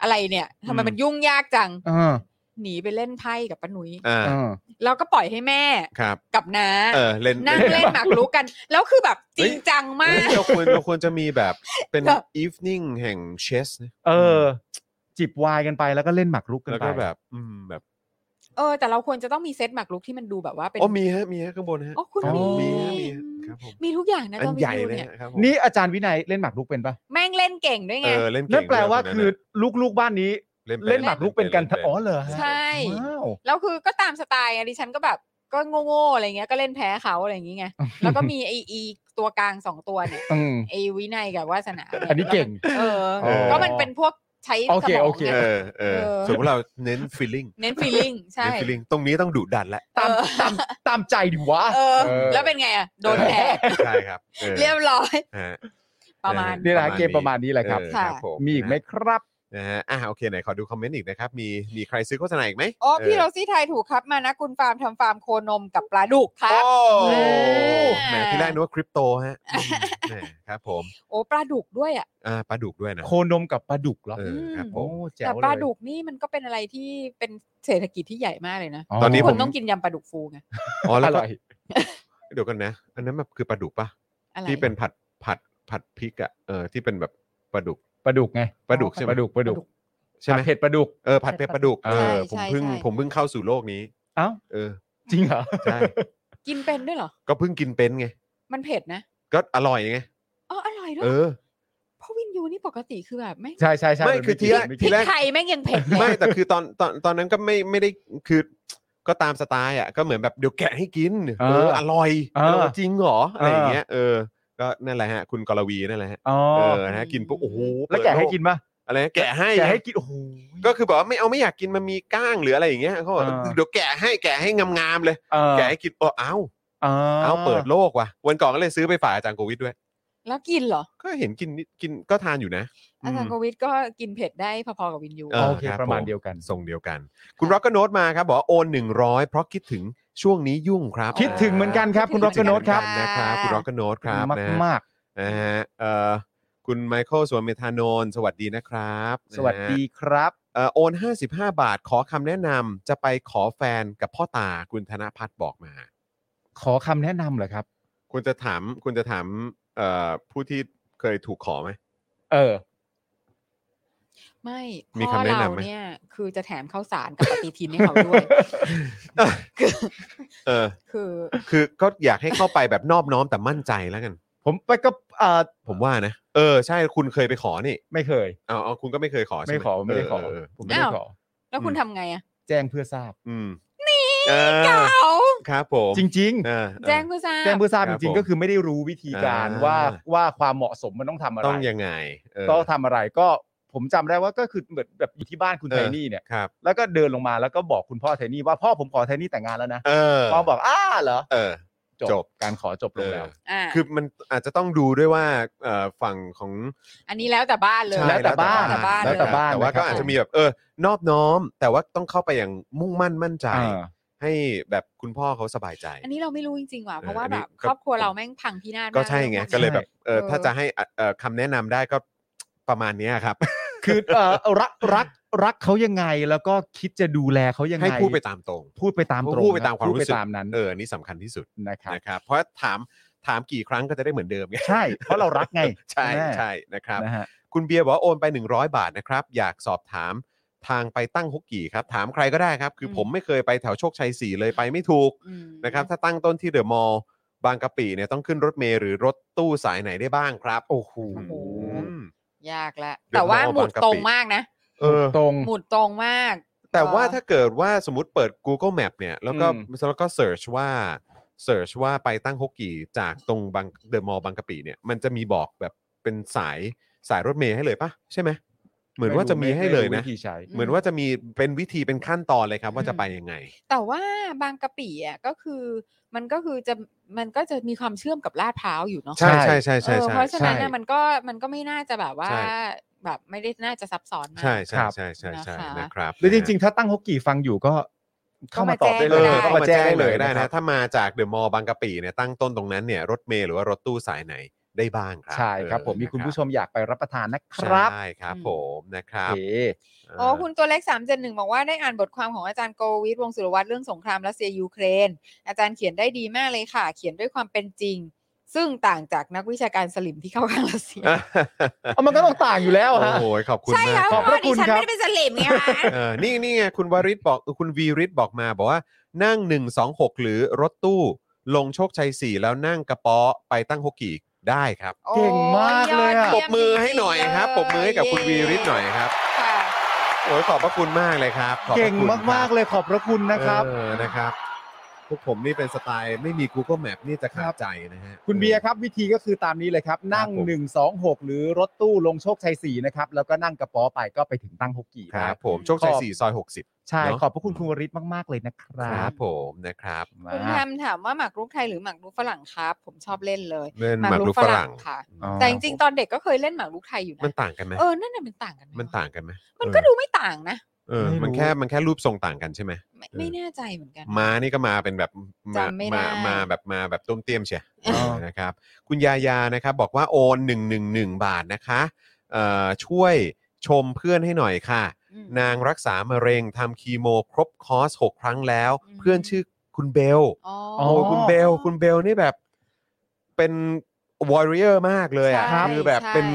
อะไรเนี่ยทำไมมันยุ่งยากจัง อ่า หนีไปเล่นไพ่กับป้าหนุย อ่า เออ แล้วก็ปล่อยให้แม่ ครับ กับน้า เออเล่น นั่งเล่นหมากรุกกัน แล้วคือแบบจริงจัง เฮ้ มาย ก เราควรเราควรจะมีแบบเป็น แบบ evening แห่ง chess นะ เออ จิบไวายกันไปแล้วก็เล่นหมากรุกกัน แล้ว ไป ก็แบบอืมแบบ เออแต่เราควรจะต้องมีเซตหมากรุกที่มันดูแบบว่าเป็น อ๋อมีฮะมีฮะข้างบนฮะ อ๋อคุณ รับ มี มีฮะมีฮะครับผม มีทุกอย่างนะ อัน จอม ใหญ่ วิว เลย เนี่ย ฮะครับผม นี่อาจารย์วินัยเล่นหมากรุกเป็นปะ แม่งเล่นเก่งด้วย เอ ไง อเล่นเก่ง นั่นแปลว่า ด้ย คือลูกๆบ้านนี้ คนนั้นน่ะ เล่นหมากรุกเป็นกันทั้งอ๋อเหรอฮะ ใช่ ว้าว แล้วคือก็ตามสไตล์อะดิฉันก็แบบก็โง่ๆอะไรเงี้ยก็เล่นแพ้เขาอะไรอย่างเงี้ยแล้วก็มีไออีตัวกลางสองตัวเนี่ย อืม ไอวินัยกับวาสนา อันนี้เก่ง เออ อ๋อ ก็มันเป็นพวกใช้สม โอ อง เคโอเค ไง เออเออ เออ ส่วนพวกเราเน้น feeling เน้น feeling ใช่ เน้น feeling ตรงนี้ต้องดุดันละ ตาม เออ ตามตามใจดิวะ เออ แล้วเป็นไงอะโดนแพ้ ใช่ครับออ เรียบร้อย ฮะ ประมาณ นี่แหละฮะ ประมาณนี้ เกมประมาณนี้แหละครับ เออ ค่ะ ผม มีอีกไหมครับ นะฮะอ่ะโอเคไหนขอดูคอมเมนต์อีกนะครับ มีมีใครซื้อโฆษณาอีกไหม โอ้พี่ เออ โรซี่ไทยถูกครับมานะคุณฟาร์มทำฟาร์มโคนมกับปลาดุกครับ โอ้ เออ แหมที่แรกนึกว่าคริปโตฮะ อืมแหมครับผม โอ้ปลาดุกด้วยอ่ะ อ่าปลาดุกด้วยนะ โคโนมกับปลาดุกเหรอ เอ ม อครับผ โอ้ ม แจ๋ว แต่ เลย ปลาดุกนี่มันก็เป็นอะไรที่เป็นเศรษฐกิจที่ใหญ่มากเลยนะ ตอนนี้ ค ผ น ม ต้องกินยำปลาดุกฟูไง อ๋อแล้ อ วก็ ร่อย เดี๋ยวกันนะ อันนั้นมันคือปลาดุกปะ อะไร ที่เป็นผัดผัดผัดพริกอ่ะเออที่เป็นแบบปลาดุก ปลาดุกไง ปลาดุกใช่ไหม ปลาดุกปลาดุก ใช่ไหม ผัดเผ็ดปลาดุก เออผัดเผ็ดปลาดุกเอ ใช่ อผมใช่เพิ่ง ใช่ ผมเพิ่งเข้าสู่โลกนี้ เอ้า เออ จริงเหรอ ใช่ กินเป็นด้วยเหรอ ก็เพิ่งกินเป็นไง มันเผ็ดนะ ก็อร่อยไง อ๋ออร่อยด้ว เอย อ เพราะวินยูนี่ปกติคือแบบไม่ง ใช่ใช่ใช่ ไม่คือที่แรก พริก แรก ไทยแม่งยังเผ็ดเล ยไม่แต่คือตอนตอนตอนนั้นก็ไม่ไม่ได้คือก็ตามสไตล์อ่ะก็เหมือนแบบเดี๋ยวแกะให้กินเอออร่อย เออ เออจริงเหรออะไรอย่างเงี้ยเออก็นั่นแหละฮะ คุณกรวีนั่นแหละฮะ อ๋อ เออนะฮะกินปุ๊บโอ้โห แล้วแกะให้กินปะ อะไรนะแกะให้ แกะ นะ ให้กินโอ้โห ก็คือบอกว่าไม่เอาไม่อยากกินมันมีก้างหรืออะไรอย่างเงี้ยเขาบอก เออ เดี๋ยวแกะให้แกะให้งามๆเลย เออ แกะให้กินเออเอา อ๋อ เอาเปิดโลกว่ะวันก่อนก็เลยซื้อไปฝากอาจารย์โควิดด้วย แล้วกินเหรอ ก็เห็นกินนิดกินก็ทานอยู่นะ อาจารย์โควิดก็กินเผ็ดได้พอๆกับวินยู เออ โอเค บ ประมาณ ผ เดียวกัน ทรงเดียวกัน คุณร็อกก็โน้ตมาครับ บอกว่าโอน 100 เพราะคิดถึงช่วงนี้ยุ่งครับ คิดถึงเหมือนกันครับ คุณร็อกเกอร์โนตครับ นะครับ คุณร็อกก็โน้ตครับนะ มาก นะฮะเอ่อคุณไมเคิลสวนเมธานนท์สวัสดีนะครับ ๆ สวัสดีครับ เอ่อโอน 55 บาทขอคำแนะนำจะไปขอแฟนกับพ่อตาคุณธนพัฒน์บอกมา ขอคำแนะนำเหรอครับ คุณจะถามคุณจะถามเอ่อผู้ที่เคยถูกขอไหม เออ ไม่ มี พ่อ คำแนะ เรา นำไหม เนี่ย คือจะแถมข้าวสารกับปฏิทินให้เขาด้วย คือ เออ คือ คือก็อยากให้เข้าไปแบบนอบน้อมแต่มั่นใจแล้วกัน ผมไปก็เออ ผมว่านะ เออใช่คุณเคยไปขอนี่ ไม่เคย เอาเอาคุณก็ไม่เคยขอใช่ห ไม่ขอไม่ได้ขอ เเ ผมไม่ได้ขอ แล้วคุณทำไงอ่ะ แจ้งเพื่อทราบ อืมนี่ เอา ครับผม จริง เออเออ แจ้งผู้ทราบ ๆ แจ้งเพื่อทราบ ครั จ บ ริง ผม ๆ ก็คือไม่ได้รู้วิธีการ อ่า ว่าว่าความเหมาะสมมันต้องทำอะไร ต้องยังไงเออ ต้องทำอะไรก็ผมจำได้ว่าก็คือเหมือนแบบอยู่ที่บ้านคุณ เอ ไท อ นี่เนี่ย ครับ แล้วก็เดินลงมาแล้วก็บอกคุณพ่อไทนี่ว่าพ่อผมขอไทนี่แต่งงานแล้วนะ เออ พ่อบอกอ้าเหรอ เออ จบ การขอจบลงแล้ว อ่า คือมันอาจจะต้องดูด้วยว่าเอ่อฝั่งของ อันนี้แล้วแต่บ้านเลย ใช่ แล้วแต่บ้าน แล้ แล้ว ว แต่ แต่ บ้า บ้าน น แต่ว่า นะครับ ก็อาจจะมีแบบเออนอบน้อม แต่ว่าต้องเข้าไปอย่างมุ่งมั่นมั่นใจ อ่า ให้แบบคุณพ่อเขาสบายใจ อันนี้เราไม่รู้จริงๆว่ะเพราะว่า เอออันนี้ แบบ ก็ ครอบครัวเราแม่งพังพินาศ ก็ มา ใช่ไง รื่องพวนี้ ก็เลยแบบเออ เออ ถ้าจะให้อ่ะเอ่อคำแนะนำได้ก็ประมาณเนี้ยครับ คือเออรักรักรักเขายังไงแล้วก็คิดจะดูแลเขายังไง ให้พูดไปตามตรง พูดไปตามตรง พูดไปตามความรู้สึก พูดไปตามนั้น เอออนนี่สำคัญที่สุด นะครับ นะครับเพราะถามถามกี่ครั้งก็จะได้เหมือนเดิมไง ใช่เพราะเรารักไง ใช่ ไหม ใช่นะครับ นะฮะ คุณเบียร์บอกว่าโอนไป 100 บาทนะครับ อยากสอบถามทางไปตั้งฮกกี่ครับ ถามใครก็ได้ครับ คืออ ม ผมไม่เคยไปแถวโชคชัย 4 เลยไปไม่ถูก อืม นะครับ ถ้าตั้งต้นที่เดอะมอลล์บางกะปิเนี่ยต้องขึ้นรถเมล์หรือรถตู้สายไหนได้บ้างครับ โอ้โห ยากละ เดี๋ยว แต่ว่า เราเอา หมุด บางกะปิ ตรงมากนะ เออ ตรง หมุดตรงมาก แต่ว่า เออ ถ้าเกิดว่าสมมติเปิด Google Map เนี่ย แล้วก็ อืม แล้วก็เสิร์ชว่าเสิร์ชว่าไปตั้งฮกกี่จากตรงบางเดอะมอลล์บางกะปิเนี่ย มันจะมีบอกแบบเป็นสายสายรถเมย์ให้เลยปะใช่ไหมเหมือนว่าจะมีให้เลยนะ ไรู้วิธีใช้ เหมือนว่าจะมีเป็นวิธีเป็นขั้นตอนเลยครับ ว่าจะไปยังไง แต่ว่าบางกะปิอ่ะก็คือมันก็คือจะมันก็จะมีความเชื่อมกับลาดพร้าวอยู่เนาะ ใช่ใช่ใช่ใช่ เออ ใช่ เพราะฉะนั้น ใช่ นะมันก็มันก็ไม่น่าจะแบบว่า ใช่ แบบไม่ได้น่าจะซับซ้อนมาก ใช่ใช่ใช่ใช่ใช่ นะคะ นะครับ หรือจริง ๆ ถ้าตั้งฮกกี่ฟังอยู่ก็ เข้ามาตอบได้ เอ เลย อ ก็ ต้องมาแจ้งเลยได้ ค นะ รับ ถ้ามาจากเดอะมอลล์บางกะปิเนี่ยตั้งต้นตรงนั้นเนี่ยรถเมล์หรือว่ารถตู้สายไหน ได้บ้างครั ใช่ครับผม เออ มีคุณผู้ช นะ มอยากไปรับประทานนะค ค รั รับบ ใช่ครับผมนะครั โอบ เค อ๋อ คุณตัวเล็ก 371 บอกว่าได้อ่านบทความของอาจารย์โกวิทย์วงศ์สุรวัตรเรื่องสงครามรัสเซียยูเครน อาจารย์เขียนได้ดีมากเลยค่ะ เขียนด้วยความเป็นจริง ซึ่งต่างจากนักวิชาการสลิมที่เข้าข้างรัสเซีย เอามันก็ต้องต่างอยู่แล้ว โอ้ ฮะ โหขอบคุณ ใช่ มา แล้ ก ว ค เพ รับ ราะว่า ขอบพระคุณดิฉัน ครับ ไม่ได้เป็นสลิมไงคะ เออนี่นี่ไงคุณวริศบอกเออคุณวีริศบอกมาบอกว่านั่ง 126 หรือรถตู้ ลงโชคชัย 4 แล้วนั่งกระป๋อไปตั้งฮกกี่ได้ครับ โอ้ เก่งมากเลยอะ ด ปร ยี่ บมือให้หน่อย จงๆ ครับปรบมือให้กับคุณ เ วีริศหน่อยครับ ค่ะ โอ้ยขอบพระคุณมากเลยครับขอบพระ เก่ง คุณ มากๆเลยขอบพระคุณนะครับ เออนะครับพวกผมนี่เป็นสไตล์ไม่มี Google Map นี่จะขาดใจนะฮะ คุณเบียร์ครับวิธีก็คือตามนี้เลยครับ นั่ง ผม 126 หรือรถตู้ลงโชคชัย4นะครับแล้วก็นั่งกระป๋อไปก็ไปถึงตั้งฮกกี่ ค นะ รั ครับ บ ผมโชคชัย ขอบ 4 ซอย 60 ใช่ เนอะ ขอบพระคุณคุณวริศมากๆเลยนะค ค รั รั บบ ผมนะครับ มา คุณแฮมถามว่าหมากรุกไทยหรือหมากรุกฝรั่งครับ ผมชอบเล่นเลย เล่นหมากรุกฝรั่ง ค่ะ อ๋อ แต่จริงๆตอนเด็กก็เคยเล่นหมากรุกไทยอยู่นะ มันต่างกันไหม เออนั่นน่ะมันต่างกันไห มันต่างกันไหม มันก็ดูไม่ต่างนะ เออมันแค่มันแค่รูปทรงต่างกันใช่ไหม ไม่ไม่แน่ใจเหมือนกัน มานี่ก็มาเป็นแบบมา จำไม่ได้ มามาแบบมาแบบต้มเตี้ยมเชียนะครับ คุณยายานะครับบอกว่าโอน 111 บาทนะคะเอ่อช่วยชมเพื่อนให้หน่อยค่ะ อืม นางรักษามะเร็งทำคีโมครบคอร์ส 6 ครั้งแล้ว อืม เพื่อนชื่อคุณเบล อ๋อ โอ้ยคุณเบล คุณเบลนี่แบบเป็นวอริเออร์มากเลยอ่ะ ใช่ คือแบบ ใช่ เป็น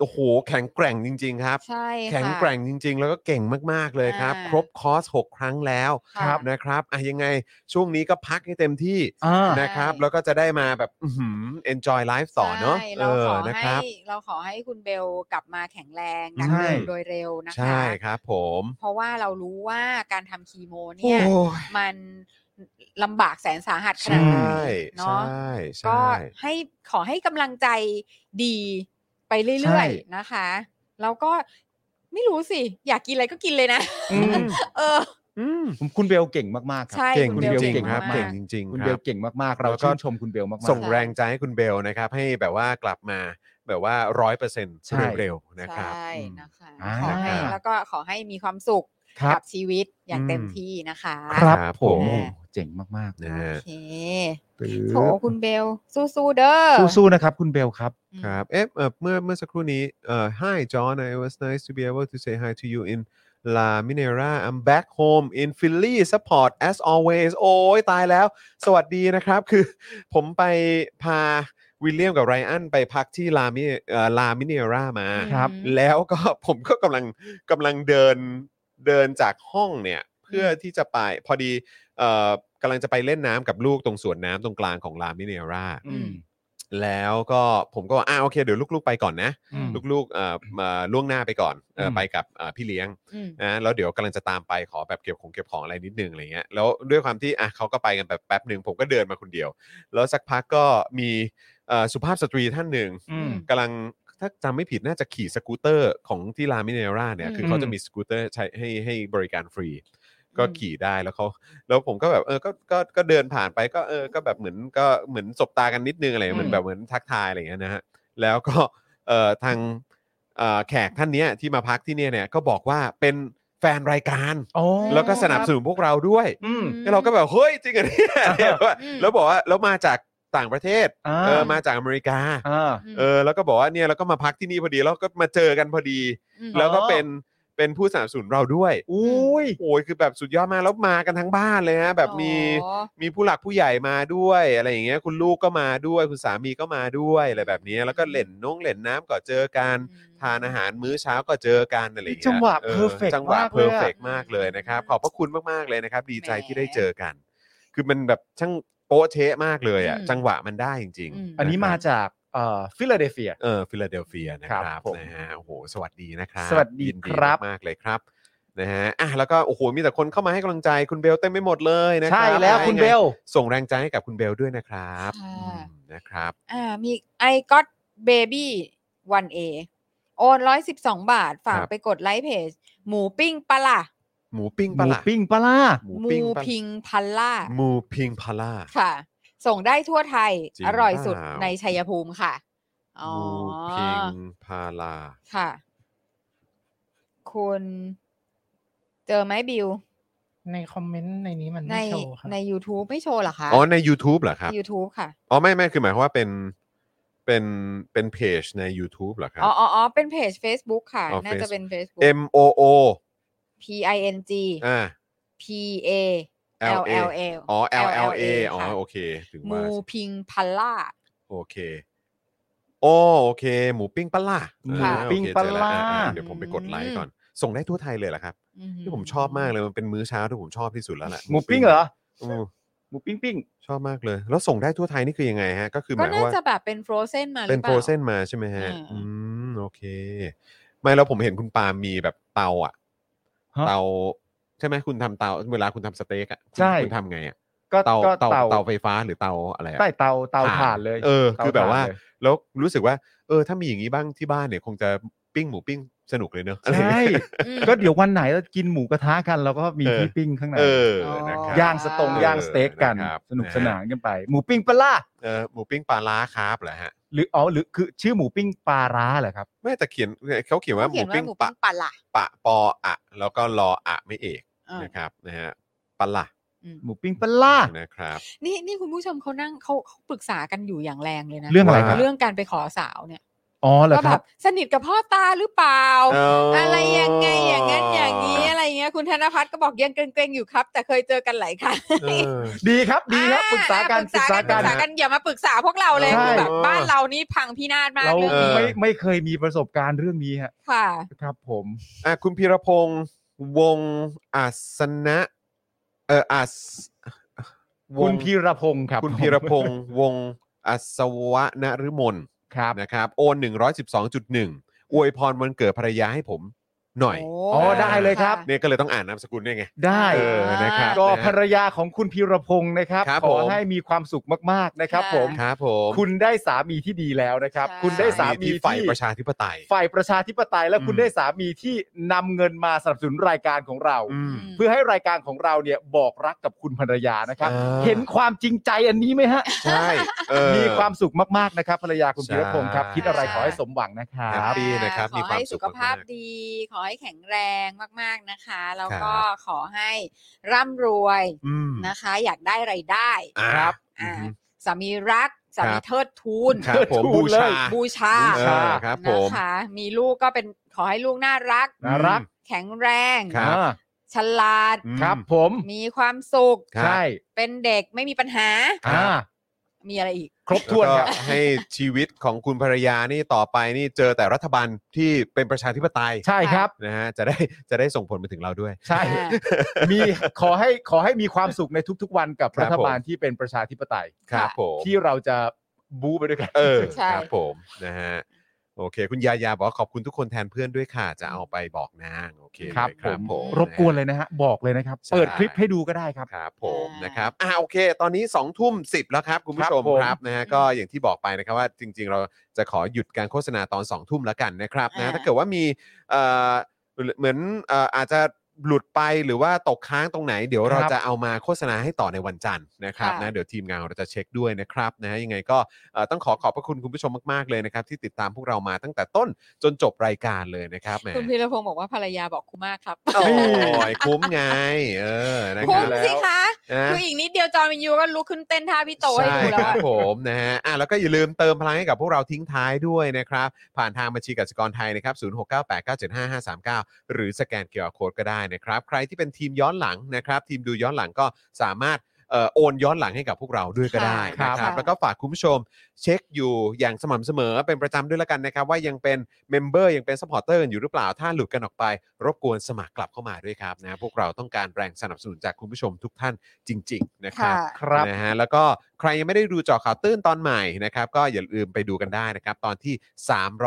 โอ้โห แข็งแกร่งจริง ๆ ครับ ใช่ค่ะ แข็งแกร่งจริง ๆ แล้วก็เก่งมากๆเลยครับ อ่า ครบคอร์ส 6 ครั้งแล้ว ค่ะ นะครับอ่ะยังไงช่วงนี้ก็พักให้เต็มที่ อ่า นะครับ ใช่ แล้วก็จะได้มาแบบ อื้อหือ enjoy life ต่อเนาะ ใช่ เอ เรา อ ขอ นะค ให้ รับ เราขอให้คุณเบลกลับมาแข็งแรงดัง ใช่ เดิมโดยเร็วนะคะ ใช่ครับผม เพราะว่าเรารู้ว่าการทำคีโม โอ้ เนี่ย ย มันลำบากแสนสาหัสข ใช นาดไหน่ ใช่ เนาะ ใช่ ก็ให้ขอให้กำลังใจดีไป ใช่ เรื่อยๆนะคะ แล้วก็ไม่รู้สิ อยากกินอะไรก็กินเลยนะ อืม เออ ผมคุณเบลเก่งมากๆครั ใช่ บ เก่ง คุณ จ เบล ริง เก่ง ๆครับ มาก เก่งจริง คุณ ๆค เบ รั ล บ เก่งมากๆ เรา แล้วก็ ชื่นชมคุณเบลมากๆ ส่งแรงใจให้คุณเบลนะครับ ให้แบบว่ากลับมาแบบว่าร้อยเปอร์เซ็นต์ ใช่ เร็วๆนะครับ ใช่นะคะ อ่า ขอให้แล้วก็ขอให้มีความสุข ครับ กัชีวิตอย่างเต็ม อืม ที่นะคะ ครับ ครับ ผผมม โอ้โหเจ๋งมาก นะ โอ ฮะ เค ๆปึ๊ โถ บ คุณเบล สู้ๆเด้อ สู้ๆนะครับคุณเบลครับ อืม ครับ เอ๊ะเอ่อเมื่อเมื่อสักครู่นี้เอ่อ Hi John I was nice to be able to say hi to you in La Minera I'm back home in Philly support as always โอ้ยตายแล้ว สวัสดีนะครับ คือ ผมไปพาวิลเลียมกับไรอันไปพักที่ลามิลามิเนรามา ครับ แล้วก็ ผมก็กำลังกำลังเดินเดินจากห้องเนี่ย เพื่อที่จะไปพอดีเอ่อกำลังจะไปเล่นน้ำกับลูกตรงสวนน้ำตรงกลางของลามิเนรา อืม แล้วก็ผมก็ว่าอ่าโอเค เดี๋ยวลูกๆไปก่อนนะ อืม ลูกๆเอ่อมาล่วงหน้าไปก่อนเอ่ออ ม ไปกับเอ่อพี่เลี้ยง อืม นะแล้วเดี๋ยวกำลังจะตามไปขอแบบเก็บของเก็บของอะไรนิดนึงอะไรเงี้ยแล้วด้วยความที่อ่ะเขาก็ไปกันแบบแป๊บหนึ่งผมก็เดินมาคนเดียว แล้วสักพักก็มีเอ่อสุภาพสตรีท่านหนึ่ง อืม กำลังถ้าจำไม่ผิดน่าจะขี่สกูตเตอร์ของที่ลามิเนราเนี่ยคือ อืม เขาจะมีสกูตเตอร์ใช้ให้ให้บริการฟรี ม ก็ขี่ได้แล้วเขาแล้วผมก็แบบเออก็ก็ก็เดินผ่านไปก็เออก็แบบเหมือนก็เหมือนสบตากันนิดนึงอะไรเหมือน อืม แบบเหมือนทักทายอะไรอย่างเงี้ยนะฮะแล้วก็เอ่อทางเอ่อแขกท่านเนี้ยที่มาพักที่เนี่ยเนี่ยก็บอกว่าเป็นแฟนรายการ อ๋อ แล้วก็สนับสนุนพวกเราด้วย อืม อืม แล้วเราก็แบบเฮ้ยจริงเหรอเนี่ย อืม แล้วบอกว่าแล้วมาจากต่างประเทศ อ่า เออมาจากอเมริกา อ่า อืม เออแล้วก็บอกว่าเนี่ยเราก็มาพักที่นี่พอดีแล้วก็มาเจอกันพอดี ม แล้วก็เป็นเป็นผู้สนับสนุนเราด้วย อุ้ย โอ้ยคือแบบสุดยอดมากแล้วมากันทั้งบ้านเลยฮะแบบมี อ๋อ มีผู้หลักผู้ใหญ่มาด้วยอะไรอย่างเงี้ยคุณลูกก็มาด้วย คุณสามีก็มาด้วยอะไรแบบนี้แล้วก็เล่นน้องเล่นน้ำก็เจอกัน อืม ทานอาหารมื้อเช้าก็เจอกันอะไรอย่างเงี้ย จังหวะ ออ perfect จังหวะ มาก เพ เล อย ร์ อะ เฟกมากเลยนะครับ ขอบพระคุณมากๆเลยนะครับ ดีใจ แหม ที่ได้เจอกัน คือมันแบบช่างโป๊ะเชะมากเลยอ่ะ อืม จังหวะมันได้จริง อืม ๆ อันนี้มาจากเอ่อฟิลาเดลเฟีย เออฟิลาเดลเฟียนะค ครั รับบ ผม นะฮะโอ้โหสวัสดีนะครับ สวัสดี ยิน ครับ มากๆเลยครับ นะฮะ อ่ะ แล้วก็ โอ้โห มีแต่คนเข้ามาให้กำลังใจคุณเบลเต็มไปหมดเลยนะครับ ใช่แล้วคุณเบล ส่งแรงใจให้กับคุณเบลด้วยนะครับ ค่ะ อืมนะครับ อ่ามี I got baby 1A โอนร้อยสิบสองบาท ฝาก ครับ ไปกดไลค์เพจ หมูปิ้งปะล่ะ หมูปิ้ง ห ปะ มู ล่ะ ปิ้งปลาล่า หมู หมู ปิ้งปะ พิงพันล่า หมูพิงพะล่า ค่ะ ส่งได้ทั่วไทย จริง อร่อยสุด เปล่า ในชัยภูมิค่ะ อ๋ ห อ มูพิงพะล่า ค่ะ คุณ เจอไหมบิว ในคอมเมนต์ในนี้มัน ใน ไม่โชว์ครับ ใน YouTube ไม่โชว์เหรอคะ อ๋อ ใน YouTube เหรอครับ YouTube ค่ะ อ๋อ ไม่ไม่คือหมายความว่าเป็น เป็นเป็นเพจใน YouTube เหรอครับ อ๋ออ๋ออ๋อเป็นเพจ Facebook ค่ะ อ๋อ น่าจะ Facebook เป็น Facebook M O O P I N G อ่า P A L L A L L อ๋อ L L A อ๋อ ค่ะ โอเคถึง หวมู่า พิงพัลล่า โอเคโอ้โอเค หมูปิ้งปะล่า ค่ะ อ่าโอเค ปิ้งปะ เจอแวอ่อ่ ล่า เดี๋ยวผมไปกดไลค์ก่อน ส่งได้ทั่วไทยเลยเหรอครับ อืหื ที่ผมชอบมากเลยมันเป็นมื้อเช้าที่ผมชอบที่สุดแล้วแหละ หมูปิ้งเหรอ ม หมูปิ้งปิ้ง ชอบมากเลย แล้วส่งได้ทั่วไทยนี่คือยังไงฮะ ก็คือห ก็ มายความ น่า ว่า จะแบบเป็นฟรอเซนมาห เป็ รื น อเป โปร ล่า เซนมาใช่ไหมฮะ อ่า อืม โอเค ไม่แล้วผมเห็นคุณปาล์มมีแบบเตาอ่ะ ฮะ เตา ใช่ไหมคุณทำเตา เวลาคุณทำสเต็กอ่ะคุณ ใช่ คุณทำไงอ่ะ ก็ เตา ก็ เตาเตาไฟฟ้าหรือเตาอะไรอะ ใต้เตาเตาถ่านเลย เออ คือแบบว่า เตถ่นเลย แล้วรู้สึกว่า เออ ถ้ามีอย่างนี้บ้างที่บ้านเนี่ย คงจะปิ้งหมูปิ้งสนุกเลยเนอะอะไรอย่าง ใช่ เงี้ย อืม ก็เดี๋ยววันไหนเรากินหมูกระทะกัน แล้วก็มีที่ปิ้งข้างใน เออ นะครับ ย่างสตง เออ ย่างสเต็กกัน นะครับ สนุกสนานกันไป หมูปิ้งปลาร้า เออ หมูปิ้งปลาล้าครับเหรอฮะ หรืออ๋อหรือคือชื่อหมูปิ้งปลาร้าเหรอครับ ไม่แต่เขียนเขาเขียนว่าห เขา มู เขียนว่า ปิ้ง หมู ปะ ปิ้งปลาล่ะ ปะปออะ แล้วก็รออะไม่เอก เออ นะครับ นะฮะปลาละ อืม หมูปิ้งปลาร้า นะครับ นี่นี่คุณผู้ชมเขานั่งเขาเขาปรึกษากันอยู่อย่างแรงเลยนะ เรื่องอะไรครับ เรื่องการไปขอสาวเนี่ย อ๋อเหรอ ก็ ค แบ รับบ สนิทกับพ่อตาหรือเปล่า เ อะไรยังไงอย่างนั้นอย่างนี้อะไรเงี้ยคุณธนพัฒน์ก็บอกยังเกรงๆอยู่ครับ แต่เคยเจอกันหลายครั้ง เออ ดีครับดีครับ อ่ ปรึกษากัน ปปรึรึกษา ป กั รึ น กษากันอย่ามาปรึกษาพวกเราเลย ใช่ คือแบบบ้านเรานี่พังพินาศมาก เรา เรื่อง ออ นี้ ไม่ไม่เคยมีประสบการณ์เรื่องนี้ฮะ ค่ะ ครับผม อ่ะคุณพีรพงศ์วงอาสนะเอออาสว คุ ง ณพีรพงศ์ครับ คุณพีรพงศ์วงอัศวะนฤมล ครับ นะครับ โอน112.1อวยพรวันเกิดภรรยาให้ผมหน่อย อ๋อได้เลยครับ เนี่ยก็เลยต้องอ่านนามสกุลด้วยไง ได้ เออนะครับ ก็ภรรยาของคุณพีรพงศ์นะครับ ครับ ขอ ผม ให้มีความสุขมากๆนะครับ ค่ะ ผม ครับผม คุณได้สามีที่ดีแล้วนะครับ ใช่ คุณได้สามี ที่ฝ่ายประชาธิปไตย ฝ่ายประชาธิปไตยและ อืม คุณได้สามีที่นำเงินมาสนับสนุนรายการของเรา อืม เพื่อให้รายการของเราเนี่ยบอกรักกับคุณภรรยานะครับ อ่า เห็นความจริงใจอันนี้ไหมฮะ ใช่เออ มีความสุขมากๆนะครับภรรยาคุณ ใช่ พีรพงศ์ครับคิดอะไรขอให้สมหวังนะครั แฮป บ ปี้นะครับ ข มี อ ความ ให้ สุ สุ ข ขภาพ มาก ดี ขอให้แข็งแรงมากๆนะคะ แล้ว ครับ ก็ขอให้ร่ำรวย อืม นะคะ อยากได้ไรายได้ อ่ะ ครับ อื อ่าม สามีรักสามี ครับ เทิดทูน ครับผม ทู บู ลเลย ชา บูชา เออครับผม นะคะมีลูกก็เป็นขอให้ลูกน่ารัก น่ารัก แข็งแรง ครับ อ่า ฉลาด อืม ครับผม มีความสุข ครับ ใช่ เป็นเด็กไม่มีปัญหา อ่า มีอะไรอีก ครบถ้วนครับ แล้วก็ให้ชีวิตของคุณภรรยานี่ต่อไปนี่เจอแต่รัฐบาลที่เป็นประชาธิปไตย ใช่ครับ นะฮะจะได้จะได้ส่งผลไปถึงเราด้วย ใช่ อ่า มีขอให้ขอให้มีความสุขในทุกๆ วันกับ ครับ รัฐบาลที่เป็นประชาธิปไตย ครับผม ที่เราจะบู๊ไปด้วยกัน เออ ใช่ ครับผมนะฮะโอเค คุณยายาบอกว่าขอบคุณทุกคนแทนเพื่อนด้วยค่ะ จะเอาไปบอกนางโอเค ครับ เลย ผม ผม รบกวนะ ฮะ เลยนะฮะ บอกเลยนะครับ ใช่ เปิดคลิปให้ดูก็ได้ครับ ครับผมนะครับอ่าโอเค ตอนนี้2องทุ่มสิแล้วครับ คุณผู้ ครับ ชม ผม ครับนะฮะก็อย่างที่บอกไปนะครับว่าจริง ๆ เราจะขอหยุดการโฆษณาตอน2องทุ่มแล้วกันนะครับนะ อ่า ถ้าเกิดว่ามีเอ่อเหมือนเอ่ออาจจะหลุดไปหรือว่าตกค้างตรงไหน เดี๋ยวเราจะเอามาโฆษณาให้ต่อในวันจันทร์นะครับนะเดี๋ยวทีมงานของเราจะเช็คด้วยนะครับนะฮะยังไงก็เอ่อต้องขอขอบพระคุณคุณผู้ชมมากๆเลยนะครับที่ติดตามพวกเรามาตั้งแต่ต้นจนจบรายการเลยนะครับแหม คุณพีรพงศ์บอกว่าภรรยาบอกคุ้มมากครับ โอ้ยคุ้มไงเออนะค คุ้ รั ม บ สิคะ นะ คืออีกนิดเดียวจอมินยูก็ลุกขึ้นเต้นท่าพี่โตให้ ใช่ ดูแล้ คว รับ อะ ผมนะฮะอ่ะแล้วก็อย่าลืมเติมพลังให้กับพวกเราทิ้งท้ายด้วยนะครับ ผ่านทางบัญชีกสิกรไทยนะครับศูนย์หกเก้หรือสแกนเคอร์โคดก็ได้นะครับ ใครที่เป็นทีมย้อนหลังนะครับ ทีมดูย้อนหลังก็สามารถเอ่อโอนย้อนหลังให้กับพวกเราด้วยก็ได้นะค ครั รับบ แล้วก็ฝากคุณผู้ชม เช็คอยู่อย่างสม่ำเสมอเป็นประจำด้วยละกันนะครับ ว่ายังเป็นเมมเบอร์ยังเป็นสปอร์เตอร์อยู่หรือเปล่า ถ้าหลุดกันออกไป รบกวนสมัครกลับเข้ามาด้วยครับนะพวกเราต้องการแรงสนับสนุนจากคุณผู้ชมทุกท่านจริง ๆ นะครับ ค่ะ ครับ นะฮะแล้วก็ใครยังไม่ได้ดูเจอข่าวตื้นตอนใหม่นะครับก็อย่าลืมไปดูกันได้นะครับ ตอนที่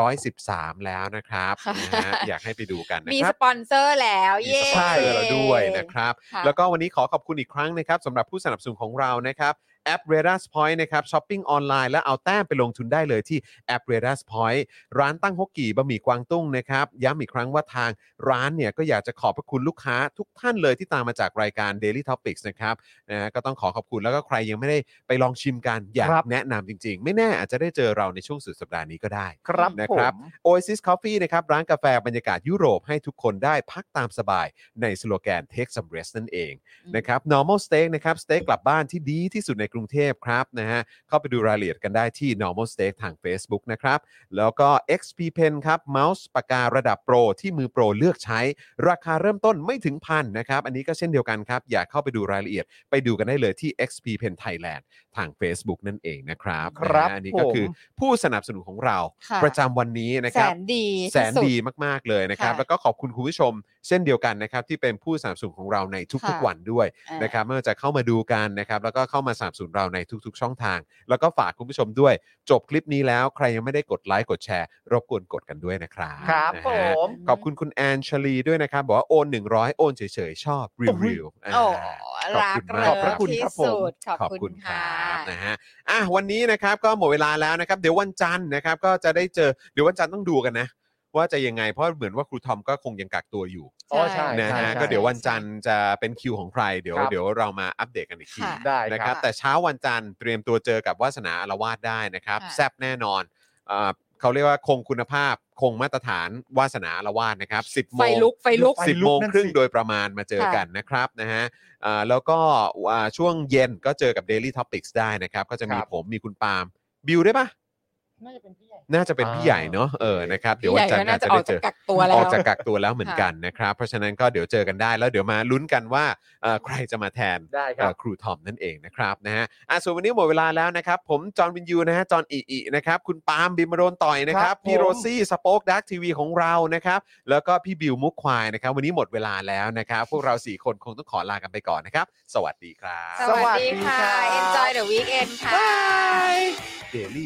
313 แล้วนะครับ ค่ะ นะฮะอยากให้ไปดูกันนะ มี ค ส รับ ปอนเซอร์แล้ว มี เย้ สปอนเซอร์เราด้วยนะครับ ค่ะ แล้วก็วันนี้ขอขอบคุณอีกครั้งนะครับสำหรับผู้สนับสนุนของเรานะครับแอป r a d a r Point นะครับช้อปปิ้งออนไลน์และเอาแต้มไปลงทุนได้เลยที่แอป r a d a r Point ร้านตั้งฮกกี่บะหมี่กวางตุ้งนะครับย้ำอีกครั้งว่าทางร้านเนี่ยก็อยากจะขอบพระคุณลูกค้าทุกท่านเลยที่ตามมาจากรายการ Daily Topics นะครับนะฮะก็ต้องขอขอบคุณแล้วก็ใครยังไม่ได้ไปลองชิมกันอยาก ครับ แนะนำจริง ๆ ไม่แน่อาจจะได้เจอเราในช่วงสุดสัปดาห์นี้ก็ได้ ครับ นะ ผ ครับ ม Oasis Coffee นะครับ ร้านกาแฟบรรยากาศยุโรปให้ทุกคนได้พักตามสบายในสโลแกน Take some rest นั่นเอง อืม นะครับ Normal Steak นะครับสเต็กกลับบ้านที่ดีที่สุดในกรุง รุงเทพครับนะฮะเข้าไปดูรายละเอียดกันได้ที่ normal steak ทาง Facebook นะครับ แล้วก็ XP Pen ครับเมาส์ปากการะดับโปร ที่มือโปรเลือกใช้ ราคาเริ่มต้นไม่ถึงพันนะครับ อันนี้ก็เช่นเดียวกันครับ อยากเข้าไปดูรายละเอียด ไปดูกันได้เลยที่ XP Pen Thailand ทาง Facebook นั่นเองนะครับ ครับ นะฮะอันนี้ก็ ผม คือผู้สนับสนุนของเรา ค่ะ ประจำวันนี้นะค แส รับ นดี แสนดี ที่ มาก ๆ เลยนะครับ ค่ะ แล้วก็ขอบคุณคุณผู้ชม เช่นเดียวกันนะครับ ที่เป็นผู้สนับสนุนของเราในทุก ค่ะ ๆวันด้วย อ่า นะครับไม่ว่าจะเข้ามาดูกันนะครับ แล้วก็เข้ามาสนับสนุนเราในทุกๆ ช่องทาง แล้วก็ฝากคุณผู้ชมด้วย จบคลิปนี้แล้วใครยังไม่ได้กดไลค์กดแชร์ รบกวนกดกันด้วยนะครับ ครับ นะ ผ ฮะ ม ขอบคุณคุณแอนชลีด้วยนะครับ บอกว่าโอน 100 โอนเฉยๆ ชอบรีวิว โอ้ อ่า รัก ข เรา อบคุณมาก ที่สุดขอบคุณค่ะ นะฮะอ่ะวันนี้นะครับก็หมดเวลาแล้วนะครับ เดี๋ยววันจันทร์นะครับก็จะได้เจอเดี๋ยววันจันทร์ต้องดูกันนะ ว่าจะยังไงเพราะเหมือนว่าครูทอมก็คงยังกักตัวอยู่ อ๋อใช่ นะ ใช่ ฮะ ใช่ ก็เดี๋ยววันจันทร์จะเป็นคิวของใครเดี๋ยว ครับ เดี๋ยวเรามาอัปเดตกันอีกที ค่ะ ได้ นะ ค ครั รั บบ แต่เช้าวันจันทร์เตรียมตัวเจอกับวาสนาอารวาสได้นะครับ ค่ะ แซบแน่นอนอ่าเขาเรียกว่าคงคุณภาพคงมาตรฐานวาสนาอารวาสนะครับ10โม ไฟ ง ลุกไฟลุก สิบโมง ไฟลุกนั่น ครึ่ง สิ โดยประมาณมาเจอ ค่ะ กันนะครับนะฮะอ่าแล้วก็อ่าช่วงเย็นก็เจอกับ Daily Topics ได้นะครับ ก็จะมี ครับ ผมมีคุณปาล์มบิวได้ปะ น่าจะเป็นพี่ใหญ่ น่าจะเป็นพี่ใหญ่เนาะเออนะครับเดี๋ยววันจันทร์ พี่ใหญ่ก็น่าจะออก เจ จากกักตัวแล้ว ออกจากกักตัวแล้วเหมือนกันนะครับ เพราะฉะนั้นก็เดี๋ยวเจอกันได้แล้วเดี๋ยวมาลุ้นกันว่าเอ่อใครจะมาแทน ได้ค เอ่ รั อบ ครูทอมนั่นเองนะครับนะฮะอ่ะส่วนวันนี้หมดเวลาแล้วนะครับ ผมจอห์นวินยูนะฮะจอห์นอิอินะครับคุณปาล์มบิมโรนต่อยนะครับ ครับผม พี่โรซี่สป็อคดักทีวีของเรานะครับแล้วก็พี่บิวมุกควายนะครับวันนี้หมดเวลาแล้วนะครับ พวกเราสี่คนคงต้องขอลากันไปก่อนนะครับ สวัสดีครับ สวัสดีค่ะ enjoy the weekend ค่ะ Daily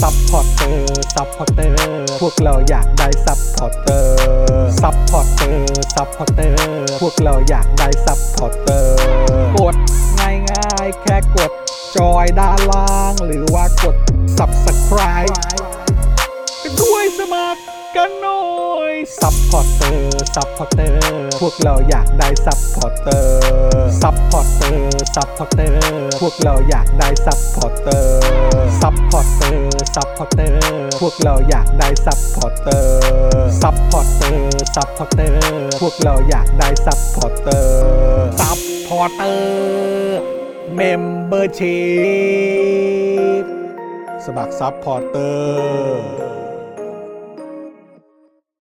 ซัพพอร์เตอร์ ซัพพอร์เตอร์ พวกเราอยากได้ซัพพอร์เตอร์ ซัพพอร์เตอร์ ซัพพอร์เตอร์ พวกเราอยากได้ซัพพอร์เตอร์ กดง่ายๆ แค่กด จอยด้านล่าง หรือว่ากด subscribe กันด้วยสมัครกันหน่อย ซัพพอร์เตอร์ ซัพพอร์เตอร์ พวกเราอยากได้ซัพพอร์เตอร์ ซัพพอร์เตอร์ ซัพพอร์เตอร์ พวกเราอยากได้ซัพพอร์เตอร์ ซัพพอร์เตอร์ ซัพพอร์เตอร์ พวกเราอยากได้ซัพพอร์เตอร์ ซัพพอร์เตอร์ ซัพพอร์เตอร์ พวกเราอยากได้ซัพพอร์เตอร์ ซัพพอร์เตอร์ เมมเบอร์ชีพสมัครซัพพอร์เตอร์